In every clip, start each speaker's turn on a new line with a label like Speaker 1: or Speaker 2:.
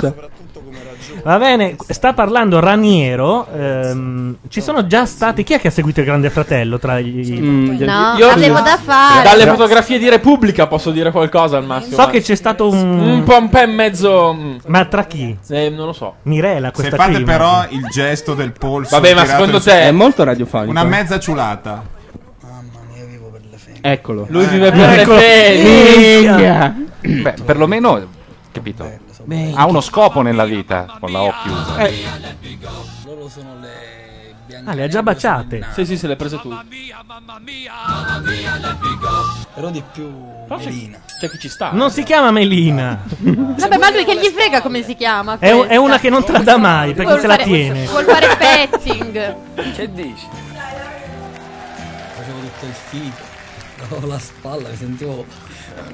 Speaker 1: Va bene, sta parlando Raniero. ehm, ci sono già stati. Chi è che ha seguito il Grande Fratello? Tra gli.
Speaker 2: Mm.
Speaker 3: No, io- avevo da fare.
Speaker 2: Dalle fotografie di Repubblica posso dire qualcosa al massimo.
Speaker 1: So che c'è stato un.
Speaker 2: Un po' un po' e mezzo. mm.
Speaker 1: Ma tra chi?
Speaker 2: Eh, non lo so.
Speaker 1: Mirela,
Speaker 4: Se
Speaker 1: questa
Speaker 4: fate
Speaker 1: qui,
Speaker 4: però
Speaker 1: immagino.
Speaker 4: il gesto del polso,
Speaker 2: Vabbè, ma
Speaker 4: tirato
Speaker 2: secondo
Speaker 4: in-
Speaker 2: te- È molto
Speaker 5: radiofonico.
Speaker 4: Una mezza ciulata.
Speaker 5: Eccolo.
Speaker 6: Eh.
Speaker 4: Lui
Speaker 5: vive
Speaker 4: per
Speaker 6: ecco.
Speaker 4: le
Speaker 5: Minchia.
Speaker 6: Beh, perlomeno,
Speaker 5: Eh,
Speaker 6: capito?
Speaker 5: bello.
Speaker 6: Ha uno scopo nella vita con la O chiusa.
Speaker 5: Eh,
Speaker 7: Loro sono le
Speaker 1: Ah, le ha già baciate.
Speaker 2: Sì, sì, se le hai prese tu.
Speaker 7: Però di più Melina.
Speaker 2: C'è chi ci sta.
Speaker 1: Non si chiama Melina.
Speaker 3: Vabbè, ma lui che gli frega come si chiama?
Speaker 1: È, un- è una che non trada mai perché
Speaker 3: Vuol
Speaker 1: se la
Speaker 3: fare-
Speaker 1: tiene.
Speaker 3: Vuol fare petting.
Speaker 7: Che dici? Facevo tutto il figo. Avevo la spalla, mi sentivo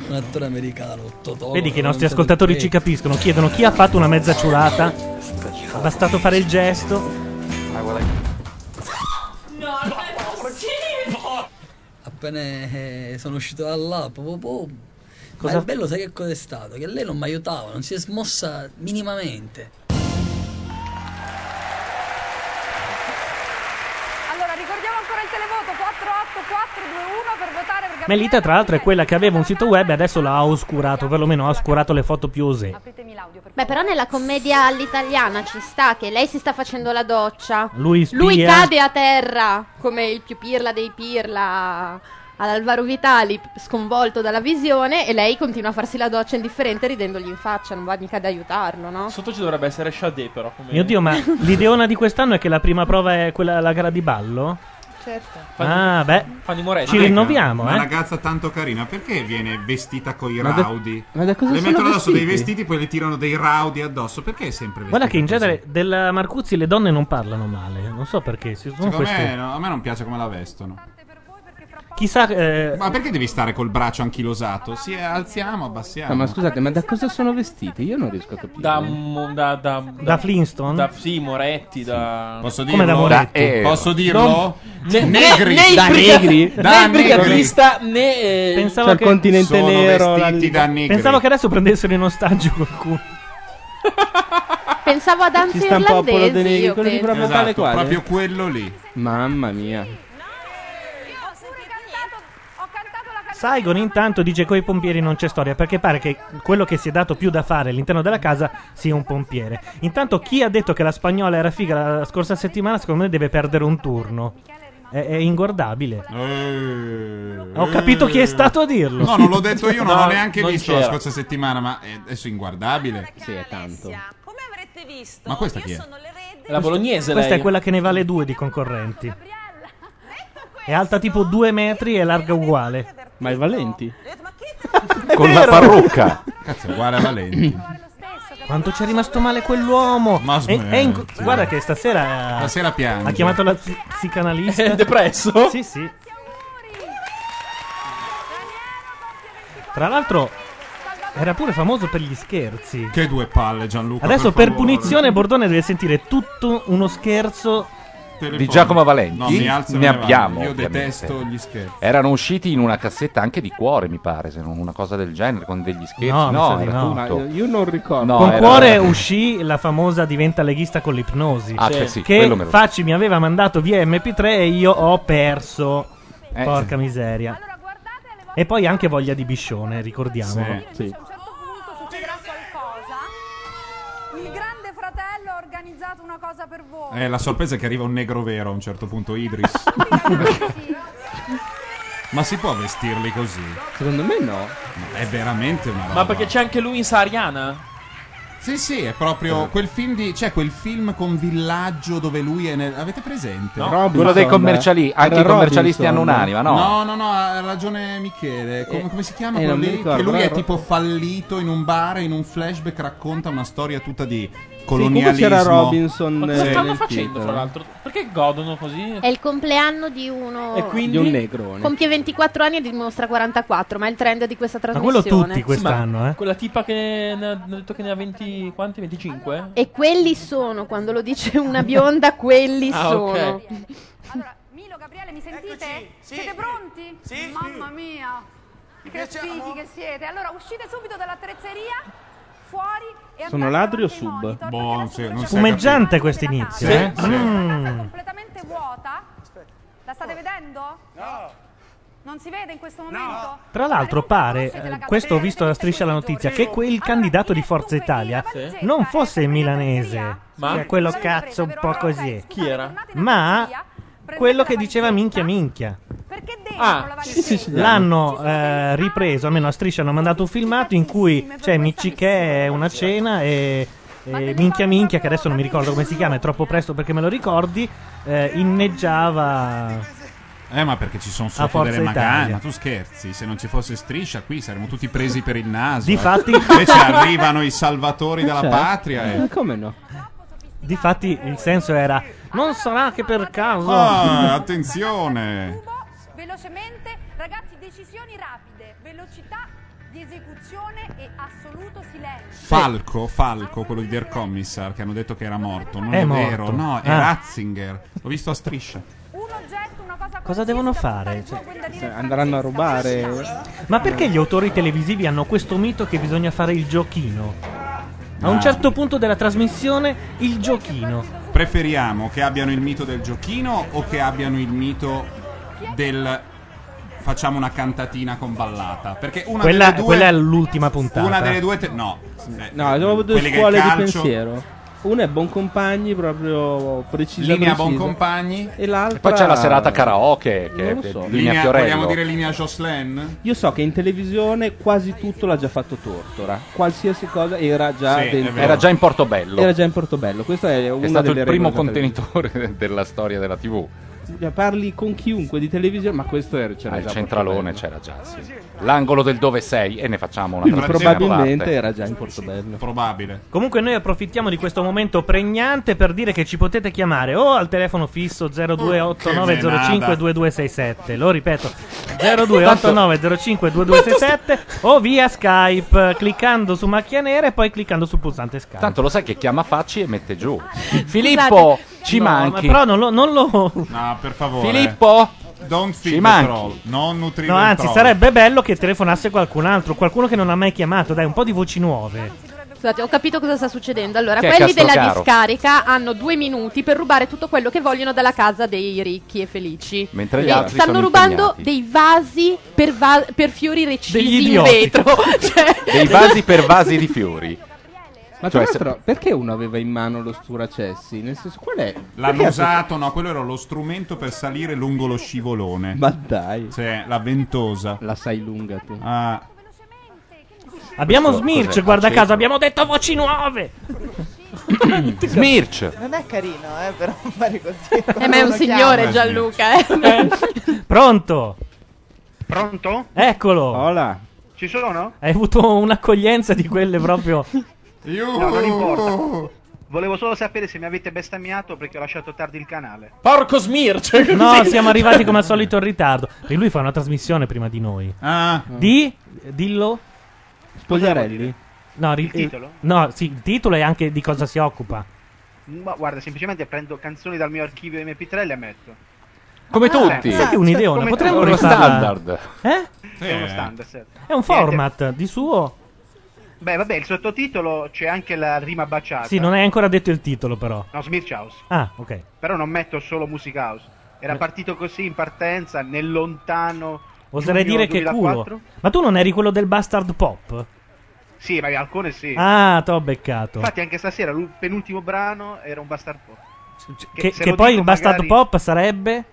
Speaker 7: un attore americano.
Speaker 2: Oh,
Speaker 7: Totò.
Speaker 1: Vedi che i nostri ascoltatori ci capiscono. Chiedono chi ha fatto una mezza ciurata. Ha bastato fare il gesto.
Speaker 7: Appena eh, sono uscito da là, proprio, proprio-
Speaker 1: Cosa-
Speaker 7: Ma il bello sai che cosa è stato? Che lei non mi aiutava, non si è smossa minimamente.
Speaker 8: Allora, ricordiamo ancora il televoto 484421 per votare per Gabriele.
Speaker 1: Melita, tra l'altro, è quella che aveva un sito web e adesso l'ha oscurato. Perlomeno ha oscurato le foto più osè.
Speaker 8: Apritemi l'audio per
Speaker 3: Beh, però nella commedia all'italiana ci sta che lei si sta facendo la doccia.
Speaker 1: Lui spia.
Speaker 3: Lui cade a terra come il più pirla dei pirla all'Alvaro Vitali, p- sconvolto dalla visione, e lei continua a farsi la doccia indifferente ridendogli in faccia. Non va mica ad aiutarlo, no?
Speaker 2: Sotto ci dovrebbe essere Shade, però. come-
Speaker 1: Mio dio, ma l'ideona di quest'anno è che la prima prova è quella la gara di ballo?
Speaker 3: Certo.
Speaker 1: Ah, beh.
Speaker 2: Fanny Moretti.
Speaker 1: Ci
Speaker 4: Ecco,
Speaker 1: rinnoviamo,
Speaker 4: Una
Speaker 1: eh.
Speaker 4: ragazza tanto carina, perché viene vestita con i
Speaker 1: Ma da-
Speaker 4: raudi?
Speaker 1: ma da cosa
Speaker 4: le
Speaker 1: sono
Speaker 4: mettono addosso dei
Speaker 1: vestiti?
Speaker 4: vestiti, poi le tirano dei raudi addosso. Perché è sempre vestita?
Speaker 1: Guarda che in
Speaker 4: così?
Speaker 1: genere della Marcuzzi le donne non parlano male. Non so perché. si- Sono
Speaker 4: Secondo me,
Speaker 1: queste...
Speaker 4: no, a me non piace come la vestono.
Speaker 1: Chissà. eh,
Speaker 4: Ma perché devi stare col braccio anchilosato? Sì, alziamo, abbassiamo.
Speaker 5: No, Eh, ma scusate, ma da cosa sono vestiti? Io non riesco a capire.
Speaker 2: Da,
Speaker 4: Esatto,
Speaker 2: mo- da, da,
Speaker 1: Da Flintstone?
Speaker 2: Da, sì, Moretti. Da...
Speaker 4: Posso eh,
Speaker 1: Come da dirlo? Moretti?
Speaker 4: Posso dirlo?
Speaker 2: Ne-
Speaker 4: Negri.
Speaker 2: né- né il
Speaker 4: Da
Speaker 2: briga-
Speaker 4: negri?
Speaker 2: né
Speaker 4: Da
Speaker 2: il brigatista né. eh,
Speaker 1: Pensavo
Speaker 5: C'è il
Speaker 1: che-
Speaker 5: continente
Speaker 4: Sono
Speaker 5: nero.
Speaker 4: vestiti da negri.
Speaker 1: Pensavo che adesso prendessero in ostaggio qualcuno.
Speaker 3: Pensavo a danze
Speaker 5: Ci sta un po' Apollo De
Speaker 3: irlandesi.
Speaker 5: Negri,
Speaker 3: Io
Speaker 5: quello di
Speaker 3: penso.
Speaker 5: Babbo Natale quale?
Speaker 4: proprio quello lì.
Speaker 5: Mamma mia.
Speaker 8: Ho pure cantato, ho cantato la canzone.
Speaker 1: Saigon intanto dice coi pompieri non c'è storia perché pare che quello che si è dato più da fare all'interno della casa sia un pompiere. Intanto chi ha detto che la spagnola era figa la scorsa settimana secondo me deve perdere un turno. È, è inguardabile. Ho capito chi è stato a dirlo.
Speaker 4: Eh. No, non l'ho detto io, non
Speaker 1: No,
Speaker 4: l'ho neanche
Speaker 1: non
Speaker 4: visto
Speaker 1: c'era.
Speaker 4: la scorsa settimana, ma è adesso inguardabile. Sì, è tanto.
Speaker 8: Come avrete visto,
Speaker 4: Ma questa chi è?
Speaker 8: sono l'erede
Speaker 2: La bolognese.
Speaker 1: Questa
Speaker 2: lei.
Speaker 1: è quella che ne vale due di concorrenti. È alta tipo due metri e larga uguale.
Speaker 5: Ma è Valenti?
Speaker 6: Con la parrucca.
Speaker 4: Cazzo, uguale a Valenti.
Speaker 1: Quanto ci è rimasto male quell'uomo? Ma
Speaker 4: smetti.
Speaker 1: guarda che stasera.
Speaker 4: Stasera piange.
Speaker 1: Ha chiamato la zi- psicanalista.
Speaker 4: È depresso?
Speaker 1: Sì, sì. Tra l'altro, era pure famoso per gli scherzi.
Speaker 4: Che due palle, Gianluca.
Speaker 1: Adesso per,
Speaker 4: favore.
Speaker 1: punizione Bordone deve sentire tutto uno scherzo
Speaker 6: Di Giacomo Valenti.
Speaker 4: No, mi alzo e
Speaker 6: ne
Speaker 4: me ne vado.
Speaker 6: abbiamo.
Speaker 4: Io
Speaker 6: ovviamente.
Speaker 4: detesto gli scherzi.
Speaker 6: Erano usciti in una cassetta anche di cuore, mi pare, se non una cosa del genere, con degli scherzi.
Speaker 1: No,
Speaker 6: No,
Speaker 1: mi sa di
Speaker 6: era
Speaker 1: no.
Speaker 6: tutto.
Speaker 1: Ma
Speaker 5: Io non ricordo.
Speaker 6: No,
Speaker 1: Esatto. Con
Speaker 6: era-
Speaker 1: cuore uscì la famosa diventa leghista con l'ipnosi.
Speaker 6: Ah, Sì. sì,
Speaker 1: che
Speaker 6: quello me lo-
Speaker 1: Facci mi aveva mandato via MP3 e io ho perso.
Speaker 6: Eh,
Speaker 1: Porca miseria. E poi anche voglia di biscione, ricordiamolo.
Speaker 5: Sì, sì.
Speaker 9: Succederà qualcosa. Il grande fratello ha organizzato una cosa per voi.
Speaker 4: Eh, la sorpresa è che arriva un negro vero a un certo punto, Idris. Ma si può vestirli così?
Speaker 5: Secondo me no.
Speaker 4: È veramente una
Speaker 2: Ma
Speaker 4: roba.
Speaker 2: perché c'è anche lui in Sariana?
Speaker 4: Sì, sì, è proprio
Speaker 5: Eh.
Speaker 4: quel film di. C'è quel film con Villaggio dove lui è. nel- Avete presente?
Speaker 6: No. Robinson, Quello dei commerciali- eh. anche Era i commercialisti Robinson. hanno un'anima, no?
Speaker 4: No, no, no, ha ragione Michele. Com-
Speaker 5: Eh,
Speaker 4: come si chiama
Speaker 5: eh,
Speaker 4: quello
Speaker 5: non mi
Speaker 4: lì?
Speaker 5: ricordo,
Speaker 4: che lui
Speaker 5: però
Speaker 4: è
Speaker 5: era-
Speaker 4: tipo fallito in un bar e in un flashback racconta una storia tutta di
Speaker 5: comunque
Speaker 4: colonialismo.
Speaker 5: c'era Robinson,
Speaker 2: Ma
Speaker 5: eh,
Speaker 2: cosa stanno
Speaker 5: nel
Speaker 2: facendo,
Speaker 5: titolo.
Speaker 2: fra l'altro? Perché godono così?
Speaker 3: È il compleanno di uno.
Speaker 2: E quindi?
Speaker 5: Di un negrone.
Speaker 3: Compie 24 anni e dimostra 44, ma è il trend di questa trasmissione.
Speaker 1: quello tutti quest'anno, eh.
Speaker 2: Quella tipa che ne ha, ne ha detto che ne ha 20. quanti? 25?
Speaker 3: E quelli sono, quando lo dice una bionda, quelli
Speaker 2: Ah,
Speaker 3: sono.
Speaker 2: ok.
Speaker 9: Milo, Gabriele, mi sentite? Siete pronti? Mamma mia. Che fighi che siete. Allora, uscite subito dall'attrezzeria, fuori e
Speaker 5: Sono ladri o sub?
Speaker 4: Boh, sì, non si è
Speaker 1: Fumeggiante
Speaker 4: capito.
Speaker 1: eh. questo inizio,
Speaker 4: Sì,
Speaker 1: eh?
Speaker 4: sì.
Speaker 1: Mm.
Speaker 9: completamente vuota. La state vedendo? No. Non si vede in questo momento?
Speaker 1: Tra l'altro pare, eh, questo ho vivisto la striscia alla notizia, che quel candidato di Forza Italia non fosse milanese,
Speaker 2: Ma?
Speaker 1: che è quello cazzo un po' così,
Speaker 2: Chi era?
Speaker 1: ma quello che diceva minchia minchia.
Speaker 2: Ah, sì, sì, sì.
Speaker 1: L'hanno eh, ripreso, almeno a striscia hanno mandato un filmato in cui c'è Micci che è una cena e, e Minchia Minchia, che adesso non mi ricordo come si chiama, è troppo presto perché me lo ricordi, eh, inneggiava...
Speaker 4: Eh, ma perché ci sono
Speaker 1: A
Speaker 4: solo
Speaker 1: Forza
Speaker 4: delle magane?
Speaker 1: Italia.
Speaker 4: Ma tu scherzi? Se non ci fosse striscia, qui saremmo tutti presi per il naso.
Speaker 1: Difatti-
Speaker 4: Invece arrivano i salvatori dalla
Speaker 1: Cioè?
Speaker 4: patria.
Speaker 1: Eh,
Speaker 4: E...
Speaker 5: Come no?
Speaker 1: Difatti il senso era, non sarà che per caso...
Speaker 4: Ah, attenzione!
Speaker 9: Velocemente, ragazzi, decisioni rapide, velocità di esecuzione e assoluto silenzio.
Speaker 4: Falco, Falco, quello di Der Commissar, che hanno detto che era morto. Non
Speaker 1: È
Speaker 4: è,
Speaker 1: morto.
Speaker 4: vero, no, è
Speaker 1: Ah.
Speaker 4: Ratzinger. L'ho visto a striscia.
Speaker 9: Un oggetto, una cosa
Speaker 1: Cosa devono fare? Cioè,
Speaker 5: Andranno a rubare.
Speaker 1: Ma perché gli autori televisivi hanno questo mito che bisogna fare il giochino? A un
Speaker 4: Ah.
Speaker 1: certo punto della trasmissione, il giochino.
Speaker 4: Preferiamo che abbiano il mito del giochino o che abbiano il mito del facciamo una cantatina con ballata? Perché una
Speaker 1: Quella,
Speaker 4: delle due
Speaker 1: quella è l'ultima puntata.
Speaker 4: una delle due te- no. Eh,
Speaker 5: No, abbiamo due
Speaker 4: quelli che
Speaker 5: scuole di
Speaker 4: calcio-
Speaker 5: pensiero. Una è Boncompagni, proprio precisa.
Speaker 4: Linea
Speaker 5: precisa.
Speaker 4: Boncompagni.
Speaker 5: E l'altra.
Speaker 6: E poi c'è la serata karaoke, che
Speaker 5: Non
Speaker 6: è
Speaker 5: lo so.
Speaker 6: linea,
Speaker 4: Linea,
Speaker 6: Fiorello.
Speaker 4: vogliamo dire linea Jocelyn?
Speaker 5: Io so che in televisione quasi tutto l'ha già fatto Tortora. Qualsiasi cosa era già
Speaker 4: Sì, è
Speaker 5: dentro.
Speaker 4: vero.
Speaker 6: Era già in Portobello.
Speaker 5: Era già in Portobello. Questo è, una
Speaker 6: è stato
Speaker 5: delle
Speaker 6: il primo
Speaker 5: regole della
Speaker 6: contenitore della storia della TV.
Speaker 5: televisione. Cioè, Parli con chiunque di televisione, ma questo era, c'era
Speaker 6: Ah, il
Speaker 5: già. a
Speaker 6: centralone
Speaker 5: Portobello.
Speaker 6: c'era già, sì. L'angolo del dove sei e ne facciamo una
Speaker 5: Quindi
Speaker 6: trasmissione a
Speaker 5: probabilmente
Speaker 6: parte.
Speaker 5: era già in Portobello.
Speaker 4: Probabile.
Speaker 1: Comunque noi approfittiamo di questo momento pregnante per dire che ci potete chiamare o al telefono fisso 0289052267, lo ripeto, 0289052267 o via Skype cliccando su macchia nera e poi cliccando sul pulsante Skype.
Speaker 6: Tanto lo sai che chiama Facci e mette giù. Filippo, ci
Speaker 1: No,
Speaker 6: manchi.
Speaker 1: ma Però non lo... Non lo...
Speaker 4: No, per favore.
Speaker 6: Filippo,
Speaker 4: Don't feed
Speaker 6: Ci
Speaker 4: the
Speaker 6: manchi.
Speaker 4: troll. Non nutrire
Speaker 1: No,
Speaker 4: il
Speaker 1: anzi,
Speaker 4: troll.
Speaker 1: sarebbe bello che telefonasse qualcun altro, qualcuno che non ha mai chiamato, dai, un po' di voci nuove.
Speaker 3: Scusate, ho capito cosa sta succedendo. Allora,
Speaker 1: Chi è
Speaker 3: quelli della
Speaker 1: Castrocaro?
Speaker 3: discarica hanno due minuti per rubare tutto quello che vogliono dalla casa dei ricchi e felici.
Speaker 6: Mentre gli
Speaker 3: E
Speaker 6: altri
Speaker 3: stanno
Speaker 6: sono
Speaker 3: rubando
Speaker 6: impegnati.
Speaker 3: dei vasi per, va- per fiori recisi in
Speaker 1: idioti.
Speaker 3: vetro. Cioè-
Speaker 6: dei vasi per vasi di fiori.
Speaker 5: Ma
Speaker 6: Cioè,
Speaker 5: tra
Speaker 6: se-
Speaker 5: l'altro, perché uno aveva in mano lo sturacessi? Nel senso, qual è?
Speaker 4: L'hanno
Speaker 5: perché-
Speaker 4: usato, no, quello era lo strumento per salire lungo lo scivolone.
Speaker 5: Ma dai,
Speaker 4: Cioè, la ventosa.
Speaker 5: la sai lunga tu.
Speaker 4: Ah,
Speaker 1: Abbiamo
Speaker 6: Questo
Speaker 1: Smirch,
Speaker 6: cos'è?
Speaker 1: guarda
Speaker 6: Aceto?
Speaker 1: caso, abbiamo detto voci nuove.
Speaker 6: Smirch.
Speaker 3: Non è carino, eh, però fare così.
Speaker 10: Eh, ma è un signore Gianluca, eh.
Speaker 1: Pronto?
Speaker 11: Pronto?
Speaker 1: Eccolo.
Speaker 11: Ci sono?
Speaker 1: Hai avuto un'accoglienza di quelle proprio.
Speaker 11: No, non importa. Volevo solo sapere se mi avete bestemmiato perché ho lasciato tardi il canale.
Speaker 2: Porco smirce!
Speaker 1: No, siamo arrivati come al solito in ritardo. E lui fa una trasmissione prima di noi.
Speaker 4: Ah.
Speaker 1: Di? Dillo?
Speaker 12: Spogliarelli?
Speaker 1: No, ri-
Speaker 11: Il titolo?
Speaker 1: No, sì, il titolo e anche di cosa si occupa.
Speaker 11: Ma guarda, semplicemente prendo canzoni dal mio archivio MP3 e le metto.
Speaker 1: Come
Speaker 11: tutti.
Speaker 1: Sai che è un'ideona,
Speaker 11: Ah, esatto, Come
Speaker 1: potremmo
Speaker 11: tutti. Uno
Speaker 1: rifarla.
Speaker 11: standard.
Speaker 1: Eh?
Speaker 11: È uno standard, certo.
Speaker 1: È un format di suo.
Speaker 11: Beh, vabbè, il sottotitolo c'è anche la rima baciata.
Speaker 1: Sì, non hai ancora detto il titolo, però.
Speaker 11: No, Smirch House.
Speaker 1: Ah, ok.
Speaker 11: Però non metto solo Music House.
Speaker 1: Eh.
Speaker 11: Era partito così in partenza, nel lontano.
Speaker 1: Oserei
Speaker 11: giugno
Speaker 1: dire che
Speaker 11: 2004.
Speaker 1: culo. Ma tu non eri quello del bastard pop?
Speaker 11: Sì, ma alcune sì.
Speaker 1: Ah, t'ho beccato.
Speaker 11: Infatti, anche stasera il penultimo brano era un bastard pop.
Speaker 1: Che,
Speaker 11: se
Speaker 1: che
Speaker 11: lo
Speaker 1: poi
Speaker 11: dico
Speaker 1: il bastard
Speaker 11: magari-
Speaker 1: pop sarebbe.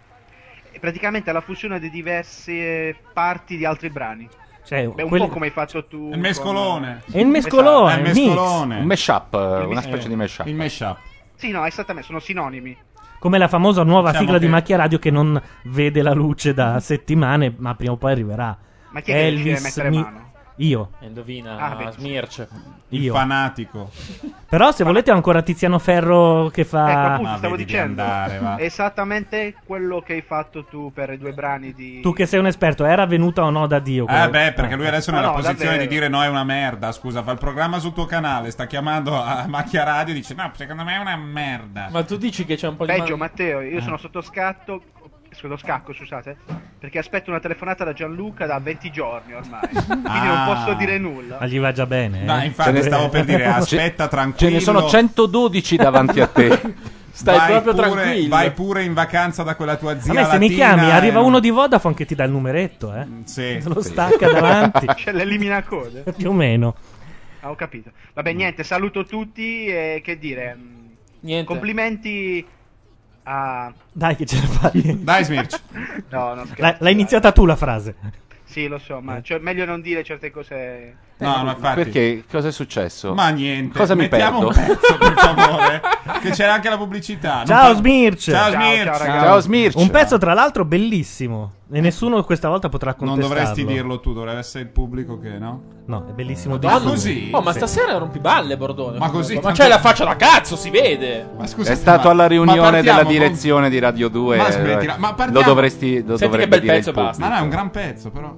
Speaker 11: è praticamente la fusione di diverse parti di altri brani.
Speaker 1: Cioè,
Speaker 11: Beh, un
Speaker 1: quelli-
Speaker 11: po' come hai fatto tu.
Speaker 4: Il mescolone.
Speaker 1: È il mescolone,
Speaker 4: È il
Speaker 1: mix.
Speaker 4: mescolone.
Speaker 6: Un mashup,
Speaker 11: Il
Speaker 6: una
Speaker 11: mis-
Speaker 6: specie
Speaker 11: eh,
Speaker 6: di mashup.
Speaker 4: Il mashup.
Speaker 11: Sì, no, esattamente, sono sinonimi.
Speaker 1: Come la famosa nuova
Speaker 11: Diciamo
Speaker 1: sigla di
Speaker 11: che-
Speaker 1: Macchia Radio che non vede la luce da settimane, ma prima o poi arriverà.
Speaker 11: Ma chi è che decide di
Speaker 1: Elvis
Speaker 11: mettere
Speaker 1: Mi-
Speaker 11: mano?
Speaker 1: Io.
Speaker 2: Eh, Indovina,
Speaker 11: Ah, beh.
Speaker 2: smirce.
Speaker 1: Il Io.
Speaker 4: fanatico.
Speaker 1: Però se volete ho ancora Tiziano Ferro che fa...
Speaker 11: Ecco, appunto,
Speaker 4: Ah,
Speaker 11: stavo dicendo. Esattamente quello che hai fatto tu per i due brani di.
Speaker 1: Tu che sei un esperto, era venuta o no da Dio?
Speaker 4: Eh beh, perché lui adesso è
Speaker 11: Ma
Speaker 4: nella
Speaker 11: no,
Speaker 4: posizione
Speaker 11: davvero.
Speaker 4: di dire no è una merda, scusa, fa il programma sul tuo canale, sta chiamando a Macchia Radio e dice no, secondo me è una merda.
Speaker 2: Ma tu dici che c'è un po' di.
Speaker 11: Peggio,
Speaker 2: mal-
Speaker 11: Matteo, io
Speaker 2: Eh.
Speaker 11: sono sotto scatto. Sotto scacco, scusate. Perché aspetto una telefonata da Gianluca da 20 giorni ormai. Quindi non posso dire nulla.
Speaker 1: Ma gli va già bene.
Speaker 4: No,
Speaker 1: eh?
Speaker 4: Ah. infatti stavo per dire ah, aspetta tranquillo.
Speaker 6: Ce ne sono 112 davanti a te.
Speaker 1: Stai
Speaker 4: Vai
Speaker 1: proprio
Speaker 4: pure-
Speaker 1: tranquillo.
Speaker 4: Vai pure in vacanza da quella tua
Speaker 1: A
Speaker 4: zia
Speaker 1: me se mi
Speaker 4: latina
Speaker 1: chiami
Speaker 4: e-
Speaker 1: arriva uno di Vodafone che ti dà il numeretto, eh?
Speaker 4: Sì.
Speaker 1: Se lo
Speaker 4: Sì.
Speaker 1: stacca davanti,
Speaker 11: Cioè, l'elimina code.
Speaker 1: più o meno.
Speaker 11: Ah, ho capito. Vabbè, niente, saluto tutti e che dire. mh, Complimenti a...
Speaker 1: Dai che ce la fai.
Speaker 4: Dai Smirch.
Speaker 11: No, non scherzo.
Speaker 1: L'hai l'hai iniziata tu la frase.
Speaker 11: Sì, lo so, ma cioè, meglio non dire certe cose...
Speaker 6: Eh, Perché cosa è successo?
Speaker 4: Ma niente,
Speaker 6: Cosa mi
Speaker 4: mettiamo
Speaker 6: perdo?
Speaker 4: un pezzo, per favore, che c'era anche la pubblicità. non
Speaker 1: Ciao
Speaker 4: fa-
Speaker 1: Smirch!
Speaker 4: Ciao Smirch.
Speaker 1: Un pezzo tra l'altro bellissimo e nessuno questa volta potrà
Speaker 4: Non
Speaker 1: contestarlo.
Speaker 4: dovresti dirlo tu, dovrebbe essere il pubblico che no.
Speaker 1: No, è bellissimo
Speaker 4: Ma
Speaker 1: dirlo.
Speaker 4: così?
Speaker 2: Oh, ma
Speaker 1: Sì.
Speaker 2: stasera è rompiballe, Bordone.
Speaker 4: Ma così,
Speaker 2: Ma
Speaker 4: tanto-
Speaker 2: c'hai la faccia da cazzo, si vede.
Speaker 4: Ma
Speaker 6: è stato alla riunione della direzione di Radio 2.
Speaker 4: Ma
Speaker 6: eh,
Speaker 4: smettila, ma
Speaker 6: lo
Speaker 4: partiamo-
Speaker 6: dovresti
Speaker 4: Senti
Speaker 6: lo
Speaker 4: che
Speaker 6: dovrebbe
Speaker 4: bel
Speaker 6: dire
Speaker 4: pezzo e
Speaker 6: il
Speaker 4: basta.
Speaker 6: pubblico.
Speaker 4: Ma Ah, no, è un gran pezzo, però.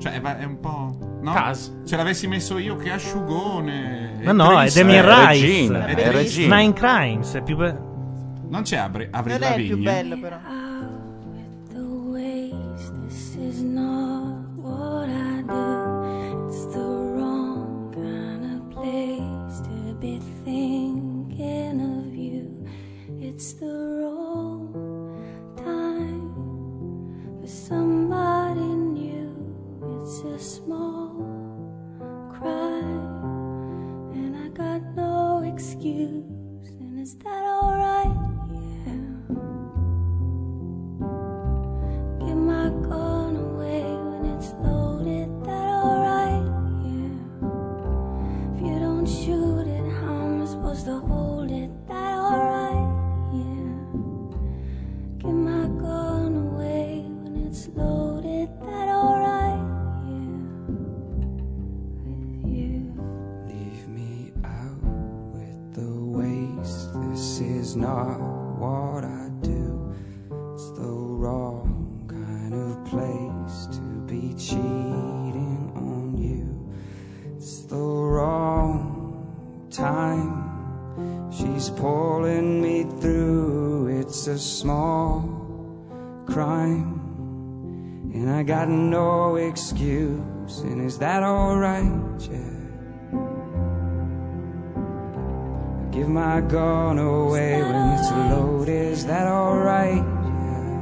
Speaker 4: Cioè, ma è un po'. No? Ce l'avessi messo io, che asciugone.
Speaker 1: Ma no, è
Speaker 4: triste.
Speaker 1: Damien Rice.
Speaker 4: È
Speaker 1: È
Speaker 4: triste.
Speaker 1: Nine Crimes. È più be-
Speaker 4: Non c'è Abri- Avril
Speaker 3: Non è il più
Speaker 4: Lavigne.
Speaker 3: bello, però.
Speaker 13: the ways. This is not what I do. It's the wrong kind of place to be thinking of you. It's the wrong time for somebody new. It's a small cry, and I got no excuse. And is that alright? Yeah. Get my gun away when it's loaded. That alright? Yeah. If you don't shoot it, how am I supposed to hold it? That alright? Yeah. Get my gun away when it's loaded. That alright?
Speaker 14: Leave me out with the waste. This is not what I do. It's the wrong kind of place to be cheating on you. It's the wrong time. She's pulling me through. It's a small crime. And I got no excuse. And is that alright? Yeah. Give my gun away when it's loaded. Is that alright? Yeah.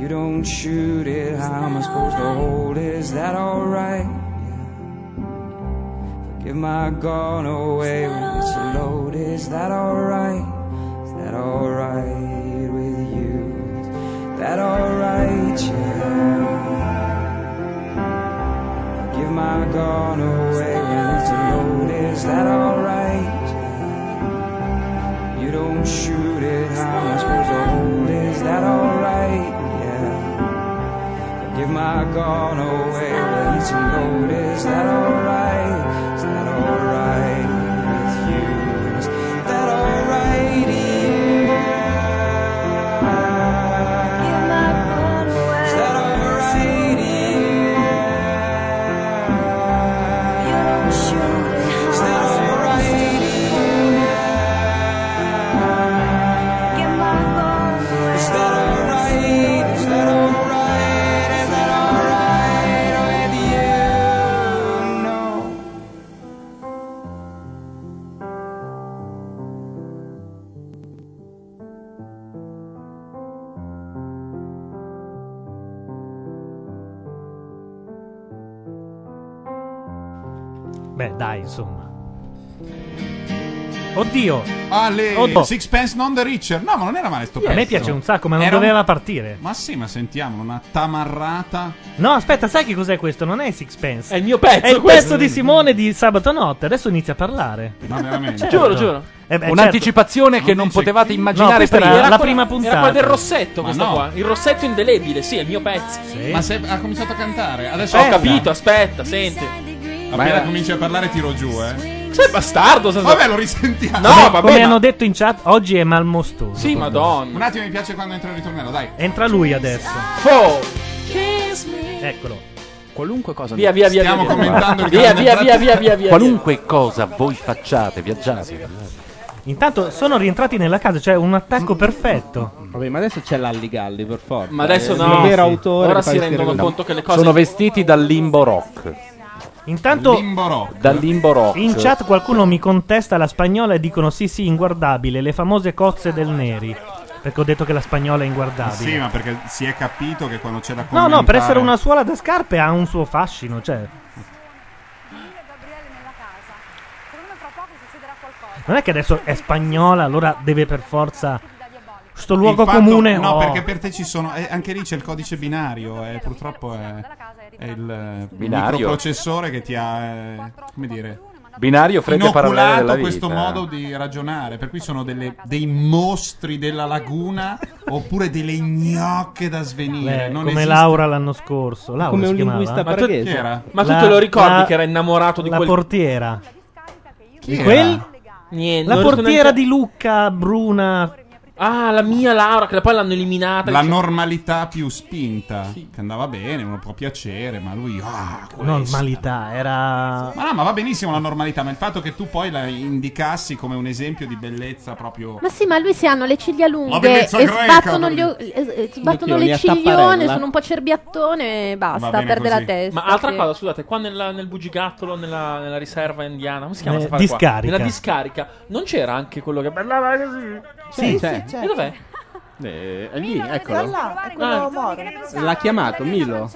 Speaker 14: You don't shoot it. How am I supposed to hold? it? Is that alright? Yeah. Give my gun away when it's loaded. Is that alright? Is that alright with you? Is that alright? Yeah. Give my gun away when it's loaded. Is that alright? am I gonna wait and to notice? Is that alright? Is that alright with you? Is that alright?
Speaker 1: Beh, dai, insomma. Oddio!
Speaker 4: Ale,
Speaker 1: Oddio.
Speaker 4: Sixpence non the Richer. No, ma non era male sto
Speaker 1: A
Speaker 4: pezzo.
Speaker 1: me piace un sacco, ma non
Speaker 4: Era un-
Speaker 1: doveva partire.
Speaker 4: Ma sì, ma sentiamo, una tamarrata.
Speaker 1: No, aspetta, sai che cos'è questo? Non è Sixpence. È il
Speaker 2: mio
Speaker 4: pezzo,
Speaker 1: È il
Speaker 4: questo.
Speaker 1: pezzo di Simone di sabato notte. Adesso inizia a parlare.
Speaker 4: Ma veramente?
Speaker 2: Giuro, giuro.
Speaker 1: Eh beh,
Speaker 6: Un'anticipazione
Speaker 1: certo.
Speaker 6: che non potevate
Speaker 1: No,
Speaker 6: immaginare
Speaker 1: questa
Speaker 6: prima.
Speaker 1: era la
Speaker 2: quella-
Speaker 1: prima puntata.
Speaker 2: Era quella del rossetto,
Speaker 1: Ma
Speaker 2: questa
Speaker 1: no.
Speaker 2: qua. Il rossetto indelebile, sì, è il mio pezzo.
Speaker 4: Ma se ha cominciato a cantare. Adesso
Speaker 2: ho
Speaker 4: parla.
Speaker 2: capito, aspetta, senti.
Speaker 4: Appena
Speaker 2: era-
Speaker 4: cominci a parlare tiro giù, eh.
Speaker 2: Sei bastardo, Sasà.
Speaker 4: Vabbè, lo risentiamo.
Speaker 2: No,
Speaker 1: come,
Speaker 2: vabbè,
Speaker 1: come
Speaker 2: ma-
Speaker 1: hanno detto in chat, oggi è malmostoso.
Speaker 2: Sì, madonna.
Speaker 4: Un attimo mi piace quando entra il ritornello, dai.
Speaker 1: Entra lui adesso.
Speaker 2: Fo!
Speaker 1: Eccolo.
Speaker 6: Qualunque cosa.
Speaker 2: Via, via, via. via, via. via, via, via, via, via, via.
Speaker 6: Qualunque cosa voi facciate, viaggiate.
Speaker 1: Intanto sono rientrati nella casa, cioè un attacco perfetto.
Speaker 5: Vabbè, ma adesso c'è l'Alligalli, per forza.
Speaker 2: Ma adesso
Speaker 5: Eh,
Speaker 2: no.
Speaker 5: Il vero
Speaker 2: Sì.
Speaker 5: autore
Speaker 2: Ora
Speaker 5: che fa
Speaker 2: si
Speaker 5: il
Speaker 2: rendono
Speaker 5: stereo-
Speaker 2: conto che le cose-
Speaker 6: Sono vestiti dal limbo rock.
Speaker 1: Intanto
Speaker 6: Dal limbo rock.
Speaker 1: in chat qualcuno mi contesta la spagnola e dicono sì sì inguardabile, le famose cozze del Neri. Perché ho detto che la spagnola è inguardabile.
Speaker 4: Sì, ma perché si è capito che quando c'è da
Speaker 1: No,
Speaker 4: commentare
Speaker 1: no, per essere una suola da scarpe ha un suo fascino, cioè. Non è che adesso è spagnola, allora deve per forza. Sto luogo
Speaker 4: Il fatto-
Speaker 1: comune.
Speaker 4: No,
Speaker 1: oh.
Speaker 4: perché per te ci sono. eh, anche lì c'è il codice binario. eh, purtroppo è, è il eh,
Speaker 6: Binario.
Speaker 4: microprocessore che ti ha. eh, come dire.
Speaker 6: Binario freddo parallele della
Speaker 4: Inoculato
Speaker 6: vita.
Speaker 4: questo modo di ragionare. Per cui sono delle- dei mostri della laguna oppure delle gnocche da svenire.
Speaker 1: Beh,
Speaker 4: non
Speaker 1: come
Speaker 4: esiste.
Speaker 1: Laura l'anno scorso. Laura
Speaker 4: Come
Speaker 1: si
Speaker 4: un
Speaker 1: chiamava?
Speaker 4: linguista Ma tu-
Speaker 2: praghese.
Speaker 4: chi era?
Speaker 2: Eh, Ma tu te lo ricordi che era innamorato di
Speaker 1: la
Speaker 2: quel-
Speaker 1: portiera?
Speaker 2: Chi
Speaker 1: Di
Speaker 2: era?
Speaker 1: quel?
Speaker 2: Niente,
Speaker 1: La
Speaker 2: non riesco
Speaker 1: portiera
Speaker 2: neanche-
Speaker 1: di Lucca Bruna.
Speaker 2: Ah, la mia Laura, che poi
Speaker 5: Ah,
Speaker 2: l'hanno eliminata.
Speaker 4: La
Speaker 5: certo.
Speaker 2: Dice-
Speaker 4: normalità più spinta. Che andava bene, uno può piacere, ma lui. Ah, questa.
Speaker 1: Normalità, era.
Speaker 4: Ma no, ma va benissimo la normalità, ma il fatto che tu poi la indicassi come un esempio di bellezza
Speaker 1: Eh,
Speaker 4: proprio.
Speaker 3: Ma sì, ma lui si hanno le ciglia
Speaker 4: La
Speaker 3: lunghe e
Speaker 4: bellezza greca,
Speaker 3: sbattono, gli o-
Speaker 4: voglio-
Speaker 3: eh, eh, sbattono
Speaker 4: Occhioni
Speaker 3: le
Speaker 4: a
Speaker 3: ciglione,
Speaker 4: tapparella.
Speaker 3: sono un po' cerbiattone e basta, perde la testa.
Speaker 2: Ma altra
Speaker 3: sì.
Speaker 2: cosa, scusate, qua nella- nel bugigattolo, nella, nella riserva indiana, come si chiama?
Speaker 1: Eh,
Speaker 2: sta fase qua?
Speaker 1: discarica.
Speaker 2: Nella discarica, non c'era anche quello che parlava così?
Speaker 5: Sì, c'è.
Speaker 2: E dov'è?
Speaker 3: certo.
Speaker 5: Eh, è lì,
Speaker 15: Da
Speaker 5: eccolo.
Speaker 15: là, è quello moro.
Speaker 5: L'ha chiamato Milo.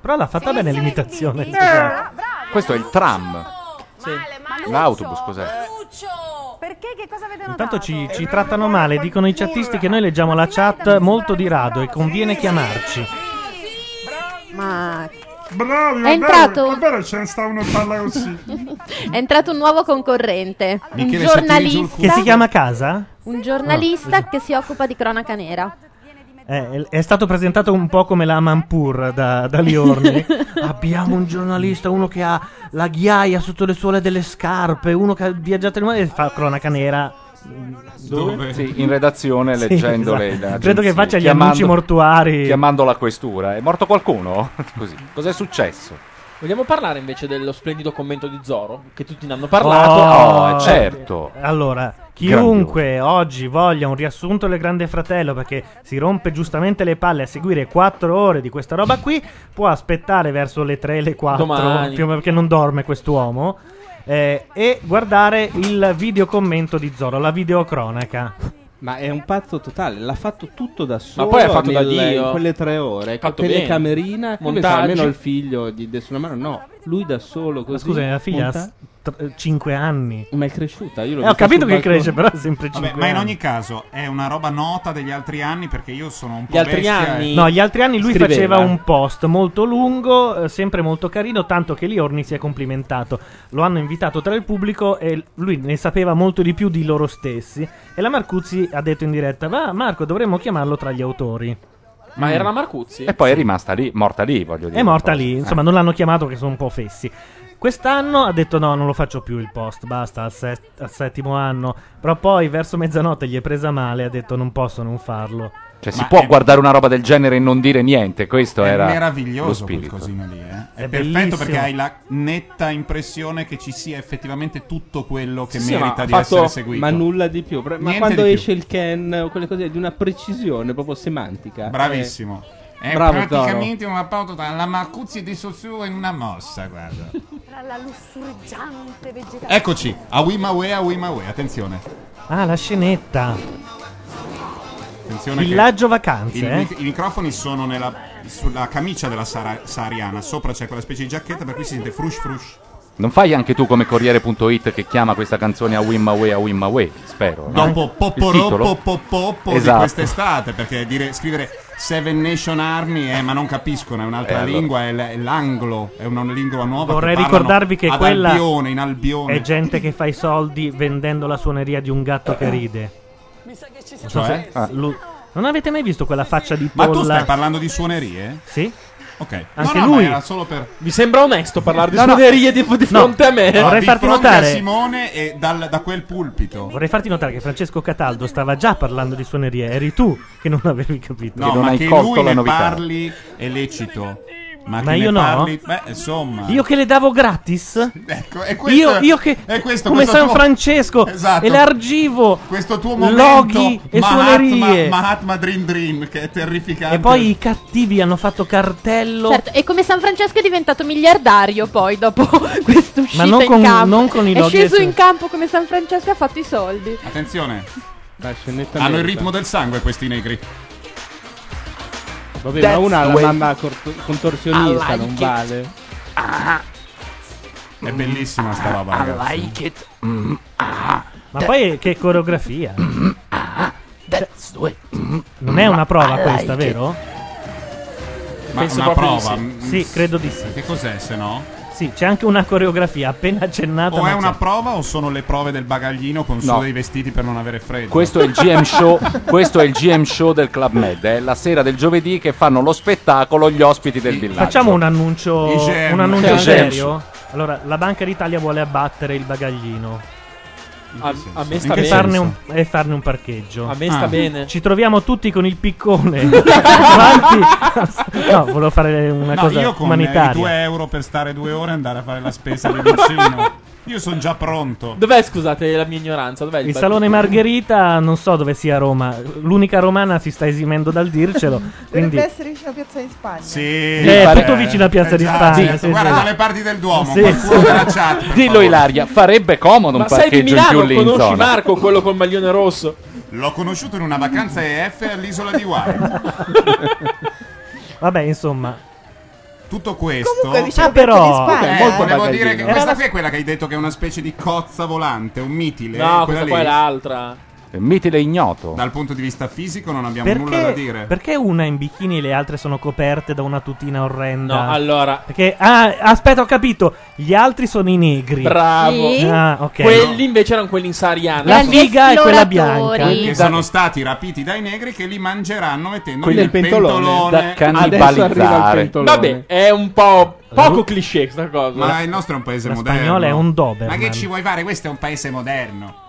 Speaker 1: Però l'ha fatta bene l'imitazione.
Speaker 6: Questo è il tram. L'autobus, cos'è?
Speaker 16: Perché che cosa avete notato?
Speaker 1: Intanto ci, ci trattano male, dicono i chattisti che noi leggiamo la chat molto di rado e conviene chiamarci.
Speaker 3: Ma
Speaker 17: Bravi,
Speaker 3: È entrato-
Speaker 17: È vero, ce ne sta uno che parla così.
Speaker 3: è entrato un nuovo concorrente, un
Speaker 1: Michele
Speaker 3: giornalista,
Speaker 1: Che si chiama Ah. Casa?
Speaker 3: un giornalista che si occupa di cronaca nera.
Speaker 1: Eh, è stato presentato un po' come la Manpur da, da Liorni. Abbiamo un giornalista, uno che ha la ghiaia sotto le suole delle scarpe, uno che ha viaggiato in mare e fa cronaca nera.
Speaker 4: Dove?
Speaker 6: Sì, in redazione
Speaker 1: Sì,
Speaker 6: leggendo le-
Speaker 1: esatto.
Speaker 6: le
Speaker 1: Credo che
Speaker 6: agenzie,
Speaker 1: faccia gli
Speaker 6: chiamando-
Speaker 1: annunci mortuari.
Speaker 6: Chiamando la questura. È morto qualcuno? Così. Cos'è successo?
Speaker 2: Vogliamo parlare invece dello splendido commento di Zoro, che tutti ne hanno parlato.
Speaker 6: Oh, eh, certo.
Speaker 1: Allora, chiunque oggi voglia un riassunto del Grande Fratello perché si rompe giustamente le palle a seguire 4 ore di questa roba qui, può aspettare verso le 3, le 4,
Speaker 2: Domani.
Speaker 1: più o meno perché non dorme quest'uomo. eh, e guardare il video commento di Zoro, la videocronaca.
Speaker 5: Ma è un pazzo totale, l'ha fatto tutto da solo.
Speaker 1: poi è fatto da
Speaker 5: nelle-
Speaker 1: Dio.
Speaker 5: In quelle tre ore, con
Speaker 1: Fatto bene.
Speaker 5: telecamerina, che pensa
Speaker 1: Montaggi.
Speaker 5: almeno il figlio di dessuna mano, no, lui da solo così.
Speaker 1: Scusa, la figlia
Speaker 5: monta-
Speaker 1: ha 5 anni.
Speaker 5: Ma è cresciuta, io l'ho
Speaker 1: Eh, ho
Speaker 5: vista
Speaker 1: capito
Speaker 5: sul
Speaker 1: che
Speaker 5: balcone.
Speaker 1: cresce, però è sempre 5
Speaker 4: Vabbè, ma in ogni caso è una roba nota degli altri anni perché io sono un po' bestia, eh.
Speaker 1: No, gli altri anni lui faceva un post molto lungo, eh, sempre molto carino, tanto che Liorni si è complimentato. Lo hanno invitato tra il pubblico e l- lui ne sapeva molto di più di loro stessi. E la Marcuzzi ha detto in diretta, va Marco dovremmo chiamarlo tra gli autori. Mm.
Speaker 2: Ma era la Marcuzzi?
Speaker 6: Mm. E poi è rimasta lì, morta lì, voglio dire.
Speaker 1: È morta
Speaker 6: Poi.
Speaker 1: lì, insomma,
Speaker 6: Eh.
Speaker 1: non l'hanno chiamato che sono un po' fessi. Quest'anno ha detto no, non lo faccio più il post, basta, al, set- al settimo anno. Però poi verso mezzanotte gli è presa male e ha detto non posso non farlo.
Speaker 6: Cioè, si può guardare una roba del genere e non dire niente. Questo
Speaker 4: È
Speaker 6: era lo
Speaker 4: meraviglioso quel
Speaker 6: spirito.
Speaker 4: cosino lì, eh. È, perfetto
Speaker 1: È bellissimo.
Speaker 4: perché hai la netta impressione che ci sia effettivamente tutto quello che
Speaker 5: Sì, sì,
Speaker 4: merita
Speaker 5: ma ha
Speaker 4: di
Speaker 5: fatto-
Speaker 4: essere seguito.
Speaker 5: Ma nulla di più. Pre- Ma
Speaker 4: Niente
Speaker 5: quando
Speaker 4: di più.
Speaker 5: esce il Ken, quelle cose di una precisione proprio semantica.
Speaker 4: Bravissimo.
Speaker 5: Eh,
Speaker 4: È
Speaker 5: bravo,
Speaker 4: praticamente una pauta tra la Marcuzzi di Sossù e una mossa, guarda.
Speaker 15: Tra la lussurgiante vegetazione.
Speaker 4: Eccoci, a Wimawe, a Wimawe, attenzione.
Speaker 1: Ah, la scenetta.
Speaker 4: attenzione
Speaker 1: Villaggio
Speaker 4: che
Speaker 1: vacanze,
Speaker 4: il
Speaker 1: eh.
Speaker 4: mic- I microfoni sono nella, sulla camicia della Sara- Sahariana, sopra c'è quella specie di giacchetta per cui si sente frush frush.
Speaker 6: Non fai anche tu come Corriere.it che chiama questa canzone a Wim Away a Wim Away, spero. no?
Speaker 4: Dopo
Speaker 6: Il titolo?
Speaker 4: poporò popoppo
Speaker 6: Esatto.
Speaker 4: di quest'estate, perché dire, scrivere Seven Nation Army, eh, ma non capiscono, è un'altra
Speaker 6: Eh, allora.
Speaker 4: lingua, è, l- è l'anglo, è una lingua nuova.
Speaker 1: Vorrei
Speaker 4: parlano
Speaker 1: ricordarvi che
Speaker 4: ad
Speaker 1: quella
Speaker 4: Albione, in Albione.
Speaker 1: è gente che fa i soldi vendendo la suoneria di un gatto che ride. Non so
Speaker 4: Cioè?
Speaker 1: se-
Speaker 6: Ah.
Speaker 1: Lu- non avete mai visto quella faccia di
Speaker 4: Ma
Speaker 1: polla?
Speaker 4: tu stai parlando di suonerie?
Speaker 1: Sì.
Speaker 4: Ok.
Speaker 1: Anche
Speaker 4: no, no,
Speaker 1: lui.
Speaker 4: Ma era solo per
Speaker 2: Mi sembra onesto parlare di
Speaker 1: No, no.
Speaker 2: suonerie di, di
Speaker 1: No.
Speaker 2: fronte a me.
Speaker 1: Vorrei
Speaker 4: di
Speaker 1: farti
Speaker 4: fronte
Speaker 1: notare-
Speaker 4: a Simone e dal- da quel pulpito.
Speaker 1: Vorrei farti notare che Francesco Cataldo stava già parlando di suonerie, eri tu che non avevi capito.
Speaker 4: No, ma che lui ne parli è lecito. Ma,
Speaker 1: Ma
Speaker 4: che
Speaker 1: io
Speaker 4: ne
Speaker 1: no?
Speaker 4: parli... Beh, insomma.
Speaker 1: Io che le davo gratis?
Speaker 4: Ecco, e questo-
Speaker 1: io, io che
Speaker 4: e questo-
Speaker 1: come
Speaker 4: questo
Speaker 1: San
Speaker 4: tuo-
Speaker 1: Francesco
Speaker 4: Esatto.
Speaker 1: elargivo
Speaker 4: questo tuo momento
Speaker 1: loghi e
Speaker 4: Mahatma,
Speaker 1: suonerie
Speaker 4: Mahatma Dream Dream che è terrificante.
Speaker 1: e poi i cattivi hanno fatto cartello
Speaker 3: Certo, e come San Francesco è diventato miliardario poi dopo questa uscita
Speaker 1: ma non
Speaker 3: in
Speaker 1: con,
Speaker 3: campo.
Speaker 1: non con i
Speaker 3: È
Speaker 1: loghi
Speaker 3: sceso
Speaker 1: e-
Speaker 3: in campo come San Francesco e ha fatto i soldi.
Speaker 4: Attenzione. Hanno il ritmo del sangue questi negri.
Speaker 5: Vabbè, ma
Speaker 4: That's
Speaker 5: una ha
Speaker 4: the
Speaker 5: la
Speaker 4: way-
Speaker 5: mamma cort- contorsionista,
Speaker 4: I like
Speaker 5: non
Speaker 4: it.
Speaker 5: vale.
Speaker 4: È bellissima sta roba,
Speaker 1: I
Speaker 4: ragazzi.
Speaker 1: like ma poi che coreografia Ah, Cioè, non è una prova
Speaker 4: I like
Speaker 1: questa
Speaker 4: it.
Speaker 1: vero?
Speaker 4: Ma
Speaker 1: Penso
Speaker 4: una
Speaker 1: proprio di
Speaker 4: prova?
Speaker 1: sì.
Speaker 4: Mm,
Speaker 1: Sì, credo di sì.
Speaker 4: Che cos'è se no?
Speaker 1: sì c'è anche una coreografia appena accennata
Speaker 4: O
Speaker 1: ma
Speaker 4: è una
Speaker 1: c'è.
Speaker 4: prova o sono le prove del bagaglino con solo
Speaker 6: No.
Speaker 4: i vestiti per non avere freddo?
Speaker 6: Questo è il GM show, questo è il GM show del Club Med, è la sera del giovedì che fanno lo spettacolo gli ospiti del villaggio.
Speaker 1: Facciamo un annuncio,
Speaker 6: I gem.
Speaker 1: un annuncio
Speaker 6: I gem.
Speaker 1: serio. Allora, la Banca d'Italia vuole abbattere il bagaglino.
Speaker 2: A, a me sta
Speaker 1: e
Speaker 2: bene.
Speaker 1: farne, un, e farne un parcheggio.
Speaker 2: A me sta Ah. bene.
Speaker 1: Ci troviamo tutti con il piccone. Davanti. No, volevo fare una
Speaker 4: no,
Speaker 1: cosa
Speaker 4: io con
Speaker 1: umanitaria.
Speaker 4: i 2 euro per stare due ore e andare a fare la spesa del vicino. Io sono già pronto.
Speaker 2: Dov'è, scusate, la mia ignoranza? Dov'è il,
Speaker 1: Il Salone Margherita, non so dove sia a Roma. L'unica romana si sta esimendo dal dircelo. quindi...
Speaker 18: Dovrebbe essere vicino a Piazza di Spagna.
Speaker 4: Sì,
Speaker 1: Eh,
Speaker 6: pare-
Speaker 1: tutto vicino a Piazza
Speaker 6: Eh,
Speaker 1: di
Speaker 6: già,
Speaker 1: Spagna.
Speaker 6: sì.
Speaker 1: Esatto. sì,
Speaker 4: Guarda,
Speaker 1: sì.
Speaker 4: dalle parti del Duomo,
Speaker 1: Sì,
Speaker 4: qualcuno
Speaker 1: sì.
Speaker 4: nella chat. per
Speaker 6: Dillo
Speaker 4: favore.
Speaker 6: Ilaria, farebbe comodo un
Speaker 4: Ma sei di
Speaker 6: parcheggio in più
Speaker 4: Milano,
Speaker 6: lì in
Speaker 4: conosci
Speaker 6: zona.
Speaker 2: Marco, quello col maglione rosso.
Speaker 4: L'ho conosciuto in una vacanza EF all'isola di Wild.
Speaker 1: Vabbè, insomma.
Speaker 4: Tutto questo.
Speaker 1: Comunque, dicevo Ah, però- Piazza di Spagna,
Speaker 4: Eh,
Speaker 1: molto
Speaker 4: volevo
Speaker 1: bagaglino.
Speaker 4: dire che
Speaker 1: Era
Speaker 4: questa
Speaker 1: la-
Speaker 4: qui è quella che hai detto che è una specie di cozza volante, un mitile.
Speaker 2: No,
Speaker 4: quella
Speaker 2: questa
Speaker 4: lì.
Speaker 2: qua è l'altra.
Speaker 6: Mitile ignoto.
Speaker 4: Dal punto di vista fisico non abbiamo nulla da
Speaker 1: Perché,
Speaker 4: dire.
Speaker 1: perché una è in bikini e le altre sono coperte da una tutina orrenda?
Speaker 2: No, allora-
Speaker 1: Perché, ah, aspetta, ho capito. Gli altri sono i negri.
Speaker 2: Bravo.
Speaker 1: Ah, ok.
Speaker 2: Quelli invece erano quelli in sariana.
Speaker 1: La figa è quella bianca.
Speaker 4: Che sono stati rapiti dai negri che li mangeranno mettendo
Speaker 2: Quelli
Speaker 4: nel
Speaker 2: del
Speaker 4: pentolone.
Speaker 2: pentolone,
Speaker 6: da Adesso arriva il pentolone.
Speaker 2: Vabbè, è un po' poco cliché questa cosa.
Speaker 4: Ma il nostro è un paese
Speaker 2: La
Speaker 4: moderno.
Speaker 2: spagnola è un
Speaker 1: Doberman.
Speaker 4: Ma che ci vuoi fare? Questo è un paese moderno.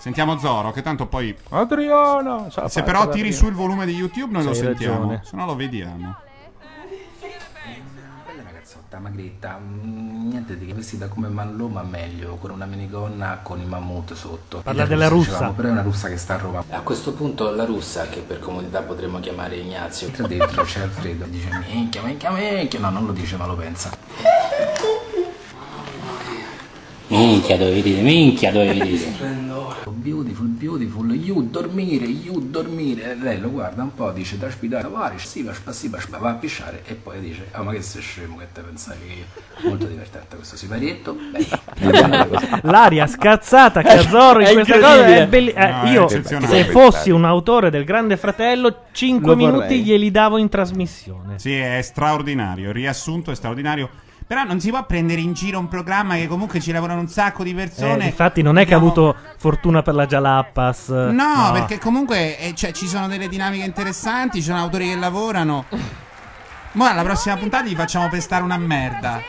Speaker 4: Sentiamo Zoro, che tanto poi.
Speaker 6: Adriano!
Speaker 4: Se
Speaker 6: faccio,
Speaker 4: però
Speaker 6: Adriano.
Speaker 4: tiri sul volume di YouTube, noi lo
Speaker 6: C'hai
Speaker 4: sentiamo.
Speaker 6: ragione.
Speaker 4: Se no lo vediamo.
Speaker 19: Bella ragazzotta magretta, mm, niente di che vestita come Manlò ma meglio, con una minigonna con il mammut sotto.
Speaker 1: Parla
Speaker 19: E la
Speaker 1: della russa.
Speaker 19: dicevamo, però è una russa che sta a Roma. A questo punto la russa, che per comodità potremmo chiamare Ignazio, entra dentro c'è Alfredo, dice minchia, minchia, minchia, no non lo dice ma lo pensa.
Speaker 7: Minchia, dovevi dire, minchia, dovevi dire.
Speaker 19: Splendore. Beautiful, beautiful, you dormire, you dormire. E lei lo guarda un po', dice da spidare, vai, si va, spa, si va, spa, va a pisciare e poi dice, ah ma che sei scemo che te pensavi che io. Molto divertente questo siparietto. Beh. Eh,
Speaker 1: L'aria scazzata che ha Zorro in
Speaker 19: È
Speaker 1: questa cosa è
Speaker 19: incredibile.
Speaker 1: belli- eh,
Speaker 19: No, è
Speaker 1: io,
Speaker 4: eccezionale.
Speaker 1: se fossi un autore del Grande Fratello, 5
Speaker 4: Lo
Speaker 1: minuti
Speaker 4: vorrei.
Speaker 1: glieli davo in trasmissione.
Speaker 4: Sì, è straordinario. Il riassunto è straordinario. Però non si può prendere in giro un programma che comunque ci lavorano un sacco di persone.
Speaker 1: Eh, infatti non è che ha avuto eh, fortuna per la Jalapas.
Speaker 4: No, perché comunque eh, cioè, ci sono delle dinamiche interessanti, ci sono autori che lavorano. Ma alla prossima puntata gli facciamo pestare una merda.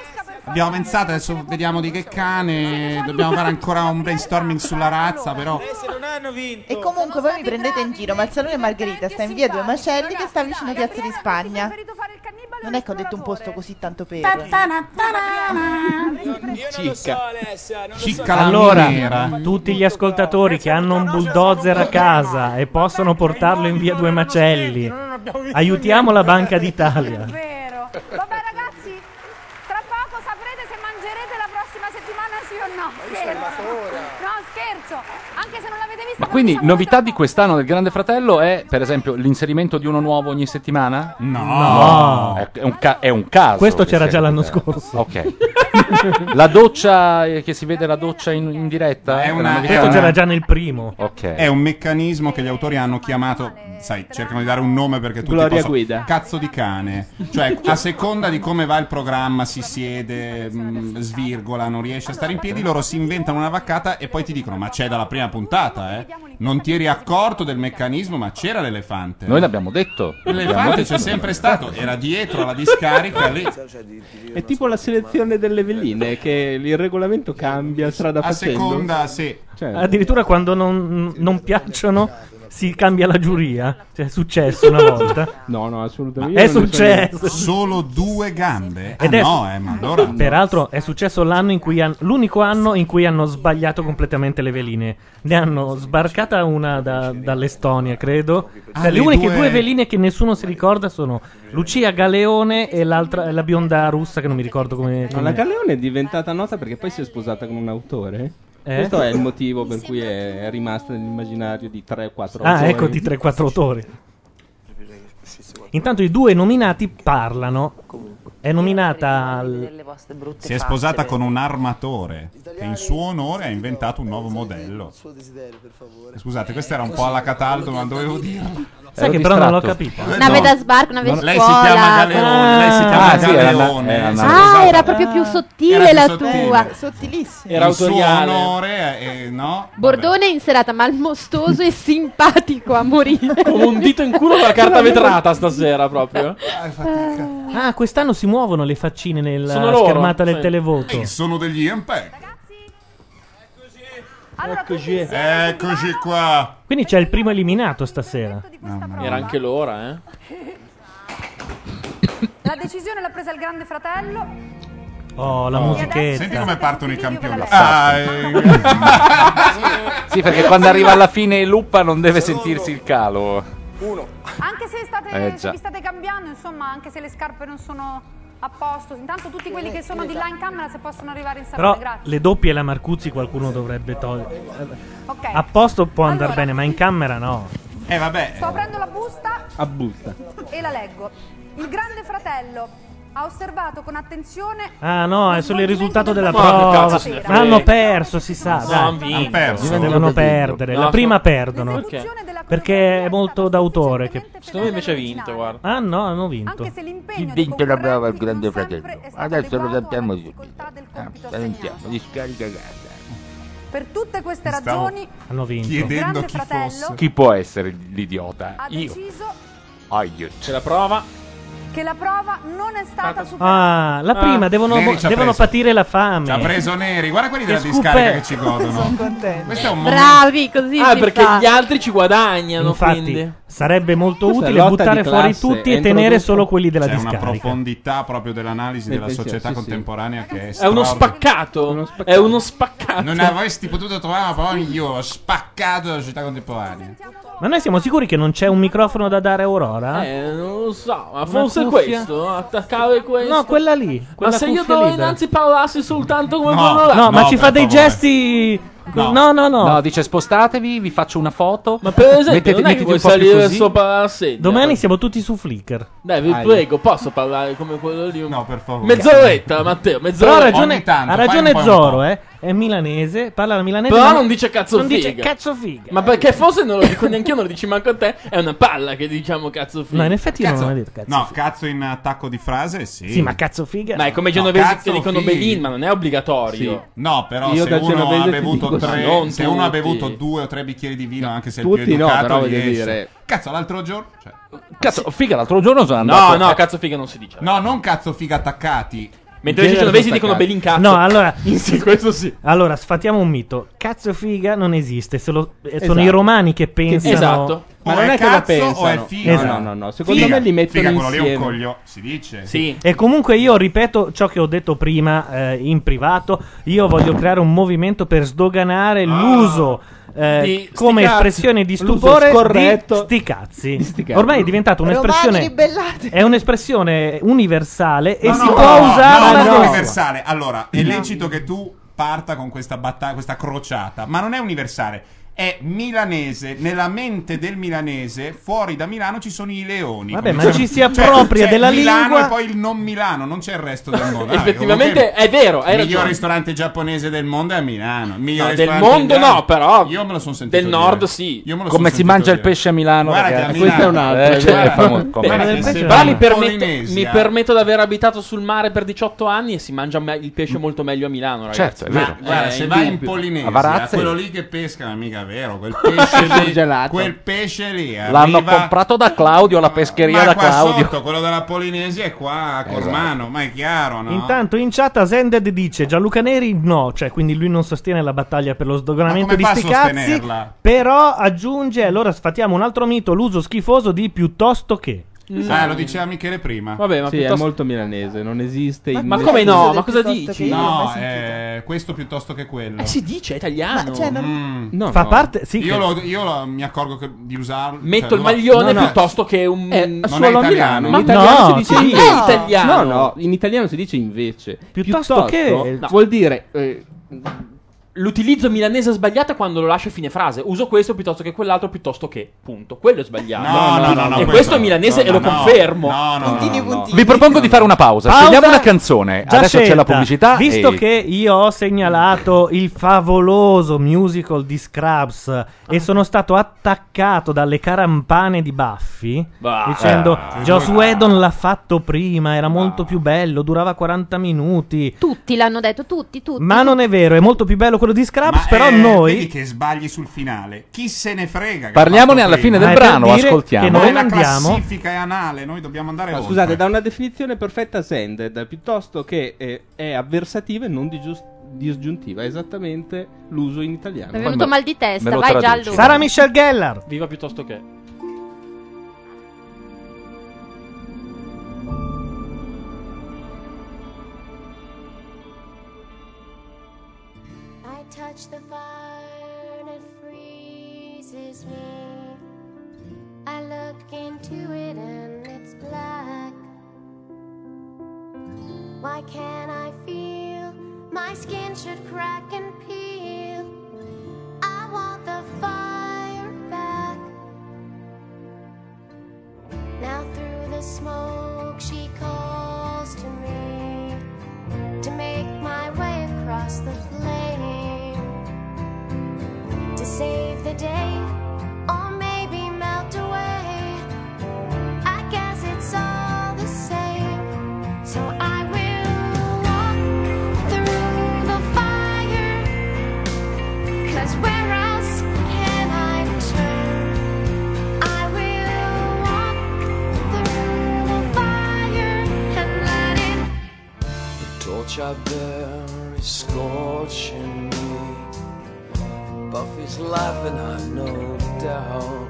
Speaker 4: Abbiamo pensato, adesso vediamo di che cane. Dobbiamo fare ancora un brainstorming sulla razza, però.
Speaker 3: E comunque voi mi prendete in giro, ma il Salone Margherita sta in via Due Macelli che sta vicino a Piazza di Spagna. Non è che ho detto un posto così tanto per.
Speaker 1: Cicca allora, tutti gli ascoltatori che hanno un bulldozer a casa e possono portarlo in via Due Macelli, aiutiamo la Banca d'Italia.
Speaker 9: Vero. Vabbè ragazzi, tra poco saprete se mangerete la prossima settimana sì o no. Scherzo. No, scherzo. Anche se non l'avete visto.
Speaker 6: Ma quindi, novità di quest'anno del Grande Fratello è, per esempio, l'inserimento di uno nuovo ogni settimana? No.
Speaker 1: No.
Speaker 6: È, è un, ca- è un caso.
Speaker 1: Questo
Speaker 6: che
Speaker 1: c'era già
Speaker 6: sia-
Speaker 1: l'anno scorso.
Speaker 6: Ok. La doccia, eh, che si vede la doccia in, in diretta?
Speaker 4: È una-
Speaker 6: Della
Speaker 4: Questo
Speaker 6: novità?
Speaker 4: c'era già
Speaker 1: nel primo.
Speaker 6: Ok.
Speaker 4: È un meccanismo che gli autori hanno chiamato, sai, cercano di dare un nome perché tutti
Speaker 5: Gloria
Speaker 4: possono-
Speaker 5: Guida.
Speaker 4: Cazzo di cane. Cioè, a seconda di come va il programma, si siede, mh, svirgola, non riesce a stare in piedi, loro si inventano una vaccata e poi ti dicono "Ma c'è dalla prima puntata, eh? Non ti eri accorto del meccanismo, ma c'era l'elefante".
Speaker 6: Noi l'abbiamo detto. L'abbiamo
Speaker 4: L'elefante
Speaker 6: detto.
Speaker 4: c'è sempre stato, era dietro alla discarica lì.
Speaker 5: È tipo la selezione delle velline, che il regolamento cambia strada
Speaker 4: A
Speaker 5: facendo.
Speaker 4: seconda, Ah, sì.
Speaker 1: Cioè,
Speaker 5: Certo.
Speaker 1: Addirittura quando non, non piacciono si cambia la giuria. Cioè, è successo una volta.
Speaker 5: No, no, assolutamente.
Speaker 1: Ma è successo.
Speaker 4: Solo due gambe? Ah,
Speaker 1: Ed è-
Speaker 4: no, eh, ma allora no.
Speaker 1: Peraltro è successo l'anno in cui han- l'unico anno in cui hanno sbagliato completamente le veline. Ne hanno sbarcata una da- dall'Estonia, credo.
Speaker 4: Ah,
Speaker 1: Cioè, le
Speaker 4: le
Speaker 1: uniche
Speaker 4: due-
Speaker 1: due veline che nessuno si ricorda sono Lucia Galeone e l'altra, la bionda russa che non mi ricordo come...
Speaker 5: Ma la Galeone è diventata nota perché poi si è sposata con un autore.
Speaker 1: Eh?
Speaker 5: Questo è il motivo per cui è è rimasta nell'immaginario di 3-4 autori.
Speaker 1: Ah,
Speaker 4: cioè,
Speaker 1: eccoti 3-4 autori. Intanto i due nominati parlano. È nominata al-
Speaker 4: Si è sposata con un armatore che in suo onore ha inventato un nuovo modello. Eh,
Speaker 1: Eh,
Speaker 4: Scusate, questa era un po' alla Cataldo, ma dovevo dirlo. Eh,
Speaker 1: Sai che però non l'ho capita.
Speaker 20: Nave da sbarco, nave
Speaker 4: Lei si
Speaker 20: scuola.
Speaker 4: chiama Galeone, lei si chiama
Speaker 6: Ah, sì, era una-
Speaker 4: Galeone.
Speaker 6: era una-
Speaker 4: Si è
Speaker 20: Ah,
Speaker 4: sposata.
Speaker 20: era proprio più sottile
Speaker 3: più
Speaker 20: la
Speaker 3: sottile.
Speaker 20: tua.
Speaker 3: Sottilissimo.
Speaker 4: in suo
Speaker 5: autoriale.
Speaker 4: onore, eh, no?
Speaker 20: Bordone in serata, malmostoso e simpatico a morire.
Speaker 2: Come un dito in culo con la carta vetrata stasera proprio.
Speaker 18: Eh,
Speaker 1: Ah, quest'anno si muovono le faccine nella
Speaker 2: Sono loro,
Speaker 1: schermata del
Speaker 2: sì.
Speaker 1: televoto.
Speaker 4: Eh, sono degli MP.
Speaker 2: Eccoci.
Speaker 4: Eccoci qua.
Speaker 1: Quindi c'è il primo eliminato stasera.
Speaker 2: Era anche l'ora, eh.
Speaker 9: La decisione l'ha presa il grande fratello.
Speaker 1: Oh, la
Speaker 4: Oh,
Speaker 1: musichetta.
Speaker 4: Senti come partono i campioni. Ah,
Speaker 6: Ah,
Speaker 9: eh.
Speaker 6: Sì, perché quando arriva alla fine Luppa non deve sentirsi il calo.
Speaker 9: Anche se state,
Speaker 6: Eh, già.
Speaker 9: vi state cambiando, insomma, anche se le scarpe non sono a posto. Intanto tutti quelli che sono di là in camera se possono arrivare in salone,
Speaker 1: Però
Speaker 9: grazie.
Speaker 1: le doppie e la Marcuzzi qualcuno dovrebbe togliere.
Speaker 9: Ok.
Speaker 1: A posto può andare bene, ma in camera no.
Speaker 4: Eh vabbè.
Speaker 9: Sto aprendo la busta
Speaker 1: A busta.
Speaker 9: e la leggo. Il grande fratello ha osservato con attenzione
Speaker 1: Ah no, è solo il risultato della
Speaker 9: Ma che
Speaker 1: prova.
Speaker 9: cazzo se ne
Speaker 1: Ma
Speaker 9: frega.
Speaker 1: hanno perso, si sa.
Speaker 9: No,
Speaker 1: dai.
Speaker 9: han vinto. Han perso.
Speaker 1: Devono Devono perdere.
Speaker 2: No,
Speaker 1: La
Speaker 2: no.
Speaker 1: prima perdono.
Speaker 2: Perché?
Speaker 1: Perché è molto d'autore. Che...
Speaker 2: Secondo me invece ha vinto, guarda.
Speaker 1: Ah no, hanno vinto.
Speaker 9: Il
Speaker 7: vinto la prova al grande fratello. Adesso lo sappiamo tutti. Ah, Sentiamo, discarica casa.
Speaker 9: per tutte queste
Speaker 6: Stavo-
Speaker 9: ragioni
Speaker 1: Hanno vinto.
Speaker 9: Chiedendo Grande chi fratello. fosse.
Speaker 6: Chi può essere l'idiota?
Speaker 9: ha
Speaker 6: Io.
Speaker 9: deciso
Speaker 6: Aiut.
Speaker 2: C'è la prova.
Speaker 9: che la prova non è stata superata.
Speaker 1: Ah, la prima devono,
Speaker 4: Neri ci ha
Speaker 1: devono
Speaker 4: preso.
Speaker 1: patire la fame.
Speaker 4: Ci ha preso Neri, guarda quelli della
Speaker 1: Che
Speaker 4: discarica
Speaker 1: scoop è?
Speaker 4: che ci godono. Questo è un
Speaker 20: Bravi, così
Speaker 2: Ah,
Speaker 20: si
Speaker 2: perché
Speaker 20: fa.
Speaker 2: gli altri ci guadagnano,
Speaker 1: Infatti,
Speaker 2: quindi.
Speaker 1: sarebbe molto
Speaker 2: Questa è
Speaker 1: utile
Speaker 2: lotta
Speaker 1: buttare
Speaker 2: di
Speaker 1: fuori
Speaker 2: classe,
Speaker 1: tutti
Speaker 2: è
Speaker 1: e tenere
Speaker 2: introdotto-
Speaker 1: solo quelli della
Speaker 4: C'è una
Speaker 1: discarica.
Speaker 4: profondità proprio dell'analisi
Speaker 1: Nel
Speaker 4: della
Speaker 1: pensiero,
Speaker 4: società
Speaker 1: sì, sì.
Speaker 4: contemporanea che è
Speaker 2: È uno
Speaker 4: straordinaria.
Speaker 2: spaccato. È uno spaccato.
Speaker 4: Non avresti potuto trovare una parola migliore. Spaccato della società contemporanea.
Speaker 1: Ma noi siamo sicuri che non c'è un microfono da dare a Aurora?
Speaker 2: Eh, non lo so, ma
Speaker 1: Una
Speaker 2: forse
Speaker 1: cuffia?
Speaker 2: questo, attaccava e questo.
Speaker 1: No, quella lì.
Speaker 2: Ma
Speaker 1: quella
Speaker 2: se io
Speaker 1: cuffia
Speaker 2: do
Speaker 1: lì da-
Speaker 2: innanzi parlassi soltanto come
Speaker 1: No,
Speaker 2: quello là.
Speaker 1: no, ma ci fa dei gesti. No. no, no,
Speaker 6: No, dice spostatevi, vi faccio una foto.
Speaker 2: Ma per esempio,
Speaker 6: Mettete-
Speaker 2: non è che
Speaker 6: mettiti
Speaker 2: vuoi
Speaker 6: un po' più
Speaker 2: salire
Speaker 6: così.
Speaker 2: sopra la sedia.
Speaker 1: Domani siamo tutti su Flickr.
Speaker 2: Dai, vi
Speaker 1: Dai.
Speaker 2: prego, posso parlare come quello lì? No,
Speaker 4: per favore.
Speaker 2: Mezz'oretta, Matteo,
Speaker 1: Però
Speaker 2: mezz'oretta.
Speaker 1: ha ragione, ha ragione Zoro, eh. è milanese, parla la milanese.
Speaker 2: Però
Speaker 1: ma-
Speaker 2: non dice cazzo
Speaker 1: non
Speaker 2: figa.
Speaker 1: dice cazzo figa.
Speaker 2: Ma perché forse non lo dico neanche io, non lo dici manco a te. È una palla che diciamo cazzo figa.
Speaker 4: No, cazzo in attacco di frase, sì.
Speaker 2: Sì, ma
Speaker 1: cazzo figa.
Speaker 2: Ma è come i
Speaker 4: No,
Speaker 2: genovesi
Speaker 4: cazzo
Speaker 2: che dicono
Speaker 4: figa.
Speaker 2: Belin, ma non è obbligatorio.
Speaker 4: Sì. No, però
Speaker 2: Io
Speaker 4: se,
Speaker 2: dal
Speaker 4: uno ha,
Speaker 2: genovese ti
Speaker 4: bevuto
Speaker 2: dico
Speaker 4: tre,
Speaker 2: sì. Non
Speaker 4: se uno ha
Speaker 2: tutti.
Speaker 4: bevuto due o tre bicchieri di vino, anche se è il
Speaker 6: tutti
Speaker 4: più
Speaker 6: no,
Speaker 4: educato,
Speaker 6: però voglio
Speaker 4: gli esce.
Speaker 6: dire-
Speaker 4: Cazzo, l'altro giorno... cioè,
Speaker 6: Cazzo, figa, l'altro giorno sono
Speaker 4: No,
Speaker 6: andato.
Speaker 4: no,
Speaker 2: cazzo figa non si dice.
Speaker 4: No, non cazzo figa attaccati.
Speaker 2: Mentre invece i genovesi dicono Belin cazzo.
Speaker 1: No, allora.
Speaker 2: Sì, questo sì.
Speaker 1: Allora, sfatiamo un mito. Cazzo figa non esiste. se lo- eh, Sono
Speaker 5: Esatto.
Speaker 1: i romani che pensano.
Speaker 5: Esatto. Ma non è che la pensano. No, no, no, no. Secondo me li mettono
Speaker 4: Figa, quello lì è
Speaker 5: insieme.
Speaker 4: un coglio, si dice.
Speaker 1: E comunque io ripeto ciò che ho detto prima eh, in privato. Io voglio creare un movimento per
Speaker 4: Ah.
Speaker 1: sdoganare l'uso. eh,
Speaker 5: Di sti
Speaker 1: come
Speaker 5: cazzi.
Speaker 1: espressione di
Speaker 5: L'uso
Speaker 1: stupore
Speaker 5: scorretto.
Speaker 1: di sti cazzi.
Speaker 5: cazzi.
Speaker 1: ormai è diventata
Speaker 21: Romani
Speaker 1: un'espressione
Speaker 21: ribellati.
Speaker 1: è un'espressione universale e
Speaker 4: No,
Speaker 1: si
Speaker 4: no,
Speaker 1: può
Speaker 4: no,
Speaker 1: usare
Speaker 4: no,
Speaker 1: alla
Speaker 4: non
Speaker 1: deriva.
Speaker 4: universale. Allora, è lecito che tu parta con questa battaglia, questa crociata, ma non è universale. È milanese, nella mente del milanese, fuori da Milano ci sono i leoni.
Speaker 1: Vabbè,
Speaker 4: come
Speaker 1: ma
Speaker 4: diciamo.
Speaker 1: ci si appropria
Speaker 4: c'è
Speaker 1: della
Speaker 4: Milano
Speaker 1: lingua-
Speaker 4: e poi il non Milano, non c'è il resto del mondo.
Speaker 2: Effettivamente,
Speaker 4: è
Speaker 2: vero, hai
Speaker 4: Il miglior
Speaker 2: ragione.
Speaker 4: ristorante giapponese del mondo è a Milano. Il miglior
Speaker 2: No, del
Speaker 4: ristorante
Speaker 2: mondo
Speaker 4: italiano-
Speaker 2: no, però.
Speaker 4: Io me lo sono sentito.
Speaker 2: Del
Speaker 4: dire.
Speaker 2: nord sì.
Speaker 4: Io me lo son
Speaker 6: Come si
Speaker 4: sentito
Speaker 6: mangia il
Speaker 4: dire.
Speaker 6: pesce a Milano?
Speaker 4: Guarda
Speaker 6: ragazzi.
Speaker 4: che a
Speaker 6: Questa è
Speaker 4: Milano-
Speaker 6: un'altra.
Speaker 4: Eh,
Speaker 6: cioè,
Speaker 4: guarda.
Speaker 6: è famoso.
Speaker 4: Guarda
Speaker 6: Come-
Speaker 4: che se-
Speaker 2: Però mi, permette,
Speaker 4: Polinesia.
Speaker 2: mi permetto di aver abitato sul mare per 18 anni e si mangia me- il pesce molto meglio a Milano, ragazzi.
Speaker 6: Certo, è vero.
Speaker 4: Ma guarda,
Speaker 2: Eh,
Speaker 4: se vai in
Speaker 2: indubbio.
Speaker 4: Polinesia,
Speaker 6: Avarazze.
Speaker 4: quello lì che pesca non è mica vero. Quel pesce lì,
Speaker 6: Surgelato.
Speaker 4: quel pesce lì
Speaker 6: L'hanno
Speaker 4: arriva-
Speaker 6: comprato da Claudio, la pescheria
Speaker 4: ma
Speaker 6: da
Speaker 4: qua
Speaker 6: Claudio.
Speaker 4: sotto, quello della Polinesia è qua
Speaker 2: Esatto.
Speaker 4: a Cormano, ma è chiaro, no?
Speaker 1: Intanto in chat Asended dice Gianluca Neri no, cioè quindi lui non sostiene la battaglia per lo sdoganamento
Speaker 4: Ma come
Speaker 1: di
Speaker 4: fa a
Speaker 1: sti cazzi,
Speaker 4: sostenerla?
Speaker 1: però aggiunge allora sfatiamo un altro mito, l'uso schifoso di piuttosto che.
Speaker 4: Ah, lo diceva Michele prima.
Speaker 2: Vabbè, ma
Speaker 5: sì,
Speaker 2: piuttosto-
Speaker 5: è molto milanese, non esiste. in
Speaker 2: Ma
Speaker 5: nessun-
Speaker 2: come no? Ma cosa dici?
Speaker 4: No, eh, questo piuttosto che quello.
Speaker 2: Eh, si dice, è italiano.
Speaker 4: Ma, cioè, non-
Speaker 5: No,
Speaker 1: Fa
Speaker 5: no.
Speaker 1: parte- sì,
Speaker 4: io
Speaker 1: che-
Speaker 4: lo- io lo- mi accorgo che- di usarlo.
Speaker 2: Metto
Speaker 4: cioè,
Speaker 2: il
Speaker 4: lo-
Speaker 2: maglione
Speaker 4: no, no.
Speaker 2: piuttosto che un.
Speaker 5: Eh,
Speaker 4: solo a Milano.
Speaker 5: In
Speaker 4: Ma
Speaker 5: italiano
Speaker 4: no,
Speaker 5: si dice
Speaker 4: sì.
Speaker 5: invece.
Speaker 4: No.
Speaker 5: No, no, in italiano si dice invece.
Speaker 2: Piuttosto che-
Speaker 5: no. vuol dire eh,
Speaker 2: L'utilizzo milanese sbagliato è quando lo lascio a fine frase. Uso questo piuttosto che quell'altro, piuttosto che. Punto. Quello è sbagliato.
Speaker 4: No, no, no, no,
Speaker 2: e
Speaker 4: questo-
Speaker 2: questo è milanese
Speaker 4: no,
Speaker 2: e lo
Speaker 4: no,
Speaker 2: confermo.
Speaker 4: no, no, Puntini, no, no.
Speaker 6: Vi propongo di fare una pausa.
Speaker 1: Pausa.
Speaker 6: Scegliamo una canzone.
Speaker 1: Già
Speaker 6: Eh, Adesso c'è la
Speaker 1: scelta.
Speaker 6: pubblicità.
Speaker 1: Visto
Speaker 6: e-
Speaker 1: che io ho segnalato il favoloso musical di Scrubs e sono stato attaccato dalle carampane di Buffy
Speaker 2: Bah.
Speaker 1: dicendo
Speaker 2: Ah.
Speaker 1: Joss Whedon l'ha fatto prima, era molto più bello, durava 40 minuti.
Speaker 3: Tutti l'hanno detto, tutti, tutti.
Speaker 1: Ma non è vero, è molto più bello quello di Scrubs,
Speaker 4: Ma,
Speaker 1: però
Speaker 4: eh,
Speaker 1: noi
Speaker 4: vedi che sbagli sul finale. Chi se ne frega? che
Speaker 6: Parliamone
Speaker 4: ha fatto
Speaker 6: alla fine
Speaker 4: prima.
Speaker 6: del brano, ascoltiamo.
Speaker 4: Noi la classifica è anale, noi dobbiamo andare
Speaker 5: No,
Speaker 4: oltre.
Speaker 5: scusate, da una definizione perfetta sended, piuttosto che eh, è avversativa e non digius- disgiuntiva, è esattamente l'uso in italiano.
Speaker 3: Mi è venuto mal di testa,
Speaker 5: me lo
Speaker 3: vai
Speaker 5: traduci.
Speaker 3: giallo.
Speaker 5: Sara
Speaker 1: Michel Gellar.
Speaker 2: Viva piuttosto che.
Speaker 22: I touch the fire and it freezes me. I look into it and it's black. Why can't I feel my skin should crack and peel? I want the fire back. Now through the smoke she calls to me to make my way across the flame to save the day or maybe melt away i guess it's all the same so i will walk through the fire cause where else can i turn i will walk through the fire and let it
Speaker 15: The torch out there is scorching me. Buffy's laughing, I've no doubt.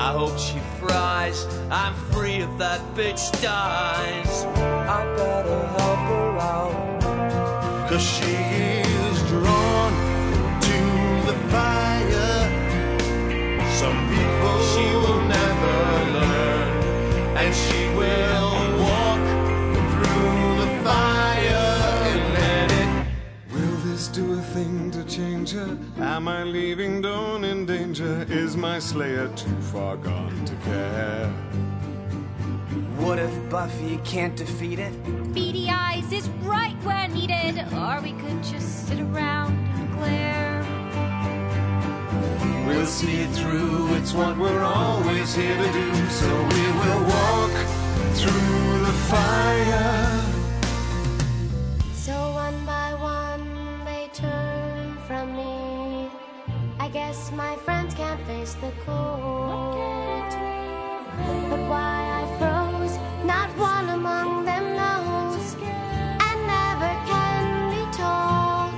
Speaker 15: I hope she fries. I'm free if that bitch dies. I better help her out. Cause she is drawn to the fire. Some people she will never learn. And she will walk through the fire and let it
Speaker 14: Will this do a thing to change her? Am I leaving Dawn in danger? Is my slayer too far gone to care?
Speaker 23: What if Buffy can't defeat it?
Speaker 22: Beady eyes is right where needed, or we could just sit around and glare.
Speaker 24: We'll see it through, it's what we're always here to do. So we will walk through the fire.
Speaker 22: So one by one they turn from me. I guess my friends can't face the cold. But why I froze, not one among them knows. And never can be told.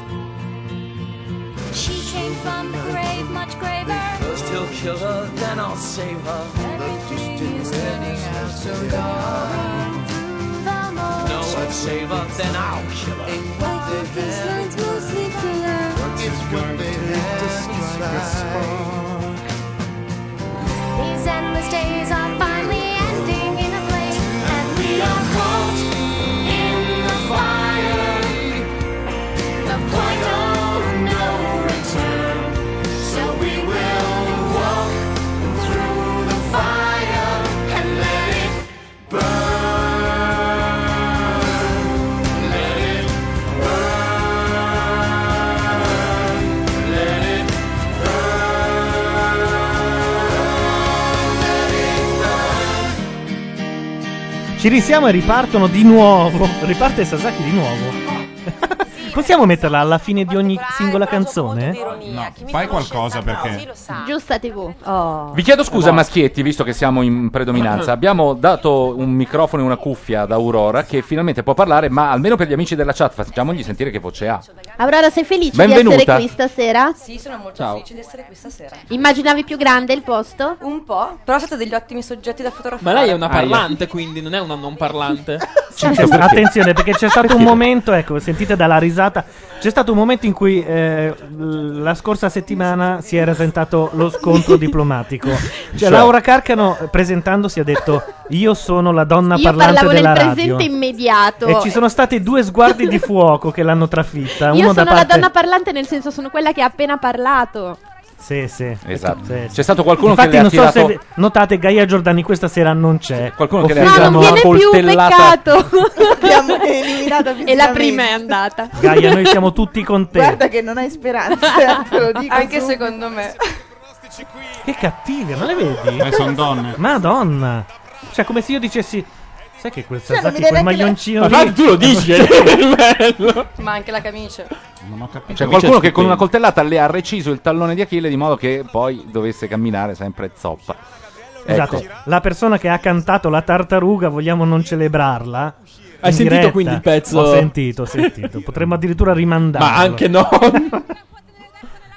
Speaker 22: She came from the grave, much graver.
Speaker 25: First he'll kill her, then I'll save her. Everything is turning out so dark. No, I'd save her, then I'll kill her.
Speaker 22: These endless days are finally ending in a flame, and we are caught in the fire. The point of no return. So we will walk through the fire and let it
Speaker 1: Ci risiamo e ripartono di nuovo. Riparte Sasaki di nuovo. Possiamo metterla alla fine di ogni singola canzone?
Speaker 26: No, fai qualcosa
Speaker 9: Ah,
Speaker 26: perché.
Speaker 3: Giusta TV. Oh.
Speaker 6: Vi chiedo scusa, maschietti, visto che siamo in predominanza. Abbiamo dato un microfono e una cuffia ad Aurora che finalmente può parlare, ma almeno per gli amici della chat facciamogli sentire che voce ha.
Speaker 3: Aurora, sei felice
Speaker 6: Benvenuta.
Speaker 3: di essere qui stasera?
Speaker 27: Sì, sono molto
Speaker 6: Ciao.
Speaker 27: felice di essere qui stasera.
Speaker 3: Immaginavi più grande il posto?
Speaker 27: Un po', però siete degli ottimi soggetti da fotografare.
Speaker 2: Ma lei è una
Speaker 1: Aia. Cioè,
Speaker 2: parlante, quindi non è una non parlante.
Speaker 1: Attenzione, perché c'è stato un momento, ecco, sentite dalla risata, c'è stato un momento in cui eh, l- la scorsa settimana si era presentato lo scontro diplomatico. Cioè,
Speaker 2: Cioè?
Speaker 1: Laura Carcano, eh, presentandosi, ha detto: Io sono la donna
Speaker 3: Io
Speaker 1: parlante
Speaker 3: parlavo
Speaker 1: della
Speaker 3: nel
Speaker 1: radio.
Speaker 3: presente immediato.
Speaker 1: E ci sono stati due sguardi di fuoco che l'hanno trafitta.
Speaker 3: Io
Speaker 1: uno
Speaker 3: sono
Speaker 1: da
Speaker 3: la
Speaker 1: parte...
Speaker 3: donna parlante, nel senso sono quella che ha appena parlato.
Speaker 1: Sì, sì.
Speaker 6: Esatto.
Speaker 1: Sì, sì.
Speaker 6: C'è stato qualcuno
Speaker 1: Infatti,
Speaker 6: che le ha
Speaker 1: non so
Speaker 6: tirato-
Speaker 1: se notate, Gaia Giordani questa sera non c'è.
Speaker 6: Qualcuno
Speaker 3: che le ha No, non
Speaker 1: una
Speaker 3: viene più,
Speaker 1: coltellata.
Speaker 3: peccato.
Speaker 13: Abbiamo eliminato
Speaker 3: e la prima è andata.
Speaker 1: Gaia, noi siamo tutti con te.
Speaker 13: Guarda che non hai
Speaker 27: eh,
Speaker 13: speranza, te lo dico
Speaker 27: Anche
Speaker 13: subito.
Speaker 27: secondo me.
Speaker 1: Che cattive, non le vedi?
Speaker 26: Eh, son donne.
Speaker 1: Madonna. Cioè, come se io dicessi. Sai che quel
Speaker 27: Cioè, non mi
Speaker 1: Sasaki
Speaker 27: dai
Speaker 1: quel
Speaker 27: neanche le-
Speaker 1: maglioncino.
Speaker 2: Ma infatti tu lo dici, è bello. Cioè,
Speaker 27: Ma anche la camicia.
Speaker 26: Non ho capito. Cioè, certo,
Speaker 6: C'è qualcuno che con una coltellata le ha reciso il tallone di Achille di modo che poi dovesse camminare sempre zoppa.
Speaker 1: Esatto,
Speaker 6: Ecco.
Speaker 1: la persona che ha cantato la tartaruga, vogliamo non celebrarla.
Speaker 2: Hai
Speaker 1: In
Speaker 2: sentito
Speaker 1: diretta.
Speaker 2: quindi il pezzo?
Speaker 1: Ho sentito, ho sentito. Potremmo addirittura rimandarlo.
Speaker 2: Ma anche no.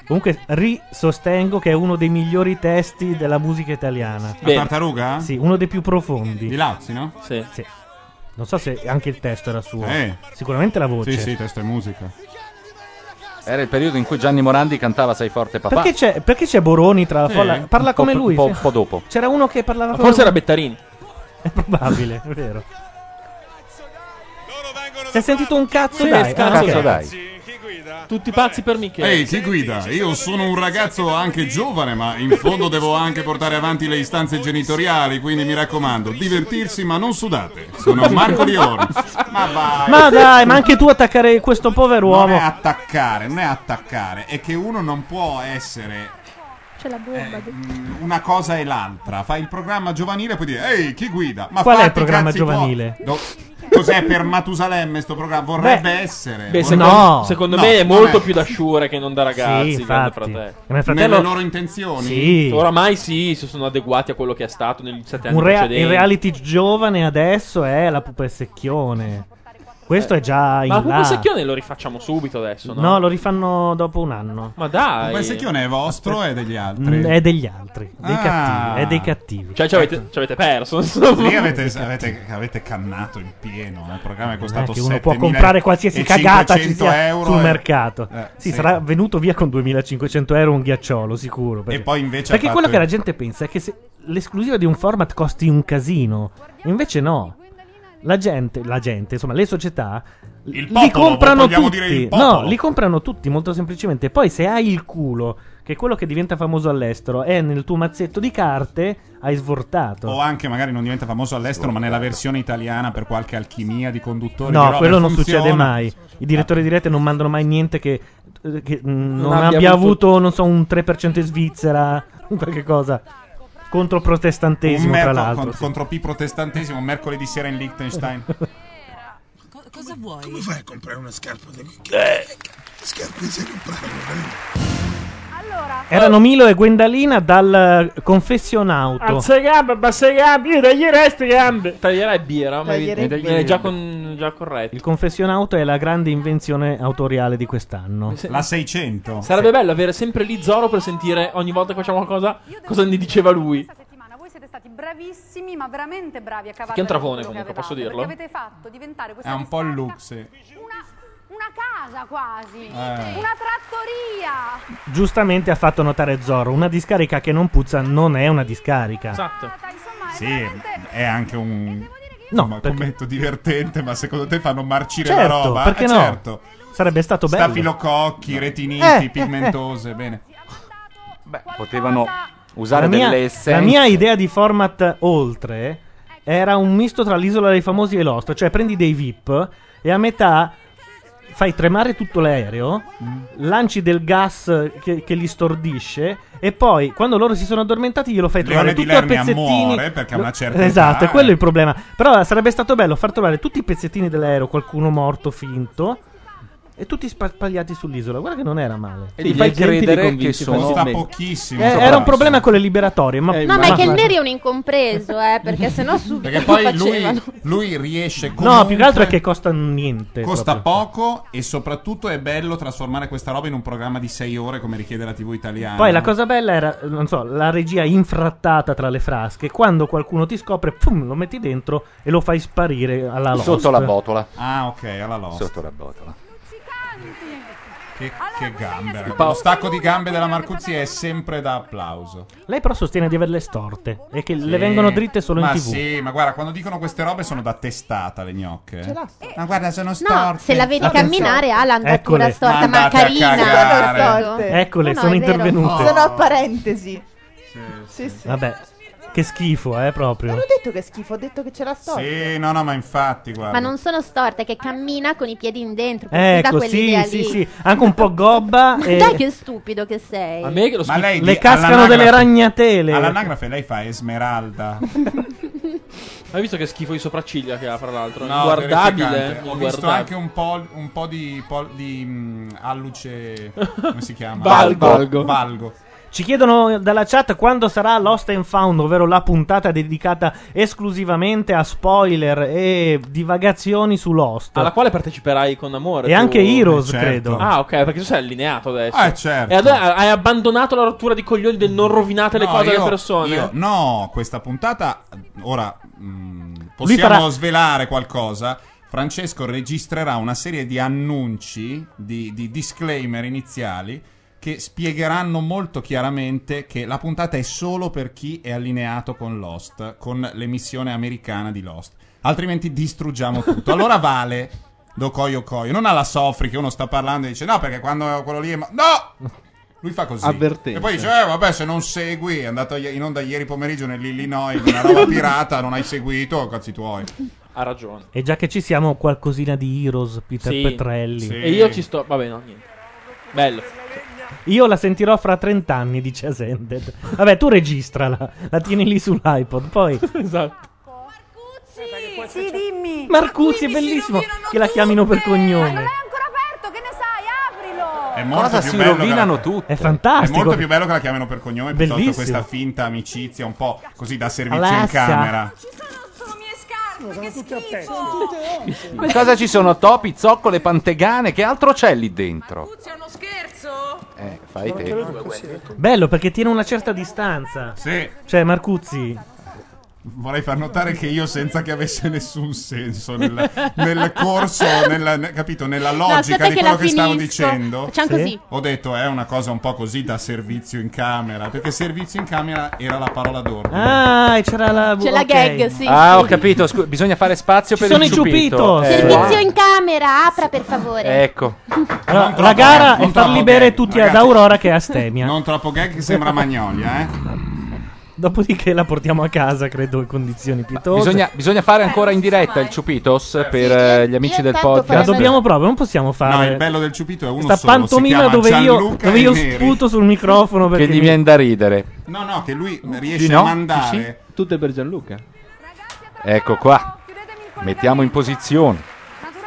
Speaker 1: Comunque, risostengo che è uno dei migliori testi della musica italiana.
Speaker 26: La tartaruga?
Speaker 1: Sì, uno dei più profondi.
Speaker 26: Di Lazzi, no?
Speaker 2: Sì.
Speaker 1: Non so se anche il testo era suo.
Speaker 26: Eh.
Speaker 1: Sicuramente la voce.
Speaker 26: Sì, sì, testo e musica.
Speaker 6: Era il periodo in cui Gianni Morandi cantava Sei forte papà.
Speaker 1: Perché c'è, perché c'è Boroni tra la
Speaker 6: Sì.
Speaker 1: folla? Parla
Speaker 6: Un po'
Speaker 1: come
Speaker 6: pr-
Speaker 1: lui.
Speaker 6: un po'-
Speaker 1: sì.
Speaker 6: un po' dopo.
Speaker 1: C'era uno che parlava
Speaker 2: Ma
Speaker 1: come
Speaker 2: forse
Speaker 1: lui.
Speaker 2: era Bettarini.
Speaker 1: È probabile, è vero. Si è sentito un cazzo
Speaker 2: Sì,
Speaker 1: dai.
Speaker 2: cazzo
Speaker 1: ok.
Speaker 2: dai. Tutti pazzi per Michele.
Speaker 4: Ehi, chi guida? Io sono un ragazzo anche giovane, ma in fondo devo anche portare avanti le istanze genitoriali, quindi mi raccomando, divertirsi ma non sudate. Sono Marco Lione. Ma vai.
Speaker 1: Ma dai, ma anche tu attaccare questo povero
Speaker 26: Non è
Speaker 1: uomo.
Speaker 26: attaccare, non è attaccare, è che uno non può essere
Speaker 3: C'è la bomba.
Speaker 26: mm, una cosa e l'altra. Fai il programma giovanile e poi dire "Ehi, chi guida?" Ma
Speaker 1: Qual è il
Speaker 26: fatti i
Speaker 1: programma
Speaker 26: cazzi tuoi.
Speaker 1: giovanile?
Speaker 26: No, Cos'è per Matusalemme sto programma? Vorrebbe
Speaker 2: Beh,
Speaker 26: essere.
Speaker 2: Beh,
Speaker 26: vorrebbe-
Speaker 2: secondo, secondo
Speaker 26: No,
Speaker 2: me è
Speaker 26: non
Speaker 2: molto più da sciure che non da ragazzi.
Speaker 1: Sì,
Speaker 2: Grande
Speaker 1: infatti.
Speaker 2: Fratello.
Speaker 1: Grande Fratello-
Speaker 26: Nelle loro intenzioni?
Speaker 1: Sì.
Speaker 2: Oramai sì, si sono adeguati a quello che è stato negli sette anni
Speaker 1: Un rea-
Speaker 2: precedenti.
Speaker 1: il reality giovane adesso è la pupa e secchione. Questo è già in
Speaker 2: Eh, Ma
Speaker 1: là.
Speaker 2: Pupo Secchione lo rifacciamo subito adesso, no?
Speaker 1: No, lo rifanno dopo un anno.
Speaker 2: Ma dai.
Speaker 26: Pupa e Secchione è vostro e degli altri?
Speaker 1: Mm, è degli altri, dei
Speaker 26: Ah.
Speaker 1: cattivi, è dei cattivi.
Speaker 2: Cioè, ci avete, ci avete perso, insomma.
Speaker 26: Lì avete, avete- avete cannato in pieno. eh. Il programma
Speaker 2: Eh,
Speaker 26: è costato
Speaker 1: Non è Eh, che uno può
Speaker 26: 7.000
Speaker 1: comprare qualsiasi
Speaker 26: e
Speaker 1: cagata ci
Speaker 26: 500
Speaker 1: sia
Speaker 26: euro
Speaker 1: sul
Speaker 26: e-
Speaker 1: mercato.
Speaker 26: Eh,
Speaker 1: sì, sarà venuto via con 2500 euro un ghiacciolo, sicuro. Perché,
Speaker 26: E poi invece
Speaker 1: perché
Speaker 26: ha
Speaker 1: quello
Speaker 26: fatto-
Speaker 1: che la gente pensa è che se l'esclusiva di un format costi un casino. Invece no. La gente, la gente, insomma, le società
Speaker 26: popolo,
Speaker 1: li comprano
Speaker 26: vogliamo
Speaker 1: tutti.
Speaker 26: dire il popolo.
Speaker 1: no, li comprano tutti molto semplicemente. Poi se hai il culo che quello che diventa famoso all'estero è nel tuo mazzetto di carte hai svortato.
Speaker 4: O anche magari non diventa famoso all'estero, ma nella versione italiana per qualche alchimia di
Speaker 26: Oh,
Speaker 4: conduttore. di
Speaker 1: No,
Speaker 4: robe,
Speaker 1: quello non
Speaker 4: funziona.
Speaker 1: succede mai. I direttori di rete non mandano mai niente che, che, mh, non,
Speaker 4: abbia
Speaker 1: abbia,
Speaker 4: avuto-
Speaker 1: avuto, non so, un 3% in Svizzera, un qualche cosa. Contro il
Speaker 4: Un
Speaker 1: protestantesimo, tra
Speaker 4: merco-
Speaker 1: l'altro.
Speaker 4: con- contro P protestantesimo, un mercoledì sera in Liechtenstein.
Speaker 17: cosa vuoi? Come fai a comprare una scarpa? da-
Speaker 4: Eh.
Speaker 17: Che scarpe sei eh? comprare?
Speaker 1: Erano Milo e Gwendalina dal eh, confessionauto.
Speaker 28: Alza le gambe, abbassa le gambe, io taglierei le gambe.
Speaker 2: Taglierai birra, ma
Speaker 28: Taglierei
Speaker 2: è
Speaker 1: birra.
Speaker 2: già, con, già corretto.
Speaker 1: Il confessionauto è la grande invenzione autoriale di quest'anno.
Speaker 2: La
Speaker 4: 600.
Speaker 2: Sarebbe bello avere sempre lì Zoro per sentire ogni volta che facciamo qualcosa cosa ne diceva lui.
Speaker 9: settimana voi siete stati bravissimi, ma veramente bravi a cavallo.
Speaker 2: Che è un trafone, comunque, posso dirlo?
Speaker 9: Perché avete fatto diventare
Speaker 4: È
Speaker 9: questa
Speaker 4: un po' il look, sì.
Speaker 9: una casa quasi,
Speaker 1: Eh.
Speaker 9: una trattoria.
Speaker 1: Giustamente ha fatto notare Zoro, una discarica che non puzza non è una discarica.
Speaker 4: Sì, è anche un
Speaker 1: No,
Speaker 4: ma commento divertente, ma secondo te fanno marcire la
Speaker 1: Certo,
Speaker 4: roba?
Speaker 1: perché
Speaker 4: Eh,
Speaker 1: no?
Speaker 4: Certo.
Speaker 1: Sarebbe stato bello.
Speaker 4: Stafilococchi, retiniti,
Speaker 1: Eh, eh,
Speaker 4: pigmentose, bene.
Speaker 6: Potevano usare
Speaker 1: la mia,
Speaker 6: delle
Speaker 1: la
Speaker 6: essenze.
Speaker 1: mia idea di format oltre era un misto tra l'isola dei famosi e l'host, cioè prendi dei VIP e a metà fai tremare tutto l'aereo,
Speaker 6: Mm.
Speaker 1: lanci del gas che, che li stordisce e poi quando loro si sono addormentati glielo fai
Speaker 4: Leone
Speaker 1: trovare
Speaker 4: di
Speaker 1: tutto a
Speaker 4: Lernia
Speaker 1: pezzettini.
Speaker 4: muore perché ha una certa
Speaker 1: Esatto,
Speaker 4: età,
Speaker 1: è quello
Speaker 4: eh.
Speaker 1: il problema. Però sarebbe stato bello far trovare tutti i pezzettini dell'aereo, qualcuno morto, finto. E tutti sparpagliati sull'isola, guarda che non era male.
Speaker 6: E li Sì, fai gli agenti credere li convinci, che sono-
Speaker 4: Costa
Speaker 6: facilmente.
Speaker 4: pochissimo.
Speaker 1: Eh, era un problema con le liberatorie, ma
Speaker 4: Eh,
Speaker 3: No, ma è che il Neri è un incompreso, eh, perché sennò subito
Speaker 4: Perché poi
Speaker 3: lo
Speaker 4: lui,
Speaker 3: facevano.
Speaker 4: lui riesce comunque...
Speaker 1: No, più che altro è che costa niente.
Speaker 4: Costa
Speaker 1: proprio.
Speaker 4: poco e soprattutto è bello trasformare questa roba in un programma di 6 ore come richiede la TV italiana.
Speaker 1: Poi la cosa bella era, non so, la regia infrattata tra le frasche. Quando qualcuno ti scopre, pum, lo metti dentro e lo fai sparire alla Lost.
Speaker 6: Sotto la botola.
Speaker 4: Ah, ok, alla Lost.
Speaker 6: Sotto la botola.
Speaker 4: Che, che gambe. ragazzi. Lo stacco di gambe della Marcuzzi è sempre da applauso.
Speaker 1: Lei però sostiene di averle storte e che le vengono dritte solo
Speaker 4: ma
Speaker 1: in tv.
Speaker 4: sì, ma guarda, quando dicono queste robe sono da testata le gnocche. eh. Ma guarda, sono
Speaker 3: Eh. No, se la vedi camminare
Speaker 1: Ecco.
Speaker 3: ha l'andatura
Speaker 4: Eccole.
Speaker 3: storta, ma
Speaker 4: Mandate a
Speaker 3: carina.
Speaker 4: cagare.
Speaker 3: Sono storte.
Speaker 1: Eccole,
Speaker 3: No, no,
Speaker 1: sono
Speaker 3: è vero.
Speaker 1: intervenute.
Speaker 29: Sono a parentesi. Sì, sì.
Speaker 1: Vabbè, che schifo, eh,
Speaker 29: Non
Speaker 1: proprio.
Speaker 29: ho detto che è schifo, ho detto che ce la sto.
Speaker 4: Sì, no, no, ma infatti, guarda.
Speaker 3: Ma non sono storta, è che cammina con i piedi in dentro. perché dà
Speaker 1: Ecco, sì,
Speaker 3: quell'idea
Speaker 1: sì,
Speaker 3: lì.
Speaker 1: sì. Eh. Anche un po' gobba.
Speaker 3: Ma
Speaker 1: e-
Speaker 3: dai che stupido che sei.
Speaker 4: Ma lei
Speaker 1: Le
Speaker 4: di-
Speaker 1: cascano
Speaker 4: all'anagrafe-
Speaker 1: delle ragnatele.
Speaker 4: All'anagrafe lei fa Esmeralda.
Speaker 2: Hai visto che schifo di sopracciglia che ha, fra l'altro?
Speaker 4: No,
Speaker 2: Inguardabile. eh,
Speaker 4: terrificante. Ho visto
Speaker 2: inguardabile.
Speaker 4: anche un po', un po' di, pol- di mm, alluce. Come si chiama?
Speaker 1: Valgo.
Speaker 4: Valgo.
Speaker 1: Valgo.
Speaker 4: Valgo.
Speaker 1: Ci chiedono dalla chat quando sarà Lost and Found, ovvero la puntata dedicata esclusivamente a spoiler e divagazioni su Lost.
Speaker 2: Alla quale parteciperai con amore.
Speaker 1: E anche Heroes,
Speaker 2: Eh,
Speaker 4: certo.
Speaker 1: credo.
Speaker 2: Ah, ok, perché tu sei allineato adesso.
Speaker 1: Eh, certo.
Speaker 2: E allora hai abbandonato la rottura di coglioni del non rovinate le
Speaker 4: No,
Speaker 2: cose
Speaker 4: io-
Speaker 2: alle persone.
Speaker 4: io- no, questa puntata. Ora mm,
Speaker 2: Lui
Speaker 4: possiamo
Speaker 2: farà-
Speaker 4: svelare qualcosa. Francesco registrerà una serie di annunci, di, di disclaimer iniziali. Che spiegheranno molto chiaramente che la puntata è solo per chi è allineato con Lost, con l'emissione americana di Lost. Altrimenti distruggiamo tutto. Allora vale do coio coio. Non alla Sofri che uno sta parlando e dice no perché quando quello lì è... ma-" No! Lui fa così.
Speaker 5: Avvertenza.
Speaker 4: E poi dice, eh vabbè, se non segui, è andato i- in onda ieri pomeriggio nell'Illinois, in una roba pirata, non hai seguito, cazzi tuoi.
Speaker 2: Ha ragione.
Speaker 1: E già che ci siamo, qualcosina di Heroes, Peter
Speaker 2: Sì.
Speaker 1: Petrelli.
Speaker 2: E io ci sto. Vabbè, no, niente. Bello.
Speaker 1: Io la sentirò fra 30 anni, dice Ascended. Vabbè, tu registrala, la tieni lì sull'iPod, poi...
Speaker 2: esatto.
Speaker 9: Sì, sì, dimmi.
Speaker 1: Marcuzzi è bellissimo che la chiamino per cognome.
Speaker 3: eh?
Speaker 4: È molto
Speaker 6: Cosa
Speaker 4: più
Speaker 6: si
Speaker 4: bello che
Speaker 6: rovinano
Speaker 4: la-
Speaker 6: tutte?
Speaker 1: È fantastico.
Speaker 4: È molto più bello che la chiamino per cognome piuttosto
Speaker 1: Bellissimo.
Speaker 4: questa finta amicizia un po' così da servizio in
Speaker 1: Alessia.
Speaker 4: camera.
Speaker 15: Che schifo!
Speaker 6: Cosa ci sono? Topi, zoccole, pantegane, che altro c'è lì dentro?
Speaker 15: C'è uno scherzo?
Speaker 6: Eh, fai te.
Speaker 1: Bello perché tiene una certa distanza.
Speaker 4: Sì.
Speaker 1: Cioè, Marcuzzi,
Speaker 4: Vorrei far notare che io, senza che avesse nessun senso nel, nel corso, nella, ne- capito, nella
Speaker 3: No,
Speaker 4: logica
Speaker 3: aspetta
Speaker 4: di
Speaker 3: che
Speaker 4: quello
Speaker 3: la
Speaker 4: che, stavo
Speaker 3: finisco.
Speaker 4: dicendo,
Speaker 3: Facciamo Sì. così.
Speaker 4: ho detto è una cosa un po' così da servizio in camera. Perché servizio in camera era la parola d'ordine.
Speaker 1: Ah, e c'era la.
Speaker 3: C'è la
Speaker 1: ok.
Speaker 3: gag, sì.
Speaker 6: Ah, ho capito. scu- bisogna fare spazio per
Speaker 1: sono
Speaker 6: il
Speaker 1: i ciupito.
Speaker 6: ciupito. Eh,
Speaker 1: Servizio
Speaker 19: in camera, apra per
Speaker 1: Eh.
Speaker 19: favore.
Speaker 6: Ecco.
Speaker 1: Allora, la gara è farli bere tutti ad Aurora che è astemia.
Speaker 4: Eh, Non troppo gag che sembra magnolia, eh.
Speaker 1: Dopodiché la portiamo a casa, credo, in condizioni piuttosto.
Speaker 6: Bisogna, bisogna fare ancora in diretta il ciupitos per eh, gli amici del
Speaker 1: La
Speaker 6: podcast.
Speaker 1: dobbiamo proprio, non possiamo
Speaker 4: No,
Speaker 1: fare.
Speaker 4: il bello del ciupito è uno
Speaker 1: Sta
Speaker 4: solo. si
Speaker 1: pantomima
Speaker 4: chiama
Speaker 1: dove io,
Speaker 4: Gianluca
Speaker 1: dove io
Speaker 4: e Neri.
Speaker 1: sputo sul microfono perché
Speaker 6: Che gli viene da ridere.
Speaker 4: No, no, che lui riesce
Speaker 6: Sì, no?
Speaker 4: a mandare.
Speaker 5: Tutte per Gianluca.
Speaker 6: Ecco qua. Mettiamo in posizione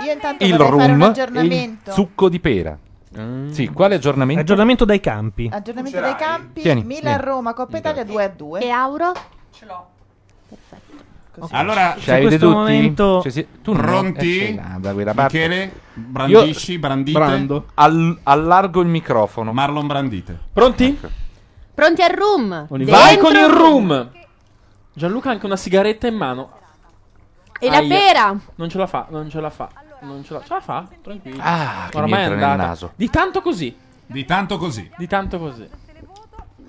Speaker 13: Io intanto
Speaker 6: il
Speaker 13: vorrei fare un
Speaker 6: rum e il
Speaker 13: aggiornamento.
Speaker 6: succo di pera.
Speaker 4: Mm.
Speaker 6: Sì, quale aggiornamento?
Speaker 1: Aggiornamento dai campi.
Speaker 13: Aggiornamento dei campi,
Speaker 6: Tieni, tieni.
Speaker 13: Milan-Roma, Coppa Italia 2 a 2. E Auro? Ce l'ho.
Speaker 4: Allora,
Speaker 6: Ci hai veduti? Cioè, sì, tu non-
Speaker 4: pronti?
Speaker 6: eh, sì, nada, guarda, parte.
Speaker 4: Michele, brandisci,
Speaker 6: Io-
Speaker 4: brandite.
Speaker 6: Brando. Al- allargo il microfono.
Speaker 4: Marlon Brandite.
Speaker 2: Pronti?
Speaker 3: Pronti al room?
Speaker 2: Vai
Speaker 3: Dentro
Speaker 2: con il room. Gianluca ha anche una sigaretta in mano.
Speaker 3: E la
Speaker 2: Aia.
Speaker 3: pera?
Speaker 2: Non ce la fa, non ce la fa. Non ce la, ce la fa? Tranquillo.
Speaker 6: Ah, che mi
Speaker 2: Ormai è
Speaker 6: entra nel
Speaker 2: andata.
Speaker 6: naso.
Speaker 2: Di tanto così.
Speaker 4: Di tanto così.
Speaker 2: Di tanto così.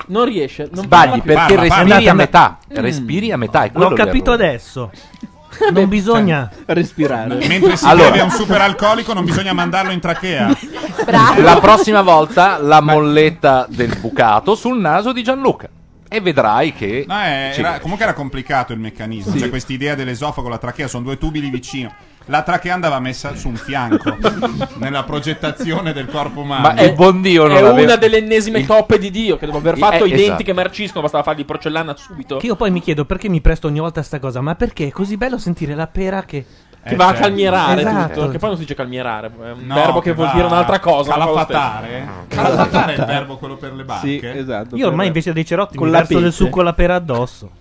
Speaker 2: Non riesce. Non
Speaker 6: Sbagli
Speaker 2: parla
Speaker 6: perché
Speaker 2: più. Mm.
Speaker 6: respiri a metà. Mm. Respiri a metà. è quello
Speaker 1: L'ho capito
Speaker 6: l'errore.
Speaker 1: adesso. Non
Speaker 3: cioè,
Speaker 1: bisogna
Speaker 5: respirare.
Speaker 4: Mentre si
Speaker 6: Allora.
Speaker 4: beve un super alcolico, non bisogna mandarlo in trachea.
Speaker 6: La prossima volta la molletta del bucato sul naso di Gianluca. E vedrai che.
Speaker 4: No, è-
Speaker 6: ci
Speaker 4: era-
Speaker 6: riesci.
Speaker 4: comunque era complicato il meccanismo.
Speaker 6: Sì.
Speaker 4: Cioè, questa idea dell'esofago, la trachea, sono due tubi lì vicino. La trachea andava messa su un fianco nella progettazione del corpo umano.
Speaker 6: Ma il buon Dio non
Speaker 2: È
Speaker 6: l'aveva-
Speaker 2: una delle ennesime toppe di Dio che dopo aver fatto
Speaker 1: Eh,
Speaker 2: i denti
Speaker 1: esatto.
Speaker 2: che marciscono bastava fargli porcellana subito.
Speaker 1: Che io poi mi chiedo perché mi presto ogni volta a sta cosa, ma perché è così bello sentire la pera che.
Speaker 2: Che
Speaker 4: Eh,
Speaker 2: va
Speaker 4: certo.
Speaker 2: a calmierare
Speaker 1: Esatto.
Speaker 2: tutto. Che poi non si dice calmierare, è un
Speaker 1: No,
Speaker 2: verbo che
Speaker 1: che
Speaker 2: vuol
Speaker 1: va
Speaker 2: dire un'altra cosa. non fa lo stesso.
Speaker 4: calafatare. Calafatare è il verbo quello per le barche.
Speaker 5: Sì, esatto.
Speaker 1: Io ormai invece dei cerotti
Speaker 5: Con
Speaker 1: mi
Speaker 5: la
Speaker 1: verso del
Speaker 5: pece.
Speaker 1: succo alla pera addosso.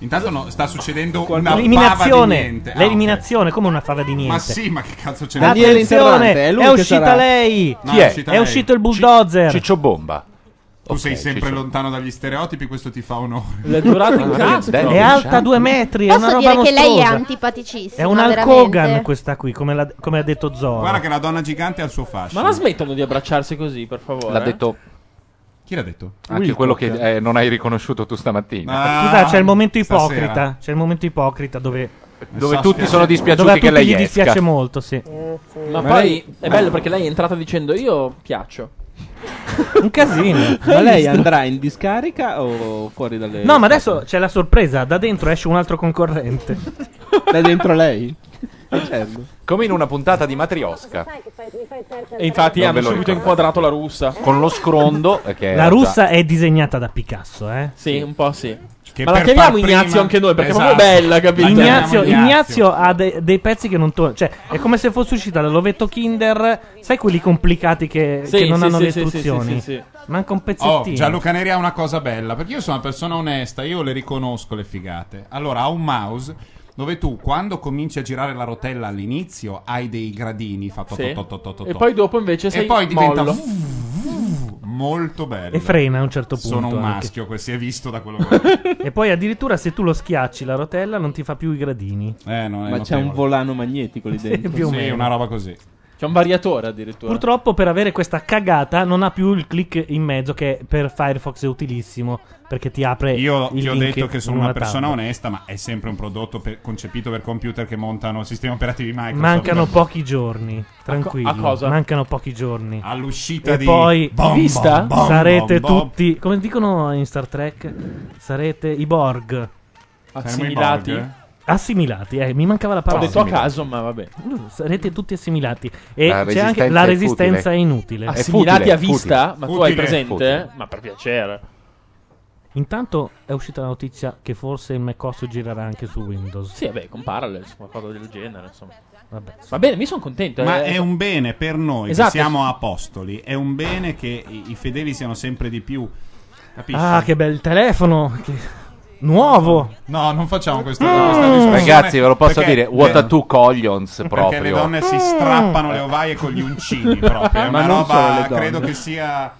Speaker 4: Intanto no, sta succedendo una fava di
Speaker 1: L'eliminazione,
Speaker 4: niente. Ah,
Speaker 1: l'eliminazione come una fava di niente.
Speaker 4: Ma sì, ma che cazzo c'è
Speaker 1: Attenzione, è, uscita lei.
Speaker 4: No, è uscita
Speaker 1: È
Speaker 4: lei.
Speaker 1: uscito il bulldozer.
Speaker 6: Ciccio Bomba.
Speaker 4: Ah, Tu sei sempre lontano dagli stereotipi, questo ti fa onore.
Speaker 2: L'ha giurato in
Speaker 1: È alta due metri, è una
Speaker 19: Posso
Speaker 1: roba
Speaker 19: dire che lei è
Speaker 1: mostruosa.
Speaker 19: antipaticissima.
Speaker 1: È un
Speaker 19: veramente.
Speaker 1: Alkogan questa qui, come, l'ha- come ha detto Zoro. Ah,
Speaker 4: Guarda che la donna gigante ha il suo fascino.
Speaker 2: Ma la smettono di abbracciarsi così, per favore. eh?
Speaker 6: L'ha detto.
Speaker 4: Eh? Chi l'ha detto?
Speaker 6: Anche
Speaker 2: Wilcock.
Speaker 6: quello che eh, non hai riconosciuto tu stamattina.
Speaker 4: Ah.
Speaker 1: Scusa, c'è il momento
Speaker 6: stasera.
Speaker 1: ipocrita. C'è il momento ipocrita dove,
Speaker 6: Dove tutti sono dispiaciuti
Speaker 1: dove a
Speaker 6: che
Speaker 1: tutti
Speaker 6: lei
Speaker 1: gli
Speaker 6: esca.
Speaker 1: dispiace molto, sì.
Speaker 2: Ma poi è bello perché lei è entrata dicendo io piaccio.
Speaker 1: Un casino.
Speaker 5: Ma lei
Speaker 1: Hai visto?
Speaker 5: andrà in discarica o fuori dalle.
Speaker 1: No, ma adesso c'è la sorpresa. Da dentro esce un altro concorrente.
Speaker 5: Da dentro lei?
Speaker 6: Come in una puntata di Matriosca.
Speaker 2: E infatti
Speaker 6: Non ve
Speaker 2: hanno
Speaker 6: lo
Speaker 2: subito
Speaker 6: ricordo.
Speaker 2: inquadrato la russa.
Speaker 6: Con lo scrondo. eh, che
Speaker 1: La
Speaker 6: era già-
Speaker 1: russa è disegnata da Picasso, eh?
Speaker 2: Sì, un po' sì.
Speaker 1: Che
Speaker 2: ma la
Speaker 1: per
Speaker 2: chiamiamo
Speaker 1: far
Speaker 2: Ignazio
Speaker 1: prima-
Speaker 2: anche noi perché
Speaker 1: Esatto.
Speaker 2: è proprio bella, capito?
Speaker 1: Ignazio, Ignazio ha de- dei pezzi che non tornano. Cioè, è come se fosse uscita dall'ovetto Kinder. Sai quelli complicati che,
Speaker 4: Sì,
Speaker 1: che non
Speaker 4: sì,
Speaker 1: hanno
Speaker 4: sì,
Speaker 1: le
Speaker 4: sì,
Speaker 1: istruzioni?
Speaker 4: sì, sì, sì, sì.
Speaker 1: Manca un
Speaker 4: Oh,
Speaker 1: pezzettino.
Speaker 4: Gianluca Neri ha una cosa bella, perché io sono una persona onesta, io le riconosco le figate. Allora, ha un mouse dove tu, quando cominci a girare la rotella all'inizio, hai dei gradini, fa to-
Speaker 2: Sì.
Speaker 4: to- to- to- to-
Speaker 2: E
Speaker 4: to.
Speaker 2: poi dopo invece
Speaker 4: E
Speaker 2: sei
Speaker 4: poi diventa
Speaker 2: mollo.
Speaker 4: molto bello.
Speaker 1: E frena a un certo punto
Speaker 4: Sono un
Speaker 1: anche.
Speaker 4: maschio, que- si è visto da quello che...
Speaker 1: E poi addirittura se tu lo schiacci la rotella non ti fa più i gradini.
Speaker 4: Eh, no,
Speaker 5: Ma c'è un volano magnetico lì
Speaker 1: Sì,
Speaker 5: dentro.
Speaker 1: più o Sì, meno. una
Speaker 4: roba così.
Speaker 2: C'è un variatore addirittura.
Speaker 1: Purtroppo per avere questa cagata non ha più il click in mezzo che per Firefox è utilissimo perché ti apre
Speaker 4: Io
Speaker 1: il
Speaker 4: ti ho
Speaker 1: link
Speaker 4: detto che sono
Speaker 1: in
Speaker 4: una persona
Speaker 1: tab.
Speaker 4: onesta, ma è sempre un prodotto per- concepito per computer che montano sistemi operativi Microsoft.
Speaker 1: Mancano pochi giorni, tranquilli.
Speaker 4: a cosa?
Speaker 1: Mancano pochi giorni.
Speaker 4: All'uscita
Speaker 1: e
Speaker 4: di-
Speaker 1: poi
Speaker 4: Bom, bom, Vista? bom, bom,
Speaker 1: sarete
Speaker 4: bom.
Speaker 1: tutti, come dicono in Star Trek, sarete i Borg.
Speaker 2: Saremo i Assimilati? Borg, eh?
Speaker 1: Assimilati, eh, mi mancava la parola.
Speaker 2: Ho detto a caso, ma vabbè.
Speaker 1: Sarete tutti assimilati. E
Speaker 2: La
Speaker 1: c'è
Speaker 2: resistenza
Speaker 1: anche
Speaker 2: è
Speaker 1: la
Speaker 2: futile.
Speaker 1: resistenza è inutile.
Speaker 2: Assimilati a vista? Ma tu hai presente? Ma per piacere.
Speaker 1: Intanto è uscita la notizia che forse il macOS girerà anche su Windows.
Speaker 2: Sì, vabbè, con Parallels, qualcosa del genere, insomma.
Speaker 1: Vabbè.
Speaker 2: Va bene, mi sono contento.
Speaker 4: Ma
Speaker 2: eh.
Speaker 4: è un bene per noi
Speaker 2: Esatto.
Speaker 4: che siamo apostoli, è un bene che i, i fedeli siano sempre di più. Capisci?
Speaker 1: Ah, che bel telefono! che- Nuovo!
Speaker 4: No, non facciamo questo.
Speaker 6: Ragazzi, ve lo posso
Speaker 4: Mm. Perché-
Speaker 6: dire, what a two collions proprio.
Speaker 4: Perché le donne si strappano le ovaie con gli uncini proprio. È
Speaker 6: Ma
Speaker 4: una
Speaker 6: non solo
Speaker 4: roba,
Speaker 6: le donne.
Speaker 4: credo che sia.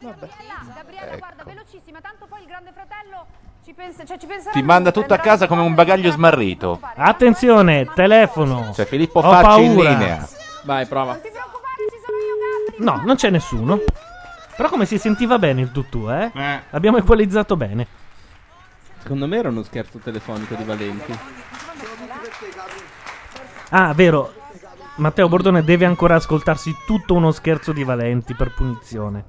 Speaker 9: Gabriele, guarda, velocissima, tanto poi il grande fratello Ci pensa, cioè, ci penseranno
Speaker 6: Ti manda tutto a casa come un bagaglio smarrito.
Speaker 1: Attenzione, telefono.
Speaker 6: C'è Filippo
Speaker 1: Ho
Speaker 6: Facci in
Speaker 1: paura.
Speaker 6: linea.
Speaker 2: Vai, prova.
Speaker 1: No, non c'è nessuno. Però come si sentiva bene il tutù, eh?
Speaker 4: Eh.
Speaker 1: L'abbiamo equalizzato bene.
Speaker 5: Secondo me era uno scherzo telefonico di Valenti.
Speaker 9: eh.
Speaker 1: Ah, vero. Matteo Bordone deve ancora ascoltarsi tutto uno scherzo di Valenti per punizione.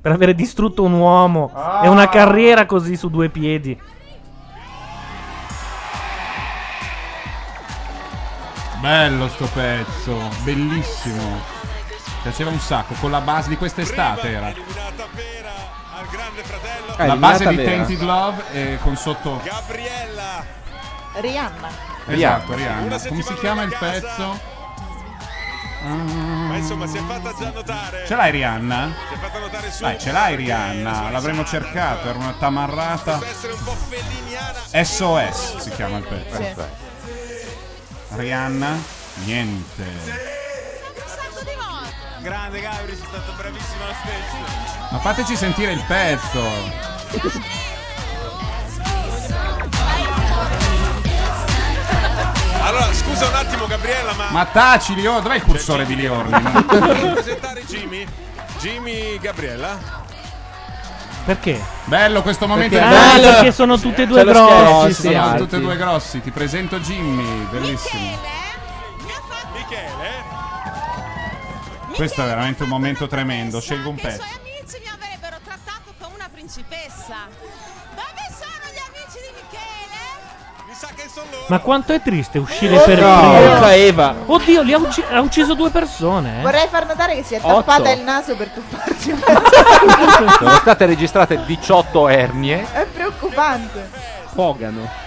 Speaker 1: Per avere distrutto un uomo e una carriera così su due piedi.
Speaker 4: Bello sto pezzo, bellissimo. Piaceva un sacco, con la base di quest'estate era.
Speaker 6: Ah,
Speaker 4: La base di Tainted Love e con sotto...
Speaker 13: Rihanna.
Speaker 4: Esatto,
Speaker 13: Rihanna.
Speaker 4: Rihanna. Come si chiama il pezzo? Mm,
Speaker 30: Ma insomma, si è fatta già notare.
Speaker 4: Ce l'hai Rihanna? Dai, ce l'hai Rihanna, l'avremmo cercato, era una tamarrata. SOS si chiama il pezzo. Rihanna? Niente.
Speaker 30: Grande Gabri, sei stato bravissimo lo stesso.
Speaker 4: Ma fateci sentire il pezzo.
Speaker 30: Allora, scusa un attimo, Gabriella, ma.
Speaker 4: Ma taci Liorni, dov'è il cursore di
Speaker 30: Vuoi
Speaker 4: Liorni?
Speaker 30: presentare Jimmy? Jimmy Gabriella?
Speaker 1: Perché?
Speaker 4: Bello questo momento.
Speaker 1: Perché-
Speaker 4: è
Speaker 1: Ah,
Speaker 4: bello.
Speaker 1: perché sono
Speaker 4: eh.
Speaker 1: tutte e due C'è lo grossi, scherzo, sì,
Speaker 4: sono
Speaker 1: infatti.
Speaker 4: tutte e due grossi. Ti presento Jimmy, bellissimo.
Speaker 6: eh?
Speaker 4: Questo è veramente un momento tremendo. Scelgo un pezzo.
Speaker 11: amici mi avrebbero trattato come una principessa. Dove sono gli amici di Michele? Mi sa che sono
Speaker 1: Ma quanto è triste uscire
Speaker 2: Oh
Speaker 1: per
Speaker 2: no,
Speaker 1: primo.
Speaker 2: porca Eva.
Speaker 1: Oddio, li ha, ucci- ha ucciso due persone. eh.
Speaker 13: Vorrei far notare che si è
Speaker 1: Otto.
Speaker 13: tappata il naso per tuffarsi.
Speaker 6: Certo, Sono state registrate 18
Speaker 1: Eh?
Speaker 6: ernie.
Speaker 13: È preoccupante.
Speaker 5: Pogano.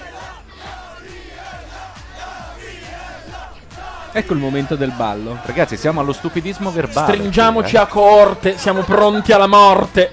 Speaker 5: Ecco il momento del ballo.
Speaker 6: Ragazzi, siamo allo stupidismo verbale.
Speaker 2: Stringiamoci
Speaker 6: qui, eh.
Speaker 2: a corte, siamo pronti alla morte.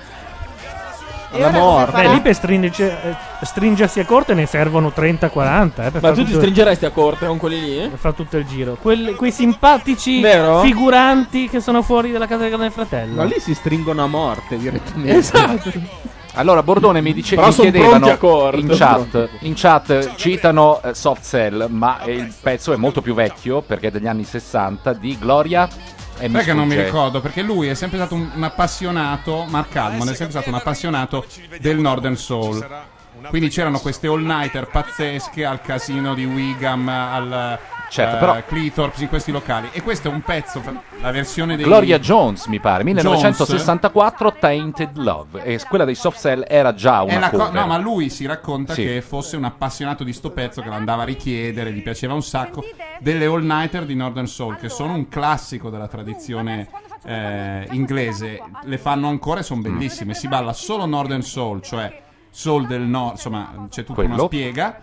Speaker 2: Alla morte.
Speaker 1: Beh, lì per stringerci- eh, stringersi a corte ne servono 30-40. Eh, per
Speaker 2: Ma
Speaker 1: far
Speaker 2: tu ti
Speaker 1: tutto-
Speaker 2: stringeresti a corte con quelli lì?
Speaker 1: Fa tutto il giro. Quelli- quei simpatici
Speaker 2: Vero?
Speaker 1: figuranti che sono fuori dalla casa del grande fratello.
Speaker 5: No, lì si stringono a morte direttamente.
Speaker 1: Esatto.
Speaker 6: Allora, Bordone mi, dice,
Speaker 5: Però
Speaker 6: mi
Speaker 5: son pronti
Speaker 6: chiedevano
Speaker 5: a corte.
Speaker 6: in chat, in chat eh, citano eh, Soft Cell, ma eh, il pezzo è molto più vecchio perché è degli anni 60 di Gloria e
Speaker 4: Perché non mi
Speaker 6: sfugge.
Speaker 4: ricordo? Perché lui è sempre stato un, un appassionato. Mark Almond è sempre stato un appassionato del Northern Soul. Quindi c'erano queste all nighter pazzesche al casino di Wigan, al
Speaker 6: Certo,
Speaker 4: eh,
Speaker 6: però-
Speaker 4: Clitorps, in questi locali. E questo è un pezzo, la versione dei
Speaker 6: Gloria Jones, mi pare, 1964 Tainted Love. E quella dei Soft Cell era già
Speaker 4: È
Speaker 6: una
Speaker 4: la co-
Speaker 6: cover.
Speaker 4: no, ma lui si racconta
Speaker 6: Sì.
Speaker 4: che fosse un appassionato di sto pezzo che l'andava a richiedere, gli piaceva un sacco. Delle All Nighter di Northern Soul, che sono un classico della tradizione eh, inglese. Le fanno ancora e
Speaker 6: Mm.
Speaker 4: sono bellissime. Si balla solo Northern Soul, cioè Soul del Nord, insomma, c'è tutta una
Speaker 6: Quello.
Speaker 4: spiega.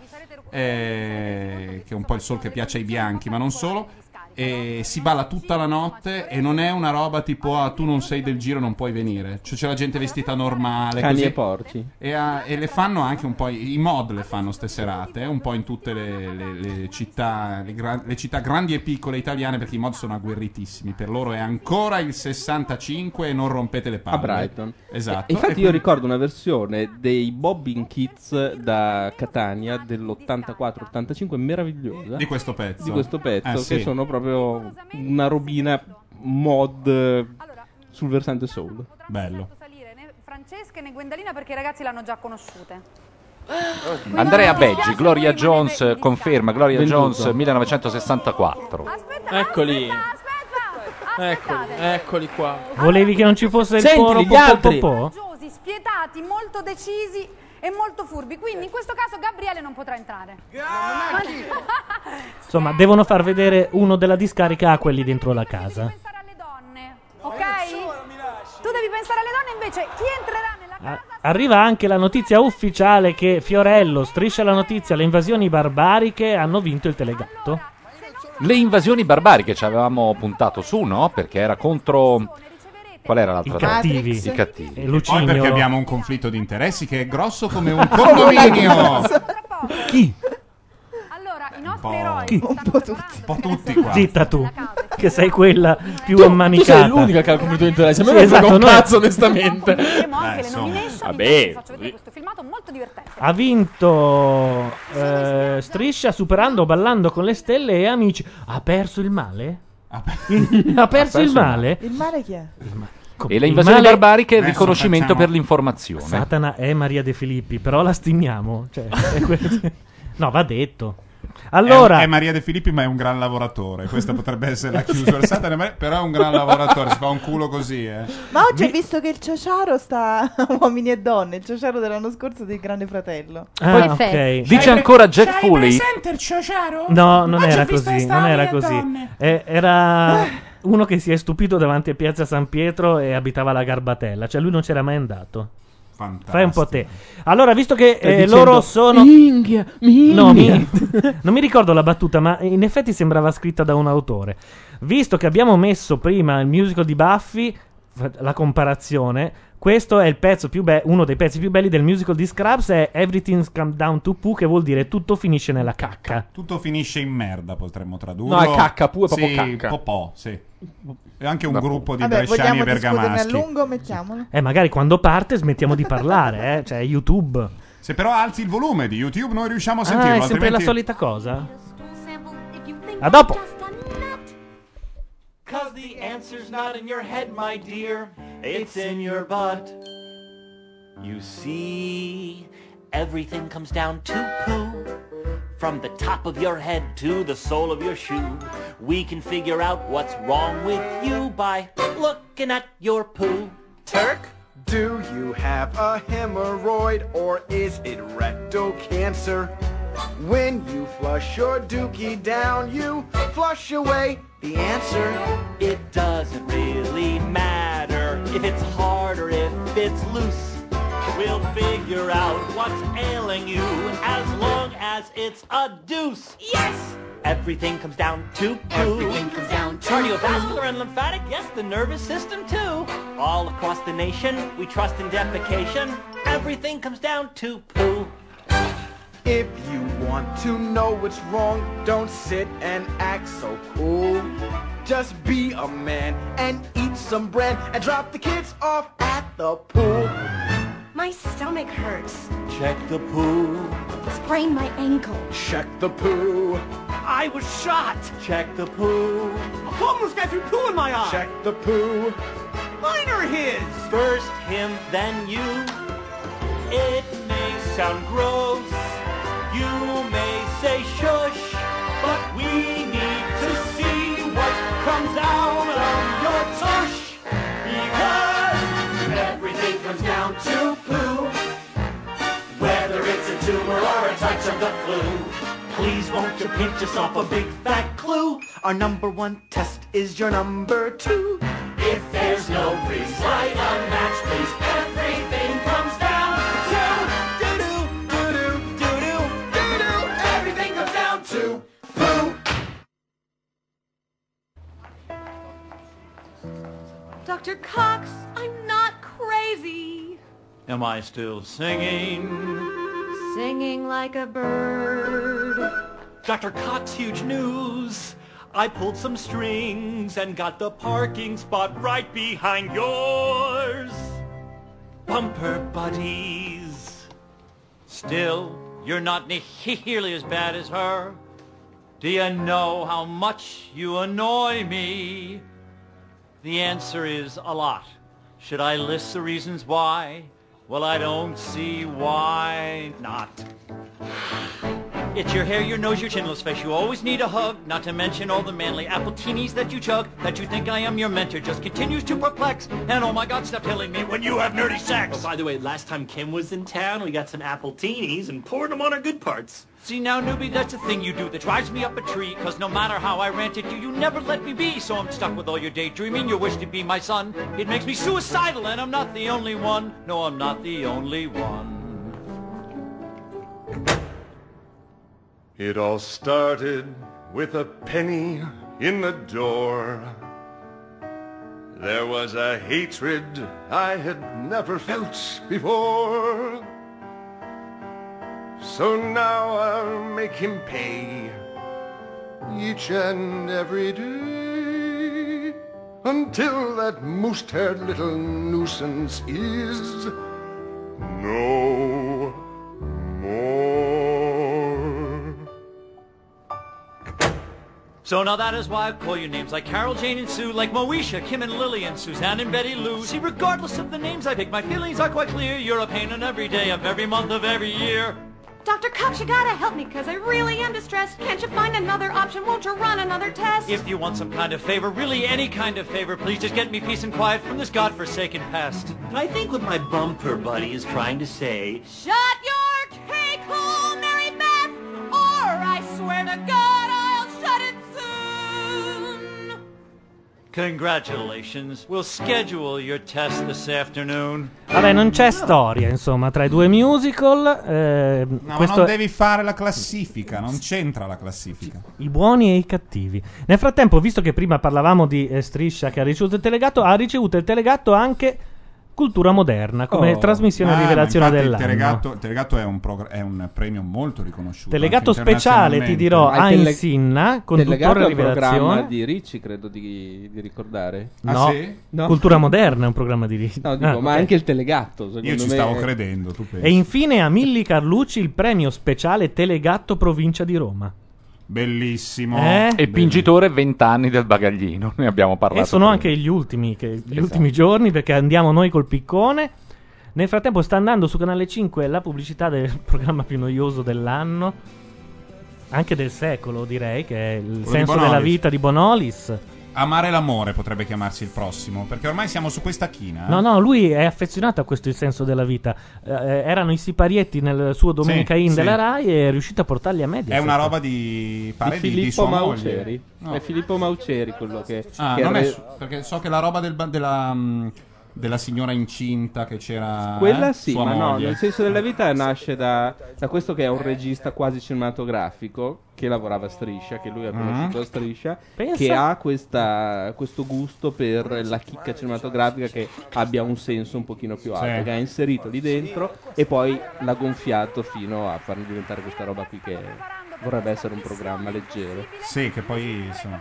Speaker 4: eh, che è un po' il soul che piace ai bianchi, ma non solo. E si balla tutta la notte e non è una roba tipo ah, tu non sei del giro, non puoi venire. Cioè, c'è la gente vestita normale.
Speaker 5: Cani
Speaker 4: così.
Speaker 5: e porci.
Speaker 4: E, a- e le fanno anche un po', i i mod le fanno ste serate, eh, un po' in tutte le, le- le città, le, gra- le città grandi e piccole italiane, perché i mod sono agguerritissimi, per loro è ancora il 65 e non rompete le palle.
Speaker 5: A Brighton.
Speaker 4: Esatto.
Speaker 5: E infatti
Speaker 4: E
Speaker 5: io
Speaker 4: quindi-
Speaker 5: ricordo una versione dei Bobbin Kids da Catania dell'84-85 meravigliosa.
Speaker 4: Di questo pezzo.
Speaker 5: Di questo pezzo,
Speaker 4: Eh,
Speaker 5: che
Speaker 4: sì.
Speaker 5: sono proprio una robina mod eh, sul versante soul.
Speaker 4: Bello.
Speaker 9: salire né Francesca né Gwendalina perché i ragazzi l'hanno già conosciute.
Speaker 6: Andrea Beggi, Gloria Jones eh, conferma, Gloria
Speaker 2: Venduto.
Speaker 6: Jones 1964.
Speaker 2: Eccoli. Eccoli, eccoli qua.
Speaker 1: Volevi che non ci fosse
Speaker 2: Sentili,
Speaker 1: il
Speaker 2: gli
Speaker 1: poro po,
Speaker 2: altri.
Speaker 1: po, po, po?
Speaker 9: Coraggiosi, spietati, molto decisi e molto furbi. Quindi in questo caso Gabriele non potrà entrare.
Speaker 1: Insomma, devono far vedere uno della discarica a quelli dentro la casa.
Speaker 9: Ok? Tu devi pensare alle donne invece. Chi entrerà nella
Speaker 1: A- Arriva anche la notizia ufficiale che Fiorello, striscia la notizia, le invasioni barbariche hanno vinto il telegatto.
Speaker 6: Le invasioni barbariche ci avevamo puntato su, no? Perché era contro Qual era l'altra?
Speaker 1: I cattivi.
Speaker 6: I cattivi.
Speaker 1: E Lucignolo.
Speaker 4: Poi perché abbiamo un conflitto di interessi che è grosso come un condominio.
Speaker 1: Chi?
Speaker 9: Allora, i
Speaker 4: po'.
Speaker 9: nostri eroi
Speaker 4: Chi?
Speaker 9: stanno preparando
Speaker 4: Un po' tutti qua.
Speaker 1: Zitta tu.
Speaker 9: la casa.
Speaker 1: che sei quella
Speaker 2: Tu
Speaker 1: più
Speaker 2: sei
Speaker 1: ammanicata.
Speaker 2: l'unica che ha compiuto interesse. A me
Speaker 1: Sì,
Speaker 2: non frega
Speaker 1: esatto,
Speaker 2: un
Speaker 1: noi-
Speaker 2: cazzo, onestamente.
Speaker 9: anche le nomination.
Speaker 2: Vabbè.
Speaker 1: Ha vinto eh, Striscia superando Ballando con le stelle e Amici. Ha perso il male? Ha, perso il male?
Speaker 13: Il male chi è?
Speaker 6: E la invasione
Speaker 1: Il male-
Speaker 6: barbarica e il riconoscimento per l'informazione.
Speaker 1: Satana è Maria De Filippi, però la stimiamo. cioè, è que- no, va detto. Allora,
Speaker 4: È, è Maria De Filippi, ma è un gran lavoratore. Questa potrebbe essere la chiusura. Satana, ma- però è un gran lavoratore. Si fa un culo così, eh.
Speaker 13: Ma oggi ho visto che il ciociaro sta a uomini e donne, il ciociaro dell'anno scorso del Grande Fratello.
Speaker 1: Ah,
Speaker 6: Poi- Dice ancora Jack Foley.
Speaker 13: il ciociaro?
Speaker 1: no, non
Speaker 13: Oggi ho
Speaker 1: era
Speaker 13: visto
Speaker 1: così.
Speaker 13: questa
Speaker 1: Non era
Speaker 13: Maria
Speaker 1: così.
Speaker 13: Donne.
Speaker 1: Eh, era uno che si è stupito davanti a Piazza San Pietro e abitava la Garbatella. Cioè, lui non c'era mai andato. Fai un po' te. Allora, visto che
Speaker 2: Stai
Speaker 1: eh,
Speaker 2: dicendo,
Speaker 1: loro sono.
Speaker 2: "Minghia, minghia".
Speaker 1: No, mi- non mi ricordo la battuta, ma in effetti sembrava scritta da un autore. Visto che abbiamo messo prima il musical di Buffy, fa- la comparazione. Questo è il pezzo più be- uno dei pezzi più belli del musical di Scrubs. È Everything's Come Down to Poo, che vuol dire tutto finisce nella cacca.
Speaker 4: Tutto finisce in merda, potremmo tradurlo.
Speaker 1: No, è cacca, pure proprio
Speaker 4: sì,
Speaker 1: cacca.
Speaker 4: Popò, sì. E anche un
Speaker 1: Vabbè.
Speaker 4: gruppo di
Speaker 13: Vabbè,
Speaker 4: bresciani
Speaker 13: vogliamo
Speaker 4: e
Speaker 13: discuterne a
Speaker 4: bergamaschi.
Speaker 13: lungo, mettiamolo.
Speaker 1: Eh, magari quando parte smettiamo di parlare, eh? cioè YouTube.
Speaker 4: Se però alzi il volume di YouTube, noi riusciamo a
Speaker 1: Ah,
Speaker 4: sentirlo.
Speaker 1: è sempre la
Speaker 4: altrimenti-
Speaker 1: solita cosa. A dopo.
Speaker 25: Cause the answer's not in your head, my dear. It's in your butt. You see, everything comes down to poo. From the top of your head to the sole of your shoe, we can figure out what's wrong with you by looking at your poo. Turk?
Speaker 31: Do you have a hemorrhoid or is it rectal cancer? When you flush your dookie down, you flush away the answer.
Speaker 25: It doesn't really matter if it's hard or if it's loose. We'll figure out what's ailing you as long as it's a deuce. Yes! Everything comes down to Everything comes down to cardiovascular and lymphatic. Yes, the nervous system too. All across the nation, we trust in defecation. Everything comes down to poo.
Speaker 31: If you want to know what's wrong, don't sit and act so cool. Just be a man and eat some bread and drop the kids off at the pool.
Speaker 15: My stomach hurts.
Speaker 25: Check the poo.
Speaker 15: Sprain my ankle.
Speaker 31: Check the poo.
Speaker 25: I was shot. Check the poo. A homeless guy threw poo in my eye.
Speaker 31: Check the poo.
Speaker 25: Mine are his. First him, then you. It may sound gross. You may say shush. But we need to see what comes out of your tush. Because everything comes down to poo. Whether it's a tumor or a touch of the flu. Please won't you pinch yourself a big fat clue?
Speaker 31: Our number one test is your number two.
Speaker 25: If there's no pre-slide unmatched, please, everything comes down to doo-doo, doo-doo, doo-doo, doo-doo. Everything comes down to poo.
Speaker 15: Dr. Cox, I'm not crazy.
Speaker 30: Am I still singing?
Speaker 15: Singing like a bird.
Speaker 25: Dr. Cox, huge news. I pulled some strings and got the parking spot right behind yours. Bumper buddies. Still, you're not nearly as bad as her. Do you know how much you annoy me? The answer is a lot. Should I list the reasons why? Well, I don't see why not. It's your hair, your nose, your chinless face. You always need a hug, not to mention all the manly apple teenies that you chug. That you think I am your mentor just continues to perplex. And oh my god, stop telling me when you have nerdy sex. Oh, by the way, last time Kim was in town, we got some apple teenies and poured them on our good parts. See now, newbie, that's a thing you do that drives me up a tree. Cause no matter how I rant at you, you never let me be. So I'm stuck with all your daydreaming, your wish to be my son. It makes me suicidal, and I'm not the only one. No, I'm not the only one.
Speaker 24: It all started with a penny in the door. There was a hatred I had never felt before. So now I'll make him pay each and every day. until that moose-haired little nuisance is no more.
Speaker 25: So now that is why I call you names like Carol, Jane, and Sue, like Moesha, Kim, and Lily, and Suzanne, and Betty Lou. See, regardless of the names I pick, my feelings are quite clear. You're a pain on every day of every month of every year.
Speaker 15: Dr. Cox, you gotta help me, cause I really am distressed. Can't you find another option? Won't you run another test?
Speaker 25: If you want some kind of favor, really any kind of favor, please just get me peace and quiet from this godforsaken past.
Speaker 14: I think what my bumper buddy is trying to say
Speaker 15: Shut your cake hole, Mary Beth, or I swear to God I'll shut it soon.
Speaker 25: Congratulations. We'll schedule your test this afternoon.
Speaker 1: Vabbè, non c'è storia, insomma, tra i due musical. eh,
Speaker 4: No, ma
Speaker 1: questo
Speaker 4: non
Speaker 1: è
Speaker 4: devi fare la classifica, non c'entra la classifica.
Speaker 1: I buoni e i cattivi. Nel frattempo, visto che prima parlavamo di eh, Striscia che ha ricevuto il telegatto, ha ricevuto il telegatto anche Cultura Moderna, come
Speaker 4: Oh.
Speaker 1: trasmissione
Speaker 4: Ah, ma
Speaker 1: rivelazione
Speaker 4: infatti
Speaker 1: dell'anno.
Speaker 4: Il telegatto, il Telegatto è, un progr- è un premio molto riconosciuto.
Speaker 1: Telegatto
Speaker 4: anche
Speaker 1: speciale, ti dirò,
Speaker 4: internazionalmente.
Speaker 1: a Insinna,
Speaker 5: Delegato
Speaker 1: conduttore
Speaker 5: al programma
Speaker 1: rivelazione.
Speaker 5: di Ricci, credo di, di ricordare.
Speaker 4: Ah,
Speaker 1: No.
Speaker 5: No?
Speaker 1: Cultura Moderna è un programma di Ah,
Speaker 5: No, dico, ma anche il telegatto. Secondo
Speaker 4: Io ci
Speaker 5: me
Speaker 4: stavo
Speaker 5: è-
Speaker 4: credendo, tu pensi.
Speaker 1: E infine a Milli Carlucci il premio speciale Telegatto Provincia di Roma.
Speaker 4: Bellissimo.
Speaker 1: Eh?
Speaker 6: E pingitore 20 anni del bagaglino, ne abbiamo parlato.
Speaker 1: E sono anche gli ultimi, che- gli
Speaker 6: Esatto.
Speaker 1: ultimi giorni perché andiamo noi col piccone. Nel frattempo sta andando su Canale 5 la pubblicità del programma più noioso dell'anno, anche del secolo direi, che è il
Speaker 4: di
Speaker 1: senso
Speaker 4: Bonolis.
Speaker 1: della vita di Bonolis.
Speaker 4: Amare l'amore potrebbe chiamarsi il prossimo, perché ormai siamo su questa china.
Speaker 1: No, no, lui è affezionato a questo il senso della vita. Eh, erano i siparietti nel suo Domenica
Speaker 4: Sì,
Speaker 1: In della
Speaker 4: sì.
Speaker 1: Rai e è riuscito a portarli a media.
Speaker 4: È una roba di... pare di,
Speaker 5: Di
Speaker 4: di
Speaker 5: Filippo
Speaker 4: sua moglie.
Speaker 5: Mauceri.
Speaker 4: No.
Speaker 5: È Filippo Mauceri quello che.
Speaker 4: Ah,
Speaker 5: che
Speaker 4: non
Speaker 5: re-
Speaker 4: è su- perché so che la roba del ba- della, mm, della signora incinta che c'era...
Speaker 5: Quella
Speaker 4: eh,
Speaker 5: sì,
Speaker 4: sua
Speaker 5: ma no,
Speaker 4: moglie.
Speaker 5: nel senso della vita nasce da, da questo che è un regista quasi cinematografico che lavorava a Striscia, che lui ha
Speaker 4: Mm.
Speaker 5: conosciuto a Striscia,
Speaker 1: Pensa.
Speaker 5: che ha questa- questo gusto per la chicca cinematografica che abbia un senso un pochino più alto,
Speaker 4: Sì.
Speaker 5: che ha inserito lì dentro e poi l'ha gonfiato fino a farne diventare questa roba qui che vorrebbe essere un programma leggero.
Speaker 4: Sì, che poi insomma...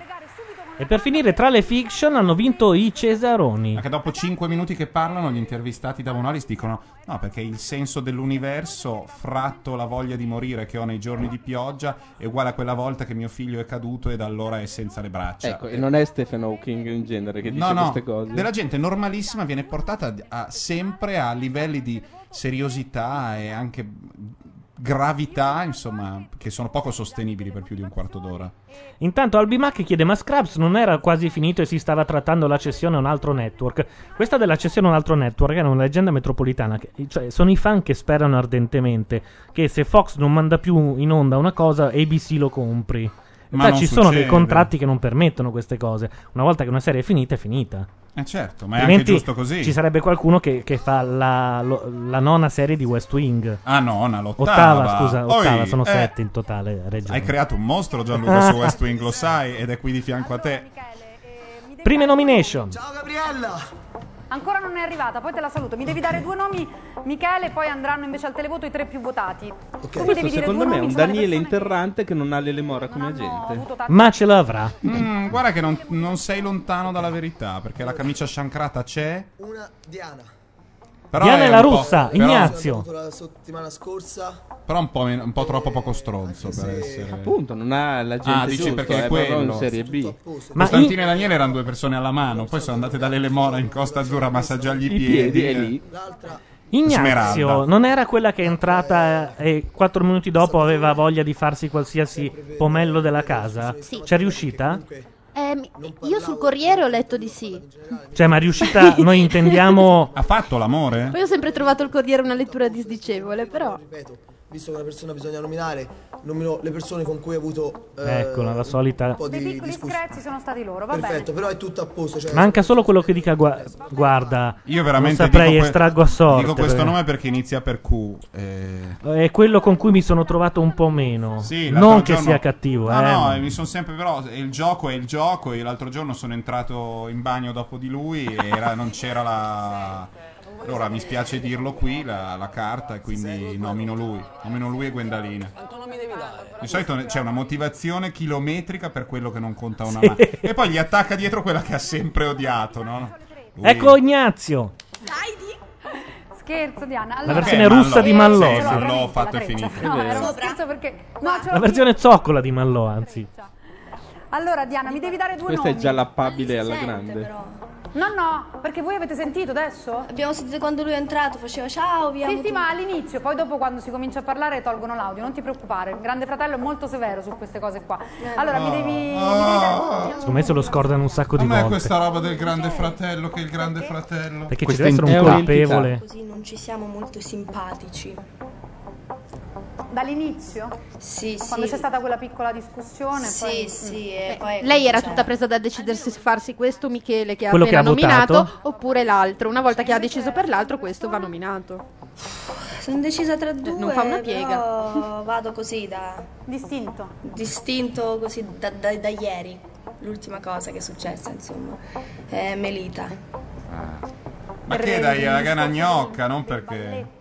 Speaker 1: E per finire, tra le fiction hanno vinto i Cesaroni.
Speaker 4: Anche dopo 5 minuti che parlano, gli intervistati da Bonolis dicono: No, perché il senso dell'universo, fratto la voglia di morire che ho nei giorni di pioggia, è uguale a quella volta che mio figlio è caduto e da allora è senza le braccia.
Speaker 5: Ecco, e non è Stephen Hawking in genere che dice
Speaker 4: cioè, No, no,
Speaker 5: queste cose.
Speaker 4: della gente normalissima viene portata a- sempre a livelli di seriosità e anche gravità, insomma, che sono poco sostenibili per più di un quarto d'ora.
Speaker 1: Intanto Albimac chiede: Ma Scraps non era quasi finito e si stava trattando la cessione a un altro network? Questa della cessione a un altro network era una leggenda metropolitana. che- cioè, sono i fan che sperano ardentemente che se Fox non manda più in onda una cosa, ABC lo compri. In
Speaker 4: Ma non
Speaker 1: realtà ci sono dei
Speaker 4: succede.
Speaker 1: contratti che non permettono queste cose. Una volta che una serie è finita, è finita.
Speaker 4: Eh certo, ma è
Speaker 1: Altrimenti
Speaker 4: anche giusto così.
Speaker 1: Ci sarebbe qualcuno che, che fa la, lo- la nona serie di West Wing.
Speaker 4: Ah, nona, l'ottava.
Speaker 1: Ottava, scusa,
Speaker 4: Oi,
Speaker 1: ottava, sono
Speaker 4: eh.
Speaker 1: sette in totale. Regioni.
Speaker 4: Hai creato un mostro Gianluca su West Wing, lo sai, ed è qui di fianco a te.
Speaker 7: eh,
Speaker 1: Prime nomination.
Speaker 9: Gabriella! Ancora non è arrivata, poi te la saluto. Mi devi dare due nomi, Michele, poi andranno invece al televoto i tre più votati. Tu mi
Speaker 5: Questo
Speaker 9: devi dire
Speaker 5: secondo
Speaker 9: due
Speaker 5: me è
Speaker 9: nomi
Speaker 5: un
Speaker 9: sulle
Speaker 5: Daniele
Speaker 9: persone
Speaker 5: interrante che non ha l'elemora come agente.
Speaker 9: votate.
Speaker 1: Ma ce l'avrà.
Speaker 4: Mm, guarda che non, non sei lontano dalla verità, perché la camicia sciancrata c'è.
Speaker 7: Una Diana.
Speaker 1: Diana è
Speaker 4: un
Speaker 1: la
Speaker 4: po'-
Speaker 1: russa,
Speaker 4: però-
Speaker 1: Ignazio.
Speaker 7: La settimana scorsa.
Speaker 4: Però un po', men- un po' troppo poco stronzo per essere...
Speaker 5: Appunto, non ha l'agente
Speaker 4: Ah, dici
Speaker 5: giusto,
Speaker 4: perché è
Speaker 5: è proprio
Speaker 4: quello.
Speaker 5: eh, in Serie B.
Speaker 4: Ma Costantino e Daniele erano due persone alla mano, poi sono andate dalle Lemora in Costa Azzurra a massaggiargli i
Speaker 5: I
Speaker 4: piedi. eh.
Speaker 5: piedi, è lì.
Speaker 1: Ignazio
Speaker 4: Smeralda.
Speaker 1: non era quella che è entrata e quattro minuti dopo aveva voglia di farsi qualsiasi pomello della casa?
Speaker 19: Sì.
Speaker 1: C'è riuscita?
Speaker 19: Eh, mi- io sul Corriere ho letto di sì.
Speaker 1: Cioè, ma riuscita noi intendiamo...
Speaker 4: Ha fatto l'amore?
Speaker 3: Poi ho sempre trovato il Corriere una lettura disdicevole, però.
Speaker 7: Visto che una persona bisogna nominare, nomino le persone con cui hai avuto eh,
Speaker 1: Eccola, Ecco, la
Speaker 7: un
Speaker 1: solita...
Speaker 7: po' di
Speaker 9: Dei piccoli
Speaker 7: discussione.
Speaker 9: screzi sono stati loro, va
Speaker 7: Perfetto, però è tutto a posto. Cioè,
Speaker 1: Manca solo quello che dica gua- guarda.
Speaker 4: Io veramente
Speaker 1: non saprei
Speaker 4: dico que-
Speaker 1: estraggo a sorte.
Speaker 4: Dico questo
Speaker 1: perché-
Speaker 4: nome perché inizia per Q. eh.
Speaker 1: È quello con cui mi sono trovato un po' meno.
Speaker 4: Sì, l'altro
Speaker 1: non che
Speaker 4: giorno-
Speaker 1: sia cattivo,
Speaker 4: No,
Speaker 1: eh.
Speaker 4: no,
Speaker 1: ma-
Speaker 4: eh, mi sono sempre però il gioco è il gioco e l'altro giorno sono entrato in bagno dopo di lui e era- non c'era la Allora, mi spiace dirlo qui, la, la carta, quindi nomino lui. Nomino lui e Gwendalina.
Speaker 14: Quanto non mi devi dare?
Speaker 4: Di solito ne- c'è una motivazione chilometrica per quello che non conta una
Speaker 1: Sì.
Speaker 4: mano. E poi gli attacca dietro quella che ha sempre odiato, no? Lui-
Speaker 1: Ecco Ignazio.
Speaker 9: Scherzo Diana. Allora,
Speaker 1: versione russa di Mallò.
Speaker 4: Sì,
Speaker 1: Sì.
Speaker 4: Mallò fatto e finito.
Speaker 9: No, era uno scherzo perché no, ce
Speaker 1: La
Speaker 9: l'ho
Speaker 1: versione zoccola di Mallò, anzi.
Speaker 9: Allora Diana, mi devi dare due
Speaker 5: Questa è
Speaker 9: nomi.
Speaker 5: già l'appabile alla grande.
Speaker 9: No, no, perché voi avete sentito adesso? Abbiamo sentito quando lui è entrato, faceva ciao, via. Sì, sì, ma all'inizio, poi dopo quando si comincia a parlare tolgono l'audio, non ti preoccupare. Il grande fratello è molto severo su queste cose qua. Allora mi devi. mi devi dare-
Speaker 1: Secondo me se lo scordano un sacco di
Speaker 4: Ma è
Speaker 1: volte.
Speaker 4: questa roba del grande fratello che è il grande fratello.
Speaker 1: Perché ci deve essere un colpevole.
Speaker 22: Così non ci siamo molto simpatici.
Speaker 9: Dall'inizio?
Speaker 22: Sì,
Speaker 9: Quando
Speaker 22: sì.
Speaker 9: c'è stata quella piccola discussione.
Speaker 22: Sì,
Speaker 9: poi...
Speaker 22: sì,
Speaker 9: Mm.
Speaker 22: e
Speaker 9: Eh,
Speaker 22: poi-
Speaker 3: Lei era
Speaker 22: Cioè-
Speaker 3: tutta presa da decidersi se farsi questo Michele che ha
Speaker 1: Quello
Speaker 3: appena
Speaker 1: che ha votato.
Speaker 3: nominato oppure l'altro. Una volta che ha deciso per l'altro, questo va nominato. Eh,
Speaker 22: Sono decisa tra due.
Speaker 3: Non fa una piega.
Speaker 22: però Vado così da.
Speaker 9: Distinto.
Speaker 22: Distinto così da, da- da ieri. L'ultima cosa che è successa, insomma. È Melita.
Speaker 4: Ma che dai, la gana gnocca, non perché...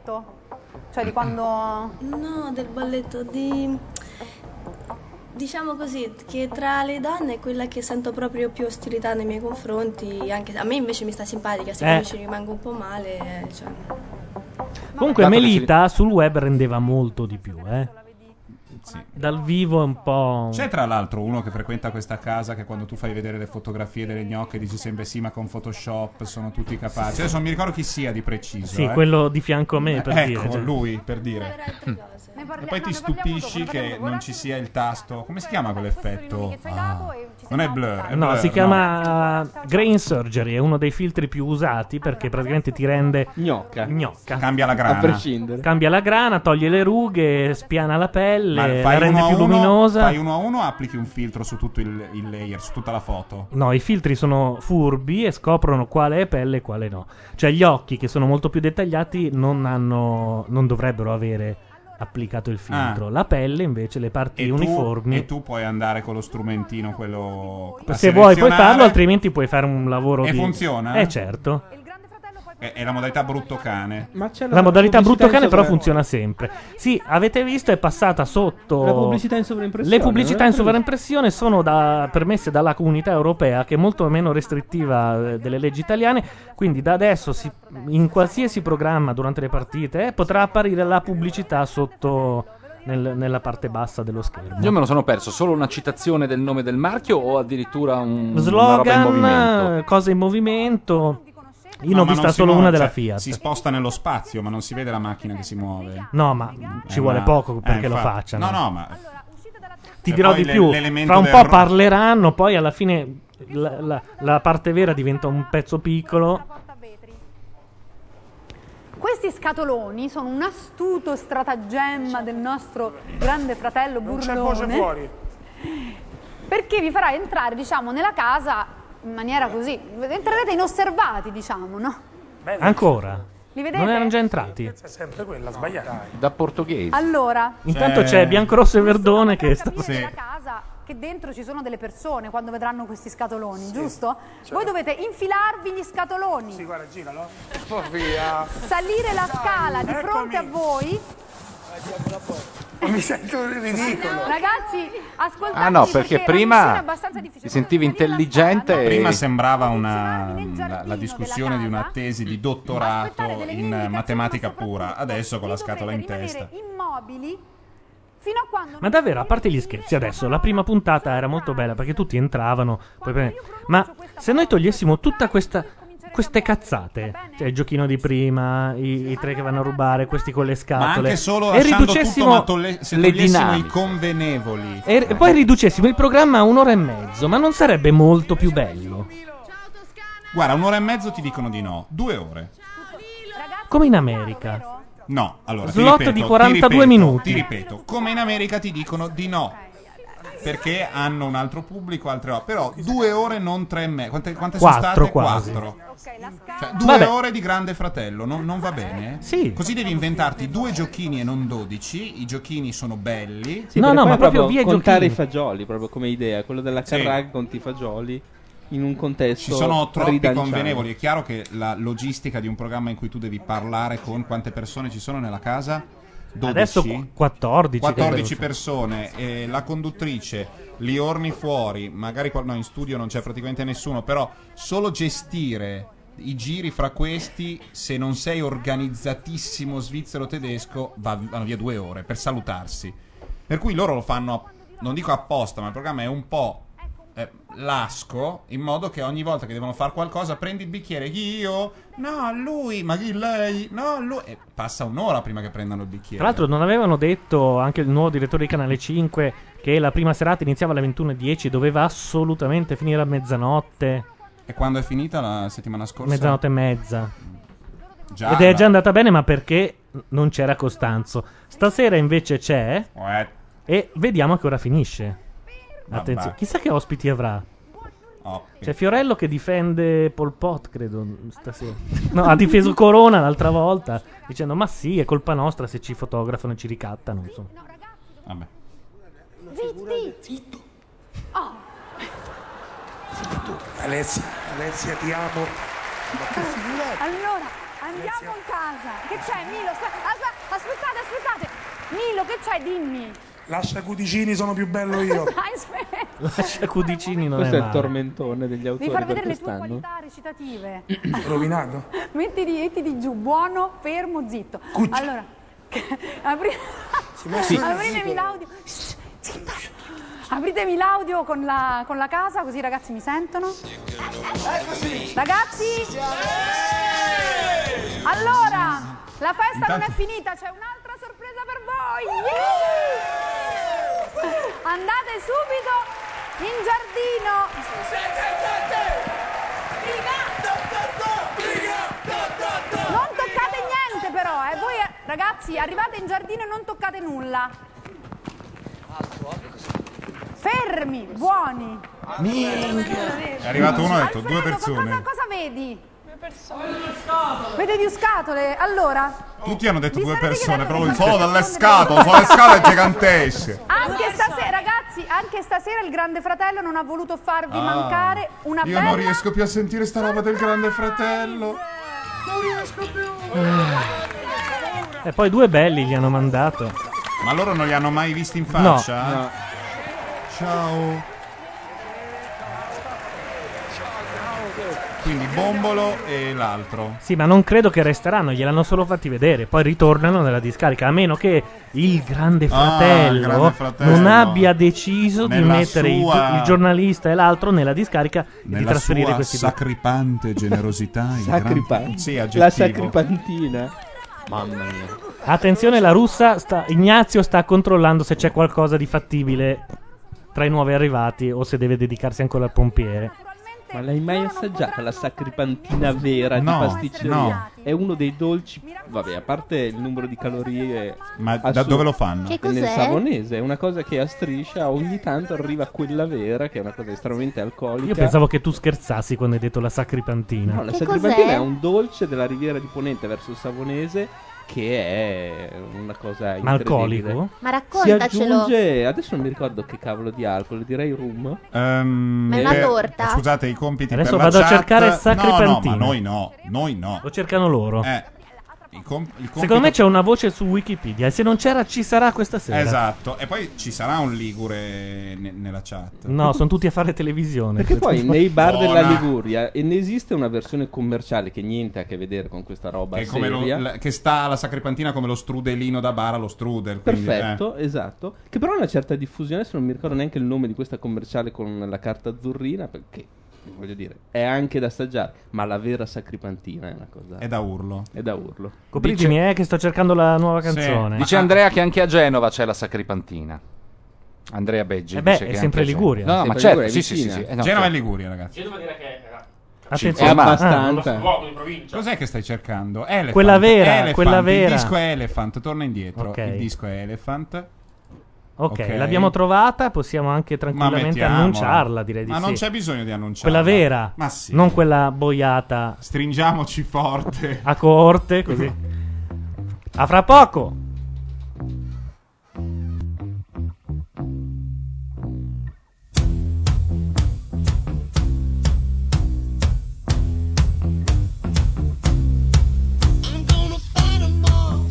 Speaker 9: Cioè di quando.
Speaker 22: No, del balletto di. Diciamo così, che tra le donne è quella che sento proprio più ostilità nei miei confronti, anche se- a me invece mi sta simpatica, se
Speaker 1: Eh.
Speaker 22: poi ci rimango un po' male, eh, cioè,
Speaker 1: Comunque
Speaker 6: Dato che
Speaker 1: Melita sul web rendeva molto di più, eh. Dal vivo è un po'...
Speaker 4: C'è tra l'altro uno che frequenta questa casa che quando tu fai vedere le fotografie delle gnocche dici sempre sì ma con Photoshop sono tutti capaci. Adesso non mi ricordo chi sia di preciso.
Speaker 1: Sì,
Speaker 4: eh.
Speaker 1: quello di fianco a me, per
Speaker 4: ecco,
Speaker 1: dire, cioè.
Speaker 4: lui, per dire. E poi ti stupisci che non ci sia il tasto... Come si chiama quell'effetto? Ah, Non è blur. è
Speaker 1: No,
Speaker 4: blur,
Speaker 1: si chiama eh, Grain Surgery, è uno dei filtri più usati perché praticamente ti rende
Speaker 5: Ah, gnocca.
Speaker 4: Cambia la grana.
Speaker 5: A prescindere.
Speaker 1: Cambia la grana, toglie le rughe, spiana la
Speaker 4: Ma
Speaker 1: pelle, la
Speaker 4: fai
Speaker 1: rende
Speaker 4: uno a
Speaker 1: più
Speaker 4: uno-
Speaker 1: luminosa.
Speaker 4: Fai uno a uno o applichi un filtro su tutto il, il layer, su tutta la foto?
Speaker 1: No, i filtri sono furbi e scoprono quale è pelle e quale no. Cioè gli occhi che sono molto più dettagliati non hanno non dovrebbero avere applicato
Speaker 4: Ah.
Speaker 1: il filtro. La pelle invece le parti
Speaker 4: tu-
Speaker 1: uniformi.
Speaker 4: e tu puoi andare con lo strumentino, quello... a
Speaker 1: Se vuoi puoi
Speaker 4: selezionare.
Speaker 1: farlo, altrimenti puoi fare un lavoro
Speaker 4: E
Speaker 1: di
Speaker 4: funziona?
Speaker 1: Eh certo.
Speaker 4: È, è la modalità brutto cane.
Speaker 5: Ma c'è
Speaker 1: La modalità brutto cane però
Speaker 4: funziona
Speaker 1: funziona sempre. Sì, avete visto è passata sotto
Speaker 5: La pubblicità in sovraimpressione. eh?
Speaker 1: Le pubblicità in
Speaker 5: avete visto?
Speaker 1: sovraimpressione sono da- permesse dalla comunità europea, che è molto meno restrittiva eh, delle leggi italiane. Quindi, da adesso, si- in qualsiasi programma durante le partite, eh, potrà apparire la pubblicità sotto nel- nella parte bassa dello schermo.
Speaker 6: Io me lo sono perso, solo una citazione del nome del marchio o addirittura un una roba in movimento?
Speaker 1: Slogan, eh, cose in movimento. Io ne ho vista solo una
Speaker 6: cioè,
Speaker 1: della Fiat.
Speaker 4: cioè, Si sposta nello spazio, ma non si vede la macchina che si muove.
Speaker 1: No, ma ci
Speaker 4: Eh,
Speaker 1: vuole
Speaker 4: ma-
Speaker 1: poco
Speaker 4: eh,
Speaker 1: perché lo
Speaker 4: infatti.
Speaker 1: facciano.
Speaker 4: No, no, ma
Speaker 1: Ti
Speaker 4: E
Speaker 1: dirò
Speaker 4: poi
Speaker 1: di
Speaker 4: le-
Speaker 1: più.
Speaker 4: l'elemento
Speaker 1: Fra un
Speaker 4: del
Speaker 1: po'
Speaker 4: ro-
Speaker 1: parleranno, poi alla fine la, la- la parte vera diventa un pezzo piccolo.
Speaker 9: Questi scatoloni sono un astuto stratagemma del nostro grande fratello
Speaker 15: Certo. Non c'è
Speaker 9: burlone.
Speaker 15: voce fuori.
Speaker 9: Perché vi farà entrare, diciamo, nella casa in maniera così. Entrerete inosservati, diciamo, no?
Speaker 1: Ancora.
Speaker 9: Li vedete?
Speaker 1: Non erano già entrati.
Speaker 9: È sempre quella, sbagliata.
Speaker 1: Da portoghese.
Speaker 9: Allora,
Speaker 1: Intanto
Speaker 6: Cioè-
Speaker 1: c'è Biancorosso e Verdone che sta.
Speaker 9: nella casa che dentro ci sono delle persone quando vedranno questi scatoloni, giusto? Voi dovete infilarvi gli scatoloni. Sì, guarda, giralo.
Speaker 15: via.
Speaker 9: Salire la scala di fronte a voi.
Speaker 15: Mi sento ridicolo.
Speaker 9: Ragazzi, ascoltate.
Speaker 6: Ah no, perché prima
Speaker 9: abbastanza
Speaker 6: mi sentivi intelligente e...
Speaker 4: prima sembrava una, la, la discussione di una tesi di dottorato in matematica pura. Adesso con la scatola in testa.
Speaker 9: immobili fino a quando
Speaker 1: Ma davvero, a parte gli scherzi, adesso la prima puntata era molto bella perché tutti entravano. poi pre- Ma se noi togliessimo tutta questa. Queste cazzate, cioè il giochino di prima, i, i tre che vanno a rubare, questi con le
Speaker 4: Ma
Speaker 1: scatole,
Speaker 4: anche solo
Speaker 1: e
Speaker 4: lasciando tutto,
Speaker 1: riducessimo
Speaker 4: ma tolle- se togliessimo i convenevoli.
Speaker 1: E e poi riducessimo il programma a un'ora e mezzo, ma non sarebbe molto più bello?
Speaker 4: Guarda, un'ora e mezzo ti dicono di no, due ore.
Speaker 1: Come in America.
Speaker 4: No, allora ti
Speaker 1: Slot
Speaker 4: ripeto,
Speaker 1: di
Speaker 4: ti
Speaker 1: 42
Speaker 4: ripeto,
Speaker 1: minuti.
Speaker 4: Ti ripeto, come in America ti dicono di no. Perché hanno un altro pubblico, altre ore. Però due ore, non tre e mezzo. Quante, quante sono
Speaker 1: Quattro
Speaker 4: state?
Speaker 1: quasi.
Speaker 4: Quattro. Cioè, due
Speaker 1: Vabbè.
Speaker 4: ore di Grande Fratello, non, non va bene?
Speaker 1: Sì.
Speaker 4: Così devi inventarti due giochini e non dodici. I giochini sono belli.
Speaker 5: Sì, perché poi è contare i
Speaker 4: giochini.
Speaker 5: fagioli, proprio come idea, quello della
Speaker 4: Sì.
Speaker 5: Carrag conti i fagioli in un contesto
Speaker 4: Ci sono troppi
Speaker 5: ridanciano.
Speaker 4: convenevoli. È chiaro che la logistica di un programma in cui tu devi parlare con quante persone ci sono nella casa 12,
Speaker 1: Adesso qu- 14.
Speaker 4: 14 persone, eh, la conduttrice li orni fuori, magari qua- no, in studio non c'è praticamente nessuno, però solo gestire i giri fra questi, se non sei organizzatissimo svizzero-tedesco, va- vanno via due ore per salutarsi. Per cui loro lo fanno, app- non dico apposta, ma il programma è un po' eh, lasco in modo che ogni volta che devono fare qualcosa prendi il bicchiere io no lui ma chi lei no lui e passa un'ora prima che prendano il bicchiere
Speaker 1: Tra l'altro non avevano detto anche il nuovo direttore di Canale 5 che la prima serata iniziava alle 21.10, doveva assolutamente finire a mezzanotte,
Speaker 4: e quando è finita la settimana scorsa
Speaker 1: mezzanotte e mezza.
Speaker 4: Già,
Speaker 1: Ed è
Speaker 4: la-
Speaker 1: già andata bene, ma perché non c'era Costanzo. Stasera invece c'è.
Speaker 4: Eh.
Speaker 1: E vediamo a che ora finisce.
Speaker 4: Vabbè.
Speaker 1: Attenzione, chissà che ospiti avrà.
Speaker 4: Oh,
Speaker 1: C'è Fiorello che difende Pol Pot, credo, stasera. No, ha difeso Corona l'altra volta, dicendo ma sì, è colpa nostra se ci fotografano e ci ricattano. Insomma.
Speaker 4: Vabbè.
Speaker 15: Zitti! Zitto! Oh!
Speaker 17: Alessia, Alessia ti amo.
Speaker 9: Allora, andiamo in casa. Che c'è, Milo? Aspe- aspe- Aspettate, aspettate. Milo, che c'è? Dimmi.
Speaker 17: Lascia Cudicini, sono più bello io.
Speaker 9: Dai, aspetta.
Speaker 1: Lascia Cudicini non
Speaker 5: Questo
Speaker 1: è
Speaker 5: è il
Speaker 1: male.
Speaker 5: tormentone degli
Speaker 9: Devi
Speaker 5: autori
Speaker 9: far
Speaker 5: per
Speaker 9: vedere le tue
Speaker 5: quest'anno.
Speaker 9: qualità recitative.
Speaker 17: Rovinato.
Speaker 9: Mettiti, mettiti giù, buono, fermo, zitto. Allora, apri-
Speaker 17: mette
Speaker 9: apritemi
Speaker 17: zitto.
Speaker 9: l'audio. Shh, zitto. Apritemi l'audio con la, con la casa, così i ragazzi mi sentono. Ragazzi! Allora, la festa non
Speaker 17: Intanto-
Speaker 9: è finita, c'è un'altra sorpresa per voi! Andate subito in giardino! Non toccate niente però, eh. Voi eh, ragazzi arrivate in giardino e non toccate nulla. Fermi, buoni.
Speaker 4: è arrivato uno e ha detto due persone
Speaker 9: Cosa vedi?
Speaker 15: Vedi-
Speaker 9: Vedi più scatole? Allora,
Speaker 4: tutti hanno detto due persone però lui, solo dalle scatole solo dalle scatole gigantesche
Speaker 9: Anche stasera, ragazzi, anche stasera il Grande Fratello non ha voluto farvi
Speaker 4: Ah,
Speaker 9: mancare una
Speaker 4: io
Speaker 9: bella.
Speaker 4: non riesco più a sentire sta roba del grande fratello
Speaker 9: Non riesco più.
Speaker 1: Eh, E poi due belli gli hanno mandato.
Speaker 4: ma loro non li hanno mai visti in
Speaker 1: No.
Speaker 4: faccia Eh?
Speaker 1: No.
Speaker 4: ciao quindi Bombolo e l'altro
Speaker 1: Sì, ma non credo che resteranno, gliel'hanno solo fatti vedere, poi ritornano nella discarica, a meno che il grande
Speaker 4: Ah,
Speaker 1: fratello,
Speaker 4: il Grande Fratello.
Speaker 1: non abbia deciso di
Speaker 4: Nella
Speaker 1: mettere il-
Speaker 4: sua-
Speaker 1: il, giornalista e l'altro nella discarica e di
Speaker 4: Nella
Speaker 1: trasferire
Speaker 4: sua
Speaker 1: questi due.
Speaker 4: sacripante generosità in gran-
Speaker 5: Sacripante.
Speaker 4: Sì,
Speaker 5: La
Speaker 4: aggettivo.
Speaker 5: sacripantina.
Speaker 4: Mamma mia.
Speaker 1: Attenzione, la russa, sta- Ignazio sta controllando se c'è qualcosa di fattibile tra i nuovi arrivati o se deve dedicarsi ancora al pompiere.
Speaker 5: Ma l'hai mai assaggiata la sacripantina vera
Speaker 1: No,
Speaker 5: di pasticceria?
Speaker 1: no.
Speaker 5: È uno dei dolci. Vabbè, a parte il numero di calorie. eh,
Speaker 4: Ma da
Speaker 5: assurde.
Speaker 4: dove lo fanno? Che
Speaker 5: Nel
Speaker 4: cos'è?
Speaker 5: savonese, è una cosa che a striscia ogni tanto arriva quella vera, che è una cosa estremamente alcolica.
Speaker 1: Io pensavo che tu scherzassi quando hai detto la sacripantina.
Speaker 5: No, la sacripantina è un dolce della riviera di Ponente verso il savonese che è una cosa
Speaker 1: Ma
Speaker 5: incredibile.
Speaker 1: alcolico?
Speaker 19: Ma
Speaker 5: Si
Speaker 19: raccontacelo.
Speaker 5: aggiunge, adesso non mi ricordo che cavolo di alcol, direi rum.
Speaker 19: Ma è una torta?
Speaker 4: Ehm, eh, Scusate i compiti
Speaker 1: Adesso
Speaker 4: per la
Speaker 1: vado a
Speaker 4: chat.
Speaker 1: cercare
Speaker 4: No, no,
Speaker 1: sacripantina.
Speaker 4: ma noi no, noi no.
Speaker 1: Lo cercano loro.
Speaker 4: Eh, il com- il compito-
Speaker 1: Secondo me c'è una voce su Wikipedia e se non c'era ci sarà questa sera.
Speaker 4: Esatto, e poi ci sarà un ligure ne- nella chat.
Speaker 1: No, sono tutti a fare televisione.
Speaker 5: Perché poi nei bar
Speaker 4: Buona.
Speaker 5: della Liguria e ne esiste una versione commerciale che niente a che vedere con questa roba
Speaker 4: Che, è come lo-
Speaker 5: seria.
Speaker 4: la- che sta alla sacripantina come lo strudelino da bara lo strudel. quindi, eh.
Speaker 5: Perfetto, esatto. Che però ha una certa diffusione, se non mi ricordo neanche il nome di questa commerciale con la carta azzurrina, perché voglio dire, è anche da assaggiare, ma la vera sacripantina è una cosa
Speaker 4: È da urlo.
Speaker 5: È da urlo.
Speaker 1: Copritemi, eh, che sto cercando la nuova
Speaker 5: Sì.
Speaker 1: canzone. Ah,
Speaker 6: Dice Andrea che anche a Genova c'è la sacripantina. Andrea Beggi.
Speaker 1: Eh beh,
Speaker 6: dice
Speaker 1: è
Speaker 6: che
Speaker 1: sempre
Speaker 6: anche a Genova.
Speaker 1: Liguria.
Speaker 6: No, no, ma
Speaker 1: Sempre
Speaker 6: certo,
Speaker 1: Liguria,
Speaker 6: sì,
Speaker 1: è
Speaker 6: sì, sì,
Speaker 1: vicina.
Speaker 6: sì. Eh, no,
Speaker 4: Genova
Speaker 6: certo.
Speaker 4: è Liguria, ragazzi.
Speaker 2: Genova direi che era.
Speaker 1: Attenzione.
Speaker 4: Cinque.
Speaker 1: È abbastanza.
Speaker 2: Ah, luogo di provincia.
Speaker 4: Cos'è che stai cercando? Elephant.
Speaker 1: Quella vera,
Speaker 4: Elephant.
Speaker 1: quella vera.
Speaker 4: Il disco è Elephant, torna indietro.
Speaker 1: Ok.
Speaker 4: Il disco è Elephant.
Speaker 1: Ok, eh, l'abbiamo trovata, possiamo anche tranquillamente
Speaker 4: mettiamola.
Speaker 1: annunciarla, direi di
Speaker 4: Ma
Speaker 1: sì.
Speaker 4: non c'è bisogno di annunciarla.
Speaker 1: Quella vera,
Speaker 4: Ma sì.
Speaker 1: non quella boiata.
Speaker 4: Stringiamoci forte.
Speaker 1: A corte, così. A fra poco.
Speaker 15: I'm gonna fight 'em all.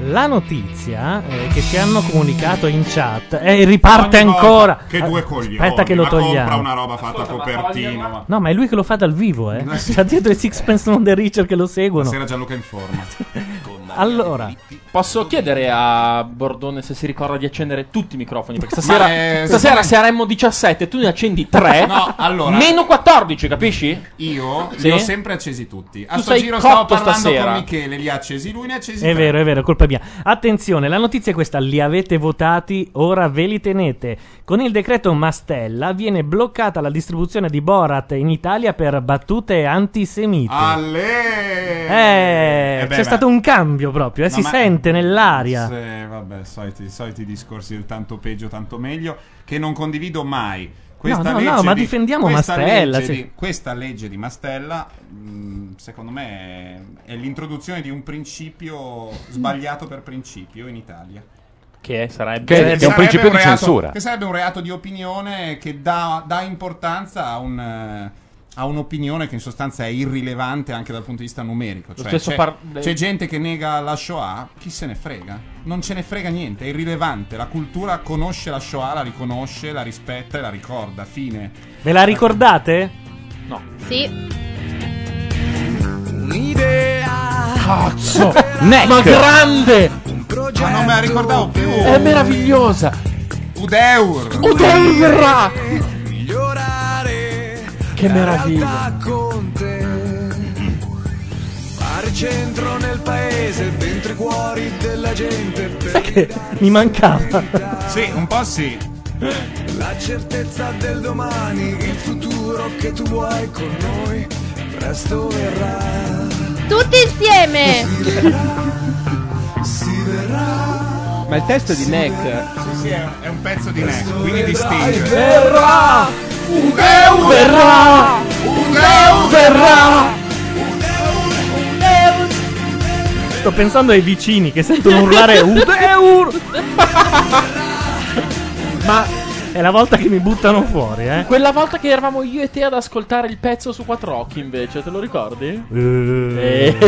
Speaker 1: La notizia eh, che ci hanno comunicato in chat e riparte
Speaker 4: Ogni volta
Speaker 1: ancora.
Speaker 4: Che due
Speaker 1: Ah,
Speaker 4: coglioni.
Speaker 1: Aspetta che lo
Speaker 4: ma Compra
Speaker 1: togliamo.
Speaker 4: una roba fatta a copertina. ma-
Speaker 1: No, ma è lui che lo fa dal vivo, eh.
Speaker 4: sì.
Speaker 1: C'ha dietro i Sixpence non the Richer che lo seguono.
Speaker 4: Sera Gianluca in forma.
Speaker 1: Allora,
Speaker 2: Posso chiedere a Bordone se si ricorda di accendere tutti i microfoni? Perché
Speaker 4: Ma,
Speaker 2: stasera,
Speaker 4: eh,
Speaker 2: stasera
Speaker 4: siccome-
Speaker 2: se saremmo 17, tu ne accendi 3.
Speaker 4: No, allora-
Speaker 2: Meno 14, capisci?
Speaker 4: Io
Speaker 2: Sì?
Speaker 4: li ho sempre accesi tutti. A
Speaker 2: Tu
Speaker 4: sto
Speaker 2: sei
Speaker 4: giro stavo
Speaker 2: cotto
Speaker 4: parlando
Speaker 2: stasera.
Speaker 4: con Michele, li ha accesi lui, ne ha accesi
Speaker 1: È
Speaker 4: te.
Speaker 1: vero, è vero, è colpa mia. Attenzione, la notizia è questa, li avete votati, ora ve li tenete. Con il decreto Mastella viene bloccata la distribuzione di Borat in Italia per battute antisemite. Eh,
Speaker 4: Eh beh,
Speaker 1: c'è
Speaker 4: beh.
Speaker 1: stato un cambio proprio, eh,
Speaker 4: No,
Speaker 1: si
Speaker 4: ma-
Speaker 1: sente nell'aria.
Speaker 4: Se- vabbè, soliti, soliti discorsi del tanto peggio, tanto meglio, che non condivido mai. Questa
Speaker 1: No, no,
Speaker 4: legge
Speaker 1: no, ma
Speaker 4: di-
Speaker 1: difendiamo
Speaker 4: questa
Speaker 1: Mastella, cioè-
Speaker 4: legge
Speaker 1: sì.
Speaker 4: di- questa legge di Mastella, mh, secondo me, è, è l'introduzione di un principio sbagliato per principio in Italia.
Speaker 2: Che sarebbe...
Speaker 4: Sarebbe un reato- Che sarebbe un reato di opinione che dà, dà importanza a un, eh, a un'opinione che in sostanza è irrilevante anche dal punto di vista numerico.
Speaker 2: Lo
Speaker 4: Cioè,
Speaker 2: stesso
Speaker 4: c'è,
Speaker 2: par-
Speaker 4: c'è gente che nega la Shoah, chi se ne frega? Non ce ne frega niente, è irrilevante. La cultura conosce la Shoah, la riconosce, la rispetta e la ricorda. Fine.
Speaker 1: Ve la ricordate?
Speaker 3: Sì.
Speaker 2: Cazzo!
Speaker 1: Neck.
Speaker 2: Ma grande!
Speaker 4: Ma non me la ricordavo più.
Speaker 2: È meravigliosa!
Speaker 4: Udeur!
Speaker 2: Odeira! Che meraviglia!
Speaker 15: Fare centro nel paese, dentro i cuori della gente.
Speaker 1: Sai che mi mancava.
Speaker 4: Sì, un po' sì.
Speaker 15: La certezza del domani, il futuro che tu vuoi con noi, presto verrà.
Speaker 3: Tutti Eh. insieme!
Speaker 15: Si verrà.
Speaker 5: Ma il testo di Neck.
Speaker 4: Sì, sì, è, è un pezzo di me, quindi distingue.
Speaker 15: Verrà! Udeu
Speaker 4: verrà!
Speaker 15: Udeu verrà!
Speaker 1: Sto pensando ai vicini che sentono urlare Udeur! Ma è la volta che mi buttano fuori, eh.
Speaker 2: Quella volta che eravamo io e te ad ascoltare il pezzo su Quattro Occhi invece, te lo ricordi?
Speaker 1: Eh.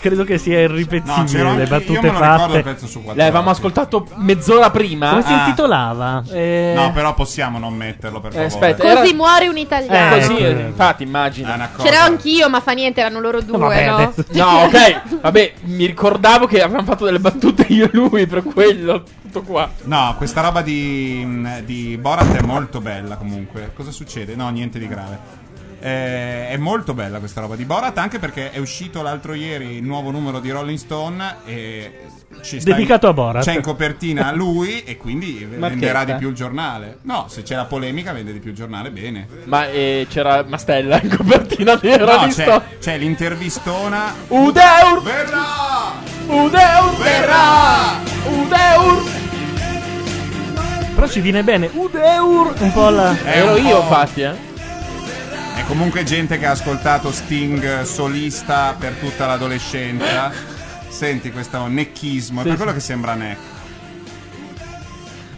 Speaker 1: Credo che sia
Speaker 2: No,
Speaker 1: irripetibile
Speaker 2: c'era anche-
Speaker 1: le
Speaker 2: io
Speaker 1: battute
Speaker 2: me lo ricordo
Speaker 1: fatte.
Speaker 4: il pezzo su Quattro
Speaker 2: L'avevamo ascoltato mezz'ora prima.
Speaker 1: Come si intitolava?
Speaker 4: No, però possiamo non metterlo per
Speaker 2: Eh,
Speaker 4: favore.
Speaker 2: aspetta,
Speaker 3: Così muore un italiano.
Speaker 2: Eh, sì, infatti, immagina.
Speaker 3: C'ero anch'io, ma fa niente, erano loro due, no?
Speaker 2: No, ok. Vabbè, mi ricordavo che avevamo fatto delle battute io e lui per quello. Tutto qua.
Speaker 4: No, questa roba di, di Borat è molto bella comunque. Cosa succede? No, niente di grave. Eh, è molto bella questa roba di Borat anche perché è uscito l'altro ieri il nuovo numero di Rolling Stone e ci sta in-
Speaker 1: Dedicato a Borat.
Speaker 4: C'è in copertina lui e quindi venderà
Speaker 2: Marchetta.
Speaker 4: di più il giornale. No, se c'è la polemica vende di più il giornale, bene.
Speaker 2: Ma eh, c'era Mastella in copertina di Rolling
Speaker 4: no, c'è,
Speaker 2: Stone.
Speaker 4: c'è l'intervistona
Speaker 2: Udeur
Speaker 4: verrà!
Speaker 2: Udeur
Speaker 15: verrà!
Speaker 2: Udeur!
Speaker 1: Però ci viene bene Udeur! Un po' la.
Speaker 4: un po'-
Speaker 2: eh.
Speaker 4: Oh. È comunque gente che ha ascoltato Sting solista per tutta l'adolescenza. Senti questo necchismo, è
Speaker 1: Sì,
Speaker 4: per
Speaker 1: sì.
Speaker 4: quello che sembra neck.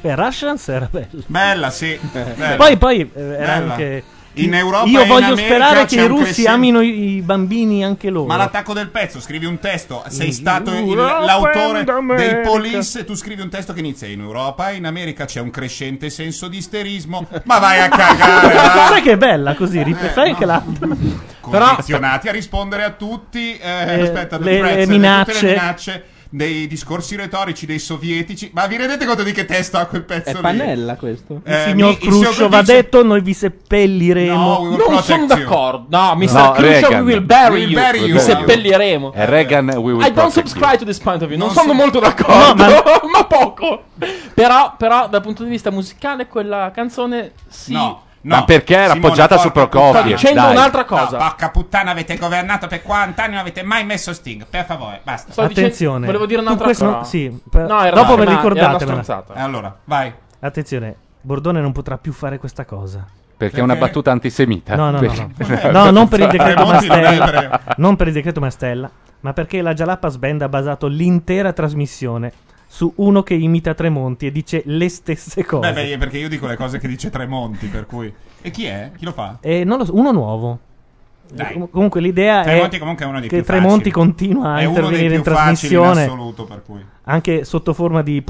Speaker 1: Beh, Russians era bello.
Speaker 4: Bella, sì. bella.
Speaker 1: Poi, poi eh, era
Speaker 4: Bella.
Speaker 1: anche.
Speaker 4: In Europa e
Speaker 1: Io
Speaker 4: in
Speaker 1: voglio
Speaker 4: America
Speaker 1: sperare
Speaker 4: c'è
Speaker 1: che i
Speaker 4: un
Speaker 1: russi
Speaker 4: crescente-
Speaker 1: amino i i bambini anche loro.
Speaker 4: Ma l'attacco del pezzo, scrivi un testo, sei
Speaker 1: In
Speaker 4: stato il-
Speaker 1: Europa
Speaker 4: l'autore
Speaker 1: and America.
Speaker 4: dei police, tu scrivi un testo che inizia in Europa, in America c'è un crescente senso di isterismo, ma vai a cagare, va. Eh,
Speaker 1: Sai che è bella così, rip- sai che la...
Speaker 4: condizionati a rispondere a tutti, eh,
Speaker 1: Eh,
Speaker 4: aspetta,
Speaker 1: le-
Speaker 4: tutti i prezzi,
Speaker 1: le
Speaker 4: tutte
Speaker 1: minacce.
Speaker 4: le minacce dei discorsi retorici dei sovietici. Ma vi rendete conto di che testo ha quel pezzo lì?
Speaker 5: questo?
Speaker 1: Il
Speaker 4: Eh,
Speaker 1: signor
Speaker 4: mi- il signor
Speaker 1: Khrushchev va
Speaker 4: dice-
Speaker 1: detto, noi vi seppelliremo.
Speaker 4: No, we will Non protect son you. d'accordo.
Speaker 2: No, Mr.
Speaker 1: No,
Speaker 2: Khrushchev, we
Speaker 1: Reagan.
Speaker 2: will bury
Speaker 1: We'll
Speaker 2: you.
Speaker 1: bury
Speaker 2: Vi
Speaker 1: you.
Speaker 2: seppelliremo.
Speaker 6: È Reagan, Eh, we will
Speaker 2: I don't
Speaker 6: protect you.
Speaker 2: subscribe to this point of view. Non, sono molto d'accordo, ma... poco. Però, però, dal punto di vista musicale, quella canzone sì.
Speaker 4: No.
Speaker 6: Ma perché era
Speaker 4: Simona,
Speaker 6: appoggiata su
Speaker 4: porca
Speaker 6: Prokofiev?
Speaker 4: puttana.
Speaker 6: Dai.
Speaker 4: No, porca puttana, avete governato per 40 anni, non avete mai messo Sting. Per favore, basta.
Speaker 1: Attenzione. Tu questo non- sì, per-
Speaker 2: No, era
Speaker 1: dopo
Speaker 2: una-
Speaker 1: ve
Speaker 2: era una
Speaker 1: ricordatevela.
Speaker 2: stronzata.
Speaker 4: E Eh, allora, vai.
Speaker 1: Attenzione, Bordone non potrà più fare questa cosa.
Speaker 6: Perché è una battuta antisemita.
Speaker 1: No, no, no,
Speaker 6: Perché-
Speaker 1: no. No, non
Speaker 4: Eh,
Speaker 1: per il decreto
Speaker 6: Monti non è
Speaker 1: Mastella.
Speaker 6: ebreo.
Speaker 1: Non per il decreto Mastella, ma perché la Jalapas Band ha basato l'intera trasmissione su uno che imita Tremonti e dice le stesse cose.
Speaker 4: Beh, beh, perché io dico le cose che dice Tremonti, per cui... E chi è? Chi lo fa?
Speaker 1: E non lo so, uno nuovo.
Speaker 4: Dai.
Speaker 1: Com- Comunque l'idea
Speaker 4: Tremonti
Speaker 1: è
Speaker 4: comunque è uno dei
Speaker 1: che
Speaker 4: più facili.
Speaker 1: Tremonti continua a
Speaker 4: È uno dei
Speaker 1: intervenire in
Speaker 4: più facili in
Speaker 1: trasmissione
Speaker 4: assoluto, per cui.
Speaker 1: anche sotto forma di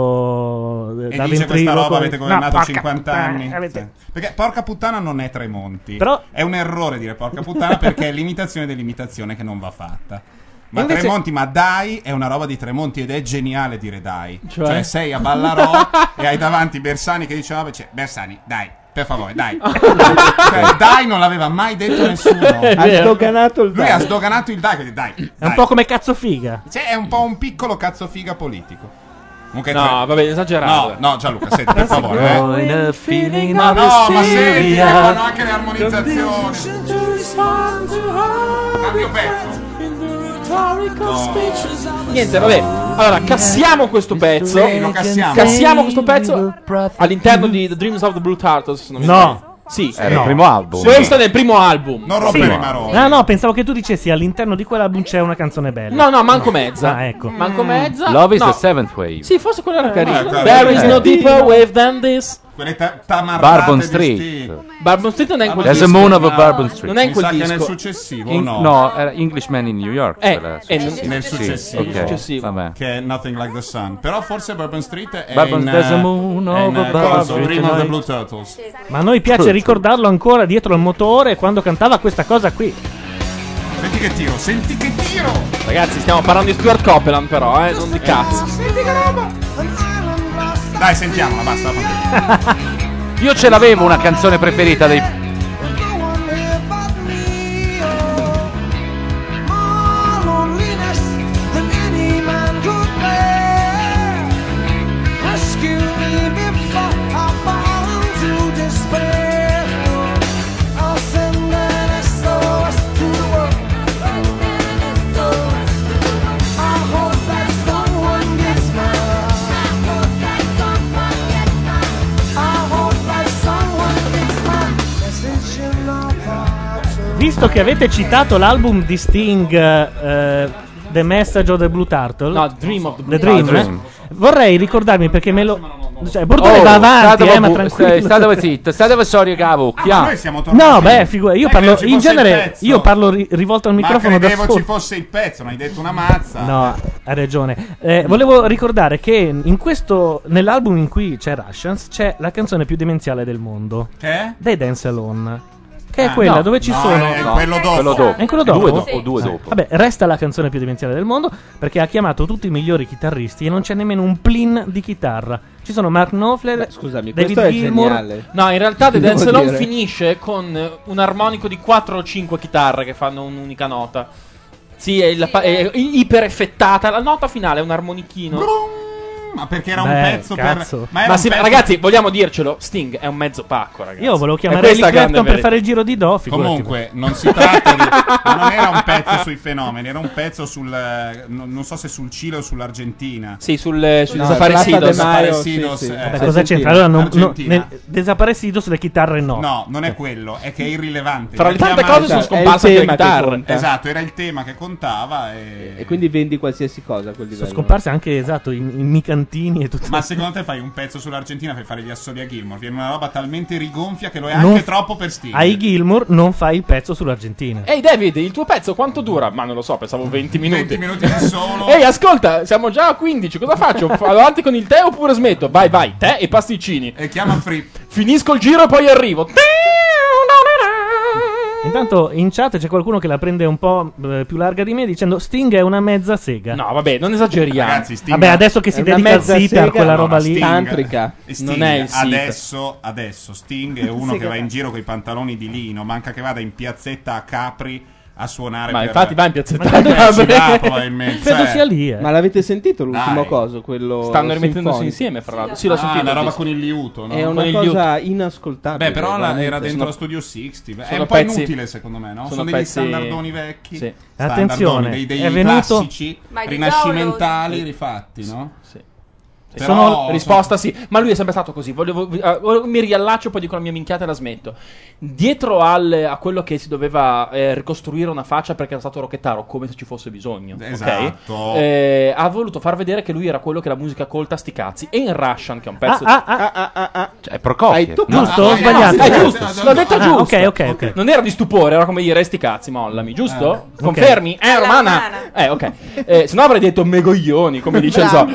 Speaker 1: pupazzo eh,
Speaker 4: E dice
Speaker 1: da
Speaker 4: questa
Speaker 1: ventriloquo.
Speaker 4: roba avete governato
Speaker 1: No, porca
Speaker 4: 50
Speaker 1: puttana,
Speaker 4: anni.
Speaker 1: avete-
Speaker 4: Sì. Perché porca puttana non è Tremonti.
Speaker 1: Però-
Speaker 4: È un errore dire porca puttana perché è l'imitazione dell'imitazione che non va fatta. Ma
Speaker 2: Invece-
Speaker 4: Tremonti, ma dai, è una roba di Tremonti ed è geniale dire dai.
Speaker 2: Cioè?
Speaker 4: Cioè, sei a Ballarò e hai davanti Bersani che dice, vabbè, cioè, Bersani, dai, per favore, dai. Cioè, dai non l'aveva mai detto nessuno.
Speaker 1: È Ha vero. sdoganato il
Speaker 4: Lui
Speaker 1: dai.
Speaker 4: ha sdoganato il dai, quindi dai.
Speaker 1: È un po' come cazzo figa.
Speaker 4: Cioè, è un po' un piccolo cazzo figa politico. Comunque
Speaker 2: No, vabbè, esagerato.
Speaker 4: No, no, Gianluca, senti, per favore. eh.
Speaker 2: No,
Speaker 4: No, no, ma senti,
Speaker 2: serious.
Speaker 4: fanno anche le armonizzazioni. Cambio pezzo.
Speaker 2: Niente, vabbè. Allora, cassiamo questo pezzo.
Speaker 4: Sì, lo cassiamo.
Speaker 2: questo pezzo all'interno di The Dreams of the Blue Turtles. se non mi
Speaker 1: No.
Speaker 2: sbaglio. Sì,
Speaker 1: Era il No. primo album.
Speaker 2: Questo
Speaker 1: Sì.
Speaker 2: è nel primo album. Non
Speaker 1: Sì. No, no, pensavo che tu dicessi all'interno di quell'album c'è una canzone bella.
Speaker 2: No, no, manco mezza.
Speaker 1: Ah, ecco.
Speaker 2: Manco mezza.
Speaker 6: Love is
Speaker 2: no.
Speaker 6: the seventh wave.
Speaker 2: Sì, forse quella era
Speaker 4: Ah,
Speaker 6: Eh,
Speaker 2: carina.
Speaker 6: guarda,
Speaker 2: There is
Speaker 6: eh.
Speaker 2: no deeper wave than this.
Speaker 4: Quelle ta- tamarrate
Speaker 6: Barbon
Speaker 4: di
Speaker 6: Street.
Speaker 4: sti-
Speaker 2: Barbon Street non è in quel
Speaker 6: There's a
Speaker 2: disco.
Speaker 6: moon of a Barbon Street.
Speaker 2: Non è in quel disco.
Speaker 6: In- No, era Englishman in New York.
Speaker 2: Eh,
Speaker 6: quella-
Speaker 2: eh,
Speaker 6: sì,
Speaker 4: nel
Speaker 6: sì,
Speaker 4: successivo,
Speaker 6: ok, Vabbè.
Speaker 4: che è Nothing Like the Sun. Però forse Bourbon Street è
Speaker 6: Bourbon-
Speaker 4: in, eh,
Speaker 6: There's a moon
Speaker 4: è in,
Speaker 6: over
Speaker 4: eh,
Speaker 6: Bourbon
Speaker 4: coso,
Speaker 6: Street
Speaker 4: Dream of the
Speaker 6: tonight.
Speaker 4: Blue Turtles.
Speaker 1: Ma a noi piace ricordarlo ancora dietro al motore quando cantava questa cosa qui.
Speaker 4: Senti che tiro, senti che tiro!
Speaker 2: Ragazzi, stiamo parlando di Stuart Copeland, però, eh. Non di cazzo.
Speaker 4: Senti che roba! Dai, sentiamola, basta.
Speaker 6: Io ce l'avevo una canzone preferita dei
Speaker 1: Visto che avete citato l'album di Sting, eh, The Message of the Blue Turtle,
Speaker 2: No, Dream of the Blue
Speaker 1: Dream,
Speaker 2: Turtle. Ah,
Speaker 1: eh,
Speaker 2: Dream.
Speaker 1: vorrei ricordarmi perché me lo. Cioè, Bordone
Speaker 6: Oh,
Speaker 1: va avanti,
Speaker 6: sta dove
Speaker 1: eh, ma
Speaker 6: bu-
Speaker 1: tranquillo.
Speaker 6: stai- sta dove zitto, sta dove sorio cavo.
Speaker 4: Ah, ma noi siamo tornati.
Speaker 1: No, beh, figura,
Speaker 4: Dai,
Speaker 1: io
Speaker 4: che non
Speaker 1: parlo
Speaker 4: ci fosse
Speaker 1: in
Speaker 4: il
Speaker 1: genere,
Speaker 4: pezzo.
Speaker 1: io parlo ri- rivolto al
Speaker 4: Ma
Speaker 1: microfono da
Speaker 4: credevo
Speaker 1: solo.
Speaker 4: ci fosse il pezzo, non hai detto una mazza.
Speaker 1: No, ha ragione. Eh, volevo ricordare che in questo, nell'album in cui c'è Russians c'è la canzone più demenziale del mondo.
Speaker 4: Che è?
Speaker 1: Dei Dance Alone. Che è
Speaker 6: Ah,
Speaker 1: quella
Speaker 6: no.
Speaker 1: dove ci
Speaker 6: No,
Speaker 1: sono.
Speaker 6: è quello dopo. Quello dopo.
Speaker 1: È in quello dopo?
Speaker 6: Due dopo, due dopo.
Speaker 1: Vabbè, resta la canzone più demenziale del mondo perché ha chiamato tutti i migliori chitarristi e non c'è nemmeno un plin di chitarra. Ci sono Mark Knopfler,
Speaker 5: scusami,
Speaker 1: David
Speaker 5: questo è
Speaker 1: Gilmour.
Speaker 5: geniale.
Speaker 2: No, in realtà The
Speaker 5: Devo
Speaker 2: Dance Alone
Speaker 5: dire.
Speaker 2: finisce con eh, un armonico di 4 o 5 chitarre che fanno un'unica nota. Sì, è, la pa- è i- iper effettata. La nota finale è un armonichino.
Speaker 4: Ma perché era un
Speaker 2: Beh,
Speaker 4: pezzo
Speaker 2: cazzo.
Speaker 4: per.
Speaker 2: Ma,
Speaker 4: era un
Speaker 2: sì,
Speaker 4: pezzo-
Speaker 2: ragazzi, vogliamo dircelo: Sting è un mezzo pacco, ragazzi.
Speaker 1: Io volevo
Speaker 2: È
Speaker 1: chiamare Eric
Speaker 2: questa grande
Speaker 1: Clapton per
Speaker 2: verità.
Speaker 1: fare il giro di Do. figurati.
Speaker 4: Comunque, Eh, non si tratta di. ma non era un pezzo sui fenomeni, era un pezzo sul. eh, non non so se sul Cile o sull'Argentina.
Speaker 2: Sì, sul,
Speaker 1: eh,
Speaker 2: sul
Speaker 4: No,
Speaker 2: Desaparecidos.
Speaker 4: Plata de Mayo, Desaparecidos, sì, sì. eh.
Speaker 1: Vabbè,
Speaker 4: Sì,
Speaker 1: cosa
Speaker 4: sì.
Speaker 1: c'entra? Allora, non, no,
Speaker 4: Argentina.
Speaker 1: nel- Desaparecido sulle chitarre no.
Speaker 4: No, non è quello, è che è irrilevante.
Speaker 1: Fra le
Speaker 4: Perché
Speaker 1: tante
Speaker 4: ama-
Speaker 1: cose sono È il scomparse
Speaker 5: tema anche le che chitarre. conta.
Speaker 1: Eh.
Speaker 4: Esatto, era il tema che contava. E...
Speaker 5: E quindi vendi qualsiasi cosa a quel livello.
Speaker 1: Sono scomparse anche, esatto, i, i micantini e tutto.
Speaker 4: Ma secondo te fai un pezzo sull'Argentina per fare gli assoli a Gilmour? Viene una roba talmente rigonfia che lo è anche
Speaker 1: Non-
Speaker 4: troppo per Sting.
Speaker 1: Ai Gilmour non fai il pezzo sull'Argentina.
Speaker 2: Ehi David, il tuo pezzo quanto dura? Ma non lo so, pensavo 20 minuti. 20
Speaker 4: minuti solo.
Speaker 2: Ehi, ascolta, siamo già a 15, cosa faccio? Vado avanti con il tè oppure smetto? Vai, vai, tè e pasticcini.
Speaker 4: E chiama Fripp.
Speaker 2: Finisco il giro e poi arrivo.
Speaker 1: Intanto in chat c'è qualcuno che la prende un po' eh, più larga di me dicendo Sting è una mezza sega.
Speaker 2: No, vabbè, non esageriamo.
Speaker 4: Ragazzi, Sting-
Speaker 1: Vabbè, adesso che
Speaker 4: È
Speaker 1: si
Speaker 4: una
Speaker 1: dedica al
Speaker 4: mezza
Speaker 1: sitar,
Speaker 4: sega?
Speaker 1: quella
Speaker 4: No,
Speaker 1: roba
Speaker 4: no,
Speaker 1: lì.
Speaker 4: Sting-
Speaker 1: Sting,
Speaker 4: Sting,
Speaker 1: sitar.
Speaker 4: adesso, adesso Sting è uno
Speaker 1: Sì,
Speaker 4: che va in
Speaker 1: cazzo.
Speaker 4: giro con i pantaloni di lino. Manca che vada in piazzetta a Capri a suonare.
Speaker 2: Ma
Speaker 4: Ah, per-
Speaker 2: infatti va in piazzetta
Speaker 4: Ma
Speaker 2: a
Speaker 4: dai, ci
Speaker 2: Capri.
Speaker 4: va, probabilmente, cioè.
Speaker 5: Ma l'avete sentito l'ultimo coso? Quello
Speaker 2: Stanno rimettendosi
Speaker 5: sinfonico?
Speaker 2: insieme, fra l'altro. Sì, l'ho sentito.
Speaker 4: la
Speaker 2: ho
Speaker 4: roba
Speaker 2: visto.
Speaker 4: con il liuto, no?
Speaker 5: È una
Speaker 2: Con il
Speaker 5: cosa
Speaker 2: liuto.
Speaker 5: inascoltabile.
Speaker 4: Beh, però la-
Speaker 5: veramente.
Speaker 4: era dentro
Speaker 5: Sono-
Speaker 4: la Studio 60. beh, È
Speaker 5: sono
Speaker 4: un po'
Speaker 5: pezzi-
Speaker 4: inutile, secondo me, no? Sono,
Speaker 5: sono
Speaker 4: degli
Speaker 5: pezzi-
Speaker 4: standardoni vecchi.
Speaker 5: Sì.
Speaker 4: standardoni,
Speaker 1: Attenzione,
Speaker 4: dei, dei
Speaker 1: è venuto-
Speaker 4: classici
Speaker 5: Ma i
Speaker 4: rinascimentali rifatti,
Speaker 5: Sì,
Speaker 4: no?
Speaker 5: sì.
Speaker 2: Sono risposta sì, ma lui è sempre stato così. volevo- vi- ah, ora mi riallaccio, poi dico la mia minchiata e la smetto. Dietro al- a quello che si doveva eh, ricostruire una faccia perché era stato Rocchettaro, come se ci fosse bisogno, ok?
Speaker 4: Esatto.
Speaker 2: Eh, ha voluto far vedere che lui era quello che la musica colta sti cazzi. E in Russian, che è un pezzo
Speaker 1: Ah,
Speaker 2: di.
Speaker 6: Cioè, è Prokofiev.
Speaker 2: Hai tu-
Speaker 6: no?
Speaker 2: Giusto?
Speaker 1: Ho
Speaker 2: Eh,
Speaker 1: sbagliato.
Speaker 2: no, È giusto, l'ho detto
Speaker 1: Ah,
Speaker 2: giusto.
Speaker 1: ok, ok, ok.
Speaker 2: Non era di stupore, era come dire sti cazzi, mollami, giusto?
Speaker 1: ok.
Speaker 2: Confermi? Eh, romana. Eh, ok. Eh, se no avrei detto megoglioni, come dice il so.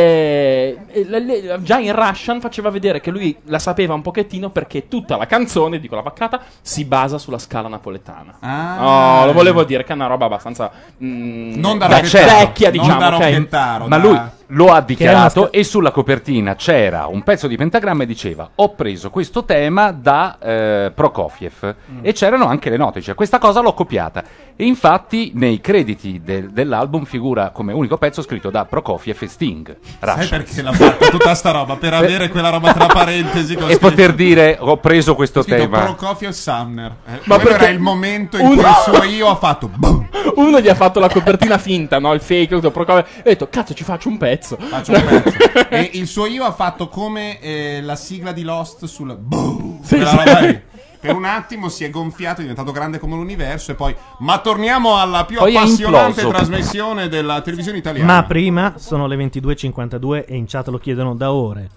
Speaker 2: Eh, eh, la- le- già in Russian faceva vedere che lui la sapeva un pochettino perché tutta la canzone, dico la vaccata, si basa sulla scala napoletana.
Speaker 4: Ah.
Speaker 2: Oh, lo volevo dire che è una roba abbastanza mm,
Speaker 4: Non da rocchettaro,
Speaker 2: vecchia,
Speaker 4: non
Speaker 2: diciamo,
Speaker 4: da
Speaker 2: ok?
Speaker 4: rocchettaro,
Speaker 6: Ma lui lo ha
Speaker 2: Che
Speaker 6: dichiarato e sulla copertina c'era un pezzo di pentagramma e diceva ho preso questo tema da eh, Prokofiev
Speaker 4: Mm.
Speaker 6: e c'erano anche le note, cioè questa cosa l'ho copiata e infatti nei crediti del- dell'album figura come unico pezzo scritto da Prokofiev e Sting.
Speaker 4: Sai
Speaker 6: Rush.
Speaker 4: perché l'ha fatta tutta sta roba? Per avere quella roba tra parentesi con
Speaker 6: E
Speaker 4: scritto-
Speaker 6: poter dire ho preso questo
Speaker 4: scritto
Speaker 6: tema.
Speaker 4: Prokofiev e Sumner. Eh,
Speaker 2: Ma
Speaker 4: quello
Speaker 2: perché-
Speaker 4: era il momento in
Speaker 2: Un-
Speaker 4: cui il suo io ha fatto boom.
Speaker 2: Uno gli ha fatto la copertina finta, no? Il fake, tutto Prokofiev. E ho detto, cazzo, ci faccio un pezzo.
Speaker 4: Faccio un pezzo. e il suo io ha fatto come eh, la sigla di Lost sul boom.
Speaker 24: Sì,
Speaker 4: quella
Speaker 24: sì.
Speaker 4: roba lì. Per un attimo si è gonfiato, è diventato grande come l'universo e poi ma torniamo alla più
Speaker 6: Poi è
Speaker 4: appassionante
Speaker 6: imploso.
Speaker 4: trasmissione della televisione italiana.
Speaker 1: Ma prima sono le 22.52 e in chat lo chiedono da ore.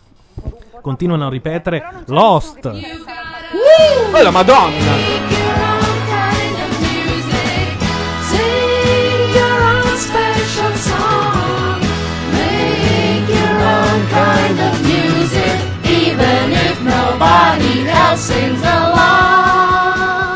Speaker 1: Continuano a ripetere Lost.
Speaker 2: Oh, la Madonna!
Speaker 15: Sing your own special song. Make your own kind of music, even if nobody else sings along.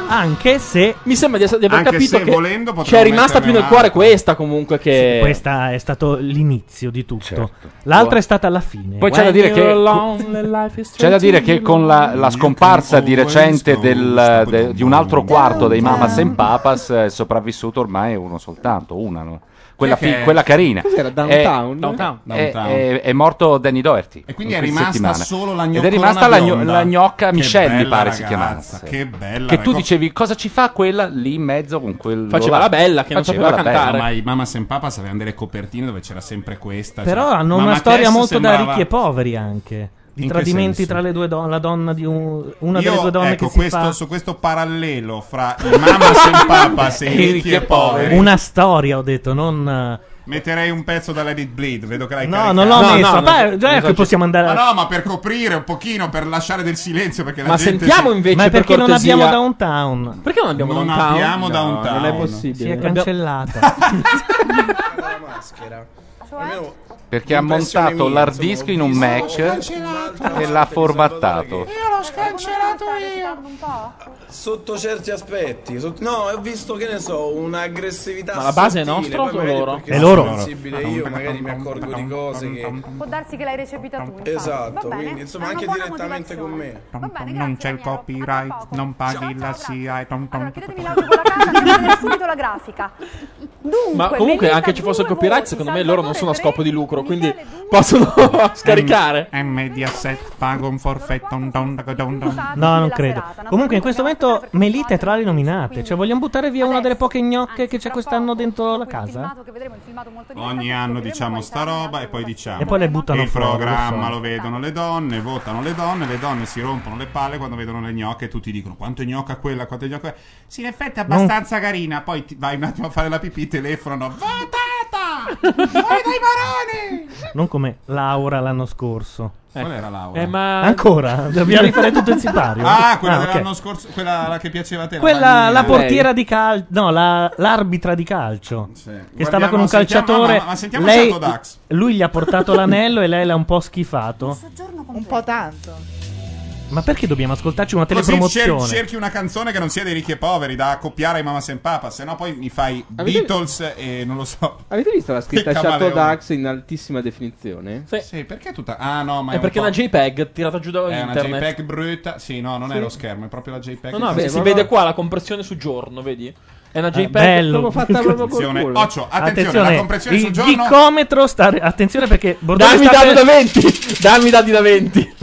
Speaker 1: Anche se
Speaker 2: mi sembra di, ess- di aver
Speaker 1: Anche
Speaker 2: capito
Speaker 1: se
Speaker 2: che
Speaker 1: volendo potremmo
Speaker 2: c'è rimasta più nel
Speaker 1: metterne
Speaker 2: cuore questa comunque che
Speaker 1: Sì, questa è stato l'inizio di tutto.
Speaker 4: Certo.
Speaker 1: L'altra è stata alla fine.
Speaker 6: Poi c'è da dire che- C'è da dire che con la, la scomparsa di recente del- de- di un altro quarto dei Mamas and Papas eh, è sopravvissuto ormai uno soltanto, una. no? Quella,
Speaker 4: Chi è che
Speaker 6: fi-
Speaker 4: è?
Speaker 6: quella carina.
Speaker 4: Cos'era,
Speaker 6: Eh,
Speaker 4: Downtown?
Speaker 6: Downtown. È,
Speaker 4: Downtown.
Speaker 6: è- è morto Danny Doherty. E
Speaker 4: Quindi è rimasta solo la
Speaker 6: Ed è rimasta la,
Speaker 4: gnoccolona bionda.
Speaker 6: la gnocca
Speaker 4: Che
Speaker 6: Michelle, mi
Speaker 4: bella
Speaker 6: pare si
Speaker 4: ragazza,
Speaker 6: chiamasse.
Speaker 4: che bella
Speaker 6: Che tu
Speaker 4: ragazza.
Speaker 6: dicevi, cosa ci fa quella lì in mezzo con quel... Faceva la bella.
Speaker 4: Ma i Mamas and Papas avevano delle copertine dove c'era sempre questa.
Speaker 1: Però
Speaker 4: cioè,
Speaker 1: hanno
Speaker 4: Mamma
Speaker 1: una storia
Speaker 4: Tess
Speaker 1: molto da
Speaker 4: sembrava-
Speaker 1: ricchi e poveri anche. Di
Speaker 4: In che
Speaker 1: tradimenti
Speaker 4: senso?
Speaker 1: tra le due donne, la donna di un- una
Speaker 4: Io,
Speaker 1: delle due donne
Speaker 4: ecco,
Speaker 1: che si
Speaker 4: questo,
Speaker 1: fa
Speaker 4: su questo parallelo fra i Mamas and Papas e i ricchi e poveri.
Speaker 1: Una storia, ho detto, non
Speaker 4: Metterei un pezzo da Let It Bleed, vedo che l'hai
Speaker 1: No,
Speaker 4: caricato.
Speaker 1: non l'ho No, messo. no, Beh, no, già non che so- possiamo andare-
Speaker 4: Ma no, ma per coprire un pochino, per lasciare del silenzio, perché la
Speaker 2: Ma
Speaker 4: gente
Speaker 2: sentiamo
Speaker 4: si-
Speaker 2: invece
Speaker 1: Ma è perché non abbiamo Downtown?
Speaker 2: Perché non abbiamo
Speaker 4: Non
Speaker 2: Downtown?
Speaker 4: abbiamo
Speaker 2: No,
Speaker 4: Downtown.
Speaker 2: non è possibile.
Speaker 1: Si è
Speaker 2: Abbiamo-
Speaker 1: cancellata.
Speaker 7: la maschera. Almeno
Speaker 6: Perché ha
Speaker 7: L'impressione
Speaker 6: montato
Speaker 7: mia,
Speaker 6: l'hard
Speaker 7: insomma,
Speaker 6: disk
Speaker 7: ho
Speaker 6: in un
Speaker 7: visto-
Speaker 6: Mac e l'ha formattato.
Speaker 7: Io l'ho scancellato io. Sotto certi aspetti, sotto- no, ho visto che ne so, un'aggressività.
Speaker 2: Ma la base è
Speaker 7: sottile,
Speaker 2: nostra o
Speaker 7: poi magari
Speaker 2: loro?
Speaker 7: perché
Speaker 1: È
Speaker 7: sono
Speaker 1: loro. Ah,
Speaker 7: sensibile io magari mi accorgo di cose che
Speaker 9: Può darsi che l'hai recepita tu. infatti.
Speaker 7: Esatto,
Speaker 9: Va bene,
Speaker 7: quindi insomma
Speaker 9: è una
Speaker 7: anche
Speaker 9: buona
Speaker 7: direttamente con me.
Speaker 4: Non c'è il copyright, non paghi la CIA.
Speaker 9: Chiedetemi l'audio con la casa, andiamo a vedere subito la grafica. Dunque,
Speaker 2: Ma comunque
Speaker 9: Melissa
Speaker 2: anche ci fosse il
Speaker 9: Giulio
Speaker 2: copyright,
Speaker 9: Volpi,
Speaker 2: secondo me loro non sono a scopo di lucro, quindi possono scaricare.
Speaker 4: È Mediaset, pago un forfetto. un don, da- don, don.
Speaker 1: No, non credo. Comunque in questo momento Melita è tra le nominate. Cioè vogliamo buttare via una delle poche gnocche che c'è quest'anno dentro la casa?
Speaker 4: Ogni anno diciamo sta roba e poi diciamo.
Speaker 1: E poi le buttano
Speaker 4: Il
Speaker 1: fuori, lo
Speaker 4: programma
Speaker 1: so.
Speaker 4: lo vedono le donne, votano le donne, le donne si rompono le palle quando vedono le gnocche e tutti dicono quanto è gnocca quella, quanto è gnocca quella. Sì, in effetti è abbastanza carina. Poi ti- vai un attimo a fare la pipì, telefonano.
Speaker 1: Non come Laura l'anno scorso.
Speaker 2: Ecco.
Speaker 4: Qual era Laura?
Speaker 1: Eh, ma- Ancora? Dobbiamo rifare tutto il sipario?
Speaker 4: Ah, quella
Speaker 1: Ah, ok.
Speaker 4: dell'anno scorso, quella la che piaceva a te.
Speaker 1: Quella, la
Speaker 4: bagnina.
Speaker 1: portiera di calcio, no, la- l'arbitra di calcio che stava
Speaker 4: Guardiamo-
Speaker 1: con un
Speaker 4: sentiamo-
Speaker 1: calciatore.
Speaker 4: ma- ma sentiamo
Speaker 1: lei,
Speaker 4: Shadow Dax.
Speaker 1: lui gli ha portato l'anello e lei l'ha un po' schifato.
Speaker 13: Un po' tanto.
Speaker 1: Ma perché dobbiamo ascoltarci una
Speaker 4: Così cer-
Speaker 1: telepromozione?
Speaker 4: cerchi una canzone che non sia dei ricchi e poveri da accoppiare ai Mama Sen Papa, se no poi mi fai
Speaker 5: Avete-
Speaker 4: Beatles e Eh, non lo so.
Speaker 5: Avete visto la scritta
Speaker 4: Che
Speaker 5: Shadow
Speaker 4: camaleone.
Speaker 5: Dax in altissima definizione?
Speaker 2: Sì.
Speaker 4: perché tutta. Ah, no, ma
Speaker 2: è
Speaker 4: un
Speaker 2: perché
Speaker 4: po'-
Speaker 2: una JPEG tirata giù da
Speaker 4: È una
Speaker 2: internet.
Speaker 4: JPEG brutta. Sì, no, non
Speaker 2: Sì.
Speaker 4: è lo schermo, è proprio la JPEG.
Speaker 2: No, no,
Speaker 4: Sì,
Speaker 2: si
Speaker 4: ma-
Speaker 2: vede qua la compressione su giorno, vedi? È una
Speaker 1: Ah,
Speaker 2: JPEG
Speaker 1: bello.
Speaker 2: proprio fatta proprio col
Speaker 4: Attenzione.
Speaker 2: culo.
Speaker 4: Occhio, attenzione, la compressione
Speaker 1: il
Speaker 4: sul giorno-
Speaker 1: gicometro sta attenzione perché Bordone
Speaker 2: Dammi
Speaker 1: sta
Speaker 2: dadi
Speaker 1: per-
Speaker 2: da 20. Dammi dadi da 20.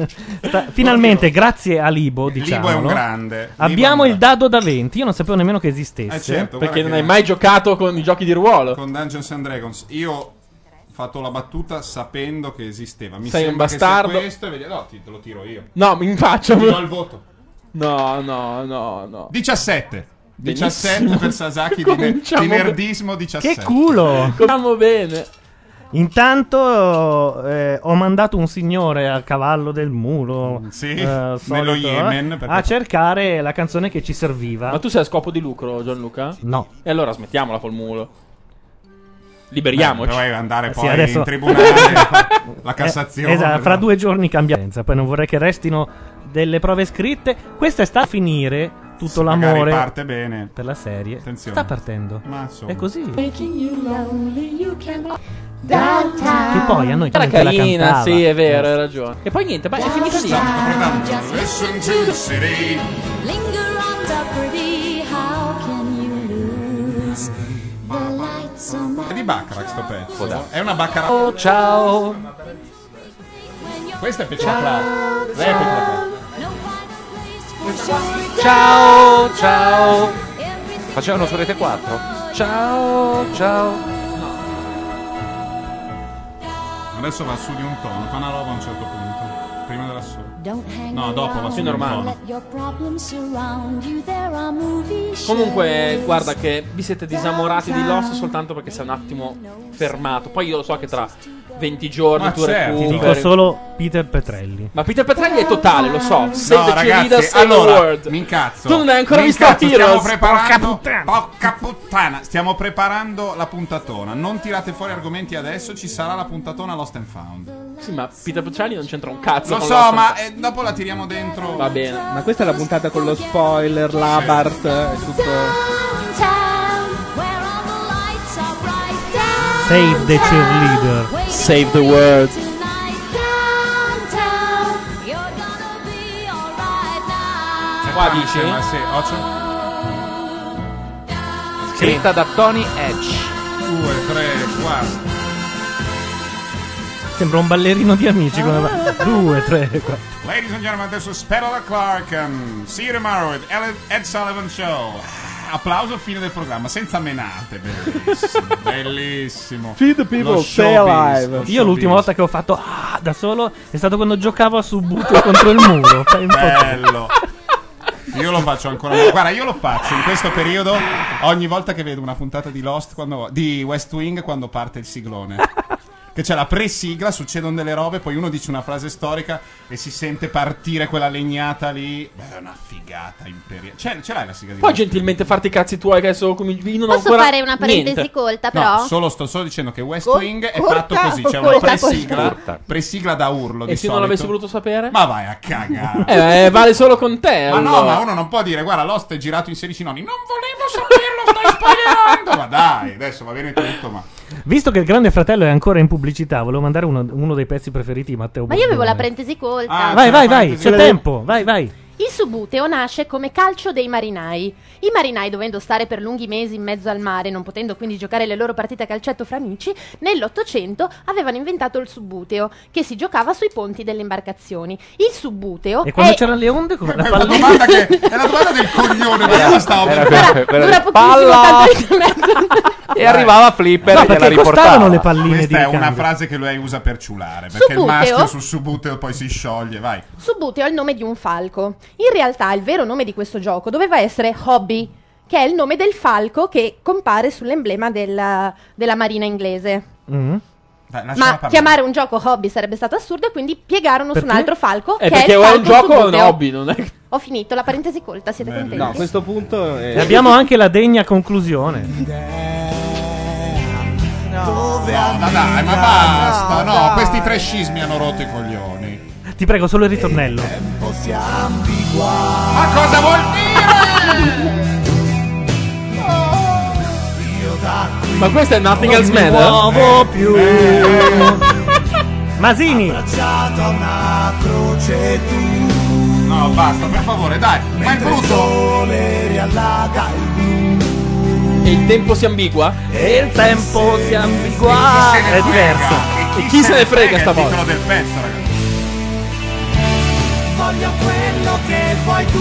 Speaker 1: sta- finalmente grazie a Libo, diciamo.
Speaker 2: è un grande. Libo
Speaker 1: Abbiamo il dado da 20, io non sapevo nemmeno che esistesse.
Speaker 4: Eh, certo, guarda
Speaker 2: Perché
Speaker 4: che-
Speaker 2: non hai mai giocato con i giochi di ruolo.
Speaker 4: Con Dungeons and Dragons. Io fatto la battuta sapendo che esisteva. Mi
Speaker 5: Sei un
Speaker 4: sembra che sia
Speaker 5: bastardo.
Speaker 4: questo e vedi- no, ti- te lo tiro io.
Speaker 5: No, mi faccia.
Speaker 4: Ti do il voto.
Speaker 5: No, no, no, no.
Speaker 4: 17. 17
Speaker 5: Benissimo.
Speaker 4: per Sasaki di, ne-
Speaker 5: Cominciamo
Speaker 4: di
Speaker 5: be-
Speaker 4: nerdismo 17.
Speaker 1: Che culo!
Speaker 5: Cominciamo bene.
Speaker 1: Intanto eh, ho mandato un signore al cavallo del mulo
Speaker 5: nello
Speaker 1: solito,
Speaker 5: Yemen,
Speaker 1: eh,
Speaker 5: perché-
Speaker 1: a cercare la canzone che ci serviva.
Speaker 5: Ma tu sei a scopo di lucro, Gianluca?
Speaker 1: No.
Speaker 5: E allora smettiamola col mulo. Liberiamoci.
Speaker 4: Beh, doveva andare
Speaker 5: Eh sì,
Speaker 4: poi
Speaker 1: adesso-
Speaker 4: in tribunale la Cassazione.
Speaker 1: Eh, esatto, fra due giorni cambia senza, poi non vorrei che restino delle prove scritte. Questa sta a finire tutto
Speaker 4: Magari
Speaker 1: l'amore
Speaker 4: parte bene.
Speaker 1: per la serie.
Speaker 4: Attenzione.
Speaker 1: Sta partendo.
Speaker 4: Ma insomma.
Speaker 1: È così.
Speaker 15: Making you lonely, you cannot.
Speaker 1: Che poi a noi
Speaker 5: Era
Speaker 1: comunque la
Speaker 5: carina,
Speaker 1: cantava.
Speaker 5: sì, è vero, hai ragione. E poi niente, ma è finita lì.
Speaker 15: Just listen to the city. Linger on the pretty. How can you lose the lights on
Speaker 4: È
Speaker 15: my
Speaker 4: di Baccarat sto pezzo.
Speaker 15: Può darsi.
Speaker 4: È una Baccarat.
Speaker 15: Oh, ciao.
Speaker 4: Questa è Peccia Clark. Lei è Peccia Clark.
Speaker 6: Ciao, ciao. Facevano su Rete 4. Ciao, ciao.
Speaker 4: Adesso va su di un tono, fa una roba a un certo punto. Prima della sola.
Speaker 15: Don't hang
Speaker 4: No, dopo va
Speaker 15: around.
Speaker 4: su di un tono.
Speaker 15: Let your problems surround you. There are movie shows.
Speaker 5: Comunque, guarda che vi siete disamorati di Lost soltanto perché sei un attimo fermato. Poi io lo so che tra 20 giorni
Speaker 1: Ma
Speaker 5: tu
Speaker 1: certo. Ti dico
Speaker 5: recuperi.
Speaker 1: solo Peter Petrelli.
Speaker 5: Ma Peter Petrelli è totale, lo so. Save the
Speaker 4: ragazzi,
Speaker 5: Cheerleader, save the
Speaker 4: allora,
Speaker 5: world.
Speaker 4: mi incazzo.
Speaker 5: Tu non hai ancora
Speaker 4: Mi
Speaker 5: visto
Speaker 4: incazzo,
Speaker 5: la
Speaker 4: Stiamo
Speaker 5: Heroes.
Speaker 4: preparando,
Speaker 5: Porca
Speaker 4: porca puttana. stiamo preparando la puntatona. Non tirate fuori argomenti adesso, ci sarà la puntatona Lost and Found.
Speaker 5: Sì, ma Peter Petrelli non c'entra un cazzo.
Speaker 4: Lo
Speaker 5: con
Speaker 4: so,
Speaker 5: Lost.
Speaker 4: ma eh, dopo la tiriamo dentro.
Speaker 5: Va bene.
Speaker 4: Ma
Speaker 5: Ma questa è la puntata con lo spoiler, l'Abart e tutto.
Speaker 3: Cioè,
Speaker 1: Save the cheerleader.
Speaker 5: Save the world.
Speaker 4: Qua dice? Eh, Ma sì, oh, occhio.
Speaker 6: Scritta da Tony Edge.
Speaker 4: 2, 3, 4.
Speaker 1: Sembra un ballerino di amici. come va. Due, tre, quattro.
Speaker 4: Ladies and gentlemen, this was Pedola Clark. um, see you tomorrow with Ele- Ed Sullivan Show. Applauso fine del programma, senza menate. Bellissimo. bellissimo.
Speaker 1: Feed the
Speaker 4: Lo showbiz, lo
Speaker 1: Io
Speaker 4: showbiz.
Speaker 1: l'ultima volta che ho fatto ah, da solo è stato quando giocavo a Subuto contro il muro. Fai un po' te.
Speaker 4: Bello. Io lo faccio ancora. Guarda, io lo faccio in questo periodo. Ogni volta che vedo una puntata di Lost, quando- di West Wing, quando parte il siglone. Che c'è la pre-sigla, succedono delle robe, poi uno dice una frase storica e si sente partire quella legnata lì. Beh, è una figata imperiale. C'è- ce l'hai la sigla di
Speaker 5: Puoi
Speaker 4: West Wing?
Speaker 5: gentilmente farti i cazzi tuoi che adesso come vino
Speaker 19: Posso fare una parentesi colta, però?
Speaker 4: No, solo sto solo dicendo che West
Speaker 19: Col-
Speaker 4: Wing è
Speaker 19: corta
Speaker 4: fatto così,
Speaker 19: o
Speaker 4: c'è una
Speaker 19: corta?
Speaker 4: presigla,
Speaker 19: Corta.
Speaker 4: presigla da urlo
Speaker 5: E
Speaker 4: di
Speaker 5: se non
Speaker 4: solito.
Speaker 5: l'avessi voluto sapere?
Speaker 4: Ma vai a cagare.
Speaker 5: Eh, eh, vale solo con te.
Speaker 4: Ma no,
Speaker 5: allora.
Speaker 4: ma uno non può dire guarda, Lost è girato in 16 nonni. Non volevo saperlo, stai spoilerando. ma dai, adesso va bene tutto, ma
Speaker 1: Visto che il Grande Fratello è ancora in pubblicità, volevo mandare uno, uno dei pezzi preferiti di Matteo
Speaker 19: Ma io avevo
Speaker 1: Bordone.
Speaker 19: Ah, la parentesi
Speaker 3: Ah,
Speaker 19: colta.
Speaker 1: Vai, vai, vai, c'è tempo. Vai, vai.
Speaker 3: Il subuteo nasce come calcio dei marinai. I marinai, dovendo stare per lunghi mesi in mezzo al mare, non potendo quindi giocare le loro partite a calcetto fra amici, nell'Ottocento avevano inventato il subuteo, che si giocava sui ponti delle imbarcazioni. Il subuteo
Speaker 1: E
Speaker 19: Eh.
Speaker 1: quando
Speaker 3: è...
Speaker 1: c'erano le onde, come la
Speaker 3: È
Speaker 1: palla.
Speaker 4: domanda che- è la domanda del coglione. ma io stavo
Speaker 6: Era-
Speaker 4: pensando-
Speaker 6: quella
Speaker 3: dura
Speaker 6: di-
Speaker 3: pochissimo,
Speaker 6: Palla!
Speaker 3: tanto è-
Speaker 6: E arrivava Flipper e la riportava.
Speaker 4: Questa è una
Speaker 6: ricambio.
Speaker 4: frase che lui usa per ciulare, perché il
Speaker 3: Subuteo.
Speaker 4: maschio sul subuteo poi si scioglie, vai.
Speaker 3: Subuteo è il nome di un falco. In realtà il vero nome di questo gioco doveva essere Hobby, che è il nome del falco che compare sull'emblema della- della marina inglese.
Speaker 4: Dai, lasciala
Speaker 3: Ma
Speaker 4: parlare.
Speaker 3: chiamare un gioco hobby sarebbe stato assurdo e quindi piegarono su un
Speaker 5: Perché?
Speaker 3: altro falco
Speaker 5: Eh,
Speaker 3: che è
Speaker 5: perché
Speaker 3: il
Speaker 5: o è un
Speaker 3: falco
Speaker 5: gioco o è un
Speaker 3: subuteo.
Speaker 5: hobby, non è che-
Speaker 3: Ho finito la parentesi colta, siete
Speaker 4: Eh,
Speaker 3: contenti?
Speaker 5: No, a questo punto.
Speaker 1: E abbiamo anche la degna conclusione.
Speaker 4: Ma dai, ma basta, no, questi tre scismi hanno rotto i coglioni.
Speaker 1: Ti prego, solo il ritornello.
Speaker 4: Ma cosa vuol dire?
Speaker 5: Ma questo è Nothing Else
Speaker 1: mi
Speaker 5: Matter?
Speaker 1: muovo più. Masini.
Speaker 4: No, basta, per favore, dai. Ma è brutto.
Speaker 5: E il tempo si ambigua? E il tempo si ambigua. È diverso. E chi, se ne frega,
Speaker 4: È
Speaker 5: stavolta?
Speaker 4: il titolo del pezzo, ragazzi.
Speaker 15: Voglio quello che vuoi tu.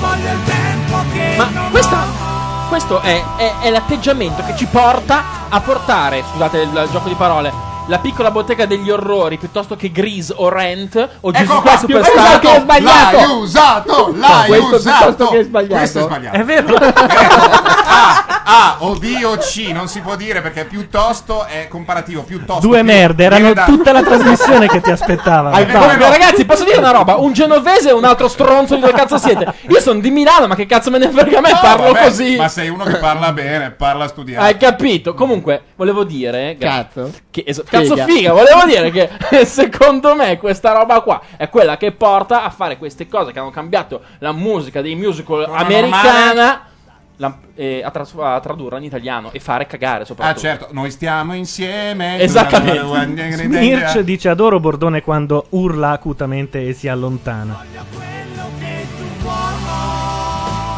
Speaker 15: Voglio il tempo che
Speaker 5: Ma questa
Speaker 2: Questo è, è- è l'atteggiamento che ci porta a portare, scusate il, il gioco di parole, la piccola bottega degli orrori piuttosto che Grease o Rent o Gesù
Speaker 4: Ecco
Speaker 2: qua
Speaker 4: qua,
Speaker 2: Superstar.
Speaker 4: ho sbagliato,
Speaker 2: L'hai
Speaker 4: l'hai usato, l'hai
Speaker 2: questo
Speaker 4: usato.
Speaker 2: piuttosto che è sbagliato.
Speaker 4: Questo è sbagliato.
Speaker 1: È vero.
Speaker 4: A o B o C non si può dire perché piuttosto è comparativo. Piuttosto
Speaker 1: Due
Speaker 4: più-
Speaker 1: merde, erano
Speaker 4: viene da-
Speaker 1: tutta la trasmissione che ti aspettava.
Speaker 2: Hai
Speaker 1: Vabbè.
Speaker 2: proprio- Ragazzi, posso dire una roba? Un genovese e un altro stronzo di dove cazzo siete? Io sono di Milano, ma che cazzo me ne frega a me?
Speaker 4: No,
Speaker 2: parlo
Speaker 4: vabbè,
Speaker 2: così.
Speaker 4: Ma sei uno che parla bene, parla studiato.
Speaker 2: Ah, Hai capito? Comunque, volevo dire. Cazzo. Che, es-
Speaker 4: Figa.
Speaker 2: cazzo figa, volevo dire che secondo me questa roba qua è quella che porta a fare queste cose che hanno cambiato la musica dei musical americana la- eh, a, tras- a tradurla in italiano e fare cagare
Speaker 4: Ah,
Speaker 2: soprattutto.
Speaker 4: certo, noi stiamo insieme.
Speaker 1: Esattamente. Smirch dice adoro Bordone quando urla acutamente e si allontana.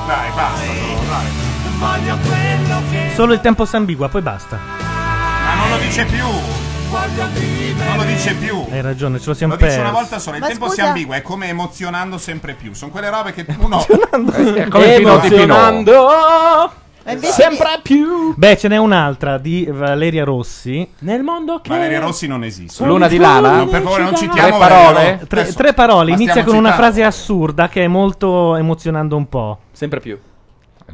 Speaker 4: Dai, basta. no, dai.
Speaker 15: Voglio quello che
Speaker 1: Solo il tempo s'ambigua, poi basta.
Speaker 4: Ma non lo dice più.
Speaker 15: voglio vivere.
Speaker 4: Non lo dice più.
Speaker 1: Hai ragione, ce lo siamo
Speaker 4: Lo dice una
Speaker 1: persi.
Speaker 4: volta sola, il
Speaker 15: Ma
Speaker 4: tempo
Speaker 15: scusa-
Speaker 4: si ambigua, è come emozionando sempre più. Sono quelle robe che uno
Speaker 1: Eh, come Pinot di Emozionando.
Speaker 2: Sempre più.
Speaker 1: Beh, ce n'è un'altra di Valeria Rossi.
Speaker 2: Nel mondo che
Speaker 4: Valeria Rossi non esiste.
Speaker 1: Luna di lana?
Speaker 4: No, per favore, non
Speaker 1: Tre
Speaker 4: citiamo
Speaker 1: parole?
Speaker 4: Valeria Rossi.
Speaker 1: Tre,
Speaker 4: Adesso-
Speaker 1: tre parole,
Speaker 4: ma
Speaker 1: inizia
Speaker 4: stiamo
Speaker 1: con una
Speaker 4: citando.
Speaker 1: frase assurda che è molto emozionando un po'.
Speaker 2: Sempre più.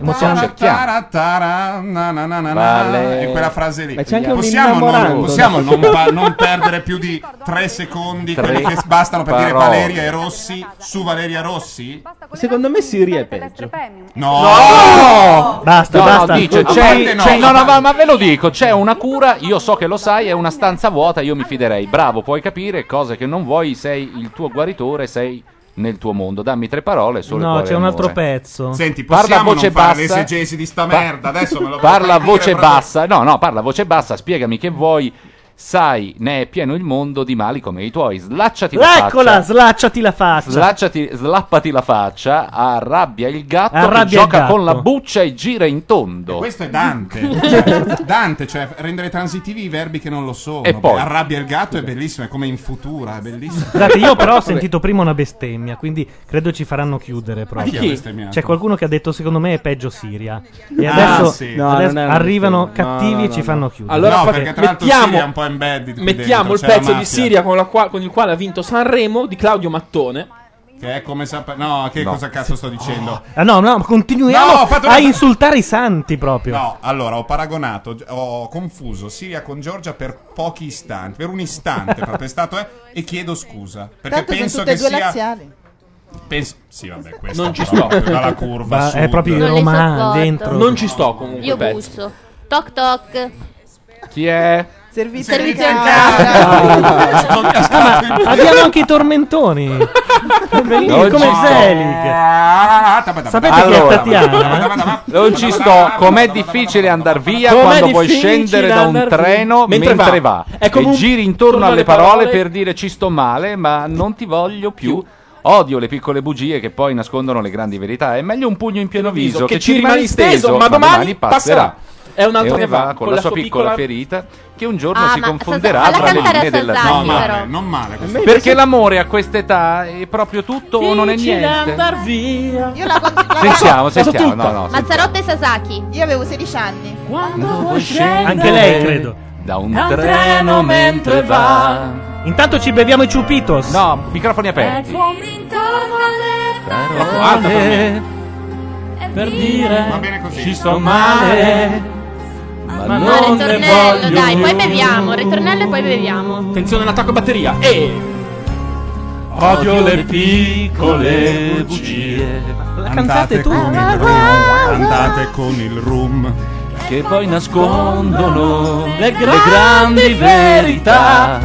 Speaker 1: Emozionante.
Speaker 4: Tara, tara, na, na, na, na, na,
Speaker 1: Vale-
Speaker 4: E quella frase lì.
Speaker 1: Ma c'è anche un
Speaker 4: possiamo non,
Speaker 1: innamorando.
Speaker 4: possiamo non pa- non perdere più di tre secondi,
Speaker 5: Tre
Speaker 4: quelli che bastano per dire
Speaker 5: parole.
Speaker 4: Valeria e Rossi su Valeria Rossi?
Speaker 5: Secondo me Siri è peggio.
Speaker 4: No!
Speaker 1: Basta,
Speaker 6: No, no,
Speaker 1: basta.
Speaker 6: dice,
Speaker 1: A
Speaker 6: c'è,
Speaker 1: parte no.
Speaker 6: c'è- no, no, ma, ma ve lo dico, c'è una cura, io so che lo sai, è una stanza vuota, io mi fiderei. Bravo, puoi capire cose che non vuoi, sei il tuo guaritore, sei nel tuo mondo. Dammi tre parole solo
Speaker 1: No,
Speaker 6: cuore
Speaker 1: c'è
Speaker 6: e
Speaker 1: un altro
Speaker 6: amore.
Speaker 1: pezzo.
Speaker 4: Senti,
Speaker 6: Parla
Speaker 4: possiamo
Speaker 6: a voce
Speaker 4: non fare
Speaker 6: bassa.
Speaker 4: l'esegesi di sta
Speaker 6: Pa-
Speaker 4: merda? Adesso me lo
Speaker 6: Parla a
Speaker 4: voglio
Speaker 6: voce
Speaker 4: dire proprio.
Speaker 6: bassa, no, no, parla a voce bassa, spiegami che vuoi. Sai, ne è pieno il mondo di mali come i tuoi. Slacciati la faccia.
Speaker 1: Eccola, slacciati la faccia.
Speaker 6: Slacciati, slappati la faccia, arrabbia il gatto
Speaker 1: Arrabbia il
Speaker 6: che gioca
Speaker 1: gatto.
Speaker 6: con la buccia e gira in tondo.
Speaker 4: Questo è Dante. Cioè, Dante, cioè rendere transitivi i verbi che non lo sono.
Speaker 6: E poi?
Speaker 4: Arrabbia il gatto è bellissimo, è come in futura, è bellissimo.
Speaker 1: Scusate, io però ho sentito prima una bestemmia, quindi credo ci faranno chiudere proprio.
Speaker 4: Chi ha bestemmiato?
Speaker 1: C'è qualcuno che ha detto secondo me è peggio Siria. E
Speaker 4: Ah,
Speaker 1: adesso,
Speaker 4: sì.
Speaker 1: adesso
Speaker 4: No, non è una
Speaker 1: arrivano
Speaker 4: bestemmia.
Speaker 1: cattivi
Speaker 4: No, no,
Speaker 1: e
Speaker 4: no,
Speaker 1: ci
Speaker 4: no.
Speaker 1: fanno chiudere.
Speaker 2: Allora,
Speaker 4: No,
Speaker 2: fa-
Speaker 4: perché tra l'altro
Speaker 2: mettiamo,
Speaker 4: Siria è un po' embedded qui
Speaker 2: mettiamo
Speaker 4: dentro,
Speaker 2: il
Speaker 4: c'è la
Speaker 2: pezzo di
Speaker 4: mafia.
Speaker 2: Siria con, la qua- con il quale ha vinto Sanremo di Claudio Mattone.
Speaker 4: Che è come sap- No, che cosa cazzo sto dicendo?
Speaker 1: Ah, no, no, continuiamo
Speaker 4: No, ho fatto una-
Speaker 1: a insultare i santi proprio.
Speaker 4: No, allora ho paragonato, ho confuso Siria con Giorgia per pochi istanti, per un istante proprio è stato eh, e chiedo scusa perché
Speaker 32: Tanto sono
Speaker 4: penso
Speaker 32: tutte e
Speaker 4: che
Speaker 32: due
Speaker 4: sia
Speaker 32: laziali.
Speaker 4: penso, sì, vabbè, questo
Speaker 2: Non ci sto.
Speaker 4: proprio, dalla curva
Speaker 1: Va- è
Speaker 4: sud.
Speaker 1: proprio i
Speaker 3: Non le
Speaker 1: romani
Speaker 3: sopporto.
Speaker 1: dentro.
Speaker 2: Non ci sto comunque.
Speaker 3: Io
Speaker 2: pezzo.
Speaker 3: busso. Toc toc.
Speaker 6: Chi è?
Speaker 32: Servizio,
Speaker 3: Servizio
Speaker 32: in
Speaker 3: in
Speaker 32: casa.
Speaker 1: Ah, ma abbiamo anche i tormentoni. È bellissimo,
Speaker 6: Non
Speaker 1: come
Speaker 6: ci sto. Eh,
Speaker 1: Zelig. Sapete chi è Tatiana?
Speaker 6: non ci sto. Com'è difficile andare via
Speaker 1: Com'è
Speaker 6: quando vuoi
Speaker 1: difficile
Speaker 6: scendere da un
Speaker 1: andar via.
Speaker 6: treno mentre,
Speaker 1: Mentre
Speaker 6: va.
Speaker 1: va.
Speaker 6: E
Speaker 1: È come un-
Speaker 6: giri intorno
Speaker 1: intorno
Speaker 6: alle
Speaker 1: alle
Speaker 6: parole,
Speaker 1: parole.
Speaker 6: per dire ci sto male, ma non ti voglio più. Odio le piccole bugie che poi nascondono le grandi verità. È meglio un pugno in pieno viso che, ci rimane steso, ma domani, passerà.
Speaker 2: È un altro
Speaker 6: e ne
Speaker 2: che
Speaker 6: va
Speaker 2: va
Speaker 6: con, la sua piccola, ferita che un giorno
Speaker 3: Ah,
Speaker 6: si
Speaker 3: ma
Speaker 6: confonderà
Speaker 3: Sasan- alla
Speaker 6: tra le
Speaker 3: cantare
Speaker 6: linee
Speaker 3: a
Speaker 6: della
Speaker 3: Sasan,
Speaker 6: vita.
Speaker 3: però.
Speaker 4: non male
Speaker 6: Perché l'amore a quest'età è proprio tutto o non è
Speaker 3: Difficile
Speaker 6: niente.
Speaker 3: andar
Speaker 2: via.
Speaker 32: Io la conto- la-
Speaker 6: Sentiamo, sentiamo. No, no,
Speaker 3: Mazzarotta e Sasaki.
Speaker 32: Io avevo 16 anni.
Speaker 1: Anche lei, credo.
Speaker 6: Da un
Speaker 1: Da un
Speaker 6: treno,
Speaker 1: treno
Speaker 6: mentre
Speaker 1: mentre
Speaker 6: va.
Speaker 1: va. Intanto ci beviamo i ciupitos.
Speaker 6: No, microfoni aperti.
Speaker 2: Eh.
Speaker 1: Ecco,
Speaker 2: Per dire
Speaker 4: Va bene così.
Speaker 2: ci sto male, ma,
Speaker 3: Ma
Speaker 2: non ne
Speaker 3: ritornello,
Speaker 2: voglio
Speaker 3: dai, poi
Speaker 2: più.
Speaker 3: beviamo. Ritornello e poi beviamo.
Speaker 2: Attenzione all'attacco a batteria. E odio le piccole bugie. La Ah,
Speaker 4: Andate con il room, andate con il room
Speaker 6: che poi nascondono
Speaker 2: le
Speaker 6: grandi
Speaker 2: verità.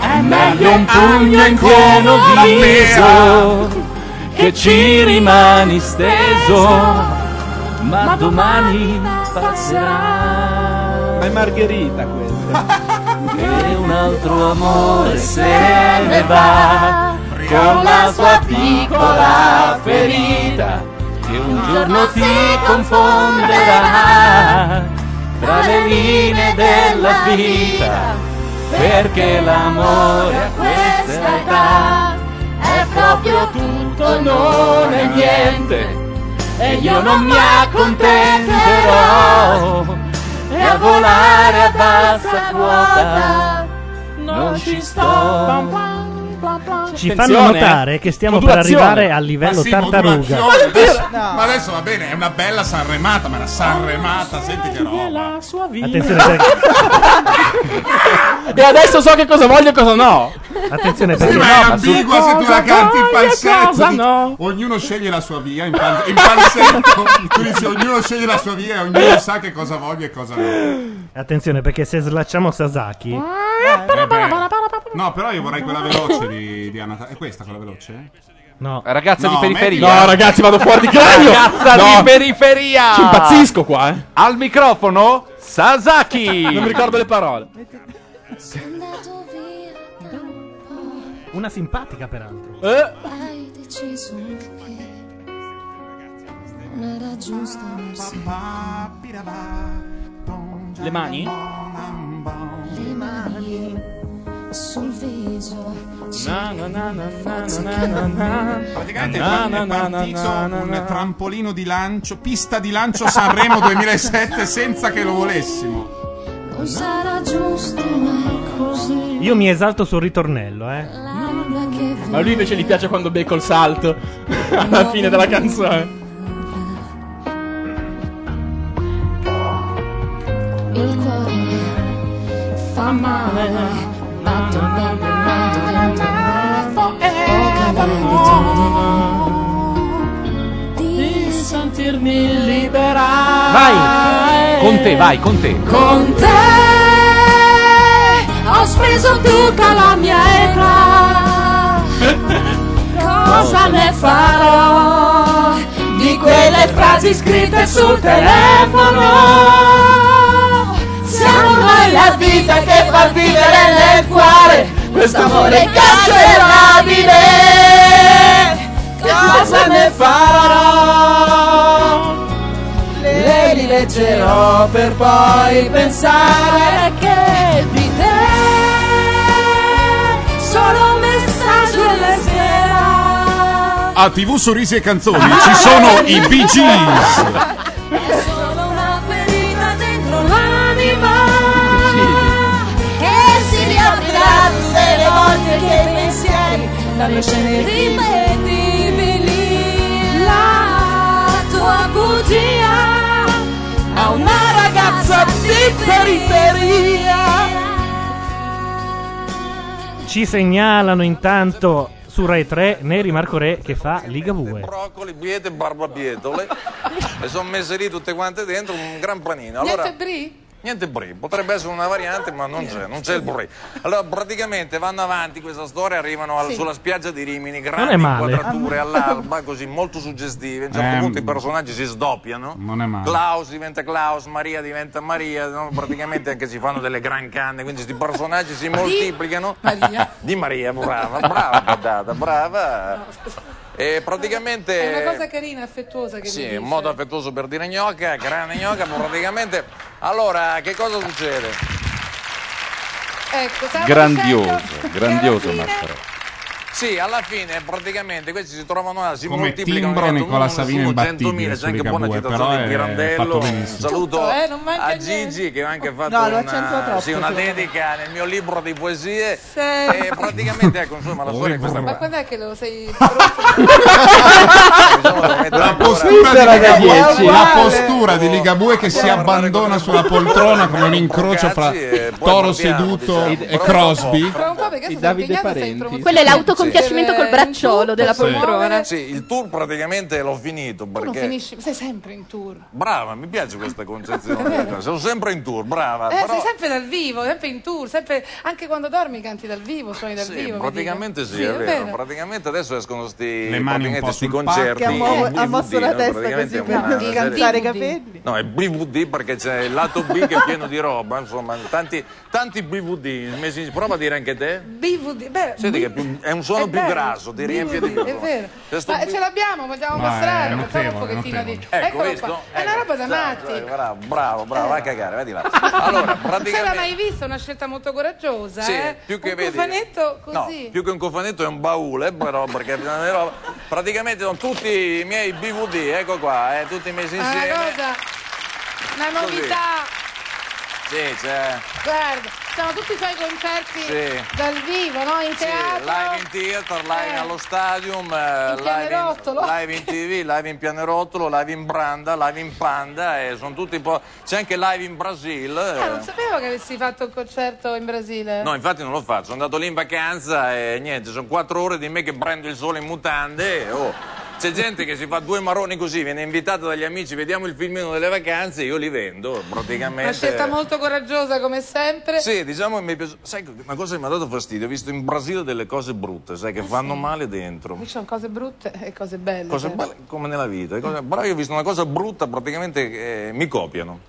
Speaker 6: È
Speaker 2: meglio un pugno in pieno viso che ci rimani steso, ma domani passerà. Ma è Margherita questa. e un altro amore se ne va con la sua piccola ferita che un giorno ti
Speaker 25: Ah.
Speaker 2: confonderà tra le linee della vita perché l'amore a questa età è proprio tutto non è niente
Speaker 15: e io non mi accontenterò e a volare a bassa quota non ci sto
Speaker 1: Ci fanno notare che stiamo per
Speaker 4: eh. Modulazione.
Speaker 1: arrivare al livello
Speaker 4: Ma Ah, sì,
Speaker 1: tartaruga.
Speaker 4: modulazione, adesso- Ma adesso va bene, è una bella sanremata, ma la sanremata, senti che roba.
Speaker 2: La sua vita.
Speaker 1: Attenzione perché,
Speaker 2: E adesso so che cosa voglio e cosa no.
Speaker 1: attenzione
Speaker 4: Sì,
Speaker 1: perché-
Speaker 4: ma è ambigua se tu la canti in
Speaker 2: cosa
Speaker 4: falsetto. dici-
Speaker 2: no.
Speaker 4: Ognuno sceglie la sua via in, fal- in falsetto. tu dici ognuno sceglie la sua via e ognuno sa che cosa voglio e cosa no.
Speaker 1: attenzione perché se slacciamo Sasaki,
Speaker 4: Eh beh. No, però io vorrei quella veloce di, di Anna Ta- È questa quella veloce?
Speaker 1: no.
Speaker 6: Eh, Ragazza di
Speaker 4: No,
Speaker 6: periferia.
Speaker 4: meglio- No, ragazzi, vado fuori di cranio.
Speaker 6: Ragazza
Speaker 4: No.
Speaker 6: di periferia.
Speaker 4: Ci impazzisco
Speaker 6: qua, eh. Al microfono Sasaki.
Speaker 2: Non mi ricordo le parole.
Speaker 1: una simpatica peraltro.
Speaker 15: Cioè, Eh? hai deciso che non era giusto amarsi
Speaker 2: Le mani?
Speaker 15: le mani sul viso
Speaker 2: Na, na, na, na, na, na, na, na.
Speaker 4: Praticamente
Speaker 2: Na,
Speaker 4: è
Speaker 2: na, na,
Speaker 4: partito
Speaker 2: na, na, na.
Speaker 4: un trampolino di lancio, pista di lancio Sanremo 2007 senza che lo volessimo.
Speaker 15: non sarà giusto mai così
Speaker 1: Io mi esalto sul ritornello, eh.
Speaker 15: l'alba che
Speaker 2: Ma lui invece gli piace quando becco il salto alla fine della canzone.
Speaker 15: il cuore fa male ma non è normale poca l'abitudine di sentirmi libera
Speaker 6: Vai. Con te, vai, con te.
Speaker 15: Con te ho speso tutta la mia età. Cosa ne farò di quelle frasi scritte sul telefono? Siamo noi la vita che fa vivere nel cuore questo amore cancerabile. Cosa ne farò? le rileggerò per poi pensare che di te solo un messaggio resterà
Speaker 4: A TV Sorrisi e Canzoni ci sono i Bee Gees.
Speaker 15: è solo una ferita dentro l'anima che si riaprirà tutte le volte che i pensieri dalle scene ripetibili la tua bugia a una ragazza di periferia
Speaker 1: Ci segnalano intanto su Rai 3 Neri Marco Re che fa Liga 2.
Speaker 27: Broccoli, biete, barbabietole. Le sono messe lì tutte quante dentro un gran panino. Allora, niente brie? Niente brie, potrebbe essere una variante, ma non c'è, non c'è il brie. Allora, praticamente vanno avanti questa storia, arrivano al-
Speaker 33: Sì.
Speaker 27: sulla spiaggia di Rimini,
Speaker 1: è
Speaker 27: grandi
Speaker 1: male.
Speaker 27: inquadrature
Speaker 3: Ah,
Speaker 27: all'alba, così molto suggestive. A un certo
Speaker 4: Ehm,
Speaker 27: punto i personaggi si sdoppiano.
Speaker 4: Non è male.
Speaker 27: Klaus diventa Klaus, Maria diventa Maria, no? praticamente anche si fanno delle gran canne, quindi questi personaggi si moltiplicano. Maria. Di Maria, brava, brava, badata, brava. E praticamente...
Speaker 7: È una cosa carina, affettuosa che
Speaker 27: Sì,
Speaker 7: mi dice.
Speaker 27: un modo affettuoso per dire gnocca, grande gnocca, ma praticamente. Allora, che cosa succede?
Speaker 7: Ecco, stavo
Speaker 27: Cioè,
Speaker 6: Grandioso,
Speaker 7: dicendo che
Speaker 6: grandioso
Speaker 7: alla fine-
Speaker 6: Marco Re.
Speaker 27: Sì, alla fine praticamente questi si trovano là, si
Speaker 4: Come
Speaker 27: moltiplicano.
Speaker 4: timbro
Speaker 27: diventano
Speaker 4: Nicola
Speaker 27: uno,
Speaker 4: Savino
Speaker 27: su
Speaker 4: imbattibile
Speaker 27: 100.000,
Speaker 4: su
Speaker 27: c'è anche
Speaker 4: Liga
Speaker 27: buona
Speaker 4: 2, però
Speaker 27: citazione di
Speaker 4: è fatto
Speaker 27: Pirandello. Un
Speaker 4: benissimo.
Speaker 27: saluto
Speaker 7: Tutto, eh, non manca
Speaker 27: a
Speaker 7: niente.
Speaker 27: Gigi che ha anche fatto
Speaker 7: No, lo accentua
Speaker 27: una,
Speaker 7: troppo,
Speaker 27: sì, una
Speaker 7: secondo me.
Speaker 27: dedica nel mio libro di poesie.
Speaker 7: Sì.
Speaker 27: E praticamente, ecco, insomma, la storia è questa
Speaker 7: Ma
Speaker 27: qua.
Speaker 7: quando è che lo sei
Speaker 4: La
Speaker 27: Sì,
Speaker 4: postura, di
Speaker 27: sarà da
Speaker 4: Ligabue,
Speaker 27: 10.
Speaker 4: la postura di Ligabue che si abbandona sulla poltrona come un incrocio fra Toro
Speaker 1: diciamo.
Speaker 4: seduto e Crosby.
Speaker 7: Fra un po' perché
Speaker 4: Di
Speaker 7: sono
Speaker 4: Davide
Speaker 7: impegnato
Speaker 4: Parenti.
Speaker 7: sei promosso.
Speaker 3: Quello è l'autocompiacimento
Speaker 7: Sì.
Speaker 3: col bracciolo della
Speaker 27: Sì.
Speaker 3: poltrona.
Speaker 27: Sì, il tour praticamente l'ho finito
Speaker 7: Tu non
Speaker 27: perché
Speaker 7: finisci, sei sempre in tour.
Speaker 27: Brava, mi piace questa concezione. Sono sempre in tour, brava.
Speaker 7: Eh,
Speaker 27: Ah, però
Speaker 7: sei sempre dal vivo, sempre in tour, sempre- anche quando dormi canti dal vivo, suoni dal
Speaker 27: sì,
Speaker 7: vivo. mi
Speaker 27: praticamente
Speaker 7: dico.
Speaker 27: sì, è vero. Praticamente adesso escono sti,
Speaker 4: Le mani un
Speaker 27: praticamente
Speaker 4: po'
Speaker 27: sti
Speaker 4: sul
Speaker 27: concerti.
Speaker 11: che ha, muo-
Speaker 27: DVD,
Speaker 11: ha mosso la
Speaker 27: no?
Speaker 11: testa
Speaker 27: Praticamente
Speaker 11: così
Speaker 27: è una
Speaker 11: per
Speaker 27: serie-
Speaker 11: scansare i capelli.
Speaker 27: No, è BVD perché c'è il lato B che è pieno di roba, insomma, tanti, tanti BVD messi in prova a dire anche te.
Speaker 7: BVD, beh,
Speaker 27: Senti che è più- è un suono sono
Speaker 7: è
Speaker 27: più
Speaker 7: bello.
Speaker 27: grasso, ti riempie di più.
Speaker 7: È vero.
Speaker 27: Se Cioè, sto
Speaker 7: Ma
Speaker 27: più-
Speaker 7: ce l'abbiamo, vogliamo
Speaker 27: Ma
Speaker 7: mostrare,
Speaker 27: è
Speaker 7: facciamo un
Speaker 27: notevole,
Speaker 7: pochettino di.
Speaker 27: notevole. Ecco,
Speaker 7: Eccolo
Speaker 27: visto?
Speaker 7: qua. È una roba da matti.
Speaker 27: Eh, Bravo, bravo, bravo, vai a cagare, vai di là. Allora,
Speaker 7: Non l'ha
Speaker 27: praticamente...
Speaker 7: mai vista, una scelta molto coraggiosa,
Speaker 27: Sì,
Speaker 7: eh?
Speaker 27: più che
Speaker 7: un
Speaker 27: vedi-
Speaker 7: cofanetto
Speaker 27: No,
Speaker 7: così.
Speaker 27: più che un cofanetto è un baule, però, perché bisogna di roba. Praticamente sono tutti i miei BVD, ecco qua, eh, tutti messi
Speaker 7: È una
Speaker 27: insieme.
Speaker 7: Ah, cosa, una
Speaker 27: Così.
Speaker 7: novità.
Speaker 27: Sì, c'è.
Speaker 7: Guarda, sono tutti i suoi concerti
Speaker 27: Sì.
Speaker 7: dal vivo, no? In teatro.
Speaker 27: Live in theater, live
Speaker 7: Eh.
Speaker 27: allo stadium, eh, live, in,
Speaker 7: pianerottolo.
Speaker 27: live in TV, live in pianerottolo, live in branda, live in panda, eh, sono tutti po- c'è anche live in Brasile.
Speaker 7: Ah, non sapevo che avessi fatto un concerto in Brasile.
Speaker 27: No, infatti non lo faccio, sono andato lì in vacanza e niente, sono quattro ore di me che prendo il sole in mutande e oh. C'è gente che si fa due maroni così, viene invitata dagli amici, vediamo il filmino delle vacanze, io li vendo praticamente.
Speaker 7: Una scelta molto coraggiosa come sempre.
Speaker 27: Sì, diciamo che mi è piaciuto. Sai, una cosa che mi ha dato fastidio, ho visto in Brasile delle cose brutte, sai,
Speaker 7: Eh
Speaker 27: che fanno male dentro.
Speaker 7: Qui ci sono cose brutte e cose belle. cioè.
Speaker 27: Cose
Speaker 7: però.
Speaker 27: belle come nella vita. cose- Però io ho visto una cosa brutta, praticamente eh, mi copiano.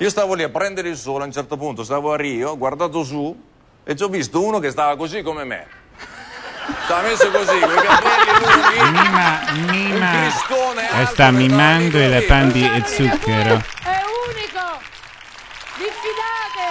Speaker 27: Io stavo lì a prendere il sole, a un certo punto stavo a Rio, ho guardato su e ci ho visto uno che stava così come me. Stava messo così, con i capelli lunghi. Un
Speaker 1: Eh,
Speaker 27: cristone
Speaker 15: E sta mimando i lepandi e zucchero.
Speaker 7: È unico! Diffidate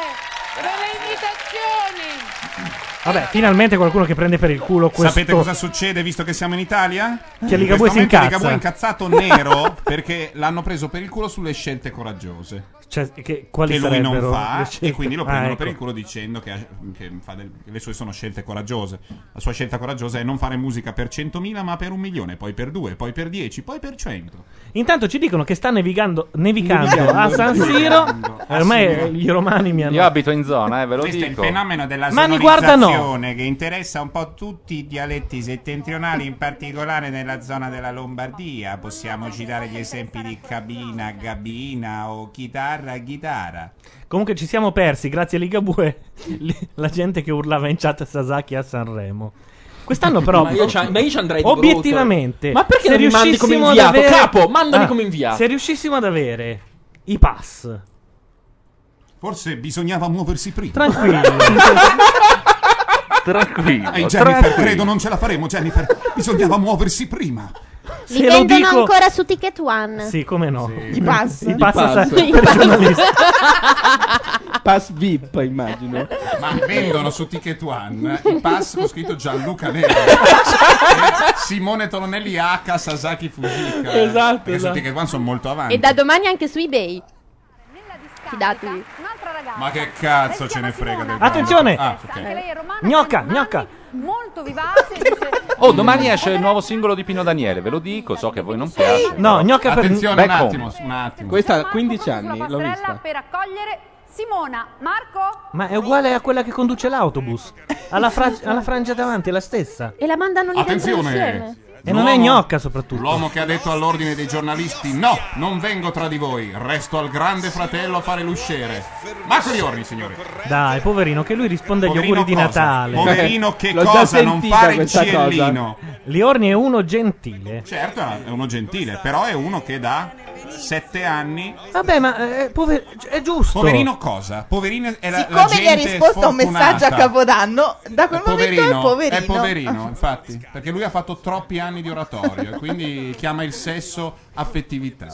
Speaker 7: delle imitazioni!
Speaker 1: Vabbè, finalmente qualcuno che prende per il culo questo.
Speaker 4: Sapete cosa succede visto che siamo in Italia?
Speaker 1: Che
Speaker 4: In
Speaker 1: Ligabue
Speaker 4: questo
Speaker 1: si
Speaker 4: momento
Speaker 1: incazza.
Speaker 4: Ligabue è incazzato nero perché l'hanno preso per il culo sulle scelte coraggiose.
Speaker 1: Cioè, che- quali
Speaker 4: lui non
Speaker 1: sarebbero le
Speaker 4: fa e
Speaker 1: scelte?
Speaker 4: quindi lo
Speaker 1: Ah,
Speaker 4: prendono
Speaker 1: ecco.
Speaker 4: per il culo dicendo che, ha- che fa del- che le sue sono scelte coraggiose. La sua scelta coraggiosa è non fare musica per 100.000 ma per un milione, poi per due, poi per 10, poi per 100.
Speaker 1: Intanto ci dicono che sta nevicando, nevicando
Speaker 4: Nevicando,
Speaker 1: a San Siro.
Speaker 4: nevicando. Ah,
Speaker 1: Ormai
Speaker 4: sì.
Speaker 1: gli romani mi hanno.
Speaker 6: Io abito in zona, eh, ve lo
Speaker 4: Questo è il
Speaker 6: dico.
Speaker 4: fenomeno della
Speaker 1: Ma mi guarda no.
Speaker 4: sonorizzazione che interessa un po' tutti i dialetti settentrionali, in particolare nella zona della Lombardia. Possiamo citare gli esempi di cabina, gabina o chitarra, chitarra.
Speaker 1: Comunque ci siamo persi, grazie a Ligabue, li- la gente che urlava in chat Sasaki a Sanremo. Quest'anno però...
Speaker 2: Ma io ci- ma io ci andrei di
Speaker 1: Obiettivamente...
Speaker 2: brutto. Ma perché
Speaker 1: se
Speaker 2: non mi mandi come
Speaker 1: riuscissimo ad
Speaker 2: inviato?
Speaker 1: avere- Ah,
Speaker 2: Capo, mandami come inviato.
Speaker 1: Se riuscissimo ad avere i pass...
Speaker 4: Forse bisognava muoversi prima.
Speaker 1: Tranquillo.
Speaker 6: Tranquillo.
Speaker 4: Ehi Jennifer,
Speaker 6: tranquillo.
Speaker 4: credo non ce la faremo, Jennifer. Bisognava muoversi prima.
Speaker 3: Li vendono ancora su Ticket One.
Speaker 1: Sì, come no.
Speaker 3: I pass.
Speaker 1: I pass,
Speaker 3: I pass.
Speaker 1: sa-
Speaker 3: I
Speaker 1: per
Speaker 3: pass.
Speaker 1: giornalisti.
Speaker 5: Pass VIP, immagino.
Speaker 4: Ma vendono su Ticket One i pass con scritto Gianluca Nero. E Simone Toronelli H, Sasaki Fujika.
Speaker 34: Esatto,
Speaker 4: Perché
Speaker 34: esatto.
Speaker 4: su Ticket One sono molto avanti.
Speaker 34: E da domani anche su eBay. Fidatevi.
Speaker 4: Ma che cazzo ce ne frega del
Speaker 6: Attenzione!
Speaker 4: Ah, ok.
Speaker 6: Gnocca, gnocca.
Speaker 9: Molto vivace, dice
Speaker 6: Oh, domani esce il nuovo singolo di Pino Daniele, ve lo dico, so che a voi non piace.
Speaker 1: No, gnocca per-
Speaker 4: Attenzione, un
Speaker 6: Back home.
Speaker 4: attimo, un attimo.
Speaker 6: Questa ha
Speaker 2: 15
Speaker 9: sulla
Speaker 2: anni, l'ho
Speaker 9: passerella
Speaker 2: vista.
Speaker 9: per accogliere Simona. Marco?
Speaker 1: Ma è uguale a quella che conduce l'autobus. Alla, fra- alla frangia davanti, è la
Speaker 35: Esatto.
Speaker 1: stessa.
Speaker 34: E la mandano lì dentro
Speaker 4: Attenzione!
Speaker 34: insieme.
Speaker 1: E non è
Speaker 4: L'uomo-
Speaker 1: gnocca soprattutto.
Speaker 4: L'uomo che ha detto all'ordine dei giornalisti: No, non vengo tra di voi, resto al grande fratello a fare l'usciere. Marco Iorni, signori.
Speaker 1: Dai, poverino, che lui risponde agli
Speaker 4: Poverino
Speaker 1: auguri di
Speaker 4: cosa?
Speaker 1: Natale.
Speaker 4: Poverino che L'ho già cosa, non sentita fare il questa cosa. ciellino.
Speaker 1: Liorni è uno gentile.
Speaker 4: Certo, è uno gentile, però è uno che da sette anni.
Speaker 1: Vabbè, ma eh, pover- è giusto.
Speaker 4: Poverino cosa? Poverino è la, la
Speaker 35: Come gli ha
Speaker 4: gente
Speaker 35: risposto a un messaggio a
Speaker 4: sfortunata.
Speaker 35: Capodanno, da quel momento
Speaker 4: Poverino,
Speaker 35: è poverino. Ah.
Speaker 4: è poverino, infatti, perché lui ha fatto troppi anni di oratorio e quindi chiama il sesso affettività.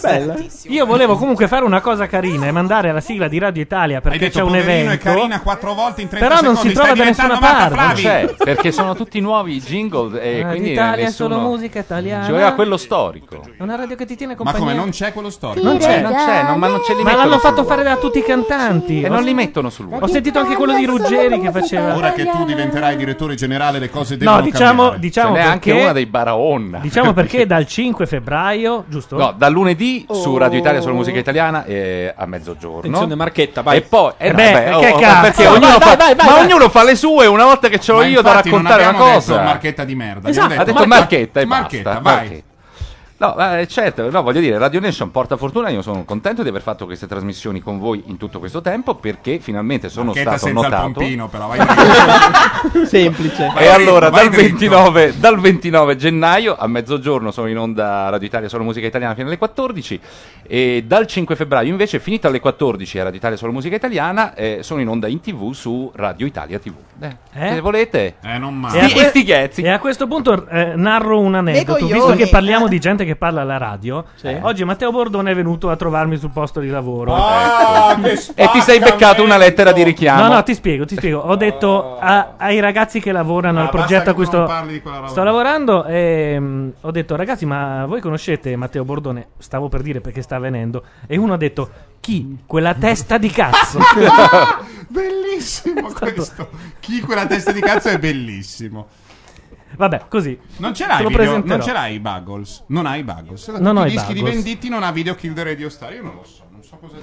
Speaker 1: Bella. Io volevo comunque fare una cosa carina e mandare la sigla di Radio Italia
Speaker 4: Hai
Speaker 1: perché
Speaker 4: detto
Speaker 1: c'è un
Speaker 4: poverino
Speaker 1: evento.
Speaker 4: e carina quattro volte in 30
Speaker 1: Però non
Speaker 4: secondi,
Speaker 1: si trova
Speaker 4: stai
Speaker 1: da
Speaker 4: diventando
Speaker 1: nessuna
Speaker 4: Marta
Speaker 1: parte.
Speaker 4: Flavi.
Speaker 6: C'è, cioè, perché sono tutti nuovi i jingle e
Speaker 1: Radio
Speaker 6: quindi
Speaker 1: Italia è
Speaker 6: nessuno...
Speaker 1: solo musica italiana.
Speaker 6: Ci voleva quello storico.
Speaker 1: È una radio che ti tiene
Speaker 4: Ma
Speaker 1: compagnia.
Speaker 4: come non c'è quello storico?
Speaker 1: Non c'è,
Speaker 6: non c'è, non- ma non ce li
Speaker 1: Ma
Speaker 6: mettono
Speaker 1: l'hanno
Speaker 6: su
Speaker 1: fatto
Speaker 6: lui.
Speaker 1: fare da tutti i cantanti.
Speaker 6: E
Speaker 1: Ho-
Speaker 6: non li mettono su lui.
Speaker 1: Ho sentito anche quello di Ruggeri che faceva.
Speaker 4: Ora che tu diventerai direttore generale, le cose devono
Speaker 1: No, diciamo,
Speaker 4: cambiare.
Speaker 1: diciamo
Speaker 6: Ce n'è anche
Speaker 1: perché-
Speaker 6: una dei Baraonna.
Speaker 1: Diciamo perché dal 5 febbraio, giusto?
Speaker 6: No, da lunedì su
Speaker 1: Oh.
Speaker 6: Radio Italia sulla musica italiana eh, a mezzogiorno.
Speaker 1: Attenzione,
Speaker 6: Marchetta, vai. E poi eh,
Speaker 1: Eh
Speaker 6: no,
Speaker 1: beh,
Speaker 6: vabbè,
Speaker 1: che
Speaker 6: oh,
Speaker 1: cazzo?
Speaker 6: perché
Speaker 1: Oh, vai,
Speaker 6: ognuno
Speaker 1: vai,
Speaker 6: fa-
Speaker 1: vai, vai,
Speaker 6: ma
Speaker 1: vai.
Speaker 6: ognuno fa le sue, una volta che ce l'ho
Speaker 4: Ma
Speaker 6: io da
Speaker 4: infatti non
Speaker 6: raccontare una
Speaker 4: abbiamo
Speaker 6: cosa.
Speaker 4: detto marchetta di merda.
Speaker 6: Esatto,
Speaker 4: abbiamo detto
Speaker 6: ha detto marchetta e
Speaker 4: marchetta,
Speaker 6: basta,
Speaker 4: vai.
Speaker 6: marchetta. No, ma, eh, certo, no, voglio dire, Radio Nation porta fortuna, io sono contento di aver fatto queste trasmissioni con voi in tutto questo tempo perché finalmente sono
Speaker 4: Marchetta
Speaker 6: stato
Speaker 4: senza il
Speaker 6: notato.
Speaker 4: pompino, però, vai
Speaker 5: Semplice.
Speaker 6: e allora dal 29, dal 29 gennaio a mezzogiorno sono in onda Radio Italia Solo Musica Italiana fino alle 14 e dal 5 febbraio invece finito alle 14 a Radio Italia Solo Musica Italiana eh, sono in onda in tv su Radio Italia TV. Eh,
Speaker 1: Eh?
Speaker 6: Se volete?
Speaker 4: Eh, non
Speaker 1: E a,
Speaker 6: Sti,
Speaker 1: que-
Speaker 6: sti ghezzi.
Speaker 1: e a questo punto eh, narro un aneddoto,
Speaker 6: coglioni.
Speaker 1: visto che parliamo di gente che parla alla radio. eh, Oggi Matteo Bordone è venuto a trovarmi sul posto di lavoro.
Speaker 6: e ti sei beccato una lettera di richiamo.
Speaker 1: No, no, ti spiego, ti spiego. Ho detto a- ai ragazzi che lavorano al progetto a cui sto, sto lavorando, ehm, ho detto ragazzi, ma voi conoscete Matteo Bordone? Stavo per dire perché sta venendo. E uno ha detto, chi? Quella testa di cazzo.
Speaker 4: Bellissimo questo. Chi quella testa di cazzo è bellissimo.
Speaker 1: Vabbè, così.
Speaker 4: Non ce l'hai,
Speaker 1: Te lo
Speaker 4: video,
Speaker 1: presenterò.
Speaker 4: non ce l'hai i Buggles. Non hai i Buggles.
Speaker 1: Non
Speaker 4: Tutti
Speaker 1: ho
Speaker 4: i
Speaker 1: i
Speaker 4: dischi di
Speaker 1: Buggles.
Speaker 4: venditi non ha video Kill the Radio Star. Io non lo so, non so cosa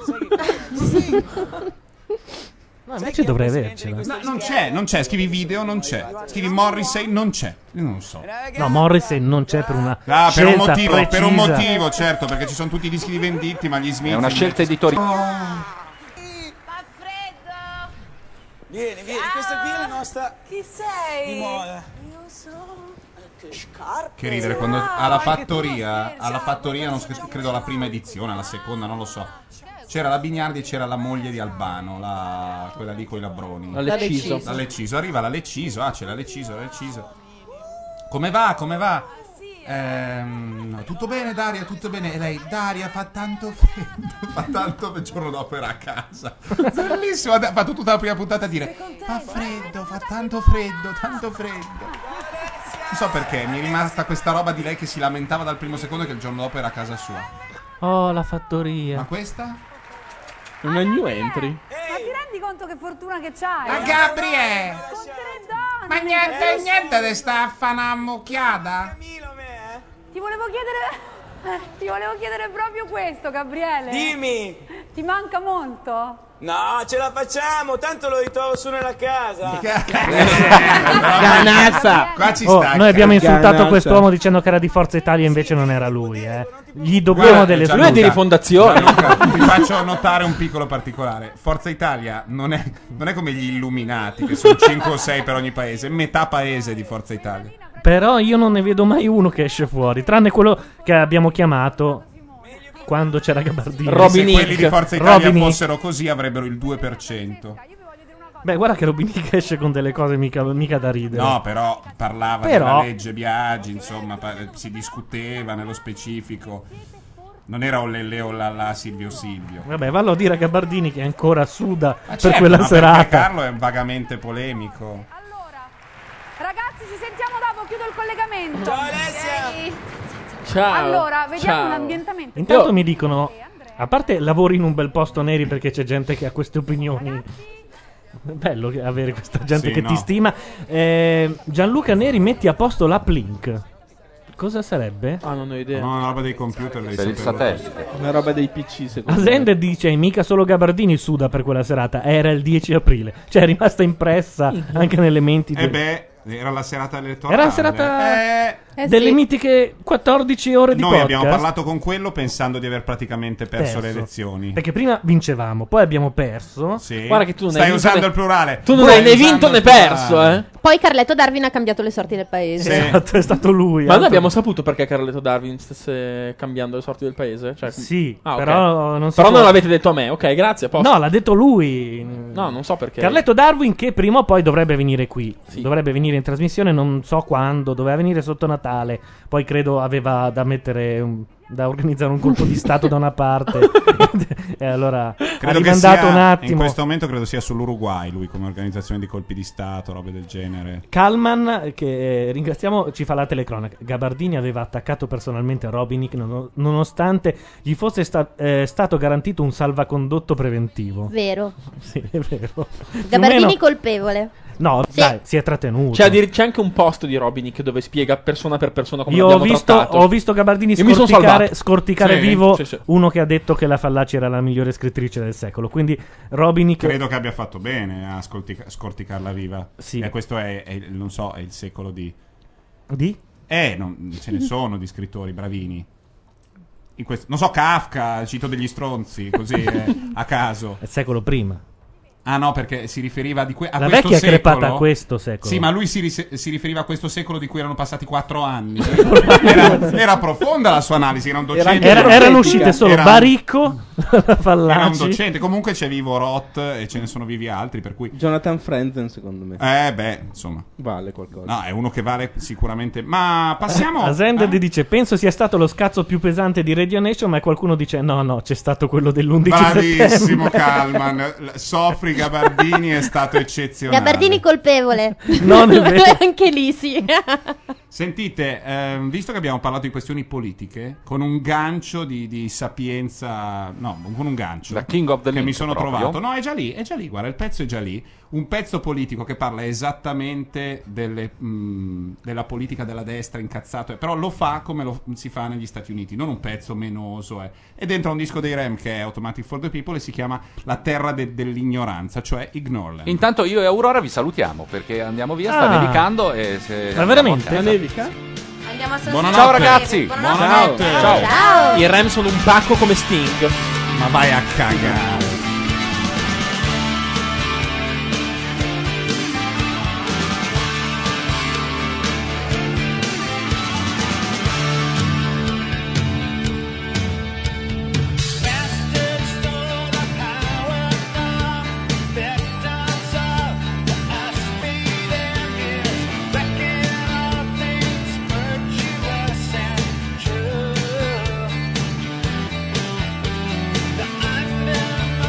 Speaker 1: No, invece dovrei avercela.
Speaker 4: No, non c'è, non c'è. Scrivi video, non c'è. Scrivi Morrissey, non c'è. Io non lo so.
Speaker 1: No, Morrissey non c'è per una
Speaker 4: Ah, per un
Speaker 1: scelta
Speaker 4: motivo, per un
Speaker 1: precisa.
Speaker 4: motivo, certo, perché ci sono tutti i dischi di venditi, ma gli Smith. Oh.
Speaker 6: È una scelta editoriale.
Speaker 11: Vieni, vieni, questa qui è la nostra. Chi sei? Di eh. moda.
Speaker 15: Io sono.
Speaker 4: Che ridere quando
Speaker 15: Ah,
Speaker 4: alla fattoria, alla fattoria non so- credo alla prima edizione, alla seconda, non lo so. C'era la Bignardi e c'era la moglie di Albano, la- quella lì con i labroni.
Speaker 5: La Lecciso.
Speaker 4: La Lecciso. Arriva la Lecciso, ah, c'è la Lecciso, la Lecciso. Come va? Come va? Ehm, no, tutto bene Daria, tutto bene. E lei, Daria fa tanto freddo, fa tanto il giorno dopo era a casa. Bellissimo, ha fatto tutta la prima puntata a dire Fa freddo, fa tanto freddo, tanto freddo. Non so perché, mi è rimasta questa roba di lei che si lamentava dal primo secondo che il giorno dopo era a casa sua.
Speaker 1: Oh, la fattoria.
Speaker 4: Ma questa?
Speaker 5: Non è new entry.
Speaker 9: Ma ti rendi conto che fortuna che c'hai?
Speaker 15: Ma
Speaker 9: Gabriele!
Speaker 15: Gabriele!
Speaker 9: Ma Eh,
Speaker 15: niente, niente
Speaker 9: di
Speaker 4: sta affanammucchiata?
Speaker 9: Ti volevo chiedere. Ti volevo chiedere proprio questo, Gabriele.
Speaker 11: Dimmi.
Speaker 9: Ti manca molto?
Speaker 11: No, ce la facciamo, tanto lo ritrovo su nella casa.
Speaker 15: Ganazza!
Speaker 4: Qua ci
Speaker 1: Oh,
Speaker 4: sta.
Speaker 1: noi abbiamo insultato
Speaker 5: Ganazza.
Speaker 1: quest'uomo dicendo che era di Forza Italia, invece non era lui. eh. Gli dobbiamo
Speaker 4: Guarda,
Speaker 1: delle
Speaker 4: Gianluca,
Speaker 1: scuse.
Speaker 4: Gianluca, ti faccio notare un piccolo particolare. Forza Italia non è, non è come gli illuminati, che sono 5 o 6 per ogni paese, è metà paese di Forza Italia.
Speaker 1: Però io non ne vedo mai uno che esce fuori, tranne quello che abbiamo chiamato quando c'era Gabardini.
Speaker 4: Se quelli di Forza Italia
Speaker 1: Robin Hick.
Speaker 4: fossero così avrebbero il 2%.
Speaker 1: Beh, guarda che Robin Hick esce con delle cose mica, mica da ridere.
Speaker 4: No, però parlava
Speaker 1: Però-
Speaker 4: della legge Biagi, insomma, pa- si discuteva nello specifico. Non era Olle Leo la, la Silvio Silvio.
Speaker 1: Vabbè, vallo a dire a Gabardini che ancora suda per
Speaker 4: Certo,
Speaker 1: quella
Speaker 4: ma perché
Speaker 1: serata.
Speaker 4: Carlo è vagamente polemico.
Speaker 9: Ragazzi, ci sentiamo dopo, chiudo il collegamento. Ciao Alessia!
Speaker 1: Ciao,
Speaker 9: Allora, vediamo
Speaker 1: ciao.
Speaker 9: un ambientamento.
Speaker 1: Intanto mi dicono, a parte lavori in un bel posto neri perché c'è gente che ha queste opinioni. È bello che- avere questa gente
Speaker 5: Sì,
Speaker 1: che
Speaker 5: no.
Speaker 1: ti stima. Eh, Gianluca Neri, metti a posto l'app Link. Cosa sarebbe?
Speaker 5: Ah, non ho idea.
Speaker 4: No, una roba dei computer.
Speaker 6: Per il satellite.
Speaker 5: Una roba dei PC, secondo me.
Speaker 1: Asende dice: Mica solo Gabardini suda per quella serata. Era il 10 aprile. Cioè, è rimasta impressa anche nelle menti.
Speaker 4: E
Speaker 1: del-
Speaker 4: Eh beh, era la serata elettorale.
Speaker 1: Era la
Speaker 9: Eh.
Speaker 1: serata delle
Speaker 4: sì.
Speaker 1: mitiche 14 ore di
Speaker 4: Noi
Speaker 1: podcast.
Speaker 4: abbiamo parlato con quello pensando di aver praticamente perso, le
Speaker 1: Perso.
Speaker 4: elezioni.
Speaker 1: Perché prima vincevamo, poi abbiamo perso.
Speaker 4: Guarda che tu non Stai hai vinto usando né- il plurale. tu non
Speaker 1: Poi-
Speaker 4: hai né vinto né perso, eh.
Speaker 3: Poi Carletto Darwin ha cambiato le sorti del paese.
Speaker 1: Esatto, è stato lui.
Speaker 5: Ma noi
Speaker 1: altro-
Speaker 5: abbiamo saputo perché Carletto Darwin stesse cambiando le sorti del paese? Cioè-
Speaker 1: Sì,
Speaker 5: Ah, ok.
Speaker 1: però non si
Speaker 5: Però
Speaker 1: può-
Speaker 5: non l'avete detto a me, ok, grazie. a posto.
Speaker 1: No, l'ha detto lui.
Speaker 5: No, non so perché.
Speaker 1: Carletto Darwin che prima o poi dovrebbe venire qui. Dovrebbe venire in trasmissione, non so quando, doveva venire sotto Natale. Poi credo aveva da mettere un- da organizzare un colpo di stato da una parte. e allora ha
Speaker 4: che
Speaker 1: rimandato
Speaker 4: sia-
Speaker 1: un
Speaker 4: In
Speaker 1: attimo.
Speaker 4: questo momento credo sia sull'Uruguay lui come organizzazione di colpi di Stato, robe del genere.
Speaker 1: Kalman, che eh, ringraziamo, ci fa la telecronaca. Gabardini aveva attaccato personalmente Robinic nono- nonostante gli fosse sta- eh, stato garantito un salvacondotto preventivo.
Speaker 19: Vero.
Speaker 1: Sì, è vero.
Speaker 19: Gabardini
Speaker 1: Più o meno-
Speaker 19: colpevole.
Speaker 1: No, dai, si è trattenuto.
Speaker 5: C'è, Cioè, a dir- c'è anche un post di Robinic dove spiega persona per persona come
Speaker 1: Io ho
Speaker 5: l'abbiamo
Speaker 1: visto,
Speaker 5: trattato.
Speaker 1: ho visto Gabardini
Speaker 5: Io mi sono
Speaker 1: scorticare,
Speaker 5: salvato.
Speaker 1: scorticare
Speaker 5: Sì,
Speaker 1: vivo
Speaker 5: sì, sì.
Speaker 1: uno che ha detto che la Fallaci era la migliore scrittrice del secolo. Quindi Robinic
Speaker 4: Credo che abbia fatto bene a scortica- scorticarla viva. E questo è, è il- non so, è il secolo di...
Speaker 1: Di?
Speaker 4: Eh, non- ce ne sono di scrittori bravini. in questo- non so, Kafka, cito degli stronzi, così eh, a caso.
Speaker 1: Il secolo prima.
Speaker 4: Ah no, perché si riferiva di que- a
Speaker 1: La
Speaker 4: questo
Speaker 1: vecchia è
Speaker 4: secolo.
Speaker 1: crepata a questo secolo.
Speaker 4: Sì, ma lui si, rise- si riferiva a questo secolo di cui erano passati quattro anni. era, era profonda la sua analisi, era un docente.
Speaker 1: Era- erano uscite solo
Speaker 4: Era-
Speaker 1: Baricco,
Speaker 4: Era un
Speaker 1: Fallaci.
Speaker 4: docente, comunque c'è vivo Roth e ce ne sono vivi altri, per cui...
Speaker 5: Jonathan Franzen, secondo me.
Speaker 4: Eh beh, insomma.
Speaker 5: Vale qualcosa.
Speaker 4: No, è uno che vale sicuramente... Ma passiamo... Ah, eh?
Speaker 1: Asender ti dice: Penso sia stato lo scazzo più pesante di Radio Nation. Ma qualcuno dice: No, no, c'è stato quello dell'11
Speaker 4: Bravissimo
Speaker 1: settembre."
Speaker 4: Calman, L- Sofri Gabardini è stato eccezionale.
Speaker 19: Gabardini colpevole.
Speaker 4: Non è vero.
Speaker 3: Anche lì sì.
Speaker 4: Sentite, ehm, visto che abbiamo parlato di questioni politiche, con un gancio di, di sapienza, no, con un gancio
Speaker 6: Da King of the
Speaker 4: che
Speaker 6: Link
Speaker 4: mi sono
Speaker 6: proprio.
Speaker 4: trovato, no, è già lì, è già lì, guarda, il pezzo è già lì, un pezzo politico che parla esattamente delle, mh, della politica della destra incazzato, eh, però lo fa come lo si fa negli Stati Uniti, non un pezzo menoso, eh. è dentro un disco dei Rem che è Automatic for the People e si chiama La terra de- dell'ignoranza, cioè Ignorland.
Speaker 6: Intanto io e Aurora vi salutiamo perché andiamo via, sta
Speaker 4: Ah.
Speaker 6: nevicando e se
Speaker 4: Ma veramente?
Speaker 6: nevica?
Speaker 3: Andiamo a
Speaker 6: Eh, Buonanotte. Ciao, ragazzi. Buonanotte. Ciao. Ciao. Ciao.
Speaker 2: I Rem sono un pacco come Sting.
Speaker 4: Ma vai a cagare.
Speaker 15: True. I've been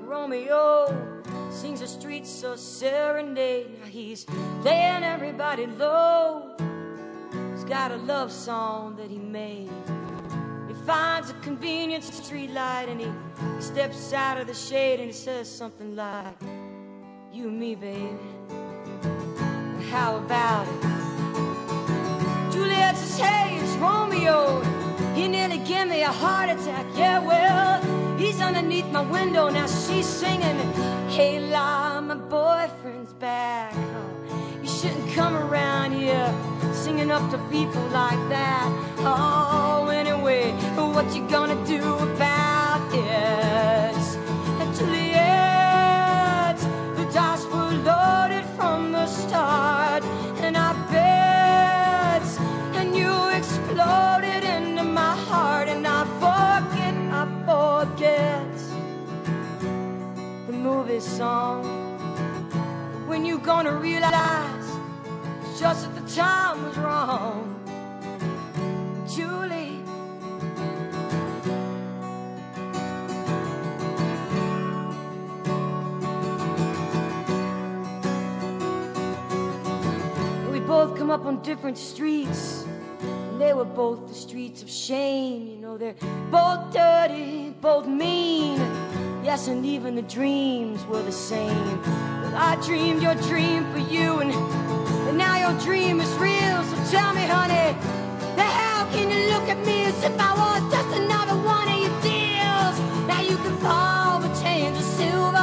Speaker 31: Romeo sings the streets a serenade. Now he's laying everybody low. He's got a love song that he made. He finds a convenient street light and he, he steps out of the shade and he says something like, You and me, baby. How about it? Juliet says, Hey, it's Romeo. He nearly gave me a heart attack. Yeah, well, he's underneath my window. Now she's singing, Hey, La, my boyfriend's back. Oh, you shouldn't come around here singing up to people like that. Oh, anyway, what you gonna do about it? Juliet, the dice were loaded from the start, and I bet, and you exploded into my heart, and I forget, I forget the movie song. When you gonna realize just that the time was wrong, Julie? We both come up on different streets. And they were both the streets of shame. You know, they're both dirty, both mean. Yes, and even the dreams were the same. But I dreamed your dream for you, and, and now your dream is real. So tell me, honey, now how can you look at me as if I was just another one of your deals? Now you can fall for change of silver,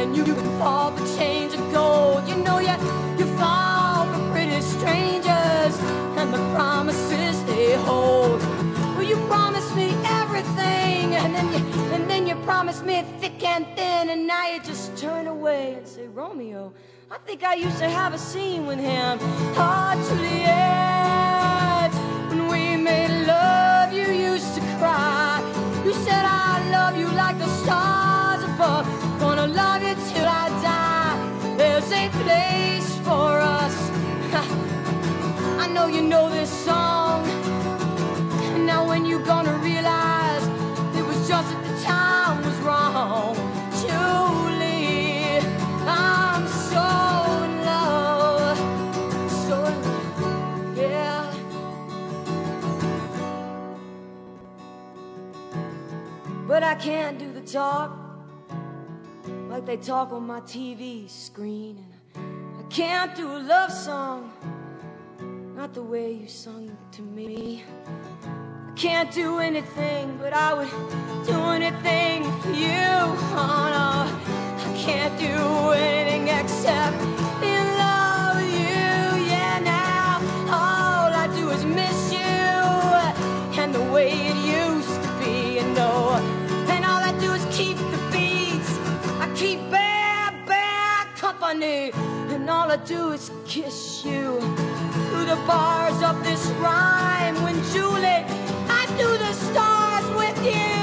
Speaker 31: and you can fall for change of gold. You know you you fall for pretty strangers and the promises they hold. Well, you promised me everything, and then you and then you promised me thick and thin, and now you just turn away and say, Romeo. I think I used to have a scene with him. Ah, Juliet, when we made love, you used to cry. You said, I love you like the stars above. Gonna love you till I die. There's a place for us. I know you know this song. Now, when you gonna realize it was just that the time was wrong? Julie, I'm so in love. So, in love, yeah. But I can't do the talk like they talk on my TV screen. And I can't do a love song, not the way you sung to me. I can't do anything, but I would do anything for you. Oh, no. I can't do anything except be in love with you. Yeah, now all I do is miss you and the way it used to be. And no, then all I do is keep the beats. I keep bad, bad company, and all I do is kiss you through the bars of this rhyme. When Julie, I do the stars with you.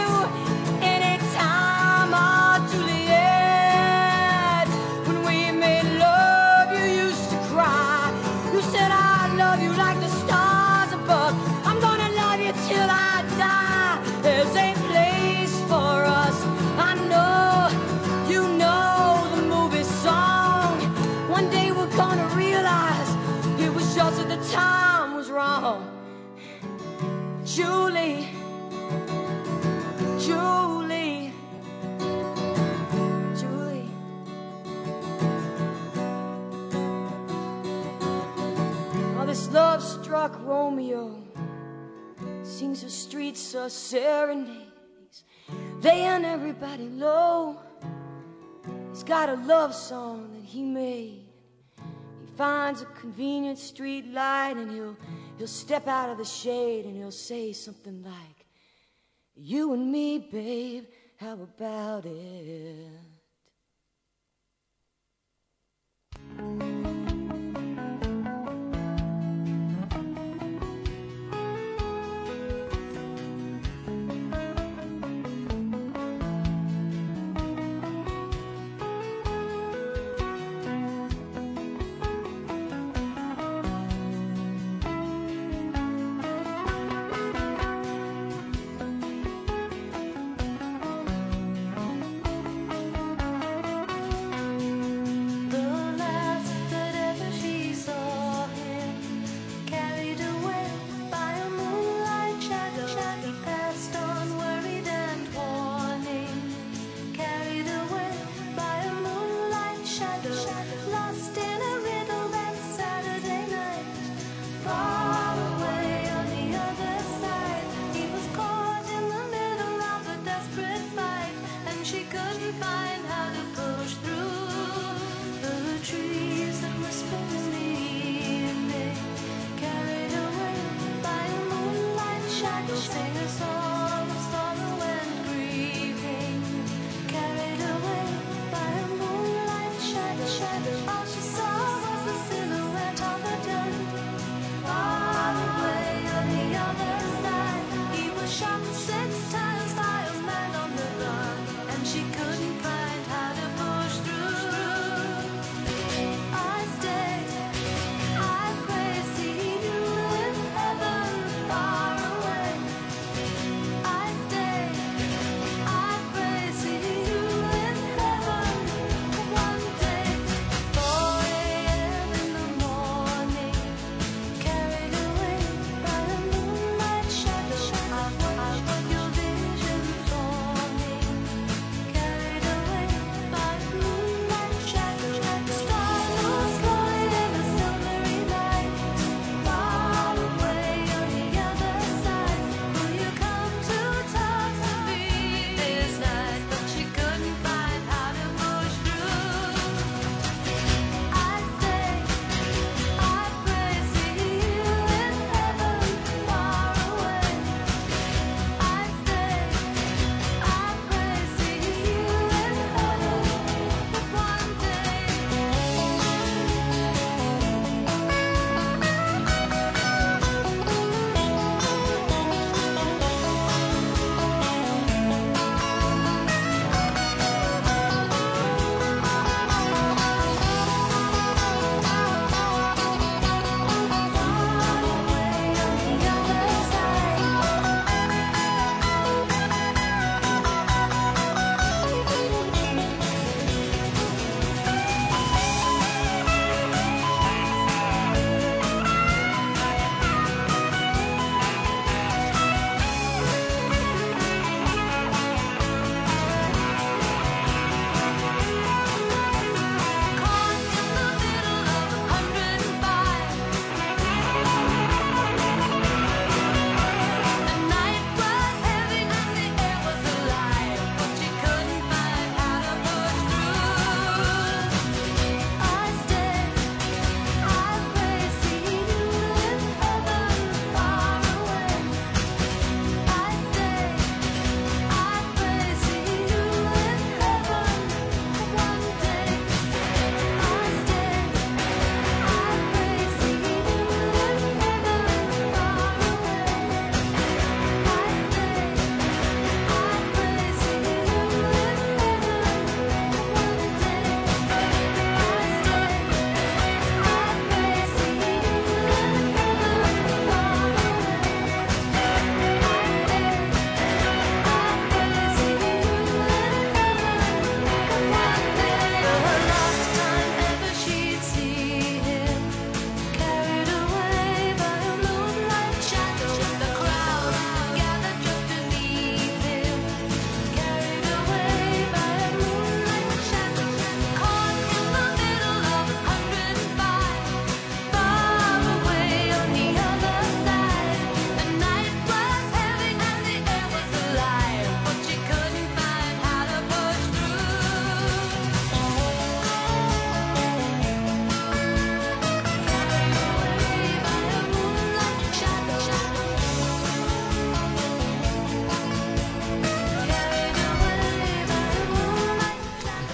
Speaker 31: Anytime, oh Juliet, when we made love, you used to cry. You said I love you like the stars above. I'm gonna love you till I die. There's a place for us. I know you know the movie song. One day we're gonna realize it was just that the time was wrong. Julie, Julie, Julie. While this love struck Romeo sings the streets a serenades, laying everybody low. He's got a love song that he made. He finds a convenient street light and he'll he'll step out of the shade and he'll say something like, "You and me, babe, how about it?"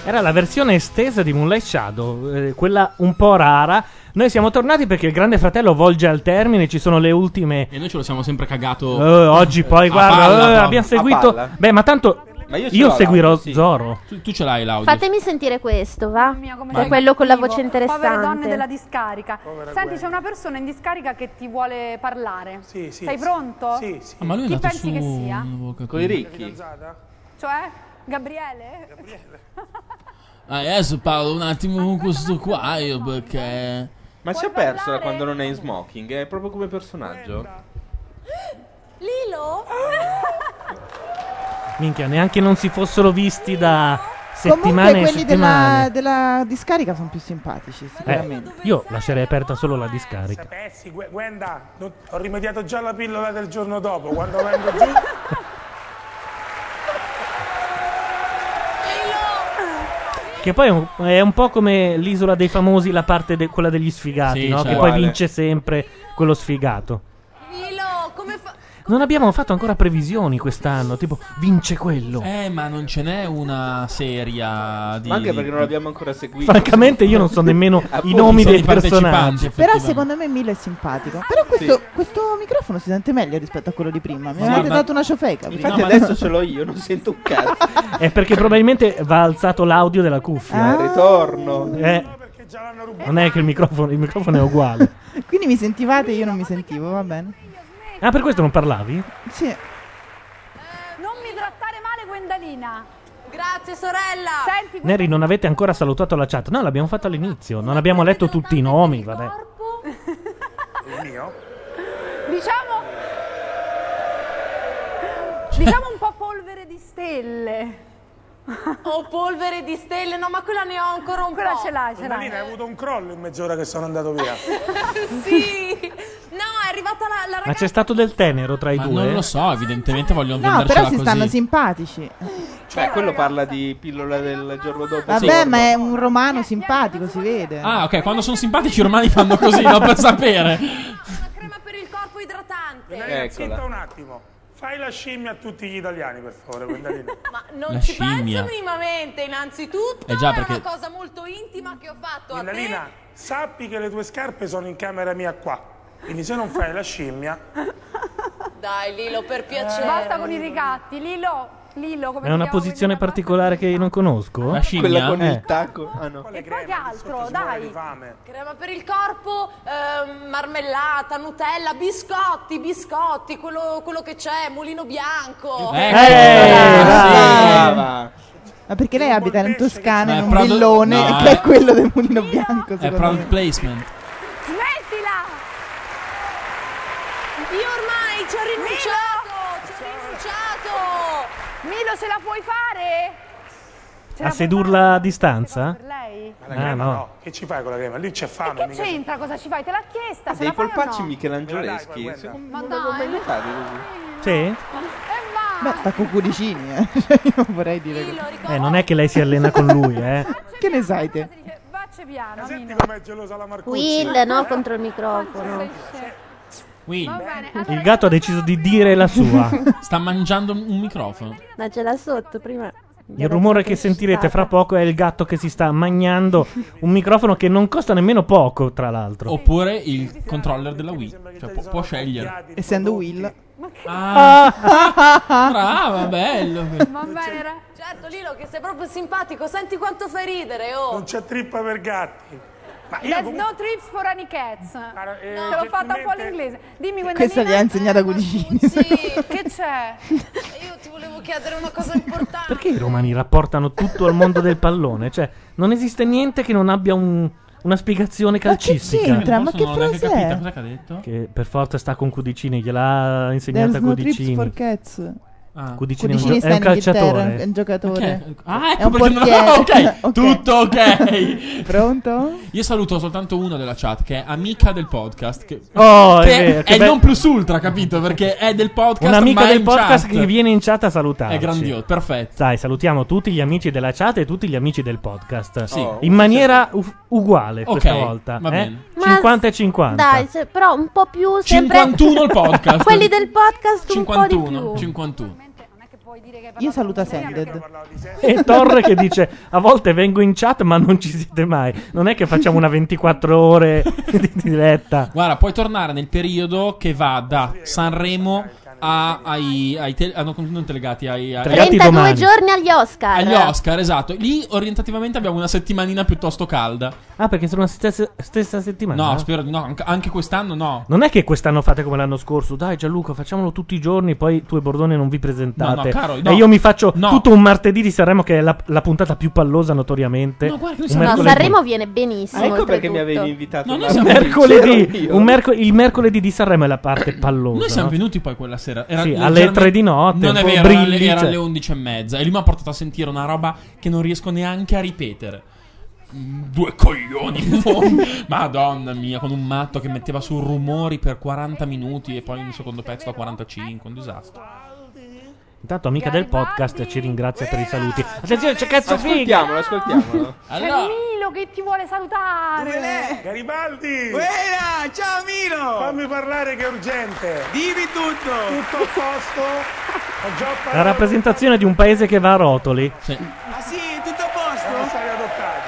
Speaker 1: Era la versione estesa di Moonlight Shadow, eh, quella un po' rara. Noi siamo tornati perché il Grande Fratello volge al termine, ci sono le ultime.
Speaker 2: E noi ce lo siamo sempre cagato.
Speaker 1: Eh, oggi poi,
Speaker 2: A
Speaker 1: guarda,
Speaker 2: palla,
Speaker 1: eh,
Speaker 2: proprio.
Speaker 1: abbiamo
Speaker 2: A
Speaker 1: seguito.
Speaker 2: palla.
Speaker 1: Beh, ma tanto
Speaker 2: Ma
Speaker 1: io,
Speaker 2: io ce l'ho
Speaker 1: seguirò
Speaker 2: l'audio, sì.
Speaker 1: Zoro.
Speaker 2: Tu, tu ce l'hai l'audio.
Speaker 36: Fatemi sentire questo, va? Che
Speaker 3: Cioè,
Speaker 2: sei
Speaker 36: è quello con la voce
Speaker 9: Povere donne della
Speaker 36: interessante.
Speaker 9: discarica. Senti,
Speaker 36: guerra.
Speaker 9: c'è una persona in discarica che ti vuole parlare.
Speaker 17: sì,
Speaker 9: Sei
Speaker 17: sì.
Speaker 9: pronto?
Speaker 17: Sì, sì.
Speaker 2: Ah, ma lui è
Speaker 9: Chi
Speaker 2: andato
Speaker 9: pensi
Speaker 2: su.
Speaker 9: che sia?
Speaker 2: Con i ricchi.
Speaker 9: Cioè, Gabriele? Gabriele.
Speaker 2: Ah, Adesso parlo un attimo con questo qua io perché.
Speaker 5: Ma si è perso da quando non è in smoking? È proprio come personaggio.
Speaker 3: Lilo?
Speaker 1: Minchia, neanche non si fossero visti da settimane
Speaker 7: Comunque
Speaker 1: e
Speaker 7: quelli della,
Speaker 1: settimane.
Speaker 7: della discarica sono più simpatici,
Speaker 1: Eh,
Speaker 7: sicuramente.
Speaker 1: io lascerei aperta solo la discarica.
Speaker 17: Sapessi, Gu- Gwenda, non- ho rimediato già la pillola del giorno dopo, quando vengo giù...
Speaker 1: Che poi è un, è un po' come l'isola dei famosi, la parte de- quella degli sfigati,
Speaker 2: Sì,
Speaker 1: no?
Speaker 2: cioè.
Speaker 1: che poi
Speaker 2: Uguale.
Speaker 1: vince sempre quello sfigato.
Speaker 3: Lilo, come fa...
Speaker 1: Non abbiamo fatto ancora previsioni quest'anno, tipo vince quello.
Speaker 2: Eh, ma non ce n'è una seria di.
Speaker 5: Ma anche perché non
Speaker 2: di-
Speaker 5: l'abbiamo ancora seguito.
Speaker 1: Francamente io non so nemmeno i nomi dei personaggi.
Speaker 7: Però secondo me Milo è simpatico. Però questo, questo microfono si sente meglio rispetto a quello di prima. Mi
Speaker 5: Ma
Speaker 7: avete
Speaker 5: guarda-
Speaker 7: dato una ciofeca.
Speaker 5: Infatti adesso ce l'ho io, non sento un cazzo.
Speaker 1: È perché probabilmente va alzato l'audio della cuffia.
Speaker 5: Ah, ritorno.
Speaker 1: Eh, non è che il microfono, il microfono è uguale.
Speaker 7: Eh. Quindi mi sentivate e io non mi sentivo, va bene.
Speaker 1: Ah, per questo non parlavi?
Speaker 7: Sì.
Speaker 9: Non mi trattare male, Gwendalina.
Speaker 3: Grazie, sorella.
Speaker 9: Senti,
Speaker 1: Neri, non avete ancora salutato la chat. No, l'abbiamo fatto all'inizio. Non abbiamo letto tutti i nomi, vabbè.
Speaker 17: Il mio?
Speaker 9: Diciamo. Diciamo un po' polvere di stelle.
Speaker 3: Oh, polvere di stelle. No, ma quella ne ho ancora un
Speaker 9: Quella
Speaker 3: po'.
Speaker 9: ce l'hai, ce
Speaker 17: Gwendalina, hai
Speaker 9: l'hai.
Speaker 17: avuto un crollo in mezz'ora che sono andato via.
Speaker 3: sì. No, è arrivata la, la
Speaker 1: Ma c'è stato del tenero tra i
Speaker 2: Ma
Speaker 1: due?
Speaker 2: non lo so, evidentemente vogliono
Speaker 7: No, però si stanno simpatici.
Speaker 2: Eh
Speaker 5: Cioè, quello parla di pillola del giorno dopo.
Speaker 7: Vabbè,
Speaker 5: Giorno.
Speaker 7: ma è
Speaker 2: Eh,
Speaker 7: un romano simpatico, si vede.
Speaker 2: Ah, ok, quando sono simpatici i romani fanno così, no? Per sapere.
Speaker 17: Gwendalina,
Speaker 2: Eccola.
Speaker 17: zitta un attimo. Fai la scimmia a tutti gli italiani, per favore,
Speaker 9: Ecco,
Speaker 17: Gwendalina.
Speaker 3: Ma non
Speaker 17: La
Speaker 3: ci
Speaker 17: scimmia.
Speaker 3: penso minimamente, innanzitutto.
Speaker 17: Eh già,
Speaker 3: È
Speaker 17: perché-
Speaker 3: una cosa molto intima che ho fatto a te.
Speaker 17: Gwendalina, sappi che le tue scarpe sono in camera mia qua. Quindi se non fai la scimmia...
Speaker 3: Dai, Lilo, per piacere.
Speaker 9: Basta con i ricatti. Lilo, Lilo, come
Speaker 1: È una
Speaker 9: ti chiamo?
Speaker 1: posizione particolare che non conosco? Eh, La
Speaker 2: scimmia? Quella con il
Speaker 5: tacco. Ah, no.
Speaker 3: E poi che altro? Dai.
Speaker 17: fame.
Speaker 3: Crema per il corpo, ehm, marmellata, Nutella, biscotti, biscotti, quello, quello che c'è, mulino bianco.
Speaker 2: Eh,
Speaker 7: Ma perché lei abita in Toscana
Speaker 2: Ma
Speaker 7: in
Speaker 2: è
Speaker 7: un
Speaker 2: prodo-
Speaker 7: villone
Speaker 2: no,
Speaker 7: che
Speaker 2: eh.
Speaker 7: è quello del mulino bianco,
Speaker 2: È
Speaker 7: secondo
Speaker 2: product
Speaker 7: me.
Speaker 2: placement.
Speaker 9: Smettila!
Speaker 3: Io ormai ci ho rinunciato, ci ho rinunciato.
Speaker 9: Milo, ce la puoi fare? Ce
Speaker 1: A
Speaker 9: la puoi
Speaker 1: sedurla a distanza?
Speaker 9: fare per lei?
Speaker 17: Ma la
Speaker 1: Ah,
Speaker 17: crema
Speaker 1: no.
Speaker 17: no. Che ci fai con la crema? Lì c'è fame.
Speaker 9: Che c'entra? Cosa ci fai? Te l'ha chiesta? Se
Speaker 5: Dei
Speaker 9: la fai o
Speaker 5: polpacci
Speaker 9: no?
Speaker 5: michelangioleschi.
Speaker 9: Ma
Speaker 5: Secondo me non
Speaker 9: dai,
Speaker 5: li
Speaker 9: ma
Speaker 5: fate così.
Speaker 1: Sì?
Speaker 7: Beh, sta con cuoricini, eh. Cioè, io non vorrei dire così.
Speaker 1: Eh, non è che lei si allena con lui, eh.
Speaker 7: Che ne sai te?
Speaker 9: facce piano.
Speaker 17: Senti com'è gelosa la Marcucci.
Speaker 37: Will, no? Contro il microfono.
Speaker 2: Will.
Speaker 1: Il gatto ha deciso di dire la sua.
Speaker 2: Sta mangiando un microfono.
Speaker 37: Ma ce l'ha sotto prima.
Speaker 1: Il rumore che sentirete fra poco è il gatto che si sta magnando un microfono che non costa nemmeno poco, tra l'altro.
Speaker 2: Oppure il controller della Wii. Cioè, può, può scegliere.
Speaker 7: Essendo Will.
Speaker 2: Ah. Brava, bello.
Speaker 9: Va bene, ra-
Speaker 3: Certo, Lilo, che sei proprio simpatico, senti quanto fai ridere, oh.
Speaker 17: Non c'è trippa per gatti. Ma io
Speaker 9: There's
Speaker 17: comunque-
Speaker 9: no trips for any cats.
Speaker 17: eh,
Speaker 9: Te l'ho fatta un po'
Speaker 17: gentilmente-
Speaker 9: l'inglese. Dimmi,
Speaker 7: Questa gli ha
Speaker 9: Gwendalina,
Speaker 3: eh,
Speaker 7: insegnata cuoricini.
Speaker 9: che c'è?
Speaker 3: Io ti volevo chiedere una cosa importante.
Speaker 1: Perché i romani rapportano tutto al mondo del pallone? Cioè, non esiste niente che non abbia un- una spiegazione calcistica.
Speaker 7: c'entra? Ma che
Speaker 2: Non ho neanche
Speaker 7: frase
Speaker 2: capito
Speaker 7: è?
Speaker 2: cosa che ha detto.
Speaker 1: Che per forza sta con Cudicini, gliel'ha
Speaker 7: There's
Speaker 1: insegnata
Speaker 7: no trips
Speaker 1: Cudicini.
Speaker 7: for cats.
Speaker 2: Ah.
Speaker 1: Cudicini,
Speaker 7: Cudicini
Speaker 1: è un,
Speaker 7: sta
Speaker 1: gio- è un
Speaker 7: in Inghilterra, è
Speaker 1: calciatore.
Speaker 7: un giocatore.
Speaker 2: Ah, ecco
Speaker 7: è un
Speaker 2: perché non-
Speaker 7: portiere.
Speaker 2: ok, tutto ok.
Speaker 7: Pronto?
Speaker 2: Io saluto soltanto una della chat che è amica del podcast. Che,
Speaker 1: Oh, è
Speaker 2: che
Speaker 1: vero, che
Speaker 2: il
Speaker 1: be-
Speaker 2: non plus ultra, capito? Perché è del podcast.
Speaker 1: Un'amica
Speaker 2: ma è
Speaker 1: del
Speaker 2: in
Speaker 1: podcast
Speaker 2: chat.
Speaker 1: che viene in chat a salutarci.
Speaker 2: È grandioso, perfetto.
Speaker 1: Sai, salutiamo tutti gli amici della chat e tutti gli amici del podcast.
Speaker 2: Sì. Oh,
Speaker 1: In maniera u- uguale questa
Speaker 2: Ok,
Speaker 1: volta.
Speaker 2: va
Speaker 1: eh?
Speaker 2: bene.
Speaker 37: Ma
Speaker 1: 50 e 50.
Speaker 37: Dai, se- però un po' più sempre
Speaker 2: 51 il podcast.
Speaker 37: Quelli del podcast un po' di
Speaker 2: 51,
Speaker 37: più.
Speaker 2: 51.
Speaker 9: puoi dire che hai
Speaker 7: Io
Speaker 9: parlato
Speaker 7: saluto Sended.
Speaker 1: E Torre che dice: A volte vengo in chat, ma non ci siete mai. Non è che facciamo una 24 ore di diretta.
Speaker 2: Guarda, puoi tornare nel periodo che va da Sanremo a, ai, ai te- ah, no, non telegati, ai, ai-
Speaker 3: 32 giorni agli Oscar.
Speaker 2: agli Oscar, esatto. Lì orientativamente abbiamo una settimanina piuttosto calda.
Speaker 1: Ah, perché sono la stessa, stessa settimana?
Speaker 2: No, spero di no, anche- anche quest'anno no.
Speaker 1: Non è che quest'anno fate come l'anno scorso, dai Gianluca, facciamolo tutti i giorni, poi tu e Bordone non vi presentate.
Speaker 2: No, no, caro, no.
Speaker 1: E io mi faccio
Speaker 2: No.
Speaker 1: tutto un martedì di Sanremo, che è la, la puntata più pallosa notoriamente.
Speaker 3: No, guarda,
Speaker 1: Un
Speaker 3: che no,
Speaker 1: mercoledì.
Speaker 3: Sanremo viene benissimo.
Speaker 5: Ah, ecco perché
Speaker 3: oltretutto.
Speaker 5: mi avevi invitato.
Speaker 2: No, noi
Speaker 5: Ma-
Speaker 2: siamo- c'ero
Speaker 1: mercoledì,
Speaker 2: io.
Speaker 1: un merco- il mercoledì di Sanremo è la parte pallosa.
Speaker 2: Noi siamo
Speaker 1: no?
Speaker 2: venuti poi quella sera.
Speaker 1: Sì, alle
Speaker 2: leggermente-
Speaker 1: tre di notte,
Speaker 2: Non
Speaker 1: un
Speaker 2: è
Speaker 1: po'
Speaker 2: vero,
Speaker 1: brilli,
Speaker 2: era, alle- era
Speaker 1: cioè.
Speaker 2: alle 11 e mezza. E lui mi ha portato a sentire una roba che non riesco neanche a ripetere. Mm, Due coglioni. Madonna mia, con un matto che metteva su rumori per 40 minuti e poi un secondo pezzo da 45. Un disastro.
Speaker 1: Intanto amica del podcast ci ringrazia per i saluti. Attenzione, c'è cazzo figa!
Speaker 5: Ascoltiamolo, ascoltiamolo.
Speaker 9: C'è Milo che ti vuole salutare.
Speaker 17: Garibaldi!
Speaker 9: Buena,
Speaker 17: Ciao Milo! Fammi parlare che è urgente! Dimmi tutto! Tutto a posto? Ho già
Speaker 1: La rappresentazione di un paese che va a rotoli.
Speaker 38: Ah sì, tutto a posto?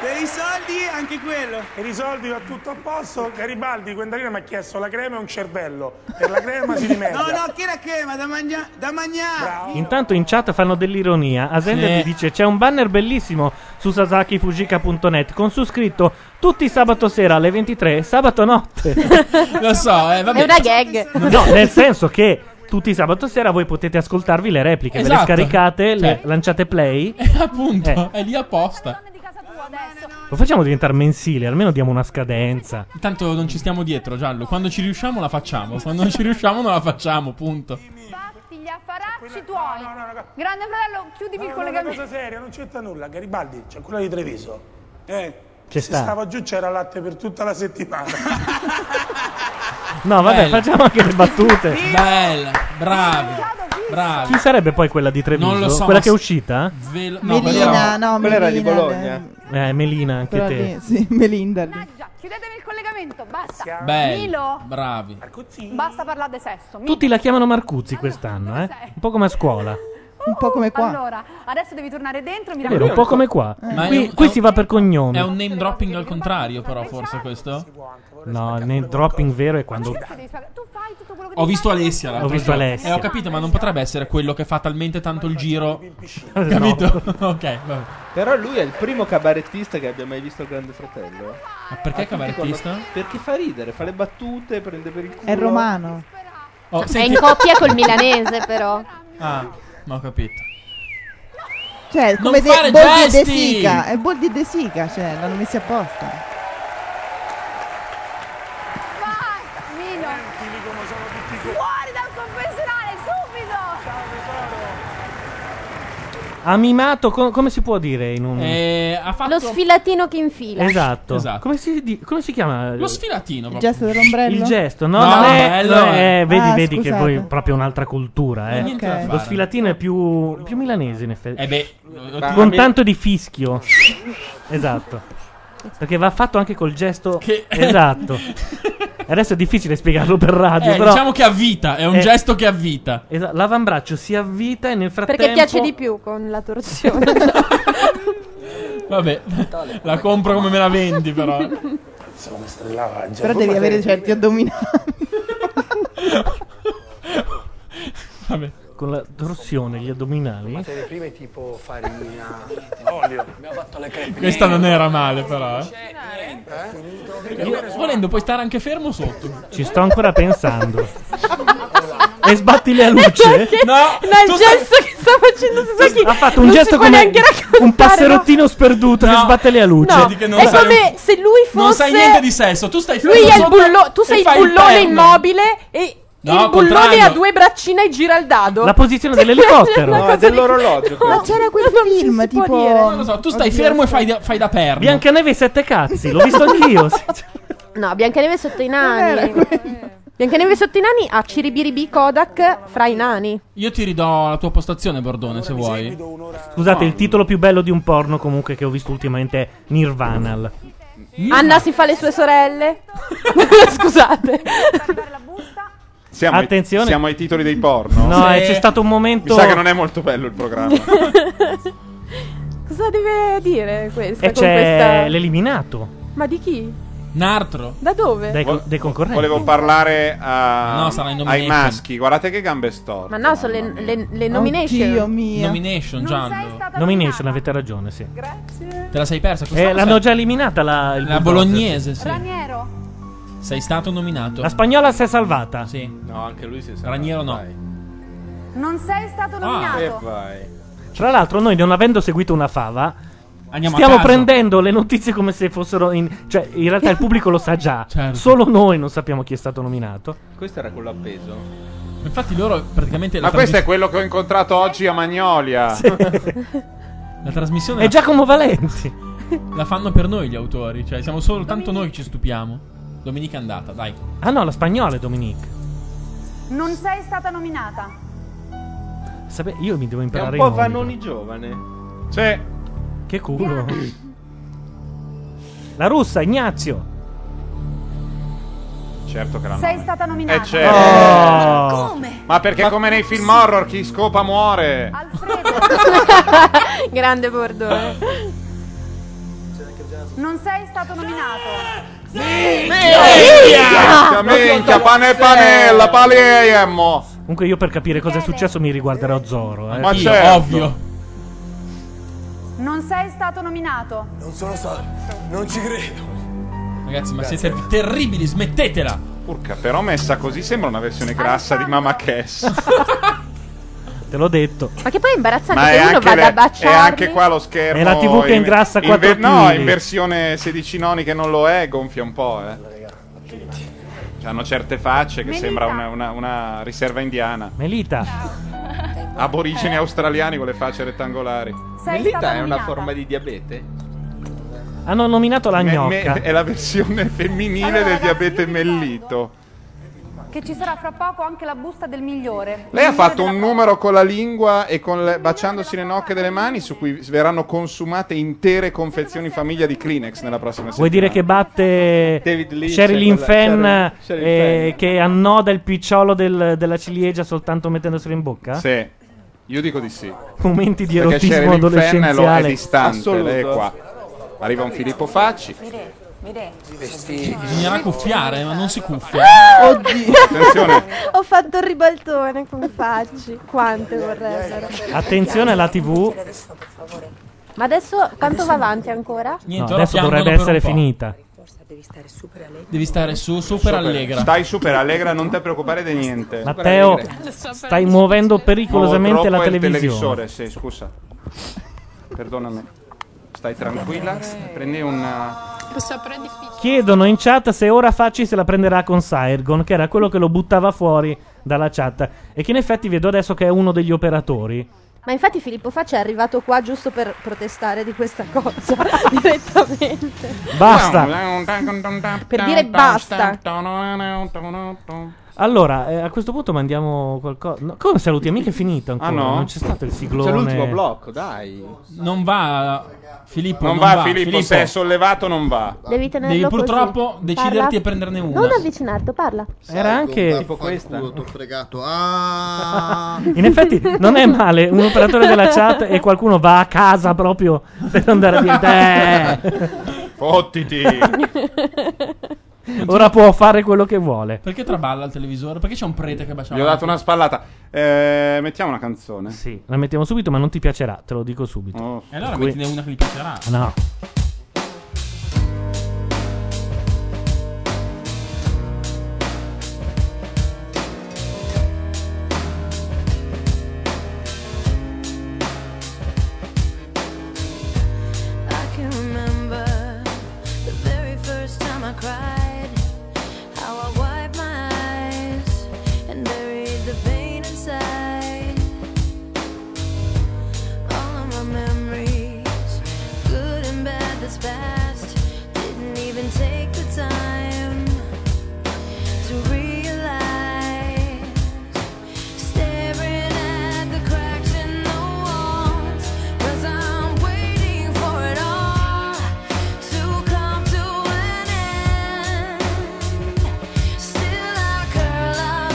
Speaker 17: Per i soldi anche quello. Eh, Per i soldi va tutto a posto. Garibaldi, Guendalina mi ha chiesto la crema e un cervello. Per la crema si rimette.
Speaker 38: No, no, che la crema da mangiare, da mangiare.
Speaker 1: Intanto in chat fanno dell'ironia. Asenda
Speaker 2: Sì.
Speaker 1: ti dice: C'è un banner bellissimo su sasakifujica.net con su scritto tutti sabato sera alle 23, sabato notte.
Speaker 2: Lo so, eh, vabbè.
Speaker 3: È una gag.
Speaker 1: no, nel senso che tutti sabato sera voi potete ascoltarvi le repliche, ve le
Speaker 2: Esatto.
Speaker 1: scaricate, le
Speaker 2: Cioè.
Speaker 1: lanciate play.
Speaker 2: Appunto,
Speaker 1: Eh.
Speaker 2: è lì apposta.
Speaker 1: Lo facciamo diventare mensile, almeno diamo una scadenza.
Speaker 2: Intanto non ci stiamo dietro, Giallo. Quando ci riusciamo la facciamo. Quando non ci riusciamo non la facciamo, punto.
Speaker 9: Fatti gli affaracci tuoi. Grande fratello, chiudimi il
Speaker 17: No, no, una
Speaker 9: collegamento.
Speaker 17: cosa seria, non c'entra nulla. Garibaldi, c'è quella di Treviso. Eh.
Speaker 1: Ci
Speaker 17: Se
Speaker 1: sta.
Speaker 17: stavo giù c'era latte per tutta la settimana.
Speaker 1: No, vabbè,
Speaker 2: Bella.
Speaker 1: facciamo anche le battute.
Speaker 2: Bella, bravi, bravi.
Speaker 1: Chi sarebbe poi quella di Treviso?
Speaker 2: Non lo so,
Speaker 1: quella
Speaker 2: ma
Speaker 1: che è
Speaker 2: s-
Speaker 1: uscita?
Speaker 2: Ve lo-
Speaker 7: Melina,
Speaker 2: quella-
Speaker 7: no,
Speaker 2: quella era di
Speaker 7: Melina,
Speaker 2: Bologna.
Speaker 7: eh,
Speaker 1: Eh, Melina, anche
Speaker 7: quella
Speaker 1: te.
Speaker 7: lì, sì, Melinda lì.
Speaker 9: Mannaggia, chiudetemi il collegamento, basta.
Speaker 1: Belli.
Speaker 9: Milo,
Speaker 2: Bravi.
Speaker 9: basta parlare di sesso. Milo.
Speaker 1: Tutti la chiamano Marcuzzi quest'anno, eh? Un po' come a scuola.
Speaker 7: Un po' come qua.
Speaker 9: Uh, Allora, adesso devi tornare dentro, mi
Speaker 1: È vero, un po' come qua.
Speaker 2: Ma è
Speaker 1: Qui,
Speaker 2: un-
Speaker 1: qui si va per
Speaker 2: È
Speaker 1: cognome.
Speaker 2: un name dropping al contrario, però, forse questo?
Speaker 1: No, nel dropping vero è quando.
Speaker 2: Ho visto Alessia. l'altro
Speaker 1: Ho visto
Speaker 2: giorno.
Speaker 1: Alessia.
Speaker 2: E ho capito, ma non potrebbe essere quello che fa talmente tanto il giro.
Speaker 1: No.
Speaker 2: Capito? ok, vabbè.
Speaker 5: Però lui è il primo cabarettista che abbia mai visto il Grande Fratello.
Speaker 2: Ma perché
Speaker 5: A tutti
Speaker 2: cabarettista?
Speaker 5: quando- Perché fa ridere, fa le battute, prende per il culo.
Speaker 7: È romano.
Speaker 2: Oh,
Speaker 3: è
Speaker 2: senti-
Speaker 3: in coppia col milanese, però.
Speaker 2: Ah, ma ho capito.
Speaker 7: Cioè,
Speaker 2: Non
Speaker 7: come De-
Speaker 2: fare
Speaker 7: Boldi e De
Speaker 2: gesti!
Speaker 7: Sica. È Boldi e De Sica, cioè, l'hanno messi apposta.
Speaker 9: Milo. Fuori dal confessionale, subito.
Speaker 1: Ha mimato, co- come si può dire in un.
Speaker 2: Eh,
Speaker 3: Lo sfilatino che infila.
Speaker 1: Esatto. Come, si, di- come si chiama?
Speaker 2: Lo sfilatino.
Speaker 3: Il gesto
Speaker 2: dell'ombrello?
Speaker 1: Il gesto, no,
Speaker 2: No,
Speaker 1: non è-
Speaker 2: bello
Speaker 1: non è-
Speaker 2: è.
Speaker 1: vedi,
Speaker 2: Ah,
Speaker 1: vedi che
Speaker 2: scusate.
Speaker 1: poi è proprio un'altra cultura. Eh.
Speaker 2: niente da
Speaker 1: Lo
Speaker 2: fare.
Speaker 1: sfilatino è più, più milanese, in effetti.
Speaker 2: Eh beh, lo-
Speaker 1: con
Speaker 2: lo-
Speaker 1: tanto di fischio. esatto. Perché va fatto anche col gesto. Esatto. Adesso è difficile spiegarlo per radio.
Speaker 2: Eh,
Speaker 1: però-
Speaker 2: diciamo che avvita, è un
Speaker 1: Eh,
Speaker 2: gesto che avvita.
Speaker 1: esa- l'avambraccio si avvita e nel frattempo.
Speaker 3: Perché piace di più con la torsione.
Speaker 2: Vabbè, la compro come me la vendi, però.
Speaker 7: Però devi avere certi addominali.
Speaker 2: Vabbè.
Speaker 1: Con la torsione, gli addominali.
Speaker 39: materie prime tipo farina, olio. Abbiamo fatto le crepe.
Speaker 2: Questa non era male, però. eh.
Speaker 39: Io-
Speaker 2: Volendo, puoi stare anche fermo sotto.
Speaker 1: Ci sto ancora pensando. e sbatti le luce.
Speaker 2: No,
Speaker 40: il gesto che sta facendo Sasaki
Speaker 1: Ha fatto un gesto come un passerottino sperduto che sbatte le luce.
Speaker 2: Vedi che non
Speaker 3: è
Speaker 2: sai-
Speaker 3: come se lui fosse.
Speaker 2: Non sai niente di sesso, tu stai fermo
Speaker 3: Lui è il
Speaker 2: sotto
Speaker 3: bullo- tu
Speaker 2: e
Speaker 3: sei il
Speaker 2: fai
Speaker 3: bullone
Speaker 2: perno.
Speaker 3: immobile e
Speaker 2: No,
Speaker 3: il bullone
Speaker 2: contrario.
Speaker 3: ha due braccine e gira il dado.
Speaker 1: La posizione dell'elicottero.
Speaker 3: Una
Speaker 1: No,
Speaker 3: cosa
Speaker 1: è
Speaker 3: di-
Speaker 1: dell'orologio,
Speaker 3: No,
Speaker 1: quello.
Speaker 3: c'era quel film tipo
Speaker 2: Non lo so, tu stai fermo e fai da, fai da perno.
Speaker 1: Biancaneve e sette cazzi, l'ho visto anch'io. sì.
Speaker 3: No, Biancaneve sotto i nani. Biancaneve sotto i nani ha Ciribiribi Kodak fra i nani.
Speaker 2: Io ti ridò la tua postazione, Bordone, se vuoi.
Speaker 1: Scusate, il titolo più bello di un porno comunque che ho visto ultimamente è Nirvanal.
Speaker 3: Anna si fa le sue sorelle. Scusate.
Speaker 4: Siamo ai-
Speaker 1: Attenzione.
Speaker 4: siamo ai titoli dei porno.
Speaker 1: No, eh, c'è stato un momento-
Speaker 4: Mi sa che non è molto bello il programma.
Speaker 41: Cosa deve dire questa?
Speaker 1: E
Speaker 41: con
Speaker 1: c'è
Speaker 41: questa-
Speaker 1: l'eliminato.
Speaker 41: Ma di chi?
Speaker 2: Nartro.
Speaker 41: Da dove?
Speaker 1: Dai, con- dei concorrenti.
Speaker 4: Volevo parlare a-
Speaker 2: No, sarà in
Speaker 4: ai
Speaker 2: nomination.
Speaker 4: maschi. Guardate che gambe storte.
Speaker 3: Ma no, sono le, le, le nomination.
Speaker 2: Nomination, Gianni.
Speaker 1: Nomination, avete ragione, sì.
Speaker 2: Te la sei persa questa
Speaker 1: Eh,
Speaker 2: cosa?
Speaker 1: l'hanno già eliminata la, il
Speaker 2: La
Speaker 1: Bulldozer.
Speaker 2: bolognese, sì.
Speaker 9: Raniero.
Speaker 2: Sei stato nominato.
Speaker 1: La spagnola si è salvata.
Speaker 2: Sì.
Speaker 4: No, anche lui si è
Speaker 2: Raniero no.
Speaker 9: Non sei
Speaker 4: Ah.
Speaker 9: stato nominato.
Speaker 1: Tra l'altro, noi non avendo seguito una fava,
Speaker 2: Andiamo a
Speaker 1: stiamo
Speaker 2: caso.
Speaker 1: prendendo le notizie come se fossero in. cioè, in realtà il pubblico lo sa già.
Speaker 2: Certo.
Speaker 1: Solo noi non sappiamo chi è stato nominato.
Speaker 5: Questo era quello appeso.
Speaker 2: Infatti loro praticamente la
Speaker 4: Ma questo è
Speaker 2: trasmis-
Speaker 4: quello che ho incontrato oggi a Magnolia.
Speaker 2: La trasmissione
Speaker 4: È
Speaker 2: la-
Speaker 1: Giacomo Valenti.
Speaker 2: La fanno per noi gli autori, cioè siamo soltanto noi che ci stupiamo. Domenica è andata, dai.
Speaker 1: Ah no, la spagnola è Dominique.
Speaker 9: Non sei stata nominata.
Speaker 1: Sape- io mi devo
Speaker 5: un
Speaker 1: imparare
Speaker 5: po'
Speaker 1: i nomi.
Speaker 5: Vanoni giovane.
Speaker 4: Sì.
Speaker 1: Che culo. la russa, Ignazio.
Speaker 4: Certo che l'hanno.
Speaker 9: Sei stata nominata.
Speaker 4: Eh, certo.
Speaker 1: Oh.
Speaker 9: Come?
Speaker 4: Ma perché come nei film horror chi scopa muore?
Speaker 3: Grande Bordone.
Speaker 9: Non sei stato nominato.
Speaker 4: Minchia, minchia, pane e panella, paliemmo.
Speaker 1: Comunque io per capire cosa è successo mi riguarderò Zoro. Eh.
Speaker 4: Ma Anch'io, certo.
Speaker 2: ovvio.
Speaker 9: Non sei stato nominato.
Speaker 15: Non sono stato. Non ci credo.
Speaker 2: Ragazzi, ma siete terribili, smettetela.
Speaker 4: Urca, però messa così sembra una versione grassa di Mamma Cass.
Speaker 1: Te l'ho detto.
Speaker 3: Ma che poi è imbarazzante
Speaker 4: Ma è
Speaker 3: che uno
Speaker 4: anche,
Speaker 3: vada
Speaker 4: le-
Speaker 3: a
Speaker 4: è
Speaker 3: baciarli.
Speaker 4: anche qua lo schermo.
Speaker 1: È la TV che
Speaker 4: in-
Speaker 1: ingrassa
Speaker 4: in
Speaker 1: quattro
Speaker 4: ver- No,
Speaker 1: chili.
Speaker 4: in versione 16 noni che non lo è, gonfia un po', eh. Hanno certe facce che
Speaker 1: Melita.
Speaker 4: sembra una, una- una riserva indiana.
Speaker 1: Melita.
Speaker 4: Aborigeni australiani con le facce rettangolari.
Speaker 5: Sei Melita stata è una nominata. forma di diabete?
Speaker 1: Hanno nominato la
Speaker 4: Me-
Speaker 1: gnocca.
Speaker 4: me- è la versione femminile del diabete mellito.
Speaker 9: Che ci sarà fra poco anche la busta del migliore.
Speaker 4: Lei ha fatto un numero con la lingua e con le- baciandosi le nocche delle mani su cui verranno consumate intere confezioni famiglia di Kleenex nella prossima settimana.
Speaker 1: Vuoi dire che batte
Speaker 4: Lynch,
Speaker 1: Sherilyn
Speaker 4: quella-
Speaker 1: Fenn
Speaker 4: Sheryl-
Speaker 1: eh,
Speaker 4: Sheryl
Speaker 1: che annoda il picciolo del- della ciliegia soltanto mettendoselo in bocca?
Speaker 4: Sì, io dico di sì.
Speaker 1: eh, Momenti di
Speaker 4: Perché
Speaker 1: erotismo
Speaker 4: Sherilyn Fenn Lo è
Speaker 1: adolescenziale.
Speaker 4: distante,
Speaker 1: Assoluto.
Speaker 4: lei è qua. Arriva un Filippo Facci.
Speaker 2: Bisognerà cuffiare, ma non si cuffia.
Speaker 41: Oddio.
Speaker 4: Attenzione.
Speaker 41: Ho fatto il ribaltone con facci. Quante vorrebbero.
Speaker 1: Attenzione alla TV.
Speaker 3: Ma adesso quanto va avanti ancora?
Speaker 1: No,
Speaker 2: Niente, ora
Speaker 1: adesso
Speaker 2: piangono
Speaker 1: dovrebbe
Speaker 2: per un
Speaker 1: essere
Speaker 2: po'.
Speaker 1: finita.
Speaker 2: Devi stare su, super, allegra.
Speaker 4: Stai super allegra, non ti preoccupare di niente.
Speaker 1: Matteo, stai muovendo
Speaker 4: Muovo
Speaker 1: pericolosamente
Speaker 4: troppo
Speaker 1: la
Speaker 4: il
Speaker 1: televisione.
Speaker 4: televisore, sì, scusa. Perdonami. Stai tranquilla, prendi un
Speaker 26: Lo saprà difficile.
Speaker 1: Chiedono in chat se ora Facci se la prenderà con Sirgon, che era quello che lo buttava fuori dalla chat. E che in effetti vedo adesso che è uno degli operatori.
Speaker 3: Ma infatti Filippo Faccia è arrivato qua giusto per protestare di questa cosa direttamente.
Speaker 1: Basta.
Speaker 3: Per dire basta.
Speaker 1: Allora, eh, a questo punto mandiamo qualcosa. no, come saluti? Amica è finito ancora.
Speaker 5: Ah, no?
Speaker 1: Cioè, Non c'è stato il siglone.
Speaker 5: C'è l'ultimo blocco, dai.
Speaker 2: Non va Filippo,
Speaker 4: Non
Speaker 2: non,
Speaker 4: va, Filippo, se è sollevato non va.
Speaker 3: Devi tenerlo
Speaker 2: Devi purtroppo
Speaker 3: così.
Speaker 2: deciderti
Speaker 3: Parla.
Speaker 2: e prenderne una.
Speaker 3: Non avvicinarti, parla.
Speaker 42: tipo questa. Ti ho fregato. Ah,
Speaker 1: In effetti, non è male un operatore della chat e qualcuno va a casa proprio per andare a dire. "Eh".
Speaker 4: Fottiti.
Speaker 1: Ora può fare quello che vuole.
Speaker 2: Perché traballa il televisore? Perché c'è un prete che bacia
Speaker 4: Gli ho dato una spallata. Eh, mettiamo una canzone.
Speaker 1: Sì. La mettiamo subito, ma non ti piacerà, te lo dico subito.
Speaker 4: Oh.
Speaker 2: E allora
Speaker 1: Per cui-
Speaker 2: mettine una che gli piacerà.
Speaker 1: No.
Speaker 26: I can remember the very first time I cried. How I wiped my eyes and buried the pain inside. All of my memories, good and bad that's past, didn't even take the time to realize. Staring at the cracks in the walls. Cause I'm waiting for it all to come to an end. Still I curl up,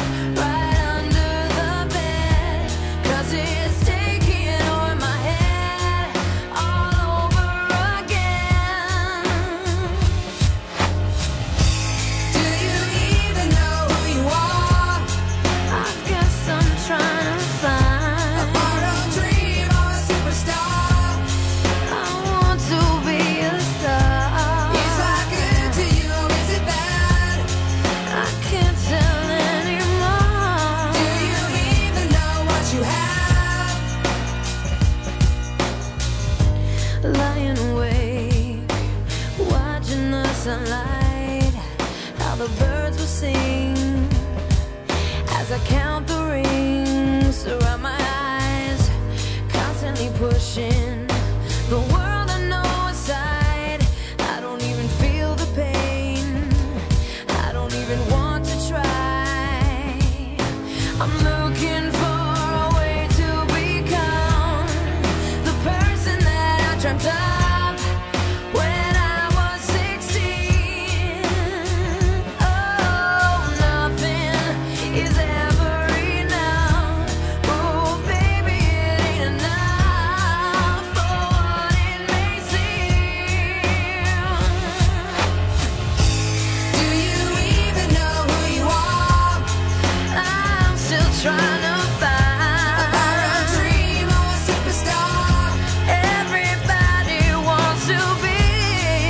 Speaker 26: the birds will sing as I count the rings around my eyes, constantly pushing the world I know aside. I don't even feel the pain. I don't even want to try. I'm looking for a way to become the person that I dreamt of when I was 16. Oh, nothing is ever enough. Oh, baby, it ain't enough for what it may seem. Do you even know who you are? I'm still trying to find a dream or a superstar. Everybody wants to be.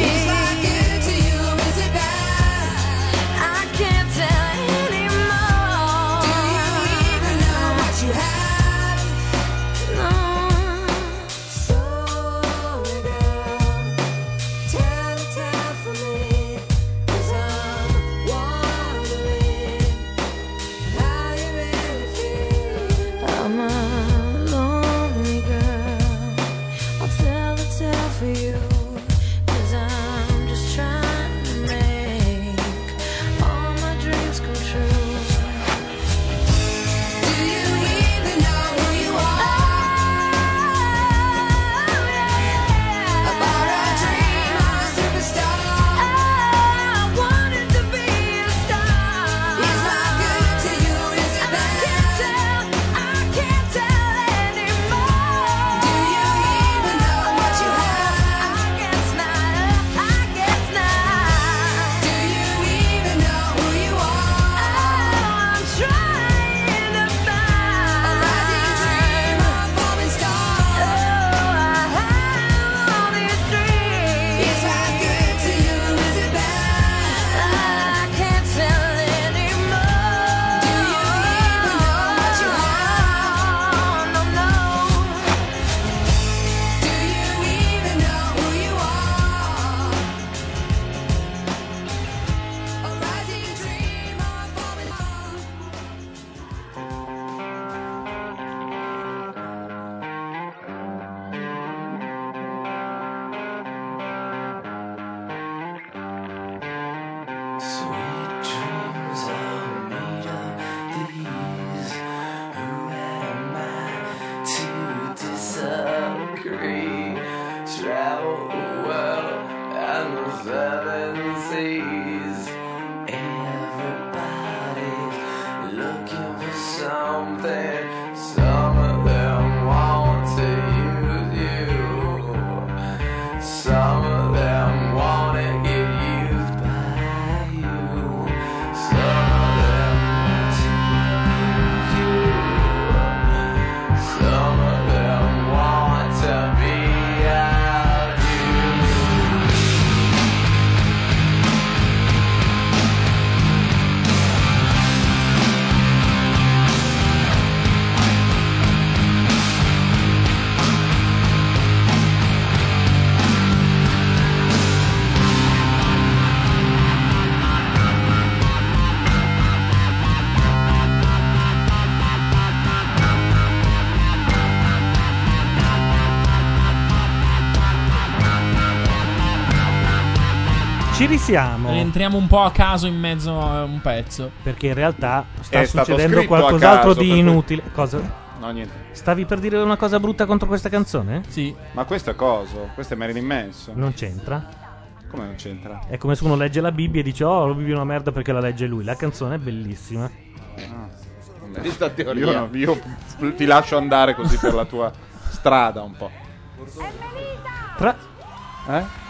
Speaker 26: Is that good to you? Is it bad? I can't tell anymore. Do you even know what you have? No. So, girl, tell, tell for me. Cause I'm wondering how you really feel. I'm a lonely girl. I'll tell a tale for you. Cause I'm just trying to make all my dreams come true. Do you even know who you are? About a dream or a superstar. I wanted to be a star. Is that good to you? Is it bad? I can't tell. I can't tell anymore. Do you even know what you have? I guess not. I guess not. Do you even know who you are? I'm trying to find a rising dream, a falling star. Oh, I have all these dreams. Is that good to you? Is it bad? I can't tell anymore. Do you even know what you have? No, no. Do you even know who you are? A rising dream, a falling star.
Speaker 15: Sweet dreams are made of these. Who am I to disagree? Travel the world and the seven seas. Everybody's looking for something. Some of them want to use you. Some of them want to get used by you. Some of them want to use you. Some of them want to be out you.
Speaker 1: Ci risiamo.
Speaker 2: Rientriamo un po' a caso in mezzo a un pezzo.
Speaker 1: Perché in realtà sta
Speaker 2: È stato
Speaker 1: succedendo
Speaker 2: scritto a
Speaker 1: qualcos'altro
Speaker 2: caso,
Speaker 1: di
Speaker 2: per cui-
Speaker 1: inutile. Cosa?
Speaker 4: No, niente.
Speaker 1: Stavi per dire una cosa brutta contro questa canzone?
Speaker 2: Sì.
Speaker 4: Ma questo è coso? Questo è Marilyn Manson.
Speaker 1: Non c'entra.
Speaker 4: Come non c'entra?
Speaker 1: È come se uno legge la Bibbia e dice: Oh, la Bibbia è una merda perché la legge lui. La canzone è bellissima.
Speaker 4: Questa teoria. Io, no, io ti lascio andare così per la tua strada un po'.
Speaker 1: Tra-
Speaker 4: Eh?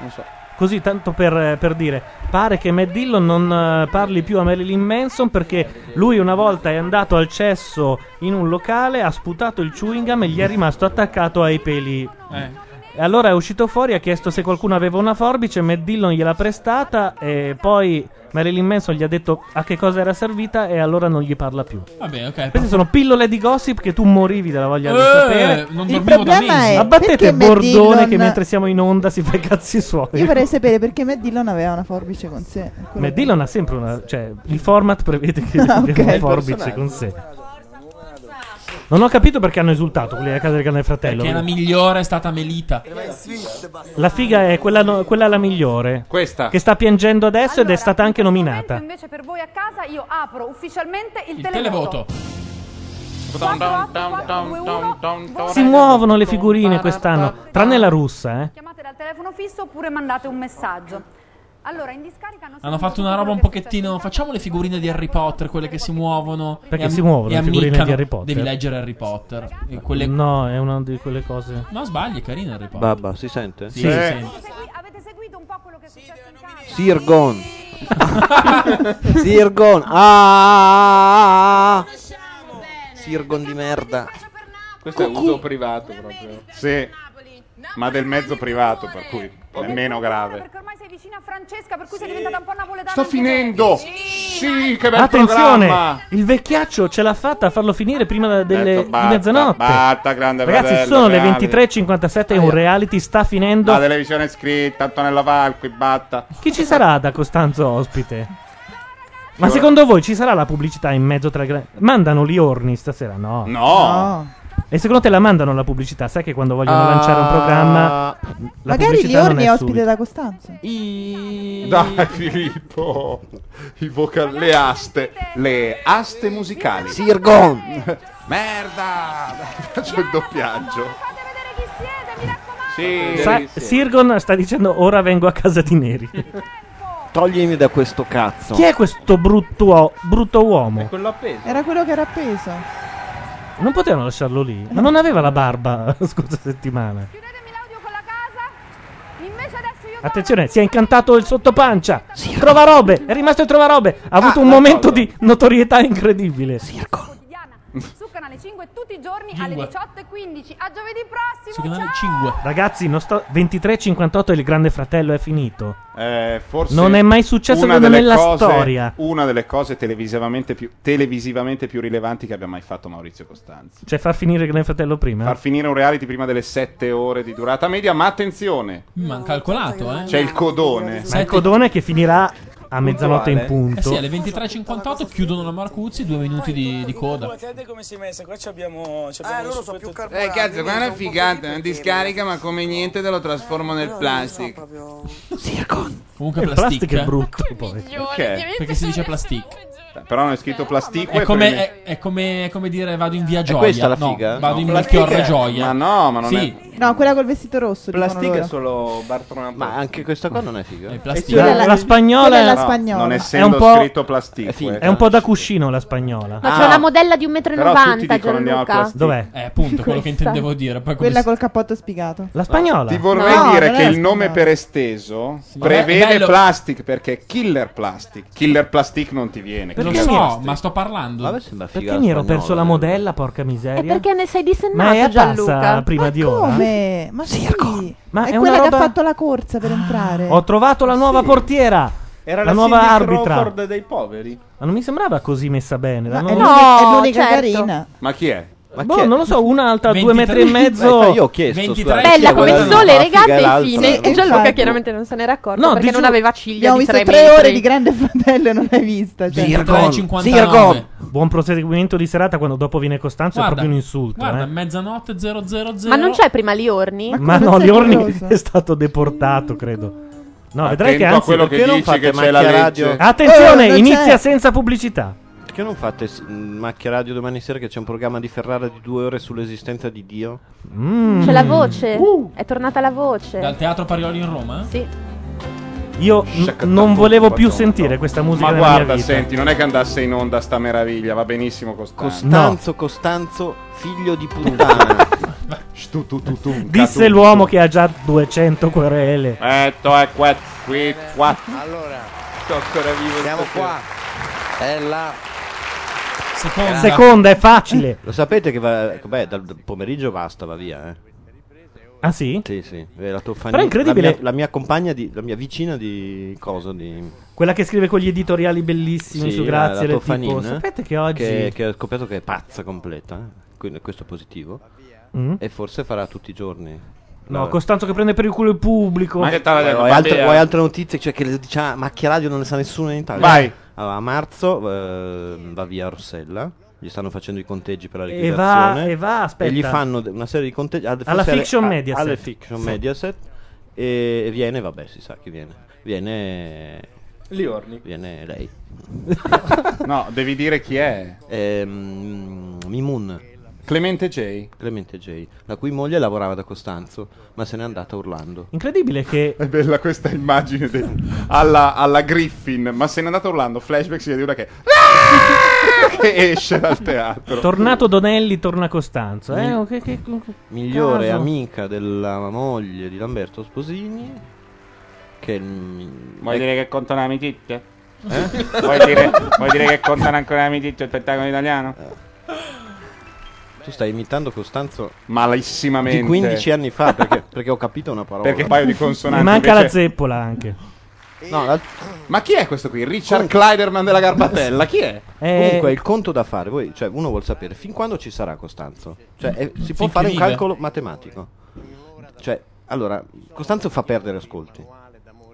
Speaker 43: Non so.
Speaker 1: Così, tanto per, per dire, pare che Matt Dillon non eh, parli più a Marilyn Manson perché lui una volta è andato al cesso in un locale, ha sputato il chewing gum e gli è rimasto attaccato ai peli.
Speaker 2: Eh.
Speaker 1: E Allora è uscito fuori, ha chiesto se qualcuno aveva una forbice, Matt Dillon gliel'ha prestata e poi Marilyn Manson gli ha detto a che cosa era servita e allora non gli parla più.
Speaker 2: Vabbè, Ah, ok.
Speaker 1: Queste sono pillole di gossip che tu morivi dalla voglia di
Speaker 2: Eh,
Speaker 1: sapere.
Speaker 2: non Il dormivo da problema mesi. è,
Speaker 1: Abbattete
Speaker 3: perché Matt
Speaker 1: Bordone
Speaker 3: Dillon-
Speaker 1: che mentre siamo in onda si fa i cazzi suoi.
Speaker 3: Io vorrei sapere perché Matt Dillon aveva una forbice con sé. Quello-
Speaker 1: Matt Dillon ha sempre una. cioè, il format prevede che abbia
Speaker 3: Ah, ok.
Speaker 1: una
Speaker 3: Il
Speaker 1: forbice
Speaker 3: personaggio.
Speaker 1: con sé. Non ho capito perché hanno esultato quelli della casa del grande fratello.
Speaker 2: Perché la migliore è stata Melita.
Speaker 1: La figa è quella, no- quella la migliore.
Speaker 44: Questa.
Speaker 1: Che sta piangendo adesso ed è stata anche nominata.
Speaker 9: Invece per voi a casa io apro ufficialmente il,
Speaker 2: televoto.
Speaker 1: Si muovono le figurine quest'anno, tranne la russa, eh.
Speaker 9: Chiamate dal telefono fisso oppure mandate un messaggio. Allora, in discarica hanno
Speaker 2: Hanno fatto una roba un pochettino. Facciamo le figurine di Harry Potter, quelle che si muovono.
Speaker 1: Perché
Speaker 2: e am-
Speaker 1: si muovono
Speaker 2: e
Speaker 1: le figurine
Speaker 2: ammiccano.
Speaker 1: di Harry Potter?
Speaker 2: Devi leggere Harry Potter. E quelle- No,
Speaker 1: No, è una di quelle cose.
Speaker 2: sbagli, è carino Harry Potter.
Speaker 30: Babba, si sente?
Speaker 2: Sì,
Speaker 1: Eh,
Speaker 2: si sente.
Speaker 30: Sirgon. Sirgon. Ah! Sirgon di merda.
Speaker 4: Questo è
Speaker 30: Cucù.
Speaker 4: uso privato proprio. Sì. Ma del mezzo privato, per cui è meno grave.
Speaker 9: Ormai sei vicina a Francesca, per cui sei diventata un po' napoletana.
Speaker 4: Sto
Speaker 9: anche te.
Speaker 4: finendo. Sì, che bel
Speaker 1: Attenzione,
Speaker 4: programma.
Speaker 1: il vecchiaccio ce l'ha fatta a farlo finire prima delle,
Speaker 4: Detto basta,
Speaker 1: di mezzanotte.
Speaker 4: basta, Grande
Speaker 1: Ragazzi,
Speaker 4: Fratello,
Speaker 1: sono le
Speaker 4: bravi.
Speaker 1: 23.57 e un reality sta finendo.
Speaker 3: Ah,
Speaker 4: La televisione è scritta, Antonella Valqui, batta.
Speaker 1: Chi ci sarà da Costanzo ospite? Ma secondo voi ci sarà la pubblicità in mezzo tra i gra- Mandano gli orni stasera? No.
Speaker 4: No.
Speaker 1: E secondo te la mandano la pubblicità? Sai che quando vogliono
Speaker 30: Ah.
Speaker 1: lanciare un programma la
Speaker 3: Magari
Speaker 1: pubblicità non
Speaker 3: Liorni è
Speaker 1: è
Speaker 3: ospite
Speaker 1: subito.
Speaker 3: da Costanzo.
Speaker 4: Dai Filippo, i vocal- le aste, le aste musicali.
Speaker 30: Sirgon.
Speaker 4: Merda, faccio il doppiaggio. Sì,
Speaker 1: Sa- Sirgon sta dicendo ora vengo a casa di Neri.
Speaker 30: Toglimi da questo cazzo.
Speaker 1: Chi è questo brutto, uo- brutto uomo?
Speaker 30: Quello appeso.
Speaker 3: Era quello che era appeso.
Speaker 1: Non potevano lasciarlo lì. Ma non aveva la barba la scorsa settimana.
Speaker 9: Invece adesso io
Speaker 1: Attenzione, si è incantato il sottopancia. Trovarobe, è rimasto il trovarobe. Ha avuto un momento di notorietà incredibile.
Speaker 4: Mm.
Speaker 9: su Canale 5 tutti i giorni alle
Speaker 1: Cinque.
Speaker 9: 18.15. A giovedì prossimo. ciao!
Speaker 1: Ragazzi, non sto 23:58 il Grande Fratello è finito.
Speaker 4: Eh, forse
Speaker 1: Non è mai successo,
Speaker 4: una
Speaker 1: secondo me,
Speaker 4: delle
Speaker 1: nella
Speaker 4: cose-
Speaker 1: storia.
Speaker 4: Una delle cose televisivamente più, televisivamente più rilevanti che abbia mai fatto Maurizio Costanzo.
Speaker 1: Cioè far finire il Grande Fratello prima.
Speaker 4: Far finire un reality prima delle 7 ore di durata media, ma attenzione,
Speaker 2: Ma hanno calcolato, eh.
Speaker 4: c'è il codone.
Speaker 1: Ma il codone che finirà a mezzanotte in
Speaker 2: Eh sì,
Speaker 1: punto.
Speaker 2: alle 23.58 chiudono la Marcuzzi, due minuti di, di coda.
Speaker 45: Guardate come si è messa, qua ci abbiamo... ci
Speaker 46: Eh,
Speaker 45: abbiamo
Speaker 46: loro sono
Speaker 45: subito-
Speaker 46: più carburati.
Speaker 47: Eh, cazzo, qua è una figata, una discarica, ma come niente te lo trasformo nel plastic.
Speaker 2: Comunque
Speaker 1: Il
Speaker 2: plastic,
Speaker 1: plastic è
Speaker 2: eh.
Speaker 1: brutto poi.
Speaker 4: Perché?
Speaker 2: Perché si dice plastic.
Speaker 4: Però non è scritto plastico
Speaker 2: È
Speaker 4: e
Speaker 2: come,
Speaker 4: preme-
Speaker 2: è, è come, è come dire vado in via
Speaker 4: È
Speaker 2: Gioia.
Speaker 4: questa la
Speaker 2: No,
Speaker 4: figa?
Speaker 2: vado
Speaker 4: No,
Speaker 2: in
Speaker 4: plastica
Speaker 2: Melchiorre
Speaker 4: è-
Speaker 2: Gioia.
Speaker 4: ma no, ma non
Speaker 2: sì.
Speaker 3: No, quella col vestito rosso. dicono
Speaker 30: Plastica
Speaker 3: loro.
Speaker 30: è solo Bartolomeo. Ma anche questa qua non è figa. cioè, È
Speaker 1: La, la spagnola
Speaker 3: quella è la
Speaker 1: no,
Speaker 3: spagnola.
Speaker 4: non
Speaker 1: è un
Speaker 4: essendo
Speaker 1: po',
Speaker 4: scritto plastico. Ah.
Speaker 1: è un po' da cuscino la spagnola.
Speaker 7: No, c'è una modella di 1,90 m.
Speaker 4: però tutti dicono andiamo al
Speaker 7: Gianluca.
Speaker 4: plastic.
Speaker 1: Ah. Dov'è?
Speaker 2: Eh, appunto, quello che
Speaker 3: Questa.
Speaker 2: intendevo dire. Poi
Speaker 3: Quella
Speaker 2: come
Speaker 3: col cappotto spigato.
Speaker 1: La spagnola.
Speaker 4: Ti vorrei
Speaker 3: No,
Speaker 4: dire
Speaker 3: non è
Speaker 4: che
Speaker 3: la
Speaker 4: il nome
Speaker 3: spagnola.
Speaker 4: per esteso
Speaker 2: Vabbè, è
Speaker 4: prevede
Speaker 2: bello.
Speaker 4: plastic perché è killer plastic. Killer plastic non ti viene.
Speaker 2: Perché
Speaker 4: killer
Speaker 2: no,
Speaker 4: plastic.
Speaker 2: ma sto parlando.
Speaker 1: Perché mi ero perso la modella, porca
Speaker 7: Eh,
Speaker 1: miseria.
Speaker 7: perché ne sei dissennato,
Speaker 1: Ma è
Speaker 7: Gianluca?
Speaker 1: apparsa prima di ora.
Speaker 3: Come? Ma sì,
Speaker 1: ecco. Ma
Speaker 3: è,
Speaker 1: è una
Speaker 3: quella che
Speaker 1: roba- Ah. Oh,
Speaker 3: ha fatto la corsa per entrare.
Speaker 1: Ho trovato la nuova portiera.
Speaker 30: Era
Speaker 1: la,
Speaker 30: la,
Speaker 1: nuova
Speaker 30: Cindy
Speaker 1: arbitra.
Speaker 30: Crawford eh, dei poveri.
Speaker 1: Ma non mi sembrava così messa bene. la
Speaker 3: è
Speaker 1: nuova-
Speaker 3: l'unica- è l'unica
Speaker 7: certo.
Speaker 3: carina.
Speaker 4: Ma chi è?
Speaker 30: Ma
Speaker 1: Boh,
Speaker 30: chi è?
Speaker 1: non lo so, una alta due metri e
Speaker 30: 23.
Speaker 1: mezzo.
Speaker 30: Eh, io ho chiesto, 23. scusate. Bella
Speaker 7: Bella come
Speaker 30: Quella
Speaker 7: il sole,
Speaker 30: non fa figa
Speaker 7: regata e
Speaker 30: l'altra.
Speaker 7: fine. E
Speaker 30: Infatti.
Speaker 7: Gianluca chiaramente non se n'era accorto
Speaker 1: No,
Speaker 7: perché
Speaker 1: di giù-
Speaker 7: non aveva ciglia
Speaker 3: Abbiamo
Speaker 7: di
Speaker 3: visto
Speaker 7: 3
Speaker 3: tre,
Speaker 7: metri.
Speaker 3: ore di Grande Fratello e non l'hai vista. Cioè.
Speaker 2: 23.59.
Speaker 1: Buon proseguimento di serata quando dopo viene Costanzo
Speaker 2: Guarda,
Speaker 1: è proprio un insulto.
Speaker 2: Guarda,
Speaker 1: eh.
Speaker 2: mezzanotte 000.
Speaker 7: Ma non c'è prima Liorni?
Speaker 1: Ma no, Liorni è stato deportato, credo. No, vedrai che
Speaker 30: Attento a
Speaker 1: anzi,
Speaker 30: quello che
Speaker 1: perché non
Speaker 30: dici
Speaker 1: fate
Speaker 30: che c'è
Speaker 1: macchia
Speaker 30: la legge.
Speaker 1: radio?
Speaker 30: Eh,
Speaker 1: Attenzione,
Speaker 30: non
Speaker 1: inizia
Speaker 30: c'è.
Speaker 1: senza pubblicità.
Speaker 30: Perché non fate s- mm, macchia radio domani sera che c'è un programma di Ferrara di due ore sull'esistenza di Dio?
Speaker 1: Mm.
Speaker 7: C'è la voce.
Speaker 1: Uh.
Speaker 7: È tornata la voce.
Speaker 2: Dal teatro Parioli in Roma?
Speaker 7: Sì.
Speaker 1: Io n- non volevo più sentire questa musica
Speaker 4: Ma
Speaker 1: nella mia
Speaker 4: guarda,
Speaker 1: vita.
Speaker 4: senti, non è che andasse in onda sta meraviglia, va benissimo Costanzo.
Speaker 30: Costanzo, Costanzo, figlio di puttana.
Speaker 4: Stu, tu, tu, tu,
Speaker 1: Disse
Speaker 4: catu-
Speaker 1: l'uomo che ha già 200 querele.
Speaker 4: Eh, to è qua, qui, qua.
Speaker 30: Allora,
Speaker 4: sto ancora vivo.
Speaker 30: Siamo qua. È la
Speaker 2: seconda.
Speaker 1: Seconda è facile.
Speaker 30: Lo sapete che va, beh, dal pomeriggio basta, va via, eh.
Speaker 1: Ah sì?
Speaker 30: Sì, sì. eh, La tua
Speaker 1: Però è incredibile.
Speaker 30: La mia, la mia compagna, di, la mia vicina di cosa? Di,
Speaker 1: Quella che scrive con gli editoriali bellissimi
Speaker 30: Sì,
Speaker 1: su
Speaker 30: la-
Speaker 1: Grazie,
Speaker 30: la
Speaker 1: del
Speaker 30: Toffanin, eh,
Speaker 1: tipo, sapete che oggi...
Speaker 30: Che, che ho scoperto che è pazza completa, eh? quindi questo è positivo.
Speaker 1: Mm.
Speaker 30: E forse farà tutti i giorni.
Speaker 1: No, Costanzo che prende per il culo il pubblico.
Speaker 30: vuoi, altre, vuoi altre notizie? Cioè che diciamo, macchia radio non ne sa nessuno in Italia.
Speaker 1: Vai.
Speaker 30: Allora, a marzo eh, va via Rossella. Gli stanno facendo i conteggi per la
Speaker 1: E
Speaker 30: liquidazione.
Speaker 1: va- e va, aspetta.
Speaker 30: E gli fanno de- una serie di conteggi. ah, forse
Speaker 1: Alla Fiction
Speaker 30: a-
Speaker 1: Mediaset.
Speaker 30: Alle Fiction
Speaker 1: Sì.
Speaker 30: Mediaset. E e viene, vabbè, si sa chi viene. Viene...
Speaker 5: Liorni.
Speaker 30: Viene lei.
Speaker 4: no, devi dire chi è.
Speaker 30: Ehm, Mimun.
Speaker 4: Clemente J.
Speaker 30: Clemente J. La cui moglie lavorava da Costanzo, ma se n'è andata a Orlando.
Speaker 1: Incredibile che.
Speaker 4: È bella questa immagine del- alla, alla Griffin, ma se n'è andata urlando. Flashback si vede una che. che esce dal teatro.
Speaker 1: Tornato Donelli, torna Costanzo.
Speaker 3: cioè.
Speaker 1: Eh?
Speaker 30: Mi-
Speaker 1: Oh, che- che-
Speaker 30: Migliore
Speaker 1: caso.
Speaker 30: amica della moglie di Lamberto Sposini. Che Vuoi
Speaker 48: Vuoi dire che contano le amicizie?
Speaker 30: Eh?
Speaker 48: Vuoi, dire, vuoi dire che contano ancora le amicizie il spettacolo italiano?
Speaker 30: Tu stai imitando Costanzo
Speaker 4: malissimamente
Speaker 30: di 15 anni fa perché, perché ho capito una parola.
Speaker 4: Perché un paio di consonanti.
Speaker 1: E manca
Speaker 4: invece-
Speaker 1: la zeppola anche.
Speaker 30: No,
Speaker 4: Ma chi è questo qui? Richard Clyderman della Garbatella? Chi è?
Speaker 30: Comunque il conto da fare, voi- cioè, uno vuol sapere fin quando ci sarà Costanzo. Cioè, eh, si può
Speaker 4: Finché
Speaker 30: fare un
Speaker 4: vive.
Speaker 30: calcolo matematico. Cioè, allora, Costanzo fa perdere ascolti.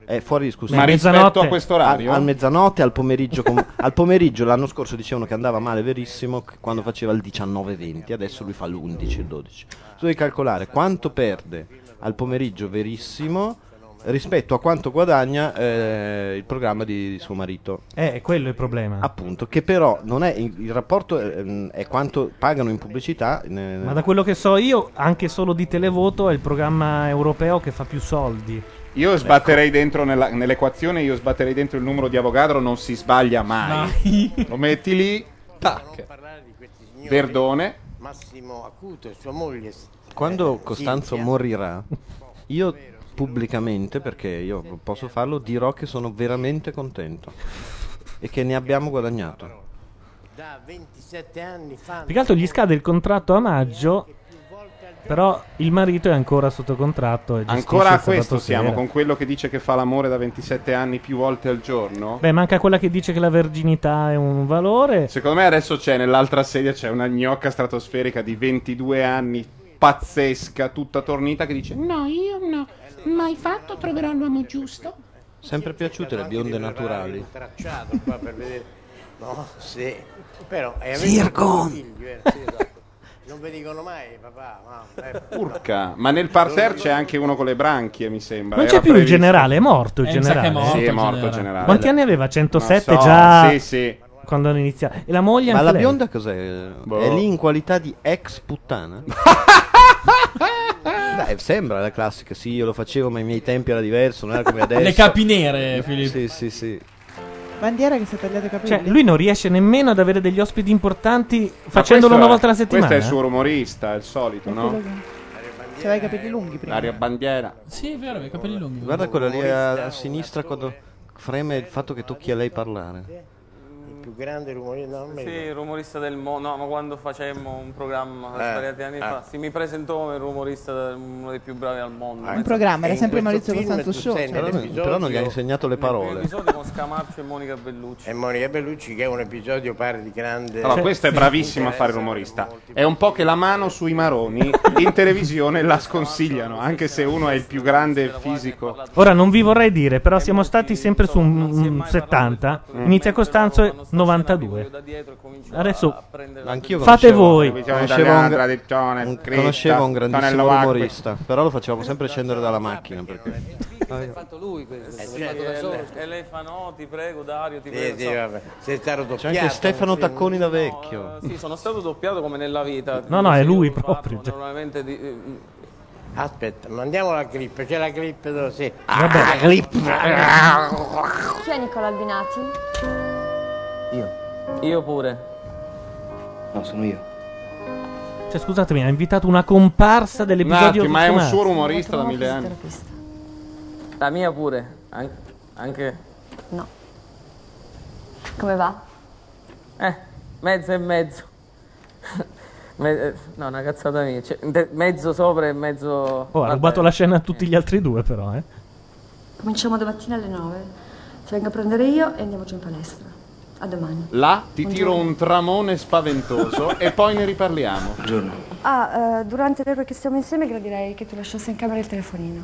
Speaker 30: È fuori discussione.
Speaker 4: Ma rispetto Mezzanotte. a questo orario?
Speaker 30: Al, al mezzanotte, al pomeriggio. com- al pomeriggio l'anno scorso dicevano che andava male verissimo che quando faceva il 19-20, adesso lui fa l'11, il 12. Tu devi calcolare quanto perde al pomeriggio verissimo rispetto a quanto guadagna eh, il programma di- di suo marito.
Speaker 1: Eh, quello è il problema.
Speaker 30: Appunto, che però non è il, il rapporto ehm, è quanto pagano in pubblicità. ne-
Speaker 1: Ma da quello che so io, anche solo di televoto è il programma europeo che fa più soldi.
Speaker 4: Io sbatterei dentro nella- nell'equazione, io sbatterei dentro il numero di Avogadro, non si sbaglia mai. Lo metti lì, tac. Verdone.
Speaker 11: Massimo Acuto e sua moglie. Eh,
Speaker 30: Quando Costanzo morirà, io pubblicamente, perché io posso farlo, dirò che sono veramente contento e che ne abbiamo guadagnato.
Speaker 11: Da 27 anni fa.
Speaker 1: Più che altro gli scade il contratto a maggio. Però il marito è ancora sotto contratto. E gestisce
Speaker 4: Ancora a
Speaker 1: il sabato
Speaker 4: questo siamo,
Speaker 1: sera.
Speaker 4: con quello che dice che fa l'amore da 27 anni più volte al giorno.
Speaker 1: Beh, manca quella che dice che la verginità è un valore.
Speaker 4: Secondo me adesso c'è nell'altra sedia c'è una gnocca stratosferica di 22 anni, pazzesca, tutta tornita, che dice... No, io no. Mai fatto, troverò l'uomo giusto.
Speaker 30: Sempre piaciute le bionde naturali.
Speaker 11: Tracciato qua per vedere. No, sì. Però è
Speaker 30: Zircon.
Speaker 11: eh? esatto. Non vi dicono mai, papà. mamma, eh.
Speaker 4: Urca, ma nel parterre c'è anche uno con le branchie, mi sembra.
Speaker 1: Non c'è
Speaker 4: Era
Speaker 1: più il
Speaker 4: previsto.
Speaker 1: generale, è morto il Eh, mi sa che è generale. morto
Speaker 4: Sì, è
Speaker 1: il
Speaker 4: morto il
Speaker 1: generale.
Speaker 4: generale.
Speaker 1: Quanti anni aveva? 107
Speaker 4: Non so,
Speaker 1: già?
Speaker 4: Sì, sì. Boh.
Speaker 1: Quando hanno iniziato. E la moglie
Speaker 30: Ma
Speaker 1: anche
Speaker 30: la
Speaker 1: lei.
Speaker 30: bionda cos'è? È lì in qualità di ex puttana? Dai, sembra la classica, sì, io lo facevo, ma i miei tempi era diverso, non era come adesso.
Speaker 2: Le capi nere, Filippo.
Speaker 30: Sì, sì, sì.
Speaker 3: Bandiera che si è tagliato i capelli.
Speaker 1: Cioè, lui non riesce nemmeno ad avere degli ospiti importanti facendolo una volta alla settimana.
Speaker 4: Questo è il suo rumorista, il solito, no?
Speaker 3: C'aveva i capelli lunghi prima.
Speaker 4: L'aria bandiera.
Speaker 2: Sì, è vero, aveva i capelli lunghi.
Speaker 30: Guarda quella lì a, a sinistra quando freme il fatto che tocchi a lei parlare.
Speaker 11: Il più grande rumore no, non mi
Speaker 7: Sì,
Speaker 11: ricordo.
Speaker 7: rumorista del mondo, no, ma quando facemmo un programma
Speaker 11: Eh,
Speaker 7: svariati anni
Speaker 11: eh.
Speaker 7: fa, si mi presentò come il rumorista, del- uno dei più bravi al mondo.
Speaker 3: Un programma, era
Speaker 11: in
Speaker 3: sempre
Speaker 11: Ah, eh,
Speaker 3: Maurizio
Speaker 11: questo film
Speaker 3: Costanzo
Speaker 11: tu
Speaker 3: Show.
Speaker 11: senti
Speaker 3: cioè,
Speaker 30: Però, non-
Speaker 11: l'episodio-
Speaker 30: però non gli ha insegnato le
Speaker 7: Un
Speaker 30: parole.
Speaker 7: episodio con Scamarcio e Monica Bellucci.
Speaker 11: E Monica Bellucci che è un episodio pare di grande...
Speaker 7: Cioè,
Speaker 4: Allora, questo è bravissimo a fare il rumorista. È un po' che la mano sui maroni in televisione la sconsigliano, anche se uno è il più grande fisico.
Speaker 1: Ora non vi vorrei dire, però siamo stati sempre su un, un 70. Inizia Costanzo e 92. Adesso
Speaker 30: Anch'io
Speaker 1: fate
Speaker 30: conoscevo-
Speaker 1: voi.
Speaker 30: Conoscevo un, gra-
Speaker 4: tradizione,
Speaker 30: un-
Speaker 4: cricca,
Speaker 30: conoscevo un
Speaker 4: tonello
Speaker 30: grandissimo
Speaker 4: acque.
Speaker 30: rumorista, però lo facevamo sempre scendere dalla macchina. Perché...
Speaker 7: L'ha fatto lui questo, l'ha fatto da solo. E lei eh, fa no, ti prego Dario, ti
Speaker 11: Eh, Sì,
Speaker 7: prego.
Speaker 11: sì,
Speaker 7: so.
Speaker 11: vabbè. Sei stato
Speaker 30: C'è
Speaker 11: doppiato.
Speaker 30: anche Stefano
Speaker 11: sì.
Speaker 30: Tacconi da vecchio.
Speaker 7: eh, Sì, sono stato doppiato come nella vita.
Speaker 1: No, no, è
Speaker 7: Io
Speaker 1: lui
Speaker 7: parlo
Speaker 1: proprio, già.
Speaker 7: Normalmente di- eh, mm.
Speaker 11: Aspetta, mandiamo la clip, c'è la clip dove sì.
Speaker 1: Vabbè.
Speaker 11: Ah, clip.
Speaker 31: Chi è Nicola Albinati?
Speaker 7: Io pure.
Speaker 31: No, sono io.
Speaker 1: Cioè, scusatemi, ha invitato una comparsa
Speaker 4: Un
Speaker 1: dell'episodio.
Speaker 4: attimo, ma è un
Speaker 1: Costanzo.
Speaker 4: suo rumorista da mille anni.
Speaker 7: La mia pure. An- anche
Speaker 31: No. Come va?
Speaker 7: eh, mezzo e mezzo. Me- eh, no, una cazzata mia. Cioè, de- mezzo sopra e mezzo.
Speaker 1: Oh, ha
Speaker 7: Vabbè.
Speaker 1: rubato la scena a tutti gli altri due, però, eh.
Speaker 31: Cominciamo domattina alle 9. Ti vengo a prendere io e andiamo giù in palestra. A domani.
Speaker 4: Là ti
Speaker 31: Buongiorno.
Speaker 4: tiro un tramone spaventoso e poi ne riparliamo. Buongiorno.
Speaker 9: Ah, eh, durante l'ora che stiamo insieme gradirei che tu lasciassi in camera il telefonino.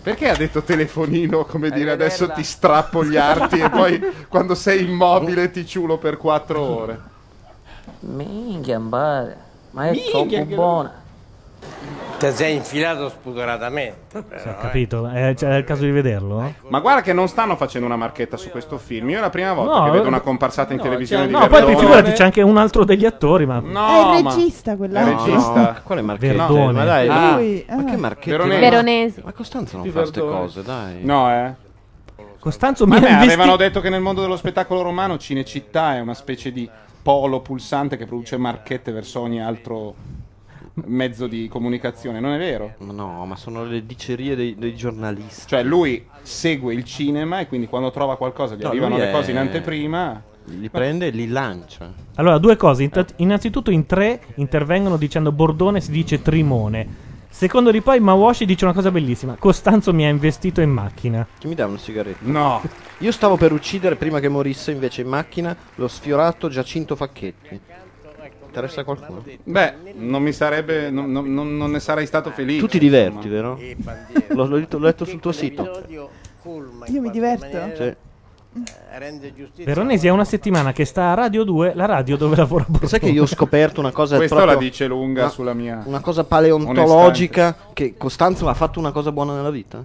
Speaker 4: Perché ha detto telefonino, come dire, adesso
Speaker 9: Arrivederla.
Speaker 4: ti strappo gli arti e poi quando sei immobile ti ciulo per quattro ore?
Speaker 7: Mm. Minchia, mbare. ma è
Speaker 4: Minchia,
Speaker 7: troppo
Speaker 4: che-
Speaker 7: buona.
Speaker 15: Ti sei infilato spudoratamente.
Speaker 1: Ho capito. Eh, cioè, è il caso di vederlo? eh?
Speaker 4: Ma guarda che non stanno facendo una marchetta su questo film. Io è la prima volta
Speaker 1: No,
Speaker 4: che vedo
Speaker 1: eh,
Speaker 4: una comparsata in televisione di
Speaker 1: Cioè, No, poi
Speaker 4: Verdone.
Speaker 1: figurati, c'è anche un altro degli attori, ma...
Speaker 4: No,
Speaker 49: è il regista
Speaker 4: È
Speaker 49: quella.
Speaker 4: il regista.
Speaker 30: No, quale marchetta?
Speaker 1: Verdone.
Speaker 30: Ma dai,
Speaker 4: Ah.
Speaker 49: Lui,
Speaker 30: ma
Speaker 49: ah.
Speaker 30: che marchetta?
Speaker 4: Veronese.
Speaker 3: Veronesi.
Speaker 30: Ma Costanzo non
Speaker 4: Di
Speaker 30: fa queste
Speaker 4: Verdone.
Speaker 30: cose, dai.
Speaker 4: No, eh.
Speaker 1: Costanzo
Speaker 4: Ma
Speaker 1: mi
Speaker 4: a me
Speaker 1: ha
Speaker 4: avevano
Speaker 1: investito...
Speaker 4: detto che nel mondo dello spettacolo romano Cinecittà è una specie di polo pulsante che produce marchette verso ogni altro mezzo di comunicazione, non è vero?
Speaker 30: No, ma sono le dicerie dei, dei giornalisti.
Speaker 4: Cioè lui segue il cinema e quindi quando trova qualcosa gli
Speaker 30: No,
Speaker 4: arrivano
Speaker 30: lui
Speaker 4: le
Speaker 30: è-
Speaker 4: cose in anteprima.
Speaker 30: Li Ah, prende e li lancia.
Speaker 1: Allora, due cose. Int- Innanzitutto in tre intervengono dicendo Bordone si dice Trimone. Secondo di poi Mawashi dice una cosa bellissima. Costanzo mi ha investito in macchina.
Speaker 30: Chi mi dà una sigaretta?
Speaker 4: No.
Speaker 30: Io stavo per uccidere prima che morisse, invece in macchina l'ho sfiorato Giacinto Facchetti. Interessa a qualcuno?
Speaker 4: Beh, non mi sarebbe. non, non- non- non ne sarei stato felice.
Speaker 30: Eh, Tu ti diverti, vero?
Speaker 15: Eh,
Speaker 4: insomma.
Speaker 30: L'ho, l'ho letto- l'ho letto sul tuo sito.
Speaker 49: Io mi diverto.
Speaker 30: Sì.
Speaker 15: Eh,
Speaker 1: Veronesi è una settimana che sta a Radio 2, la radio dove lavora Bordone.
Speaker 30: Sai che io ho scoperto una cosa
Speaker 4: Questa
Speaker 30: proprio-
Speaker 4: la dice lunga
Speaker 30: una-
Speaker 4: sulla mia.
Speaker 30: Una cosa paleontologica che Costanzo ha fatto una cosa buona nella vita?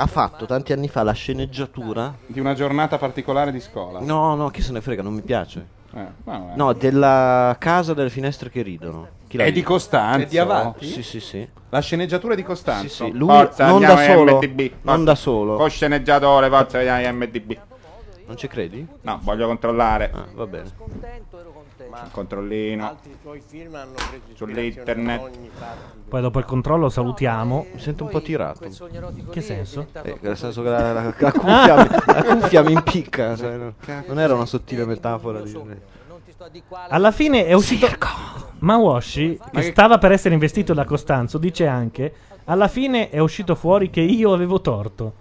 Speaker 30: Ha fatto tanti anni fa la sceneggiatura
Speaker 4: Di una giornata particolare di scuola.
Speaker 30: No, no, chi se ne frega, non mi piace.
Speaker 4: Eh, ma-
Speaker 30: No, della casa delle finestre che ridono. Chi l'ha
Speaker 4: È di
Speaker 30: vista?
Speaker 4: Costanzo.
Speaker 30: È di Avanti? Sì, sì,
Speaker 4: La sceneggiatura di Costanzo.
Speaker 30: Sì, sì, lui
Speaker 4: Forza,
Speaker 30: non da
Speaker 4: andiamo
Speaker 30: solo,
Speaker 4: IMDb.
Speaker 30: non da solo.
Speaker 4: Con sceneggiatore, forza, andiamo IMDb.
Speaker 30: Non ci credi? Ah,
Speaker 4: No, voglio controllare.
Speaker 30: va bene.
Speaker 4: Un controllino
Speaker 15: Altri suoi film hanno preso
Speaker 4: sull'internet.
Speaker 1: Poi dopo il controllo salutiamo. Mi
Speaker 30: sento un po' tirato.
Speaker 1: Che senso?
Speaker 30: Eh, nel senso che la, la- la cuffia, mi- la cuffia mi impicca. cioè, no. non era una sottile metafora. Di...
Speaker 1: Alla fine è uscito. Mawashi, che stava per essere investito da Costanzo, dice anche: Alla fine è uscito fuori che io avevo torto.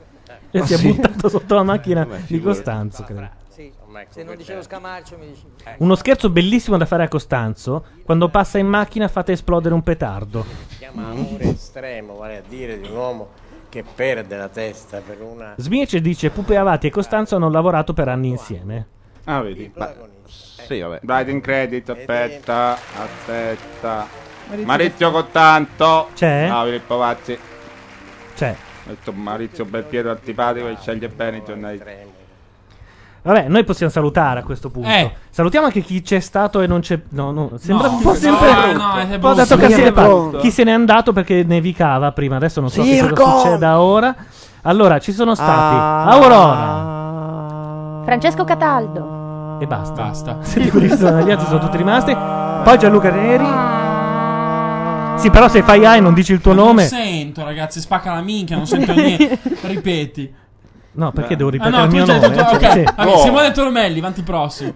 Speaker 1: Cioè,
Speaker 30: Ah,
Speaker 1: si è
Speaker 30: sì?
Speaker 1: buttato sotto la macchina
Speaker 30: Vabbè,
Speaker 1: di
Speaker 30: figurati.
Speaker 1: Costanzo. credo.
Speaker 15: Sì, se non dicevo scamarcio mi dici.
Speaker 1: Uno scherzo bellissimo da fare a Costanzo: quando passa in macchina fate esplodere un petardo.
Speaker 15: chiama amore estremo, vale a dire di un uomo che perde la testa per una
Speaker 1: Smiece dice: Pupe Avati e Costanzo hanno lavorato per anni insieme.
Speaker 4: Ah, vedi.
Speaker 30: sì, vabbè.
Speaker 4: Writing credit, aspetta, aspetta. Maurizio Cottanto.
Speaker 1: C'è?
Speaker 4: No, Filippo Pazzi.
Speaker 1: C'è.
Speaker 4: Questo Maurizio Belpietro antipatico che sceglie bene i giornali.
Speaker 1: Vabbè, noi possiamo salutare a questo punto.
Speaker 4: Eh.
Speaker 1: Salutiamo anche chi c'è stato e non c'è. No, no, sembra
Speaker 2: No,
Speaker 1: un po'
Speaker 2: no,
Speaker 1: sempre.
Speaker 2: no, no, è
Speaker 1: un po'
Speaker 2: brutto.
Speaker 1: dato che
Speaker 2: Sì,
Speaker 1: se ne
Speaker 2: è
Speaker 1: parla.
Speaker 2: brutto.
Speaker 1: Chi se n'è andato perché nevicava prima, adesso non so che cosa
Speaker 3: Circo!
Speaker 1: succeda ora. Allora, ci sono stati
Speaker 3: Ah.
Speaker 1: Aurora
Speaker 3: Francesco Cataldo.
Speaker 1: e basta. Basta. Senti quelli che sono gli altri sono tutti rimasti. Poi Gianluca Neri. Sì, però se fai AI non dici il tuo
Speaker 2: Non
Speaker 1: nome.
Speaker 2: sento, ragazzi, spacca la minchia, non sento niente. Ripeti.
Speaker 1: No, perché devo
Speaker 2: Ah,
Speaker 1: ripetere
Speaker 2: no,
Speaker 1: il
Speaker 2: tu
Speaker 1: mio
Speaker 2: già hai
Speaker 1: nome?
Speaker 2: detto. Ok,
Speaker 1: Sì.
Speaker 2: vabbè, Simone Tormelli, avanti prossimo.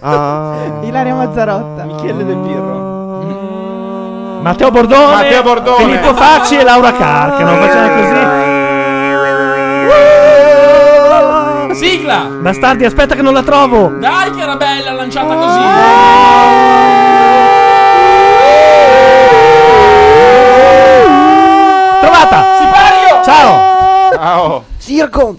Speaker 7: Ah.
Speaker 49: Ilaria Mazzarotta. Michele De Pirro.
Speaker 1: Matteo Bordone,
Speaker 49: Matteo Bordone.
Speaker 1: Filippo Facci e Laura Carcano. Facciamo così.
Speaker 2: Sigla!
Speaker 1: Bastardi, aspetta che non la trovo.
Speaker 2: Dai, che era bella lanciata così.
Speaker 1: Trovata! Sipario! Ciao!
Speaker 4: Ciao!
Speaker 30: Circo!